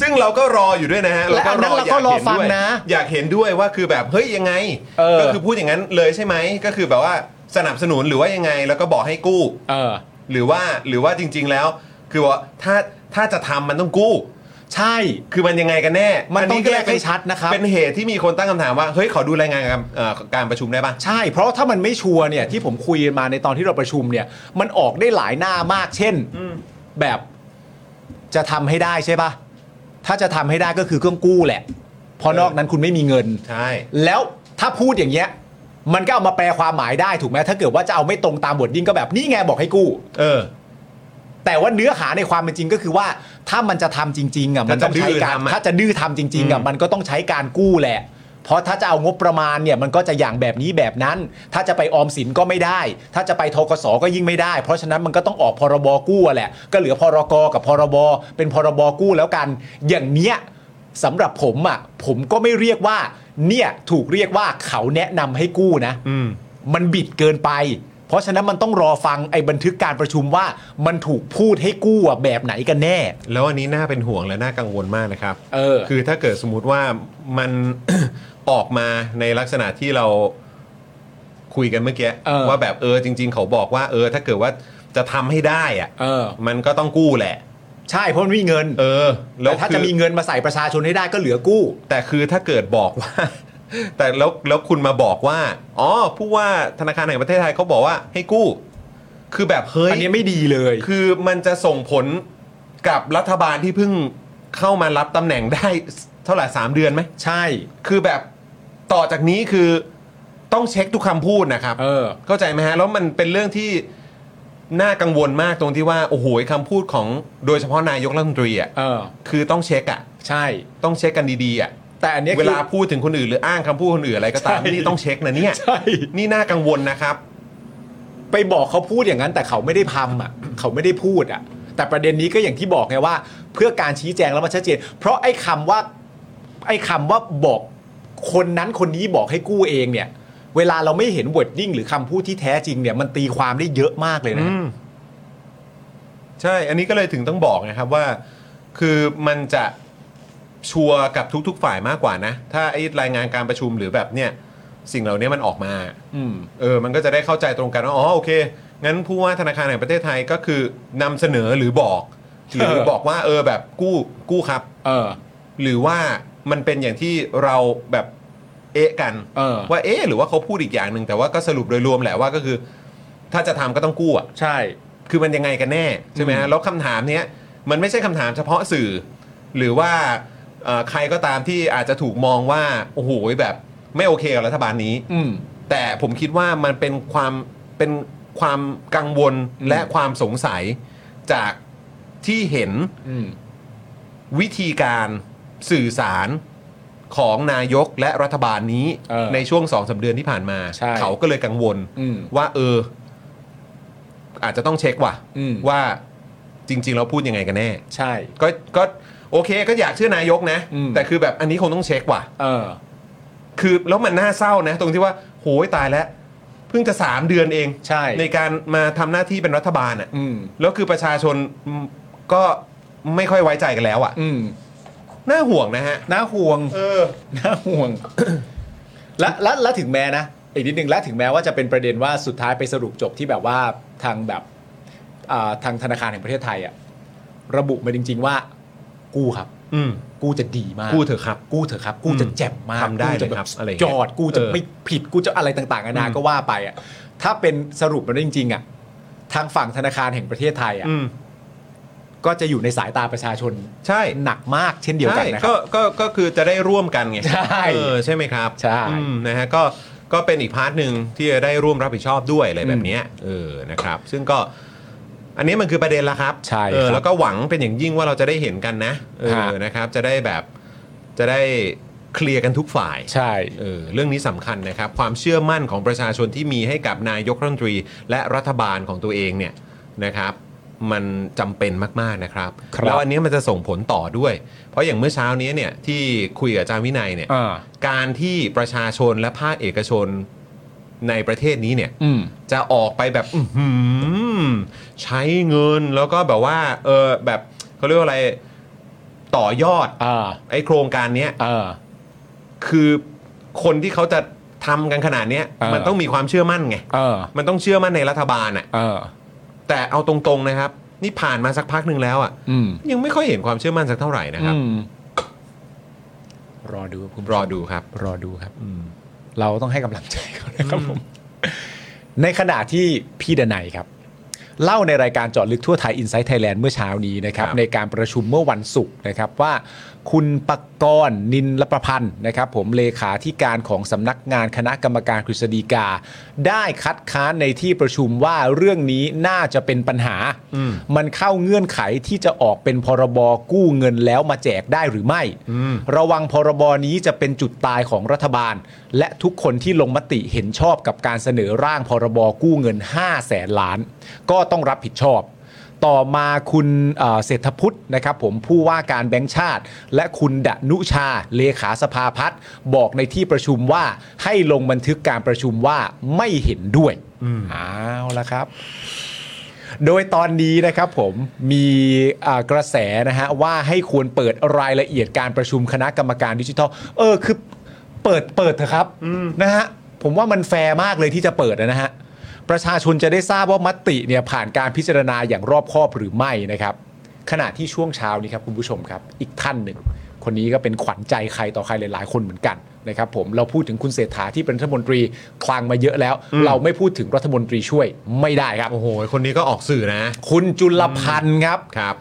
Speaker 1: ซึ่งเราก็รออยู่ด้วยนะฮะ
Speaker 3: และอันนั้นเราก็รอฟังนะ
Speaker 1: อยากเห็นด้วยอยากเห็นด้วยว่าคือแบบเฮ้ยยังไง
Speaker 3: เออ
Speaker 1: ก็คือพูดอย่างนั้นเลยใช่ไหม ก็คือแบบว่าสนับสนุนหรือว่ายังไง แล้วก็บอกให้กู้
Speaker 3: เออ
Speaker 1: หรือว่าหรือว่าจริง ๆ แล้ว คือว่าถ้าถ้าจะทำมันต้องกู้
Speaker 3: ใช่
Speaker 1: คือมันยังไงกันแน่
Speaker 3: มันต้อง
Speaker 1: ก็เล
Speaker 3: แยกให้ชัดนะครับ
Speaker 1: เป็นเหตุที่มีคนตั้งคำถามว่าเฮ้ยขอดูรายงานการเอ่อการประชุมได้ปะ
Speaker 3: ใช่ เพราะถ้ามันไม่ชัวร์เนี่ยที่ผมคุยมาในตอนที่เราประชุมเนี่ย มันออกได้หลายหน้ามาก เช่นแบบจะทำให้ได้ใช่ปะถ้าจะทำให้ได้ก็คือเครื่องกู้แหละเพราะ
Speaker 1: เออ
Speaker 3: นอกนั้นคุณไม่มีเงิน
Speaker 1: ใช่
Speaker 3: แล้วถ้าพูดอย่างเงี้ย มันก็เอามาแปลความหมายได้ถูกไหมถ้าเกิดว่าจะเอาไม่ตรงตามบทยิ่งก็แบบนี่ไงบอกให้กู้
Speaker 1: เออ
Speaker 3: แต่ว่าเนื้อหาในความเป็นจริงก็คือว่าถ้ามันจะทำจริงๆอ่ะมันต้องใช้
Speaker 1: ถ้า
Speaker 3: การ
Speaker 1: จะดื้อทำอะ
Speaker 3: ถ้าจะดื้อทำจริงๆอ่ะ
Speaker 1: อืม
Speaker 3: มันก็ต้องใช้การกู้แหละ เพราะถ้าจะเอางบประมาณเนี่ยมันก็จะอย่างแบบนี้แบบนั้น ถ้าจะไปออมสินก็ไม่ได้ ถ้าจะไปทกสก็ยิ่งไม่ได้ เพราะฉะนั้นมันก็ต้องออกพรบกู้อะแหละ ก็เหลือพรกกับพรบเป็นพรบกู้แล้วกัน อย่างเนี้ยสำหรับผมอ่ะผมก็ไม่เรียกว่า เนี่ยถูกเรียกว่าเขาแนะนำให้กู้นะ
Speaker 1: อืม
Speaker 3: มันบิดเกินไป เพราะฉะนั้นมันต้องรอฟังไอ้บันทึกการประชุมว่ามันถูกพูดให้กู้อะแบบไหนกันแน่
Speaker 1: แล้วอันนี้น่าเป็นห่วงและน่ากังวลมากนะครับ
Speaker 3: เออ
Speaker 1: คือถ้าเกิ ดสมมติว่ามัน ออกมาในลักษณะที่เรา คุยกันเมื่อกี้
Speaker 3: เออ
Speaker 1: ว่าแบบเออจริง ๆ เขาบอกว่าเออถ้าเกิดว่าจะทำให้ได้อะ
Speaker 3: เออ
Speaker 1: มันก็ต้องกู้แหละ
Speaker 3: ใช่เพราะมันไมมีเงิน
Speaker 1: เออ
Speaker 3: แล้ว วถ้า
Speaker 1: คือ
Speaker 3: จะมีเงินมาใส่ประชาชนให้ได้ก็เหลือกู้
Speaker 1: แต่คือถ้าเกิดบอกว่า แต่แล้วแล้วคุณมาบอกว่า อ๋อผู้ว่าธนาคารแห่งประเทศไทยเขาบอกว่าให้กู้ คือแบบเฮ้ย
Speaker 3: อันนี้ไม่ดีเลย
Speaker 1: คือมันจะส่งผลกับรัฐบาลที่เพิ่งเข้ามารับตำแหน่งได้ เท่าไหร่สามเดือนไหม
Speaker 3: ใช่
Speaker 1: คือแบบต่อจากนี้คือต้องเช็คทุกคำพูดนะครับ
Speaker 3: เออ
Speaker 1: เข้าใจไหมฮะแล้วมันเป็นเรื่องที่น่ากังวลมากตรงที่ว่าโอ้โหคำพูดของโดยเฉพาะนายกรัฐมนตรีอ่ะ
Speaker 3: เออ
Speaker 1: คือต้องเช็คอ่ะ
Speaker 3: ใช่
Speaker 1: ต้องเช็คกันดีๆอ่ะ
Speaker 3: แต่อันเนี้ย
Speaker 1: เว
Speaker 3: คือ
Speaker 1: ลาพูดถึงคนอื่นหรืออ้างคำพูดคนอื่นอะไรก็ตาม
Speaker 3: ใช่
Speaker 1: นี่ต้องเช็คนะเนี่ย
Speaker 3: ใช่
Speaker 1: นี่น่ากังวลนะครับ
Speaker 3: ไปบอกเขาพูดอย่างนั้น แต่เขาไม่ได้ทำอ่ะ เขาไม่ได้พูดอ่ะ แต่ประเด็นนี้ก็อย่างที่บอกไงว่า เพื่อการชี้แจงแล้วมันชัดเจน เพราะไอ้คำว่า ไอ้คำว่าบอกคนนั้นคนนี้บอกให้กู้เองเนี่ย เวลาเราไม่เห็นวอร์ดดิ้งหรือคำพูดที่แท้จริงเนี่ยมันตีความได้เยอะมากเลยนะ
Speaker 1: ใช่ อันนี้ก็เลยถึงต้องบอกนะครับว่า คือมันจะชัวร์กับทุก ๆ ฝ่ายมากกว่านะ ถ้าไอ้รายงานการประชุมหรือแบบเนี่ย สิ่งเหล่านี้มันออกมา
Speaker 3: อืม
Speaker 1: เออ มันก็จะได้เข้าใจตรงกันว่า อ๋อ โอเค งั้นผู้ว่าธนาคารแห่งประเทศไทยก็คือนำเสนอหรือบอก หรือ
Speaker 3: เออ
Speaker 1: บอกว่า เออ แบบกู้กู้ครับ
Speaker 3: เออ
Speaker 1: หรือว่ามันเป็นอย่างที่เราแบบเอะกัน
Speaker 3: เออ
Speaker 1: ว่าเอะหรือว่าเขาพูดอีกอย่างหนึ่งแต่ว่าก็สรุปโดยรวมแหละว่าก็คือ ถ้าจะทำก็ต้องกู้อ่ะ
Speaker 3: ใช่
Speaker 1: คือมันยังไงกันแน่ใช่ไหมฮะแล้วคำถามเนี้ยมันไม่ใช่คำถามเฉพาะสื่อ หรือว่าเอ่อใครก็ตามที่อาจจะถูกมองว่าโอ้โหแบบไม่โอเคกับรัฐบาลนี้
Speaker 3: อืม
Speaker 1: แต่ผมคิดว่ามันเป็นความเป็นความกังวล
Speaker 3: อืม
Speaker 1: และความสงสัยจากที่เห็น
Speaker 3: อืม
Speaker 1: วิธีการสื่อสารของนายกและรัฐบาลนี้
Speaker 3: เออ
Speaker 1: ในช่วงสองสาเดือนที่ผ่านมา
Speaker 3: ใช่
Speaker 1: เขาก็เลยกังวล
Speaker 3: อืม
Speaker 1: ว่าเออ อาจจะต้องเช็คว่ะ
Speaker 3: อืม
Speaker 1: ว่าจริง ๆ เราพูดยังไงกันแน่
Speaker 3: ใช่
Speaker 1: ก็ก็โอเคก็อยากเชื่อนายกนะ
Speaker 3: อืม
Speaker 1: แต่คือแบบอันนี้คงต้องเช็คว่ะ
Speaker 3: เออ
Speaker 1: คือแล้วมันน่าเศร้านะ ตรงที่ว่าโหยตายแล้ว เพิ่งจะสามเดือนเอง
Speaker 3: ใช่
Speaker 1: การมาทำหน้าที่เป็นรัฐบาลอ่ะ
Speaker 3: อืม
Speaker 1: แล้วคือประชาชนก็ไม่ค่อยไว้ใจกันแล้วอ่ะ
Speaker 3: อืม
Speaker 1: น่าห่วงนะฮะ
Speaker 3: น่าห่วง
Speaker 1: เออ
Speaker 3: น่าห่ว ง และและและถึงแม้นะ อีกนิดนึงและถึงแม้ว่าจะเป็นประเด็นว่าสุดท้ายไปสรุปจบที่แบบว่าทางแบบอ่าทางธนาคารแห่งประเทศไทยอะระบุมาจริง ๆ ว่า กู้ครับ
Speaker 1: อืม
Speaker 3: กู้จะดีมาก
Speaker 1: กู้เถอะครับ
Speaker 3: กู้เถอะครับ กู้จะแจ่มมาก
Speaker 1: ทำได้
Speaker 3: กู้จะ
Speaker 1: เลยครับอะไรอย่างเงี้ย
Speaker 3: จอดกู้จะ
Speaker 1: เออ
Speaker 3: ไม่ผิดกู้จะอะไรต่างๆนานา
Speaker 1: อืม
Speaker 3: ก็ว่าไปอะถ้าเป็นสรุปมาได้จริง ๆอะทางฝั่งธนาคารแห่งประเทศไทยอะ
Speaker 1: อืม
Speaker 3: ก็จะอยู่ในสายตาประชาชน
Speaker 1: ใช่
Speaker 3: หนักมากเช่นเดียวกันนะค
Speaker 1: ก็
Speaker 3: รับ
Speaker 1: ก็ก็คือจะได้ร่วมกันไง
Speaker 3: ใช่
Speaker 1: เออใช่ไหมครับ
Speaker 3: ใช่
Speaker 1: อืมนะฮะก็ก็เป็นอีกพาร์ทหนึ่งที่จะได้ร่วมรับผิดชอบด้วยอะไรแบบเนี้ยเออนะครับ ซึ่งก็ อันนี้มันคือประเด็นละครับ
Speaker 3: ใช่
Speaker 1: เออ
Speaker 3: ครับ
Speaker 1: แล้วก็หวังเป็นอย่างยิ่งว่าเราจะได้เห็นกันนะเอ
Speaker 3: ฮะ
Speaker 1: อนะครับ จะได้แบบจะได้เคลียร์กันทุกฝ่าย
Speaker 3: ใช่
Speaker 1: เออเรื่องนี้สำคัญนะครับ ความเชื่อมั่นของประชาชนที่มีให้กับนายกรัฐมนตรี และรัฐบาลของตัวเองเนี่ยนะครับ มันจำเป็นมากๆนะครับ
Speaker 3: ครับ
Speaker 1: แล้วอันนี้มันจะส่งผลต่อด้วย เพราะอย่างเมื่อเช้านี้เนี่ยที่คุยกับอาจารย์วินัยเนี่ย
Speaker 3: อ่า
Speaker 1: การที่ประชาชนและภาคเอกชนในประเทศนี้เนี่ย
Speaker 3: อืม
Speaker 1: จะออกไปแบบอื้อหือใช้เงินแล้วก็แบบว่าเออแบบเขาเรียกว่าอะไรต่อยอด
Speaker 3: อ่า
Speaker 1: ไอ้โครงการเนี้ย
Speaker 3: อ่า
Speaker 1: คือคนที่เขาจะทำกันขนาดเนี้ย
Speaker 3: เออ
Speaker 1: มันต้องมีความเชื่อมั่นไง
Speaker 3: เออ
Speaker 1: มันต้องเชื่อมั่นในรัฐบาลอ่ะ
Speaker 3: เออ
Speaker 1: แต่เอาตรงๆนะครับ นี่ผ่านมาสักพักหนึ่งแล้วอ่ะ
Speaker 3: อืม
Speaker 1: ยังไม่ค่อยเห็นความเชื่อมั่นสักเท่าไหร่นะครับ
Speaker 3: อืมรอดูครับคุณ
Speaker 1: รอดูครับ
Speaker 3: รอดูครับ เราต้องให้กำลังใจเขานะครับผม ในขณะที่พี่ดนัยครับ เล่าในรายการเจาะลึกทั่วไทย Inside Thailand เมื่อเช้านี้นะครับ
Speaker 1: ครับ
Speaker 3: ในการประชุมเมื่อวันศุกร์นะครับว่า คุณปกรณ์นินลประพันธ์นะครับ ผมเลขาธิการของสำนักงานคณะกรรมการกฤษฎีกา ได้คัดค้านในที่ประชุมว่าเรื่องนี้น่าจะเป็นปัญหา
Speaker 1: อืม
Speaker 3: มันเข้าเงื่อนไขที่จะออกเป็นพรบกู้เงินแล้วมาแจกได้หรือไม่
Speaker 1: อืม
Speaker 3: ระวังพรบนี้จะเป็นจุดตายของรัฐบาล และทุกคนที่ลงมติเห็นชอบกับการเสนอร่างพรบกู้เงิน 5 แสนล้าน ก็ต้องรับผิดชอบ ต่อมาคุณเอ่อเศรษฐพุทธนะครับผมผู้ว่าการแบงค์ชาติ และคุณดนุชาเลขาสภาพัฒน์บอกในที่ประชุมว่าให้ลงบันทึกการประชุมว่าไม่เห็นด้วยอ้าวแล้วครับ โดยตอนนี้นะครับผมมีอ่ากระแสนะฮะว่าให้ควรเปิดรายละเอียดการประชุมคณะกรรมการดิจิทัล เออคือเปิดเปิดเถอะครับนะฮะ ผมว่ามันแฟร์มากเลยที่จะเปิดนะฮะ ประชาชนจะได้ทราบว่ามติเนี่ยผ่านการพิจารณาอย่างรอบคอบหรือไม่นะครับ ขณะที่ช่วงเช้านี้ครับคุณผู้ชมครับ อีกท่านหนึ่ง คนนี้ก็เป็นขวัญใจใครต่อใครหลาย ๆ คนเหมือนกันนะครับผมเราพูดถึงคุณเศรษฐาที่เป็นรัฐมนตรีคลังมาเยอะแล้ว เราไม่พูดถึงรัฐมนตรีช่วยไม่ได้ครับ
Speaker 1: โอ้โห คนนี้ก็ออกสื่อนะ
Speaker 3: คุณจุลพันธ์ครับ
Speaker 1: ครับ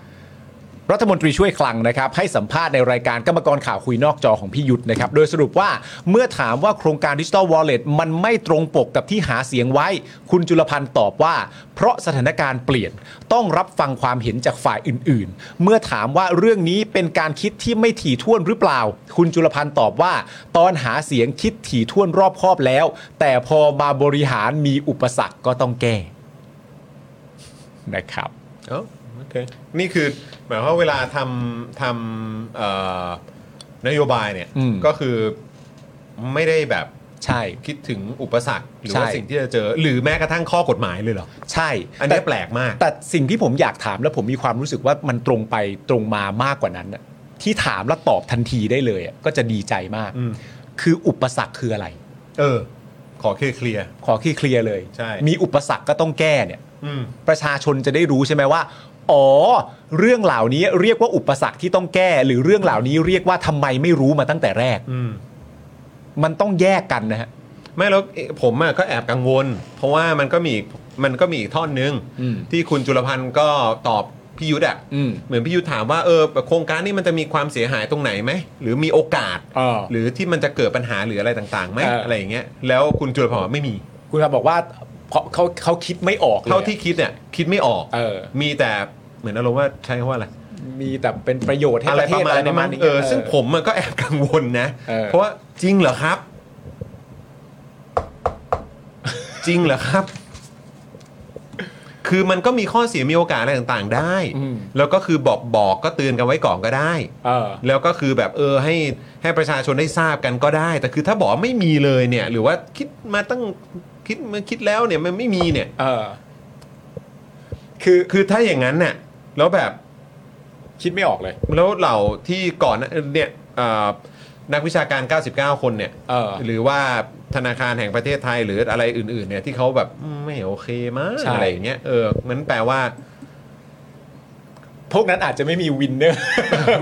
Speaker 3: รัฐมนตรีช่วยคลังนะครับ ให้สัมภาษณ์ในรายการกรรมกรข่าวคุยนอกจอของพี่ยุทธนะครับ โดยสรุปว่าเมื่อถามว่าโครงการดิจิ t a ลวอลเล็ตมันไม่ตรงปกกับที่หาเสียงไว้ คุณจุลพันธ์ตอบว่า เพราะสถานการณ์เปลี่ยนต้องรับฟังความเห็นจากฝ่ายอื่น ๆ เมื่อถามว่าเรื่องนี้เป็นการคิดที่ไม่ถี่ถ้วนหรือเปล่า คุณจุลพันธ์ตอบว่า ตอนหาเสียงคิดถี่ถ้วนรอบคอบแล้ว แต่พอมาบริหารมีอุปสรรคก็ต้องแก้นะครับ
Speaker 1: เอ้าโอเค นี่คือหมายความว่าเวลาทำทำเอ่อนโยบายเนี่ย
Speaker 3: อืม
Speaker 1: ก็คือไม่ได้แบบ
Speaker 3: ใช่
Speaker 1: คิดถึงอุปสรรค หรือว่า
Speaker 3: ใช่
Speaker 1: สิ่งที่จะเจอ หรือแม้กระทั่งข้อกฎหมายเลยเหรอ
Speaker 3: ใช่
Speaker 1: อันเนี้ย
Speaker 3: ต่
Speaker 1: แปลกมาก
Speaker 3: แต่สิ่งที่ผมอยากถามแล้วผมมีความรู้สึกว่ามันตรงไปตรงมามากกว่านั้นน่ะที่ถามแล้วตอบทันทีได้เลยอ่ะก็จะดีใจมาก
Speaker 1: อืม
Speaker 3: คืออุปสรรคคืออะไร
Speaker 1: เออ ขอเคลียร์
Speaker 3: ขอที่เคลียร์เลย
Speaker 1: ใช่
Speaker 3: มีอุปสรรคก็ต้องแก้เนี่ย
Speaker 1: ๆอืม
Speaker 3: ประชาชนจะได้รู้ใช่ไหมว่า อ๋อ เรื่องเหล่านี้เรียกว่าอุปสรรคที่ต้องแก้ หรือเรื่องเหล่านี้เรียกว่าทำไมไม่รู้มาตั้งแต่แรก
Speaker 1: อืม
Speaker 3: มันต้องแยกกันนะฮะ
Speaker 1: ไม่แล้วเอ่อผมอะก็แอบกังวล เพราะว่ามันก็มีอีกมันก็มีอีกท่อนหนึง
Speaker 3: อืม
Speaker 1: ที่คุณจุลพันธ์ก็ตอบพี่ยุทธอะ
Speaker 3: อืม
Speaker 1: เหมือนพี่ยุทธถามว่าเออโครงการนี้มันจะมีความเสียหายตรงไหนไหมหรือมีโอกาส
Speaker 3: เออ
Speaker 1: หรือที่มันจะเกิดปัญหาหรืออะไรต่างๆไหม
Speaker 3: เอออ
Speaker 1: อะไรอย่างเงี้ยแล้วคุณจุลพันธ์บอกไม่มี
Speaker 3: คุณอาบอกว่าเพราะเขาเขาคิดไม่ออกเลยอะ
Speaker 1: เท่าที่คิดเนี่ยคิดไม่ออก
Speaker 3: เออ
Speaker 1: มีแต่เหมือนอารมณ์ว่าใช้คำว่าอะไร
Speaker 3: มีแต่เป็นประโยชน์ให้
Speaker 1: อะ
Speaker 3: ป
Speaker 1: ไร
Speaker 3: ระเท
Speaker 1: ประ
Speaker 3: ศ
Speaker 1: มา
Speaker 3: อะ
Speaker 1: ณ
Speaker 3: ไรป
Speaker 1: นี้
Speaker 3: ระมา
Speaker 1: มั้
Speaker 3: ณ
Speaker 1: ง
Speaker 3: นี้
Speaker 1: เออ
Speaker 3: เออ
Speaker 1: ซึ่งผมมันก็แอบกังวลนะ
Speaker 3: เออ
Speaker 1: เพราะว่าจริงเหรอครับ จริงเหรอครับ คือมันก็มีข้อเสียมีโอกาสอะไรต่างๆ ได้ แล้วก็คือบอกบอกก็เตือนกันไว้ก่อนก็ได้
Speaker 3: เออ
Speaker 1: แล้วก็คือแบบเออให้ให้ประชาชนได้ทราบกันก็ได้ แต่คือถ้าบอกว่าไม่มีเลยเนี่ย หรือว่าคิดมาตั้งคิดมาคิดแล้วเนี่ยมันไม่มีเนี่ย
Speaker 3: เออ คือ
Speaker 1: คือถ้าอย่างนั้นเนี่ยแล้วแบบ
Speaker 3: คิดไม่ออกเลย
Speaker 1: แล้วเหล่าที่ก่อนหน้าเนี่ยเอ่อนักวิชาการ 99 คนเนี่ย
Speaker 3: เออ
Speaker 1: หรือว่าธนาคารแห่งประเทศไทยหรืออะไรอื่น ๆ เนี่ยที่เขาแบบอืมไม่โอเคมั้ง
Speaker 3: ใช่
Speaker 1: อะไรอย่างเงี้ยเออมันแปลว่า
Speaker 3: พวกนั้นอาจจะไม่มีวินเนอร์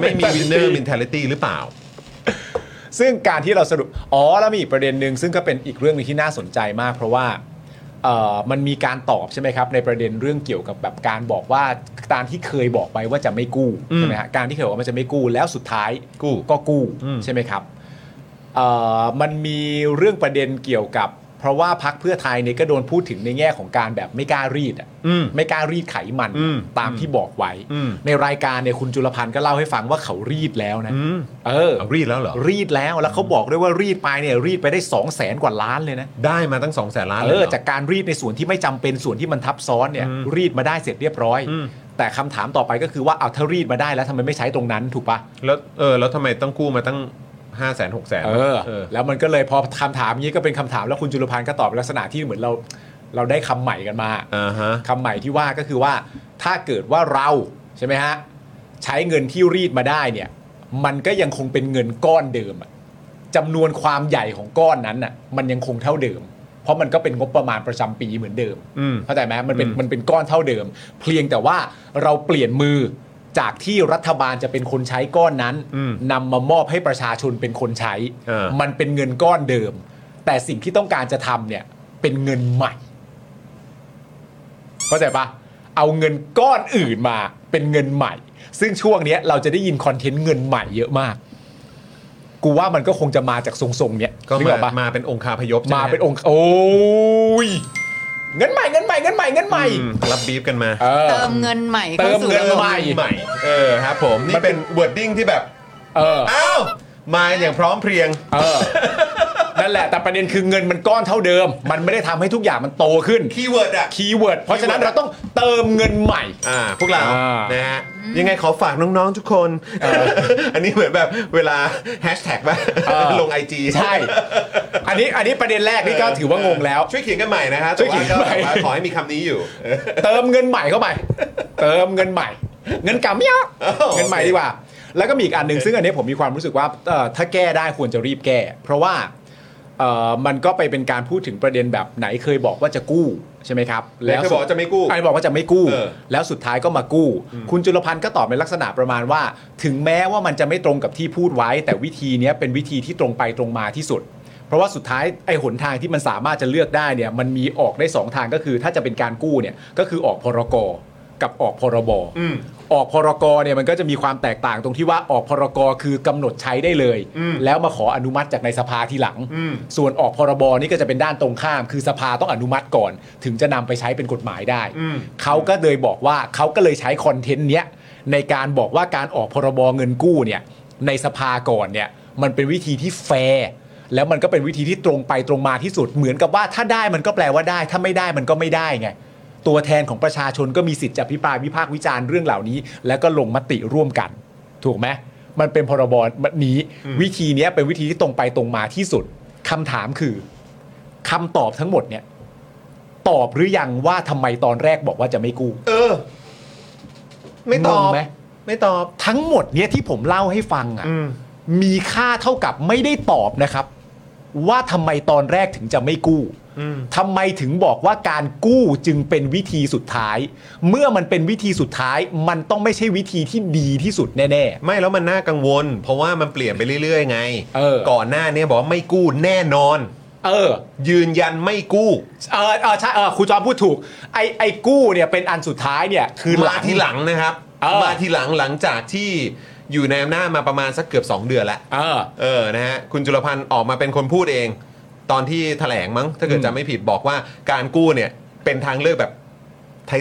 Speaker 1: ไม่มีวินเนอ ร์มินเทลิตี้หรือเปล่า
Speaker 3: ซึ่งการที่เราสรุป อ๋อ แล้วมีอีกประเด็นหนึ่งซึ่งก็เป็นอีกเรื่องหนึงที่น่าสนใจมาก เพราะว่าเอ่อมันมีการตอบใช่ไหมครับ ในประเด็นเรื่องเกี่ยวกับแบบการบอกว่าตามที่เคยบอกไปว่าจะไม่กู้ใช่ไหมฮะการที่เคยบอกว่ามันจะไม่กู้แล้วสุดท้าย
Speaker 1: กู้
Speaker 3: ก็กู้
Speaker 1: อืม
Speaker 3: ใช่ไหมครับเอ่อมันมีเรื่องประเด็นเกี่ยวกับ เพราะว่าพักเพื่อไทยเนี่ยก็โดนพูดถึงในแง่ของการแบบไม่กล้ารีดอะ
Speaker 1: อืม
Speaker 3: ไม่กล้ารีดไขมัน
Speaker 1: อืม
Speaker 3: ตามที่บอกไว้
Speaker 1: อืม
Speaker 3: ในรายการเนี่ยคุณจุลพันธ์ก็เล่าให้ฟังว่าเขารีดแล้วนะ
Speaker 1: อืม
Speaker 3: เออ
Speaker 1: เอารีดแล้วเหรอ
Speaker 3: รีดแล้วแล้วเขาบอกด้วยว่ารีดไปเนี่ยรีดไปได้2องแสนกว่าล้านเลยนะ
Speaker 1: ได้มาตั้ง2องแสนล้าน
Speaker 3: เอ
Speaker 1: เลย
Speaker 3: อ
Speaker 1: เหรอ
Speaker 3: จากการรีดในส่วนที่ไม่จำเป็นส่วนที่มันทับซ้อนเนี่ย
Speaker 1: อืม
Speaker 3: รีดมาได้เสร็จเรียบร้อย
Speaker 1: อืม
Speaker 3: แต่คำถามต่อไปก็คือว่าเอาถ้ารีดมาได้แล้วทำไมไม่ใช้ตรงนั้นถูกปะ
Speaker 1: แล้วเออ แล้วทำไมต้องกู้มาตั้ง5้าแสนหกแสน
Speaker 3: เออ
Speaker 1: เออ
Speaker 3: แล้วมันก็เลยพอคำถามนี้ก็เป็นคำถามแล้วคุณจุลพันธ์ก็ตอบในลักษณะที่เหมือนเรา เราได้คำใหม่กันมา
Speaker 1: อ่าฮะ
Speaker 3: คำใหม่ที่ว่าก็คือว่าถ้าเกิดว่าเราใช่ไหมฮะใช้เงินที่รีดมาได้เนี่ย มันก็ยังคงเป็นเงินก้อนเดิมอะจำนวนความใหญ่ของก้อนนั้นน่ะมันยังคงเท่าเดิม เพราะมันก็เป็นงบประมาณประจำปีเหมือนเดิม
Speaker 1: อืม
Speaker 3: เข้าใจไหมมันเป็นมันเป็นก้อนเท่าเดิม เพียงแต่ว่าเราเปลี่ยนมือจากที่รัฐบาลจะเป็นคนใช้ก้อนนั้น
Speaker 1: อืม
Speaker 3: นำมามอบให้ประชาชนเป็นคนใช้
Speaker 1: เออ
Speaker 3: มันเป็นเงินก้อนเดิม แต่สิ่งที่ต้องการจะทำเนี่ยเป็นเงินใหม่ เข้าใจปะเอาเงินก้อนอื่นมาเป็นเงินใหม่ ซึ่งช่วงเนี้ยเราจะได้ยินคอนเทนต์เงินใหม่เยอะมาก กูว่ามันก็คงจะมาจากทรงๆเนี้ย
Speaker 1: ก็
Speaker 3: นึ
Speaker 1: มา
Speaker 3: ออปะ
Speaker 1: มาเป็นองคาพยพใช่ไห
Speaker 3: มาเป็นองค์โอ้ยเงินใหม่เงินใหม่เงินใหม่เงินใหม่
Speaker 1: อืมรับบีฟกันมา
Speaker 3: เออ
Speaker 7: เติมเงินใหม่
Speaker 3: เติ
Speaker 7: เข้าม สู่
Speaker 3: เงิน
Speaker 7: ระบบ
Speaker 3: ใหม่
Speaker 1: ใหม่ เออครับผม นี่
Speaker 3: มันเป็
Speaker 1: เป็น นวอร์ดดิ้งที่แบบ
Speaker 3: เออ
Speaker 1: อ้าว มาอย่างพร้อมเพรียง
Speaker 3: เออ นั่นแหละ แต่ประเด็นคือเงินมันก้อนเท่าเดิม มันไม่ได้ทำให้ทุกอย่างมันโตขึ้น
Speaker 1: คีย์เวิร์ดอ่ะ
Speaker 3: คีย์เวิร์ด เพราะฉะนั้นเราต้องเติมเงินใหม่
Speaker 1: อ่า พวกเรา
Speaker 3: อ่าน
Speaker 1: นะฮะ ยังไงขอฝากน้อง ๆ ทุกคน อันนี้เหมือนแบบเวลาแฮชแท็กป่ะ ลงไอจี
Speaker 3: ใช่ อันนี้อันนี้ประเด็นแรกนี่ก็ถือว่างงแล้ว
Speaker 1: ช่วยเขียนกันใหม่นะฮะ
Speaker 3: ช่วยเขียนกันใหม่
Speaker 1: แต่ว่าก็ขอให้มีคำนี้อยู่เออ
Speaker 3: เติมเงินใหม่เข้าไป เติมเงินใหม่ เงินเก่าไม่เอา
Speaker 1: อ้าว
Speaker 3: เงินใหม่ดีกว่า แล้วก็มีอีกอันหนึ่งซึ่งอันนี้ผมมีความรู้สึกว่าเอ่อถ้าแก้ได้ควรจะรีบแก้ เพราะว่า เอ่อมันก็ไปเป็นการพูดถึงประเด็นแบบไหนเคยบอกว่าจะกู้ใช่ไหมครับ
Speaker 1: ไหนเคยบอกว่าจะไม่กู้
Speaker 3: ใครบอกว่าจะไม่กู้
Speaker 1: เออ
Speaker 3: แล้วสุดท้ายก็มากู้ คุณจุลพันธ์ก็ตอบในลักษณะประมาณว่า ถึงแม้ว่ามันจะไม่ตรงกับที่พูดไว้ แต่วิธีเนี้ยเป็นวิธีที่ตรงไปตรงมาที่สุด เพราะว่าสุดท้ายไอ้หนทางที่มันสามารถจะเลือกได้เนี่ยมันมีออกได้สองทางก็คือ ถ้าจะเป็นการกู้เนี่ยก็คือออกพรกกับออกพรบ ออกพรกเนี่ยมันก็จะมีความแตกต่างตรงที่ว่าออกพรกคือกำหนดใช้ได้เลย แล้วมาขออนุมัติจากในสภาทีหลัง ส่วนออกพรบนี่ก็จะเป็นด้านตรงข้าม คือสภาต้องอนุมัติก่อน ถึงจะนำไปใช้เป็นกฎหมายได้ เขาก็เลยบอกว่าเขาก็เลยใช้คอนเทนต์เนี้ยในการบอกว่าการออกพรบเงินกู้เนี่ยในสภาก่อนเนี่ยมันเป็นวิธีที่แฟร์แล้วมันก็เป็นวิธีที่ตรงไปตรงมาที่สุดเหมือนกับว่าถ้าได้มันก็แปลว่าได้ ถ้าไม่ได้มันก็ไม่ได้ไง ตัวแทนของประชาชนก็มีสิทธิ์จะพิปรายวิพากษ์วิจารณ์เรื่องเหล่านี้ แล้วก็ลงมติร่วมกัน ถูกไหมมันเป็นพรบนี้ วิธีเนี้ยเป็นวิธีที่ตรงไปตรงมาที่สุดคำถามคือคำตอบทั้งหมดเนี่ยตอบหรือยังว่าทำไมตอนแรกบอกว่าจะไม่กู้
Speaker 1: เออ ไม่ตอบ
Speaker 3: งงไหม
Speaker 1: ไม่ตอบ
Speaker 3: ทั้งหมดเนี้ยที่ผมเล่าให้ฟังอ่ะมีค่าเท่ากับไม่ได้ตอบนะครับ ว่าทำไมตอนแรกถึงจะไม่กู้ทำไมถึงบอกว่าการกู้จึงเป็นวิธีสุดท้าย เมื่อมันเป็นวิธีสุดท้าย มันต้องไม่ใช่วิธีที่ดีที่สุดแน่
Speaker 1: ไม่แล้วมันน่ากังวล เพราะว่ามันเปลี่ยนไปเรื่อยๆ ไง
Speaker 3: เออ
Speaker 1: ก่อนหน้าเนี้บอกว่าไม่กู้แน่นอน
Speaker 3: ๆ เออ
Speaker 1: ยืนยันไม่กู้
Speaker 3: เออเออใช่เออครูจอมพูดถูก ไอไอกู้เนี่ยเป็นอันสุดท้ายเนี่ย คือห
Speaker 1: มา
Speaker 3: ลัง
Speaker 1: ทีหลังนะครับ
Speaker 3: เออ
Speaker 1: มาทีหลังหลังจากที่อยู่ในอำนาจมาประมาณสักเกือบ 2 เดือนแล้ว
Speaker 3: เออ
Speaker 1: เออ นะฮะ คุณจุลพันธ์ออกมาเป็นคนพูดเอง ตอนที่แถลงมั้ง ถ้าเกิด
Speaker 3: อืม
Speaker 1: จำไม่ผิดบอกว่าการกู้เนี่ย เป็นทางเลือกแบบ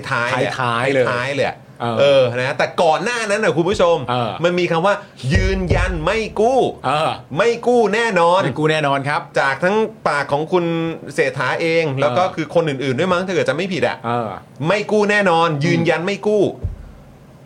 Speaker 1: ท้ายๆเนี่
Speaker 3: ท้ายๆเลย
Speaker 1: ท้ายๆเลยอะ
Speaker 3: เออ
Speaker 1: เออ นะ แต่ก่อนหน้านั้นนะคุณผู้ชม
Speaker 3: เออ
Speaker 1: มันมีคำว่า ยืนยันไม่กู้
Speaker 3: เออ
Speaker 1: ไม่กู้แน่นอน
Speaker 3: ไม่กู้แน่นอนครับ
Speaker 1: จากทั้งปากของคุณเศรษฐาเอง แล้วก็
Speaker 3: เออ
Speaker 1: คือคนอื่นๆด้วยมั้งถ้าเกิดจะไม่ผิดอ่ะ
Speaker 3: เออ
Speaker 1: ไม่กู้แน่นอน ยืนยันไม่กู้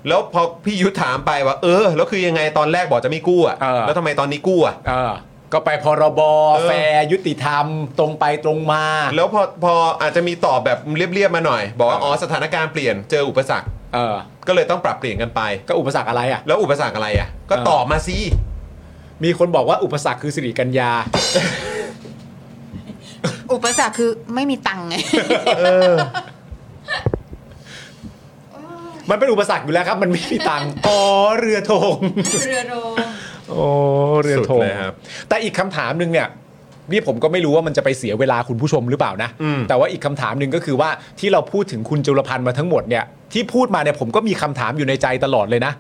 Speaker 1: แล้วพอพี่ยุทธถามไปว่า เออ แล้วคือยังไงตอนแรกบอกจะไม่กู้อ่ะ
Speaker 3: เออ
Speaker 1: แล้วทำไมตอนนี้กู้อ่ะ
Speaker 3: เออ ก็ไปพรบ
Speaker 1: เออ
Speaker 3: แฟร์ยุติธรรมตรงไปตรงมา
Speaker 1: แล้วพอพออาจจะมีตอบแบบเรียบๆมาหน่อย บอกว่าอ๋อสถานการณ์เปลี่ยนเจออุปสรรค
Speaker 3: เออ
Speaker 1: ก็เลยต้องปรับเปลี่ยนกันไป
Speaker 3: ก็อุปสรรคอะไรอ่ะ
Speaker 1: แล้วอุปสรรคอะไรอ่ะ ก็
Speaker 3: เออ
Speaker 1: ตอบมาสิ
Speaker 3: มีคนบอกว่าอุปสรรคคือสิริกัญญา
Speaker 7: อุปสรรคคือไม่มีตังค์ไง
Speaker 3: มันเป็นอุปสรรคอยู่แล้วครับ มันไม่มีตั งค์ อ๋อ เรือธง
Speaker 11: เรือโรง
Speaker 3: โอ้
Speaker 1: สุดเลยครับ
Speaker 3: แต่อีกคำถามหนึ่งเนี่ยนี่ผมก็ไม่รู้ว่ามันจะไปเสียเวลาคุณผู้ชมหรือเปล่านะ
Speaker 1: อืม
Speaker 3: แต่ว่าอีกคำถามหนึ่งก็คือว่าที่เราพูดถึงคุณจุลพันธ์มาทั้งหมดเนี่ยที่พูดมาเนี่ยผมก็มีคำถามอยู่ในใจตลอดเลยนะ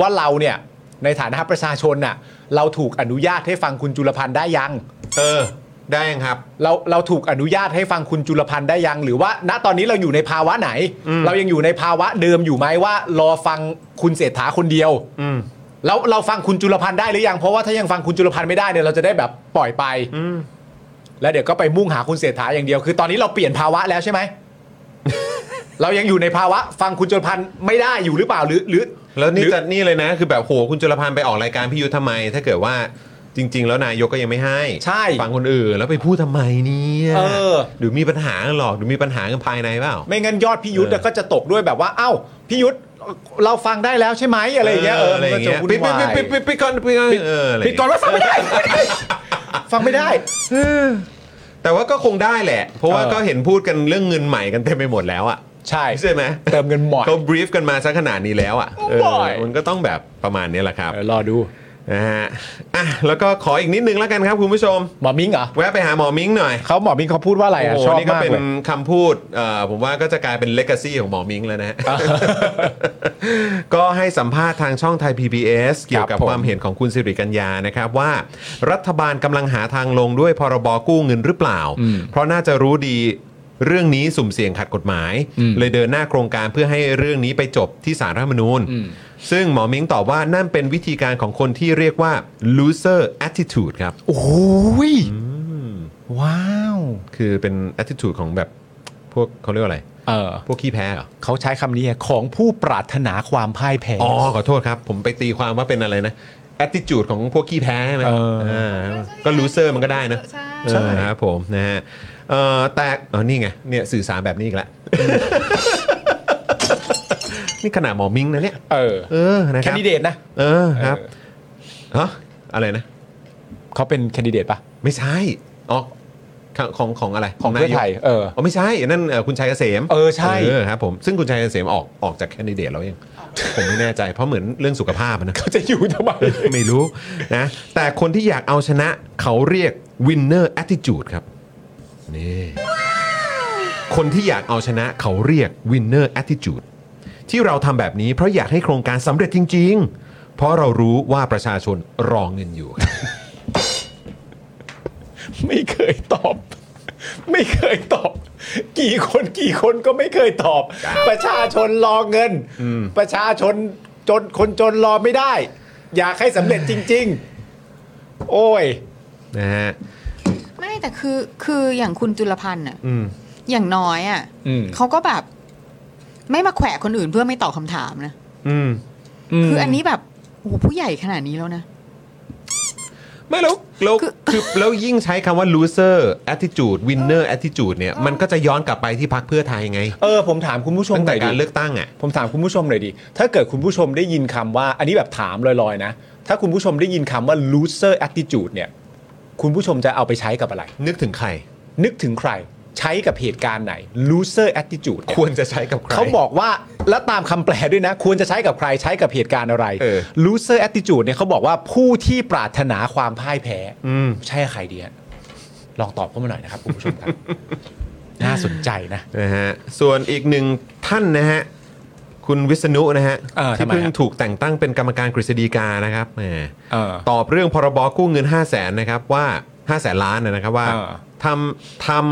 Speaker 3: ว่าเราเนี่ยในฐานะประชาชนน่ะเราถูกอนุญาตให้ฟังคุณจุลพันธ์ได้ยัง
Speaker 1: เออ ได้ยังครับ
Speaker 3: เราเราถูกอนุญาตให้ฟังคุณจุลพันธ์ได้ยัง หรือว่า ณตอนนี้เราอยู่ในภาวะไหน เรายังอยู่ในภาวะเดิมอยู่ไหมว่า รอฟังคุณเศรษฐาคนเดียวเราเราฟังคุณจุลพันธ์ได้หรือยังเพราะว่าถ้ายังฟังคุณจุลพันธ์ไม่ได้เนี่ยเราจะได้แบบปล่อยไปแล้วเดี๋ยวก็ไปมุ่งหาคุณเศรษฐาอย่างเดียว คือตอนนี้เราเปลี่ยนภาวะแล้ว ใช่ไหม เรายังอยู่ในภาวะ ฟังคุณจุลพันธ์ไม่ได้อยู่หรือเปล่าหรือหรือ
Speaker 1: แล้วนี่
Speaker 3: หรือ
Speaker 1: จะนี่เลยนะ คือแบบโหคุณจุลพันธ์ไปออกรายการพี่ยุทธทำไม ถ้าเกิดว่าจริง ๆ แล้วนายกก็ยังไม่ให้
Speaker 3: ใช่
Speaker 1: ฟังคนอื่นแล้วไปพูดทำไมเนี่ย
Speaker 3: เออ
Speaker 1: หรือมีปัญหากันหรอกหรือมีปัญหากันภายในเปล่า
Speaker 3: ไม่งั้นยอดพี่ยุทธ
Speaker 1: เออ
Speaker 3: ก็จะตกด้วยแบบว่า เอ้าพี่ยุทธเราฟังได้แล้วใช่ไหมอะไรอย่างเงี้ยเออ
Speaker 1: อะไรอย่างเงี้ย
Speaker 3: มัน
Speaker 1: ปิ
Speaker 3: ก็
Speaker 1: ด
Speaker 3: จะวุ่นวาย
Speaker 1: ปิดปิดปิดก่อนปิดก่อนเอออะไรอย่าง
Speaker 3: ปิด
Speaker 1: เงี้ย
Speaker 3: ก่อนว่าฟังไม่ได้ ฟังไม่ได้
Speaker 1: แต่ว่าก็คงได้แหละ เพราะว่า
Speaker 3: เออ
Speaker 1: ก็เห็นพูดกันเรื่องเงินใหม่กันเต็มไปหมดแล้วอ่ะ
Speaker 3: ใช่
Speaker 1: ใช่ไหม
Speaker 3: เติมเงินหมด
Speaker 1: เขาบรีฟกันมาซะขนาดนี้แล้วอ่ะเออ
Speaker 3: boy
Speaker 1: มันก็ต้องแบบประมาณนี้แหละครับ
Speaker 3: เออรอดู
Speaker 1: นะฮะอ่ะแล้วก็ขออีกนิดนึงแล้วกันครับคุณผู้ชม
Speaker 3: หมอมิงเหรอ
Speaker 1: แวะไปหาหมอมิ้งหน่อย
Speaker 3: เขาหมอมิงเขาพูดว่าอะไรอ่ะ
Speaker 1: โโห
Speaker 3: ชอบ
Speaker 1: นี่ก็
Speaker 3: มาก
Speaker 1: เป็น
Speaker 3: เลย
Speaker 1: คำพูดเอ่อผมว่าก็จะกลายเป็นเลก a ซี่ของหมอมิ้งแล้วนะ ฮะ ก็ให้สัมภาษณ์ทางช่องไทย PBS เกี่ยวกับ
Speaker 3: ผม
Speaker 1: ความเห็นของคุณสิริกัญญานะครับว่า รัฐบาลกำลังหาทางลงด้วยพรบกู้เงินหรือเปล่า เพราะน่าจะรู้ดีเรื่องนี้สุ่มเสี่ยงขัดกฎหมาย เลยเดินหน้าโครงการเพื่อให้เรื่องนี้ไปจบที่สารรัฐธรรมนูญ ซึ่งหมอมิ้งตอบว่านั่นเป็นวิธีการของคนที่เรียกว่า loser attitude ครับ
Speaker 3: โอ้โหยว้าว
Speaker 1: คือเป็น attitude ของแบบพวกเขาเรียกว่าอะไร
Speaker 3: เออ
Speaker 1: พวกขี้แพ้เหรอ
Speaker 3: เขาใช้คำนี้อะของผู้ปรารถนาความพ่ายแพ้
Speaker 1: อ๋อ ขอโทษครับ ผมไปตีความว่าเป็นอะไรนะ attitude ของพวกขี้แพ้ใช่ไหม
Speaker 3: เออ
Speaker 1: าก็ loser มันก็ได้นะ
Speaker 11: ใช่
Speaker 1: ใช่ครับผมนะฮะเอ่อแต่อ๋อนี่ไงเนี่ยสื่อสารแบบนี้อีกแล้ว นี่ขนาดหมอมิงนะเนี่ย
Speaker 3: เออ
Speaker 1: เออนะ
Speaker 3: แค
Speaker 1: ครั
Speaker 3: น
Speaker 1: บ
Speaker 3: ดิเดตนะ
Speaker 1: เออครับฮะอะไรนะ
Speaker 3: เขาเป็นแคนดิเดตปะ
Speaker 1: ไม่ใช่ อ๋อ ของของของอะไร
Speaker 3: ของเพื่อไทย
Speaker 1: นาก
Speaker 3: เอ อ
Speaker 1: อ๋อไม่ใช่อันนั่นเอ่อคุณชัยเกษม
Speaker 3: เออใช่
Speaker 1: เออครับผมซึ่งคุณชัยเกษมออกออกจากแคนดิเดตแล้วยังผมไม่แน่ใจเพราะเหมือนเรื่องสุขภาพอะนะ
Speaker 3: เขาจะอยู่ ทำไม
Speaker 1: ไม่รู้นะแต่คนที่อยากเอาชนะเขาเรียก winner attitude ครับนี่คนที่อยากเอาชนะเขาเรียก winner attitude ที่เราทำแบบนี้เพราะอยากให้โครงการสำเร็จจริง ๆ เพราะเรารู้ว่าประชาชนรอเงินอยู่ครับ
Speaker 3: ไม่เคยตอบ ไม่เคยตอบ กี่คนกี่คนก็ไม่เคยตอบ ประชาชนรอเงิน ประชาชนจนคนจนรอไม่ได้ อยากให้สำเร็จจริง ๆ โอ้ย
Speaker 1: นะฮะ
Speaker 7: ไม่แต่คือคืออย่างคุณจุลพันธ์อ่ะ
Speaker 1: อืม
Speaker 7: อย่างน้อยอ่ะ
Speaker 3: อืม
Speaker 7: เขาก็แบบ ไม่มาแขวะคนอื่นเพื่อไม่ตอบคำถามนะ
Speaker 1: อืม
Speaker 7: คืออันนี้แบบโอ้โหผู้ใหญ่ขนาดนี้แล้วนะ
Speaker 1: ไม่แล้วแล้วคือแล้วยิ่งใช้คำว่า loser attitude winner attitude เนี่ยมันก็จะย้อนกลับไปที่พักเพื่อไทยไง
Speaker 3: เออผมถามคุณผู้ชม
Speaker 1: ตั้ง
Speaker 3: หน่
Speaker 1: แต่
Speaker 3: อยดิ
Speaker 1: การเลือกตั้งอ่ะ
Speaker 3: ผมถามคุณผู้ชมหน่อยดิ ถ้าเกิดคุณผู้ชมได้ยินคำว่า อันนี้แบบถามลอยๆนะ ถ้าคุณผู้ชมได้ยินคำว่า loser attitude เนี่ย คุณผู้ชมจะเอาไปใช้กับอะไร
Speaker 1: นึกถึงใคร
Speaker 3: นึกถึงใคร ใช้กับเหตุการณ์ไหน loser attitude เนี่ย
Speaker 1: ควรจะใช้กับใคร
Speaker 3: เขาบอกว่า และตามคำแปลด้วยนะ ควรจะใช้กับใคร ใช้กับเหตุการณ์อะไร
Speaker 1: เออ
Speaker 3: loser attitude เนี่ยเขาบอกว่าผู้ที่ปรารถนาความพ่ายแพ้
Speaker 1: อืม
Speaker 3: ใช่ใครดีฮะลองตอบเข้ามาหน่อยนะครับคุณผู้ช มครับ น่าสนใจนะ
Speaker 1: นะฮะส่วนอีกหนึ่งท่านนะฮะ คุณวิษณุนะฮะ
Speaker 3: เออ
Speaker 1: ที่
Speaker 3: ทำไมฮะ
Speaker 1: เพิ่งถูกแต่งตั้งเป็นกรรมการกฤษฎีกานะครับแหม
Speaker 3: เออ
Speaker 1: ตอบเรื่องพรบกู้เงิน 5 0 0แสนนะครับว่า 5 0 0แสนล้านนะครับว่า
Speaker 3: เออ
Speaker 1: ทำทำ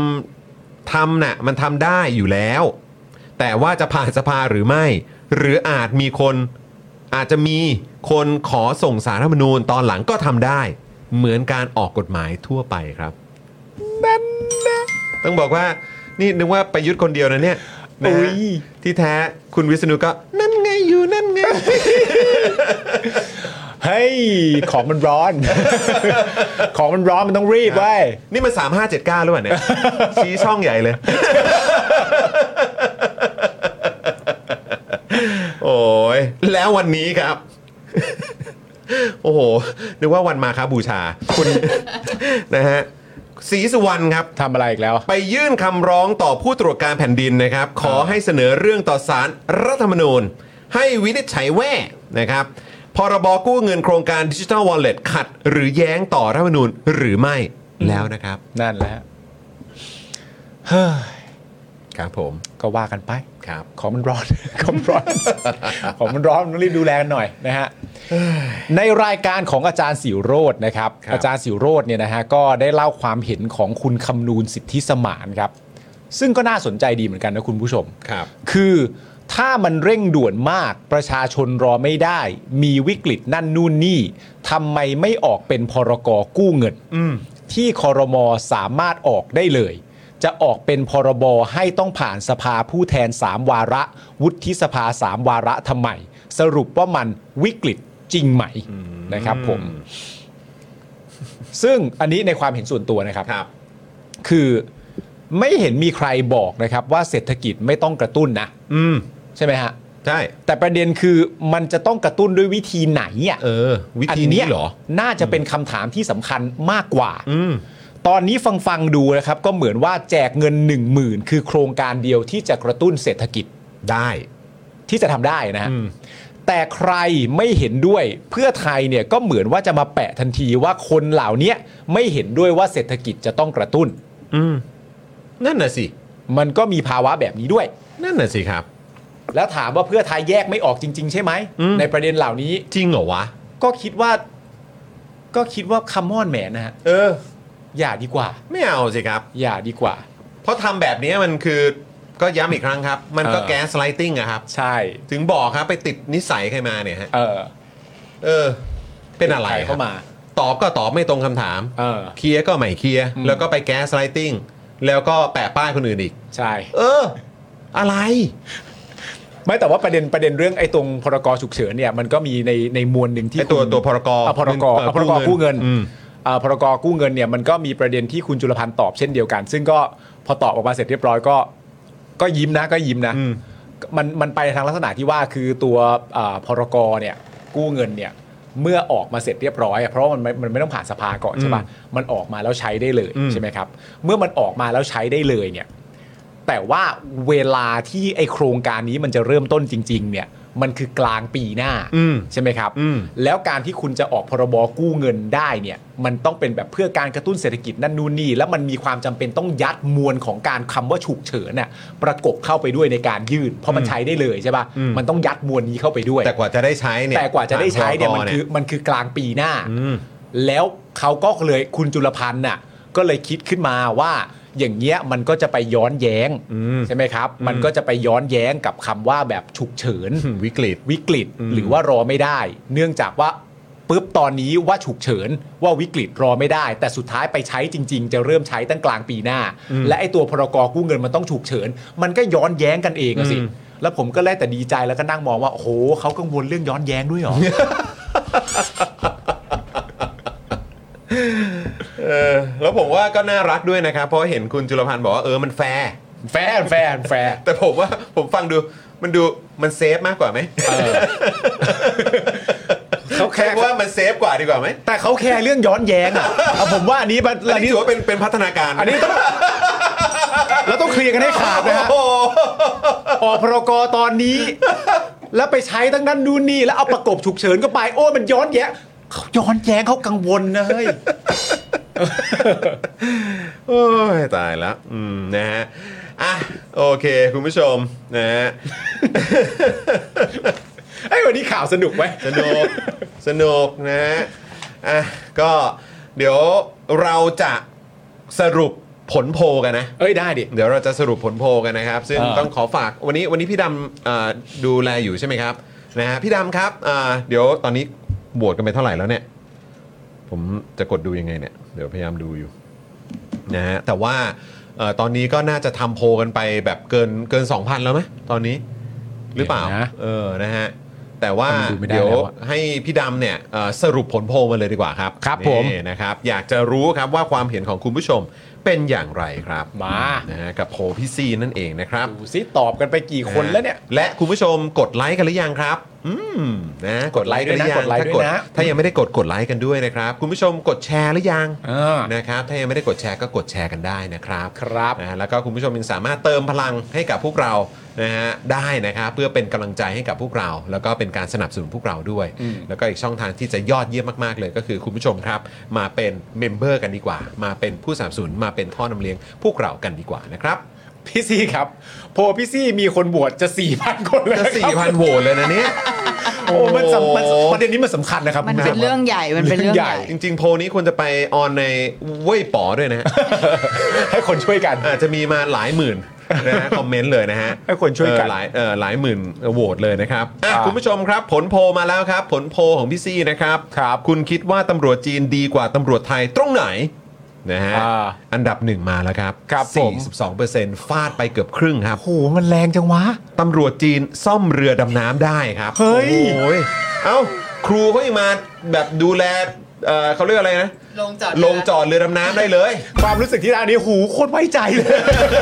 Speaker 1: ทำน่ะมันทำได้อยู่แล้ว แต่ว่าจะผ่านสภาหรือไม่ หรืออาจมีคนอาจจะมีคนขอส่งสารรัฐธรรมนูญตอนหลังก็ทำได้ เหมือนการออกกฎหมายทั่วไปครับนั่นนะต้องบอกว่านี่นึกว่าประยุทธ์คนเดียวนะเนี่ยนะฮะ
Speaker 3: อุ๊ย
Speaker 1: ที่แท้คุณวิษณุก็นั่นไงอยู่นั่นไง
Speaker 3: เฮ้ย ของมันร้อน ของมันร้อนมันต้องรีบไว้
Speaker 1: นี่มัน3579หรือเปล่า เนี่ย ชี้ช่องใหญ่ เลย โอ้ยแล้ววันนี้ครับ โอ้โห นึกว่าวันมาคาบูชา คุณ นะฮะศรีสุวรรณครับ
Speaker 3: ทำอะไรอีกแล้ว
Speaker 1: ไปยื่นคำร้องต่อผู้ตรวจการแผ่นดินนะครับ ขอให้เสนอเรื่องต่อสารรัฐธรรมนูญ ให้วินิจฉัยแว่นะครับพรบกู้เงินโครงการดิจิทัลวอลเล็ตขัด หรือแย้งต่อรัฐธรรมนูญหรือไม่แล้วนะครับ
Speaker 3: นั่นแหละเฮ้ย
Speaker 1: ครับผม
Speaker 3: ก็ว่ากันไป
Speaker 1: ครับ
Speaker 3: ของมันร้อน ของมันร้อน ของมันร้อนต้องรีบดูแลกันหน่อยนะ ฮะ ในรายการของอาจารย์สิวโรจน์นะครับ
Speaker 1: ครับ
Speaker 3: อาจารย์สิวโรจน์เนี่ยนะฮะก็ได้เล่าความเห็นของคุณคำนูนสิทธิสมานครับ ซึ่งก็น่าสนใจดีเหมือนกันนะคุณผู้ชม
Speaker 1: ครับ
Speaker 3: คือถ้ามันเร่งด่วนมากประชาชนรอไม่ได้ มีวิกฤตนั่นนู่นนี่ทำไมไม่ออกเป็นพรกกู้เงิน ที่คอรมอสามารถออกได้เลย จะออกเป็นพรบให้ต้องผ่านสภาผู้แทน 3 วาระ วุฒิสภา 3 วาระทำไม สรุปว่ามันวิกฤตจริงไหมนะครับผม ซึ่งอันนี้ในความเห็นส่วนตัวนะครับ
Speaker 1: ครับ
Speaker 3: คือไม่เห็นมีใครบอกนะครับว่าเศรษฐกิจไม่ต้องกระตุ้นนะ
Speaker 1: อืม
Speaker 3: ใช่ไหมฮะ
Speaker 1: ใช่
Speaker 3: แต่ประเด็นคือมันจะต้องกระตุ้นด้วยวิธีไหนอ่ะ
Speaker 1: เออ วิธี
Speaker 3: น
Speaker 1: นี้
Speaker 3: เย
Speaker 1: เหรอ
Speaker 3: น่าจะเป็นคำถามที่สำคัญมากกว่า
Speaker 1: อืม
Speaker 3: ตอนนี้ฟังฟังๆดูนะครับ ก็เหมือนว่าแจกเงิน 1 0,000 คือโครงการเดียวที่จะกระตุ้นเศรษฐกิจ
Speaker 1: ได้
Speaker 3: ที่จะทำได้นะฮะ
Speaker 1: อืม
Speaker 3: แต่ใครไม่เห็นด้วยเพื่อไทยเนี่ยก็เหมือนว่าจะมาแปะทันทีว่าคนเหล่านี้ไม่เห็นด้วยว่าเศรษฐกิจจะต้องกระตุ้น
Speaker 1: อืมนั่นน่ะสิ
Speaker 3: มันก็มีภาวะแบบนี้ด้วย
Speaker 1: นั่นน่ะสิครับ
Speaker 3: แล้วถามว่าเพื่อไทยแยกไม่ออกจริง ๆ ใช่ไหม
Speaker 1: อืม
Speaker 3: ในประเด็นเหล่านี้
Speaker 1: จริงเหรอวะ
Speaker 3: ก็คิดว่า ก็คิดว่าคัมมอนแหมนะฮะ
Speaker 1: เออ
Speaker 3: อย่าดีกว่า
Speaker 1: ไม่เอาสิครับ
Speaker 3: อย่าดีกว่า
Speaker 1: เพราะทำแบบนี้มันคือก็ย้ำอีกครั้งครับ มันก็
Speaker 3: เออ
Speaker 1: แก๊สไลติงอะครับ
Speaker 3: ใช่
Speaker 1: ถึงบอกครับไปติดนิสัยใครมาเนี่ยฮะ
Speaker 3: เออ
Speaker 1: เออ เป็นอะไร
Speaker 3: ใค
Speaker 1: ครั
Speaker 3: เข้า
Speaker 1: บ
Speaker 3: มา
Speaker 1: ตอบก็ตอบไม่ตรงคำถาม
Speaker 3: เออ
Speaker 1: เคลียร์ก็ไม่เคลียร์
Speaker 3: อืม
Speaker 1: แล้วก็ไปแก๊สไลติงแล้วก็แปะป้ายคนอื่นอีก
Speaker 3: ใช่
Speaker 1: เออ อะไร
Speaker 3: ไม่แต่ว่าประเด็นประเด็นเรื่องไอ้ตรงพรกฉุกเฉินเนี่ยมันก็มีในในมวลหนึ่งที่
Speaker 1: ไอ้ตัว
Speaker 3: คุณ
Speaker 1: ตัวพรก
Speaker 3: อ่ะพรก
Speaker 1: เอ่อ
Speaker 3: อ่ะพรก
Speaker 1: กู้
Speaker 3: กู้
Speaker 1: เงิ
Speaker 3: เงิ
Speaker 1: น
Speaker 3: น
Speaker 1: อืม
Speaker 3: อ่ะพรกกู้เงินเนี่ยมันก็มีประเด็นที่คุณจุลพันธ์ตอบเช่นเดียวกัน ซึ่งก็พอตอบออกมาเสร็จเรียบร้อยก็ ก็ยิ้มนะก็ยิ้มนะ
Speaker 1: อืม
Speaker 3: มันมันไปทางลักษณะที่ว่าคือตัวอ่าพรกเนี่ยกู้เงินเนี่ย เมื่อออกมาเสร็จเรียบร้อยอะเพราะว่ามันไม่มันไม่ต้องผ่านสภาก่อนใช่ปะมันออกมาแล้วใช้ได้เลยใช่ไหมครับ เมื่อมันออกมาแล้วใช้ได้เลยเนี่ย แต่ว่าเวลาที่ไอโครงการนี้มันจะเริ่มต้นจริง ๆ เนี่ย มันคือกลางปีหน้า
Speaker 1: อืม
Speaker 3: ใช่ไหมครับ
Speaker 1: อืม
Speaker 3: แล้วการที่คุณจะออกพรบกู้เงินได้เนี่ย มันต้องเป็นแบบเพื่อการกระตุ้นเศรษฐกิจนั่นนู่นนี่แล้วมันมีความจำเป็นต้องยัดมวลของการคำว่าฉุกเฉินน่ะประกบเข้าไปด้วยในการยื่นเพราะมันใช้ได้เลยใช่ปะ
Speaker 1: อืม
Speaker 3: มันต้องยัดมวลนี้เข้าไปด้วย
Speaker 1: แต่กว่าจะได้ใช้เนี่ย
Speaker 3: แต่กว่าจะได้ใช้เนี่ย
Speaker 1: ผ่า
Speaker 3: มันคือ
Speaker 1: พรบ
Speaker 3: มันคือกลางปีหน้า
Speaker 1: อืม
Speaker 3: แล้วเขาก็เลยคุณจุลพันธ์น่ะก็เลยคิดขึ้นมาว่าอย่างเงี้ยมันก็จะไปย้อนแย้งใช่ไหมครับ มันก็จะไปย้อนแย้งกับคำว่าแบบฉุกเฉิน
Speaker 1: อืมวิกฤต
Speaker 3: วิกฤตหรือว่ารอไม่ได้ เนื่องจากว่าปุ๊บตอนนี้ว่าฉุกเฉินว่าวิกฤตรอไม่ได้ แต่สุดท้ายไปใช้จริง ๆ จะเริ่มใช้ตั้งกลางปีหน้า และไอ้ตัวพรกกู้เงินมันต้องฉุกเฉิน มันก็ย้อนแย้งกันเองอะสิ
Speaker 1: อืม
Speaker 3: แล้วผมก็ได้แต่ดีใจแล้วก็นั่งมองว่าโอ้โหเขากังวลเรื่องย้อนแย้งด้วยเหรอ
Speaker 1: เออแล้วผมว่าก็น่ารักด้วยนะครับ เพราะเห็นคุณจุลพันธ์บอกว่าเออมันแฟร์
Speaker 3: แฟนแฟนแฟน
Speaker 1: แต่ผมว่าผมฟังดูมันดูมันเซฟมากกว่าไหม
Speaker 3: เขาแค่
Speaker 1: ใช้คำว่ามันเซฟกว่าดีกว่าไหม
Speaker 3: แต่เขาแคร์เรื่องย้อนแย้ง อะเอาผมว่าอันนี้มัน
Speaker 1: อัน
Speaker 3: อัน
Speaker 1: นี้
Speaker 3: นี้
Speaker 1: ถือว่าเป็นเป็นพัฒนาการ
Speaker 3: อันนี้ต้องเราต้องเคลียร์กันให้ขาดนะฮะ
Speaker 1: โอ้โห
Speaker 3: ออกพรกตอนนี้ แล้วไปใช้ทั้งนั้นนู่นนี่แล้วเอาประกบฉุกเฉินก็ไป โอ้ยมันย้อนแย้งเขาย้อนแย้งเขากังวลนะ เฮ้ย
Speaker 1: โอ้ยตายแล้วอืมนะฮะอ่ะโอเค คุณผู้ชมนะฮะ
Speaker 3: ไอ้ยวันนี้ข่าวสนุกไหม
Speaker 1: สนุก สนุกนะฮะอ่ะก็เดี๋ยวเราจะสรุปผลโพลกันนะ
Speaker 3: เอ้ยได้ดิ
Speaker 1: เดี๋ยวเราจะสรุปผลโพลกันนะครับ ซึ่ง
Speaker 3: เออ
Speaker 1: ต้องขอฝากวันนี้วันนี้พี่ดำเอ่อดูแลอยู่ใช่ไหมครับนะฮะพี่ดำครับอ่าเดี๋ยวตอนนี้โหวตกันไปเท่าไหร่แล้วเนี่ย ผมจะกดดูยังไงเนี่ย เดี๋ยวพยายามดูอยู่นะฮะแต่ว่าเอ่อตอนนี้ก็น่าจะทำโพลกันไปแบบเกินเกิน 2,000 แล้วไหมตอนนี้หรือเปล่า
Speaker 3: เดี๋ยวนะ
Speaker 1: เออนะฮะแต่ว่า
Speaker 3: ทำไมดูไม่ได้
Speaker 1: เดี๋ยว
Speaker 3: แล้วอะ
Speaker 1: ให้พี่ดำเนี่ยเอ่อสรุปผลโพลมาเลยดีกว่าครับ
Speaker 3: ครับ
Speaker 1: นี่
Speaker 3: ผม
Speaker 1: นะครับ อยากจะรู้ครับว่าความเห็นของคุณผู้ชมเป็นอย่างไรครับ
Speaker 3: มา
Speaker 1: นะฮะกับโพลพี่ซีนั่นเองนะครับ
Speaker 3: ดูสิตอบกันไปกี่คนแล้วเนี่ย
Speaker 1: และคุณผู้ชมกดไลค์กันหรือยังครับ อืมนะกดไลค์กันหรือยัง
Speaker 3: กดไลค์
Speaker 1: ถ้า
Speaker 3: ด้วย
Speaker 1: ก
Speaker 3: นะ
Speaker 1: ด
Speaker 3: กดไลค์ด้วยนะ
Speaker 1: ถ้ายังไม่ได้กดกดไลค์กันด้วยนะครับ คุณผู้ชมกดแชร์หรือยัง
Speaker 3: อ่า
Speaker 1: นะครับถ้ายังไม่ได้กดแชร์ก็กดแชร์กันได้นะครับ
Speaker 3: ครับ
Speaker 1: นะฮะแล้วก็คุณผู้ชมยังสามารถเติมพลังให้กับพวกเรานะฮะได้นะครับเพื่อเป็นกำลังใจให้กับพวกเรา แล้วก็เป็นการสนับสนุนพวกเราด้วย
Speaker 3: อืม
Speaker 1: แล้วก็อีกช่องทางที่จะยอดเยี่ยมมากๆเลยก็คือคุณผู้ชมครับ มาเป็นเมมเบอร์กันดีกว่า มาเป็นผู้สนับสนุนมาเป็นท่อนำเลี้ยงพวกเรากันดีกว่านะครับ
Speaker 3: พี่ซี่ครับ โพลพี่ซี่มีคนบวชจะ4ี่พันคนแล้ว
Speaker 1: จะ
Speaker 3: ครับ
Speaker 1: สี่พันโหวตเลยนะเนี่ย
Speaker 3: โอ้มันสำมัน
Speaker 1: โอ้
Speaker 3: ประเด็นนี้มันสำคัญนะครับ
Speaker 7: มันเป็นเรื่องใหญ่ มันเป็นเรื่อง
Speaker 3: เรื่องให
Speaker 7: ให
Speaker 3: ญ่
Speaker 7: ญ่
Speaker 1: จริง ๆ โพลนี้ควรจะไปออนในเว้ยป๋อด้วยนะฮะ
Speaker 3: ให้คนช่วยกัน
Speaker 1: อาจจะมีมาหลายหมื่นนะ ฮะ คอมเมนต์เลยนะฮะ
Speaker 3: ให้คนช่วยกัน
Speaker 1: เออหลายเออหลายหมื่นโหวตเลยนะครับอ่ะ
Speaker 3: อ่ะ
Speaker 1: คุณผู้ชมครับ ผลโพลมาแล้วครับ ผลโพลของพี่ซี่นะครับครับ คุณคิดว่าตำรวจจีนดีกว่าตำรวจไทยตรงไหนนะฮะ
Speaker 3: อ่า
Speaker 1: อันดับหนึ่งมาแล้วครับ
Speaker 3: ครับผม
Speaker 1: 42%ฟาดไปเกือบครึ่งครับ
Speaker 3: โหมันแรงจังวะ
Speaker 1: ตำรวจจีนซ่อมเรือดำน้ำได้ครับ
Speaker 3: เฮ้ย
Speaker 1: โอ้ยเอ้า ครูเขายังมาแบบดูแลเอ่อเขาเรียกอะไรนะ
Speaker 12: ลงจอด
Speaker 1: ลงจอดเรือดำน้ำได้เลย
Speaker 3: ความรู้สึกที่ได้อันนี้หูโคตรไว้ใจเลย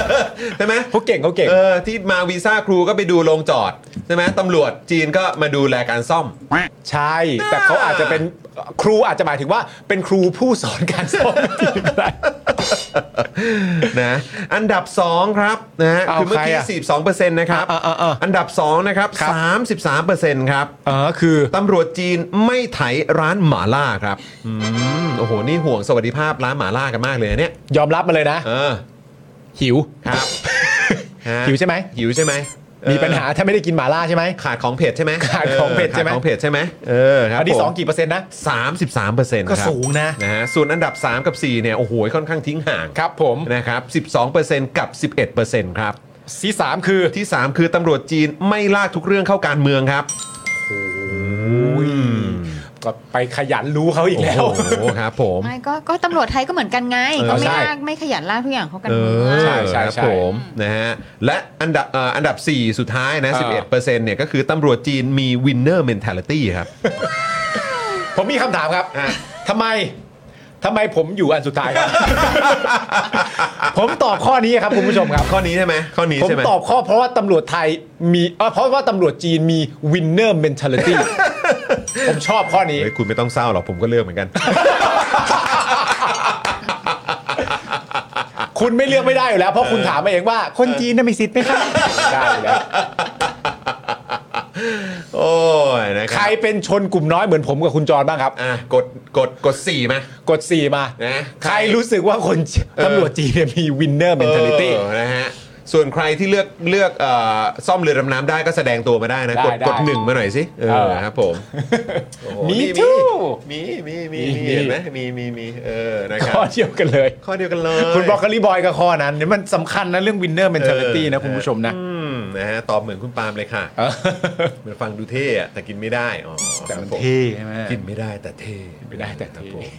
Speaker 1: ใช่ไหม
Speaker 3: เขาเก่งเขาเก่ง
Speaker 1: เออที่มาวีซ่าครูก็ไปดูลงจอด ใช่ไหมตำรวจจีนก็มาดูแลการซ่อม
Speaker 3: ใช่ แต่เขาอาจจะเป็นครูอาจจะหมายถึงว่าเป็นครูผู้สอนการสอนจริงก็ได้
Speaker 1: นะอันดับ 2 ครับนะฮะ
Speaker 3: เอา
Speaker 1: คือเมื่อกี้
Speaker 3: ใครอะ
Speaker 1: สี่สองเปอร์เซ็นต์นะครับ
Speaker 3: อ่ะอ่ะอ่ะ
Speaker 1: อันดับ 2 นะครับ
Speaker 3: ครับ
Speaker 1: สามสิบสามเปอร์เซ็นต์ครับ
Speaker 3: เออคือ
Speaker 1: ตำรวจจีนไม่ไถร้านหมาล่าครับอืมโอ้โห นี่ห่วงสวัสดิภาพร้านหมาล่ากันมากเลยนะเนี่ย
Speaker 3: ยอมรับมาเลยนะ
Speaker 1: เออ
Speaker 3: หิว
Speaker 1: ครับฮะ
Speaker 3: หิวใช่ไหม
Speaker 1: หิวใช่ไหม
Speaker 3: มี
Speaker 1: เออ
Speaker 3: ปัญหา ถ้าไม่ได้กินหมาล่าใช่ไหม
Speaker 1: ขาดของเผ็ดใช่ไหม
Speaker 3: ขาดของเผ็ดใช่ไหม
Speaker 1: ขาของเผ็ดใช่ไหมเออครับ
Speaker 3: อันที่
Speaker 1: ผม
Speaker 3: สองกี่เปอร์เซ็นต์นะ
Speaker 1: สามสิบสามเปอร์เซ็นต์
Speaker 3: ก็สูงนะ
Speaker 1: นะฮะส่วนอันดับ 3 กับ 4 เนี่ย โอ้โห ค่อนข้างทิ้งห่าง
Speaker 3: ครับผม
Speaker 1: นะครับ12%กับ 11%ครับ
Speaker 3: ที่สามคือ
Speaker 1: ที่ 3 คือตำรวจจีนไม่ลากทุกเรื่องเข้าการเมืองครับ
Speaker 3: อุ้ยก็ไปขยันรู้เขาอีก
Speaker 1: โอ้
Speaker 3: แล้ว
Speaker 1: โหครับผม
Speaker 7: ไม่ก็ก็ตำรวจไทยก็เหมือนกันไง
Speaker 1: เออ
Speaker 7: เขาไม่
Speaker 1: ใช่
Speaker 7: ลากไม่ขยันลากทุกอย่างเขากัน
Speaker 1: เอ
Speaker 7: มือ
Speaker 1: อ
Speaker 3: ใช่ใช่
Speaker 1: ครับ
Speaker 3: ใช่
Speaker 1: ผมนะฮะและอันดับเอ่ออันดับ 4 สุดท้ายนะ
Speaker 3: เออ
Speaker 1: 11%เนี่ยก็คือตำรวจจีนมี winner mentality ครับ
Speaker 3: ผมมีคำถามครับ
Speaker 1: อ่ะ
Speaker 3: ทำไมทำไมผมอยู่อันสุดท้าย ครับ ผมตอบข้อนี้ครับคุณผู้ชมครับ
Speaker 1: ข้อนี้ใช่ไหมข้อนี้
Speaker 3: ผม
Speaker 1: ใช่ไหม
Speaker 3: ตอบ ข้อเพราะว่าตำรวจไทยมีเอ่อเพราะว่าตำรวจจีนมี winner mentality ผมชอบข้อนี้
Speaker 1: เฮ้ยคุณไม่ต้องเศร้าหรอกผมก็เลือกเหมือนกัน
Speaker 3: คุณไม่เลือกไม่ได้อยู่แล้ว เพราะคุณถามมาเองว่า คนจีนน่ะมีสิทธิ์ไหมครับได้อยู่แล้ว
Speaker 1: โอ้ยนะค
Speaker 3: ใคร
Speaker 1: รับ
Speaker 3: เป็นชนกลุ่มน้อยเหมือนผมกับคุณจรบ้างครับ
Speaker 1: อ่ะกดกดกดสี่ไหม
Speaker 3: กด 4 มา
Speaker 1: นะ
Speaker 3: ใครรู้สึกว่าคนจีนตำรวจจีนเนี่ยมีวินเนอร์เมนเทลิตี้
Speaker 1: เออนะฮะส่วนใครที่เลือกเลือกเอ่อซ่อมเรือดำน้ำได้ก็แสดงตัวมาได้นะ
Speaker 3: ได้
Speaker 1: กด
Speaker 3: ได้
Speaker 1: กดหนึ่งมาหน่อยสิเอ
Speaker 3: เอ
Speaker 1: อ
Speaker 3: อ
Speaker 1: ครับผมโอ้โห
Speaker 3: มี
Speaker 1: นี่
Speaker 3: too
Speaker 1: มีมีมี
Speaker 3: มี
Speaker 1: มี
Speaker 3: มี
Speaker 1: เห็นไหมมีมีมีเออนะครับ
Speaker 3: ข้อเดียวกันเลย
Speaker 1: ข้อเดียวกันเลย
Speaker 3: คุณบรอกโคลีบอยกับข้อนั้นเนี่ยมันสำคัญนะเรื่องวินเนอร์เมนเทลิตี้นะคุณผู้ชมนะ
Speaker 1: อืมนะฮะตอบเหมือนคุณปาล์มเลยค่ะ
Speaker 3: เออ
Speaker 1: เหมือนฟังดูเท่อะแต่กินไม่ได้อ๋อ
Speaker 3: แต่มัน
Speaker 1: ครับผม
Speaker 3: เท่ใช่ไหม
Speaker 1: กินไม่ได้แต่เท่
Speaker 3: ไม่ได้แต่
Speaker 1: ค
Speaker 3: เท่
Speaker 1: รับผม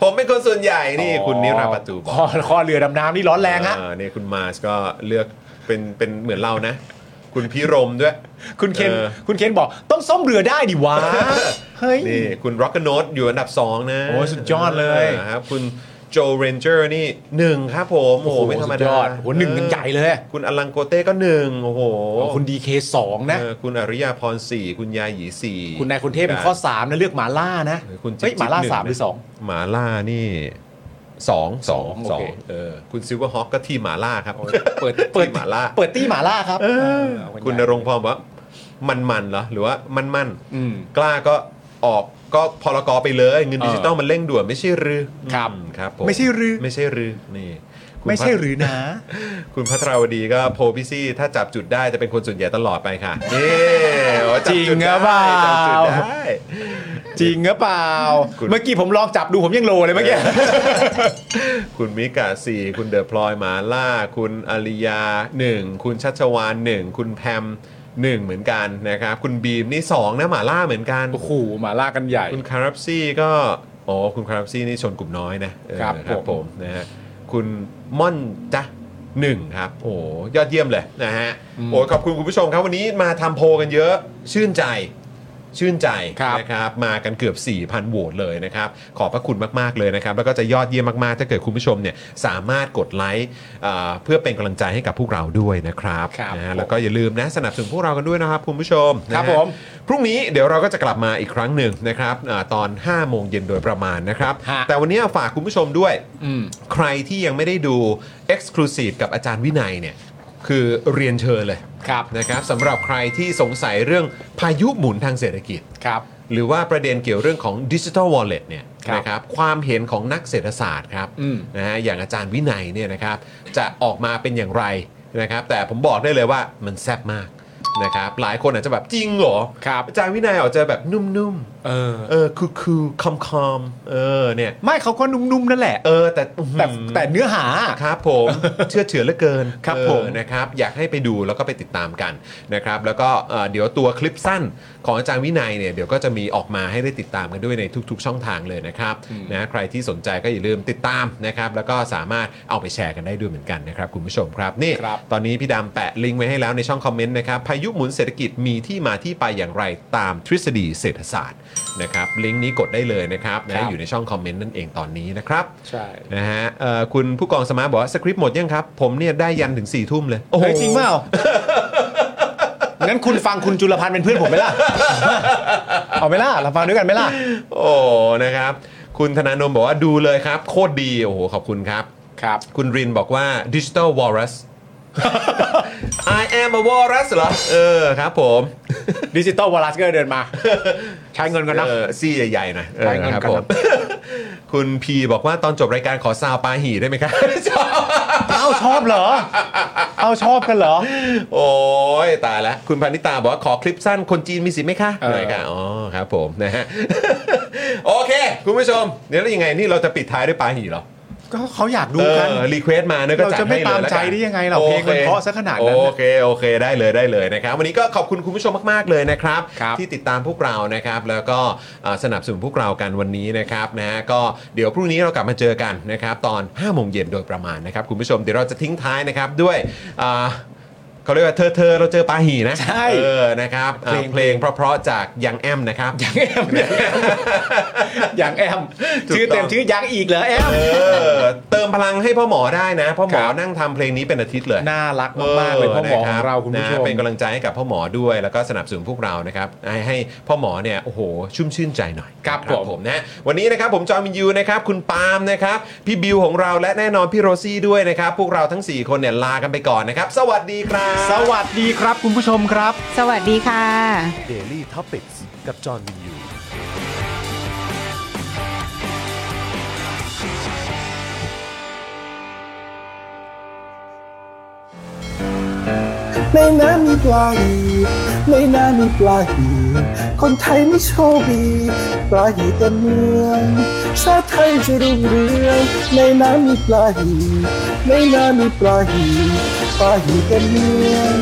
Speaker 1: ผมเป็นคนส่วนใหญ่นี่คุณนิราประตูบอก
Speaker 3: ข้อข้อเรือดำน้ำนี่ร้อนแรงฮะ
Speaker 1: เออเนี่ยคุณมาสก็เลือกเป็นเป็นเหมือนเรานะ คุณพิรมด้วย
Speaker 3: คุณเคน
Speaker 1: เออ
Speaker 3: คุณเคนบอกต้องซ่อมเรือได้ดิวะ เฮ้ย
Speaker 1: นี่คุณร็อก n น t อยู่อันดับ 2 นะ
Speaker 3: โอ้ยสุดยอดเลย
Speaker 1: ออครับคุณโจเรนเจอร์นี่หนึ่งครับผมโอ้โหไม่ธรรม
Speaker 3: สุ
Speaker 1: ดา
Speaker 3: ดยอดโอ้โหหนึ่งกันใหญ่เลย
Speaker 1: คุณอลังโกเต้ก็หนึ่งโอ้โห
Speaker 3: คุณดีเคสองนะ
Speaker 1: เออคุณอริยาพรสี่คุณยาหยีสี่
Speaker 3: คุณนายคุณเทพเป็นข้อ 3 นะ เลือกหมาล่านะ
Speaker 1: เออคุณจิ๊บ
Speaker 3: เฮ้ยหมาล่า
Speaker 1: จิ๊บนึ่ง
Speaker 3: 3 หรือ
Speaker 1: นะหมาล่านี่สองสอง
Speaker 3: ส
Speaker 1: สอ
Speaker 3: องโอ
Speaker 1: ง
Speaker 3: เค
Speaker 1: เออคุณซิลเวอร์ฮอก็ทีมหมาล่าครับ
Speaker 3: 2 เปิดเปิด
Speaker 1: ทีมหมาล่า
Speaker 3: เปิดตี้หมาล่าครับเออ
Speaker 1: คุณนรงค์พรบอกว่ามันมันๆเหรอหรือว่ามันมัน
Speaker 3: อืม
Speaker 1: ๆกล้าก็ออกก็พลกรไปเลย เงินดิจิตอลมันเร่งด่วนไม่ใช่หรือ
Speaker 3: ครับ
Speaker 1: อืมครับผม
Speaker 3: ไม่ใช่หรือ
Speaker 1: ไม่ใช่หรือนี่คุณ
Speaker 3: ไม่ใช่
Speaker 1: พัท
Speaker 3: หรือนะ
Speaker 1: คุณพัทราวดีก็โพลพี่ซี่ ถ้าจับจุดได้จะเป็นคนส่วนใหญ่ตลอดไปค่ะนี่โอ้
Speaker 3: จริงหรือเปล่า
Speaker 1: จับจุดได้
Speaker 3: จริงหรือเปล่า
Speaker 1: คุณ
Speaker 3: เมื่อกี้ผมลองจับดูผมยังโลเลยเมื่อกี้
Speaker 1: คุณมิกาสี่คุณเดอะพลอยหมาล่า คุณอริยาหนึ่งคุณชัชวานหนึ่งคุณแพมหนึ่งเหมือนกันนะครับคุณบีมนี่สองนะหมาล่าเหมือนกัน
Speaker 3: โอ้โหหมาล่ากันใหญ่
Speaker 1: คุณคารับซี่ก็อ๋อคุณคารับซี่นี่ชนกลุ่มน้อยนะเออ
Speaker 3: ครับผม
Speaker 1: นะฮะคุณม่อนจ้ะหนึ่งครับ โอ้ยอดเยี่ยมเลยนะฮะโอ้ขอบคุณคุณผู้ชมครับวันนี้มาทำโพลกันเยอะชื่นใจ ชื่นใจนะครับมากันเกือบ 4,000 โหวตเลยนะครับ ขอบพระคุณมาก ๆ เลยนะครับ แล้วก็จะยอดเยี่ยมมาก ๆ ถ้าเกิดคุณผู้ชมเนี่ยสามารถกดไลค์เอ่อเพื่อเป็นกำลังใจให้กับพวกเราด้วยนะครับ
Speaker 3: ครับ
Speaker 1: นะฮะ
Speaker 3: ผม
Speaker 1: แล้วก็อย่าลืมนะสนับสนุนพวกเรากันด้วยนะครับคุณผู้ชมนะฮะ
Speaker 3: ครับผม
Speaker 1: พรุ่งนี้เดี๋ยวเราก็จะกลับมาอีกครั้งหนึ่งนะครับอาตอน 5 โมงเย็นโดยประมาณนะครับ
Speaker 3: ฮะ
Speaker 1: แต่วันนี้ฝากคุณผู้ชมด้วย
Speaker 3: อืม
Speaker 1: ใครที่ยังไม่ได้ดู Exclusive กับอาจารย์วินัยเนี่ยคือเรียนเชิญเลย
Speaker 3: ครับ
Speaker 1: นะครับสำหรับใครที่สงสัยเรื่องพายุหมุนทางเศรษฐกิจ
Speaker 3: ครับ
Speaker 1: หรือว่าประเด็นเกี่ยวเรื่องของดิจิทัลวอลเล็ตเนี่ย
Speaker 3: ครับ
Speaker 1: นะครับความเห็นของนักเศรษฐศาสตร์ครับ
Speaker 3: อืม
Speaker 1: นะฮะอย่างอาจารย์วินัยเนี่ยนะครับจะออกมาเป็นอย่างไรนะครับแต่ผมบอกได้เลยว่ามันแซ่บมากนะครับหลายคนอาจจะแบบจริงเหรอ
Speaker 3: ครับ
Speaker 1: อาจารย์วินัยอาจจะแบบนุ่ม
Speaker 3: เออ
Speaker 1: ๆเออคูคูคอมคอมๆเออเนี่ย
Speaker 3: ไม่เขาก็นุ่มๆนั่นแหละ
Speaker 1: เออแต่อื้อหือ
Speaker 3: แต่แต่เนื้อหา
Speaker 1: ครับผม เชื่อเฉือนเหลือเกิน
Speaker 3: ครับ
Speaker 1: เออ
Speaker 3: ผม
Speaker 1: นะครับอยากให้ไปดูแล้วก็ไปติดตามกันนะครับแล้วก็เอ่อเดี๋ยวตัวคลิปสั้นของอาจารย์วินัยเนี่ยเดี๋ยวก็จะมีออกมาให้ได้ติดตามกันด้วยในทุก ๆ ช่องทางเลยนะครับนะใครที่สนใจก็อย่าลืมติดตามนะครับแล้วก็สามารถเอาไปแชร์กันได้ด้วยเหมือนกันนะครับคุณผู้ชมครับนี่
Speaker 3: ครับ
Speaker 1: ตอนนี้พี่ดำแปะลิงก์ไว้ให้แล้วในช่องคอมเมนต์นะครับพายุหมุนเศรษฐกิจมีที่มาที่ไปอย่างไรตามทฤษฎีเศรษฐศาสตร์นะครับลิงก์นี้กดได้เลยนะครับ
Speaker 3: ครั
Speaker 1: นะ
Speaker 3: บ
Speaker 1: อยู่ในช่องคอมเมนต์นั่นเองตอนนี้นะครับ
Speaker 3: ใช่
Speaker 1: นะฮะเอ่อคุณผู้กองสมาร์ทบอกว่าสคริปต์หมดยังครับ ผมเนี่ยได้ยันถึง4ี่ทุ่มเลย โอ้โห
Speaker 3: เฮ้ยจริง เปล่า งั้นคุณฟังคุณจุลพันธ์เป็นเพื่อนผมไหม ล่ะ เอาไหมล่ะเราฟังด้วยกันไหมล่ะ
Speaker 1: โอ้นะครับ คุณธนาโนมบอกว่าดูเลยครับ โคตรดี โอ้โห ขอบคุณครับ
Speaker 3: ครับ
Speaker 1: คุณรินบอกว่าดิจิ t a ลวอ r ัส I am a walrus เหรอ เออครับผม
Speaker 3: ดิจิตอลวอลลัสก็เดิน มา ใช้เงินกันนะ
Speaker 1: เออซี่ใหญ่ๆหนะ
Speaker 3: ได้เงิน
Speaker 1: ครับ
Speaker 3: กัน
Speaker 1: ผ
Speaker 3: นะ
Speaker 1: ม คุณพีบอกว่าตอนจบรายการขอซาวปาหีได้ไหมครับ
Speaker 3: เอาชอบเหรอ เอาชอบกันเหรอ
Speaker 1: โอ้ยตายแล้ว คุณพานิตาบอกว่าขอคลิปสั้นคนจีนมีสิทธิ์ไหมคะ
Speaker 3: เอ
Speaker 1: ห
Speaker 3: อ
Speaker 1: น่อยค่ะอ๋อครับผมนะฮะ โอเค คุณผู้ชม เดี๋ยวแล้วยังไงนี่เราจะปิดท้ายด้วยปาหีเหรอ
Speaker 3: ก็เขาอยากดูกัน
Speaker 1: รีเควสมาเนื้อะก็
Speaker 3: เรา
Speaker 1: จัด
Speaker 3: จะ
Speaker 1: ให้เลย
Speaker 3: ไม่ตาม
Speaker 1: แล้วกัน
Speaker 3: ใจได้ยังไงเรา
Speaker 1: โอ
Speaker 3: เพลงมันเพราะซะขนาดนั้น
Speaker 1: โอเคโอเคได้เลยได้เลยนะครับวันนี้ก็ขอบคุณคุณผู้ชมมากๆเลยนะครับ
Speaker 3: ครับ
Speaker 1: ที่ติดตามพวกเรานะครับ แล้วก็เอ่อสนับสนุนพวกเรากันวันนี้นะครับนะฮะก็เดี๋ยวพรุ่งนี้เรากลับมาเจอกันนะครับตอน5้าโมงเย็นโดยประมาณนะครับคุณผู้ชมเดี๋ยวเราจะทิ้งท้ายนะครับด้วยอ่า
Speaker 8: เขาเรียกว่าเธอเธอเราเจอปาหีนะ
Speaker 3: ใช่
Speaker 8: เออนะครับอ่า
Speaker 3: เพลง
Speaker 8: เพลงเพราะๆจากยังแอมนะครับ
Speaker 3: ยังแอมยังแอม
Speaker 8: ถูกต้อง
Speaker 3: ชื่อเต็มชื่อยังอีกเหรอแอม
Speaker 8: เออเติมพลังให้พ่อหมอได้นะ พ่อหมอ
Speaker 3: ครับ
Speaker 8: นั่งทำเพลงนี้เป็นอาทิตย์เลย
Speaker 3: น่ารักมากๆเลยพ่อหมอของเราคุณผู้
Speaker 8: นะ
Speaker 3: ชม
Speaker 8: รับนะเป็นกำลังใจให้กับพ่อหมอด้วยแล้วก็สนับสนุนพวกเรานะครับให้ให้พ่อหมอเนี่ยโอ้โหชุ่มชื่นใจหน่อย
Speaker 3: ครับผม
Speaker 8: นะวันนี้นะครับผมจอมินยูนะครับคุณปาล์มนะครับพี่บิวของเราและแน่นอนพี่โรซี่ด้วยนะครับพวกเราทั้ง 4 คนเนี่ยลากันไปก่อนนะครับ สวัสดีครับ
Speaker 3: สวัสดีครับคุณผู้ชมครับ
Speaker 7: สวัสดีค่ะ
Speaker 8: Daily Topics กับจอมินยู
Speaker 9: ในน้ำมีปลาหีในน้ำมีปลาหีคนไทยไม่โชคดีปลาหีเต็มเมืองชาติไทยจะรุ่งเรืองในน้ำมีปลาหีในน้ำมีปลาหีปลาหีเต็มเมือง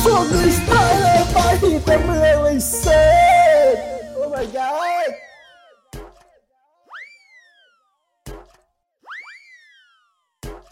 Speaker 9: โชคดีสไตล์เลยปลาหีเต็มเมืองเลยเซ่โอ้ my god
Speaker 5: .com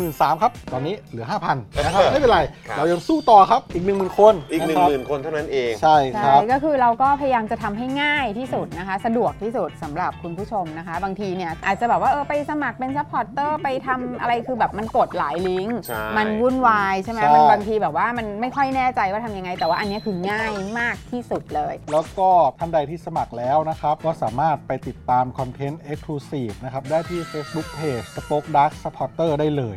Speaker 2: มื่นสามครับ ตอนนี้เหลือ 5,000นะครับ ไม่เป็นไร
Speaker 1: ครับ
Speaker 2: เรายังสู้ต่อครับ อีก 1 0,000 คน
Speaker 1: อีก 1
Speaker 2: ะครับ
Speaker 1: 0,000 คนเท่านั้นเอง
Speaker 2: ใช่ค
Speaker 5: ใช่
Speaker 2: รับ
Speaker 5: ก็คือเราก็พยายามจะทำให้ง่ายที่สุดนะคะ สะดวกที่สุดสำหรับคุณผู้ชมนะคะ บางทีเนี่ยอาจจะแบบว่าเออไปสมัครเป็นซัพพอร์ตเตอร์ไปทำอะไรคือแบบมันกดหลายลิงก์
Speaker 1: ใช่
Speaker 5: มันวุ่นวายใช่ไหม
Speaker 2: ใช่
Speaker 5: มันบางทีแบบว่ามันไม่ค่อยแน่ใจว่าทำยังไง แต่ว่าอันเนี้ยคือง่ายมากที่สุดเลย
Speaker 2: แล้วก็ท่านใดที่สมัครแล้วนะครับ ก็สามารถไปติดตามคอนเทนต์ Exclusive นะครับ ได้ที่ Facebook Page Spoke Dark Supporter ได้เลย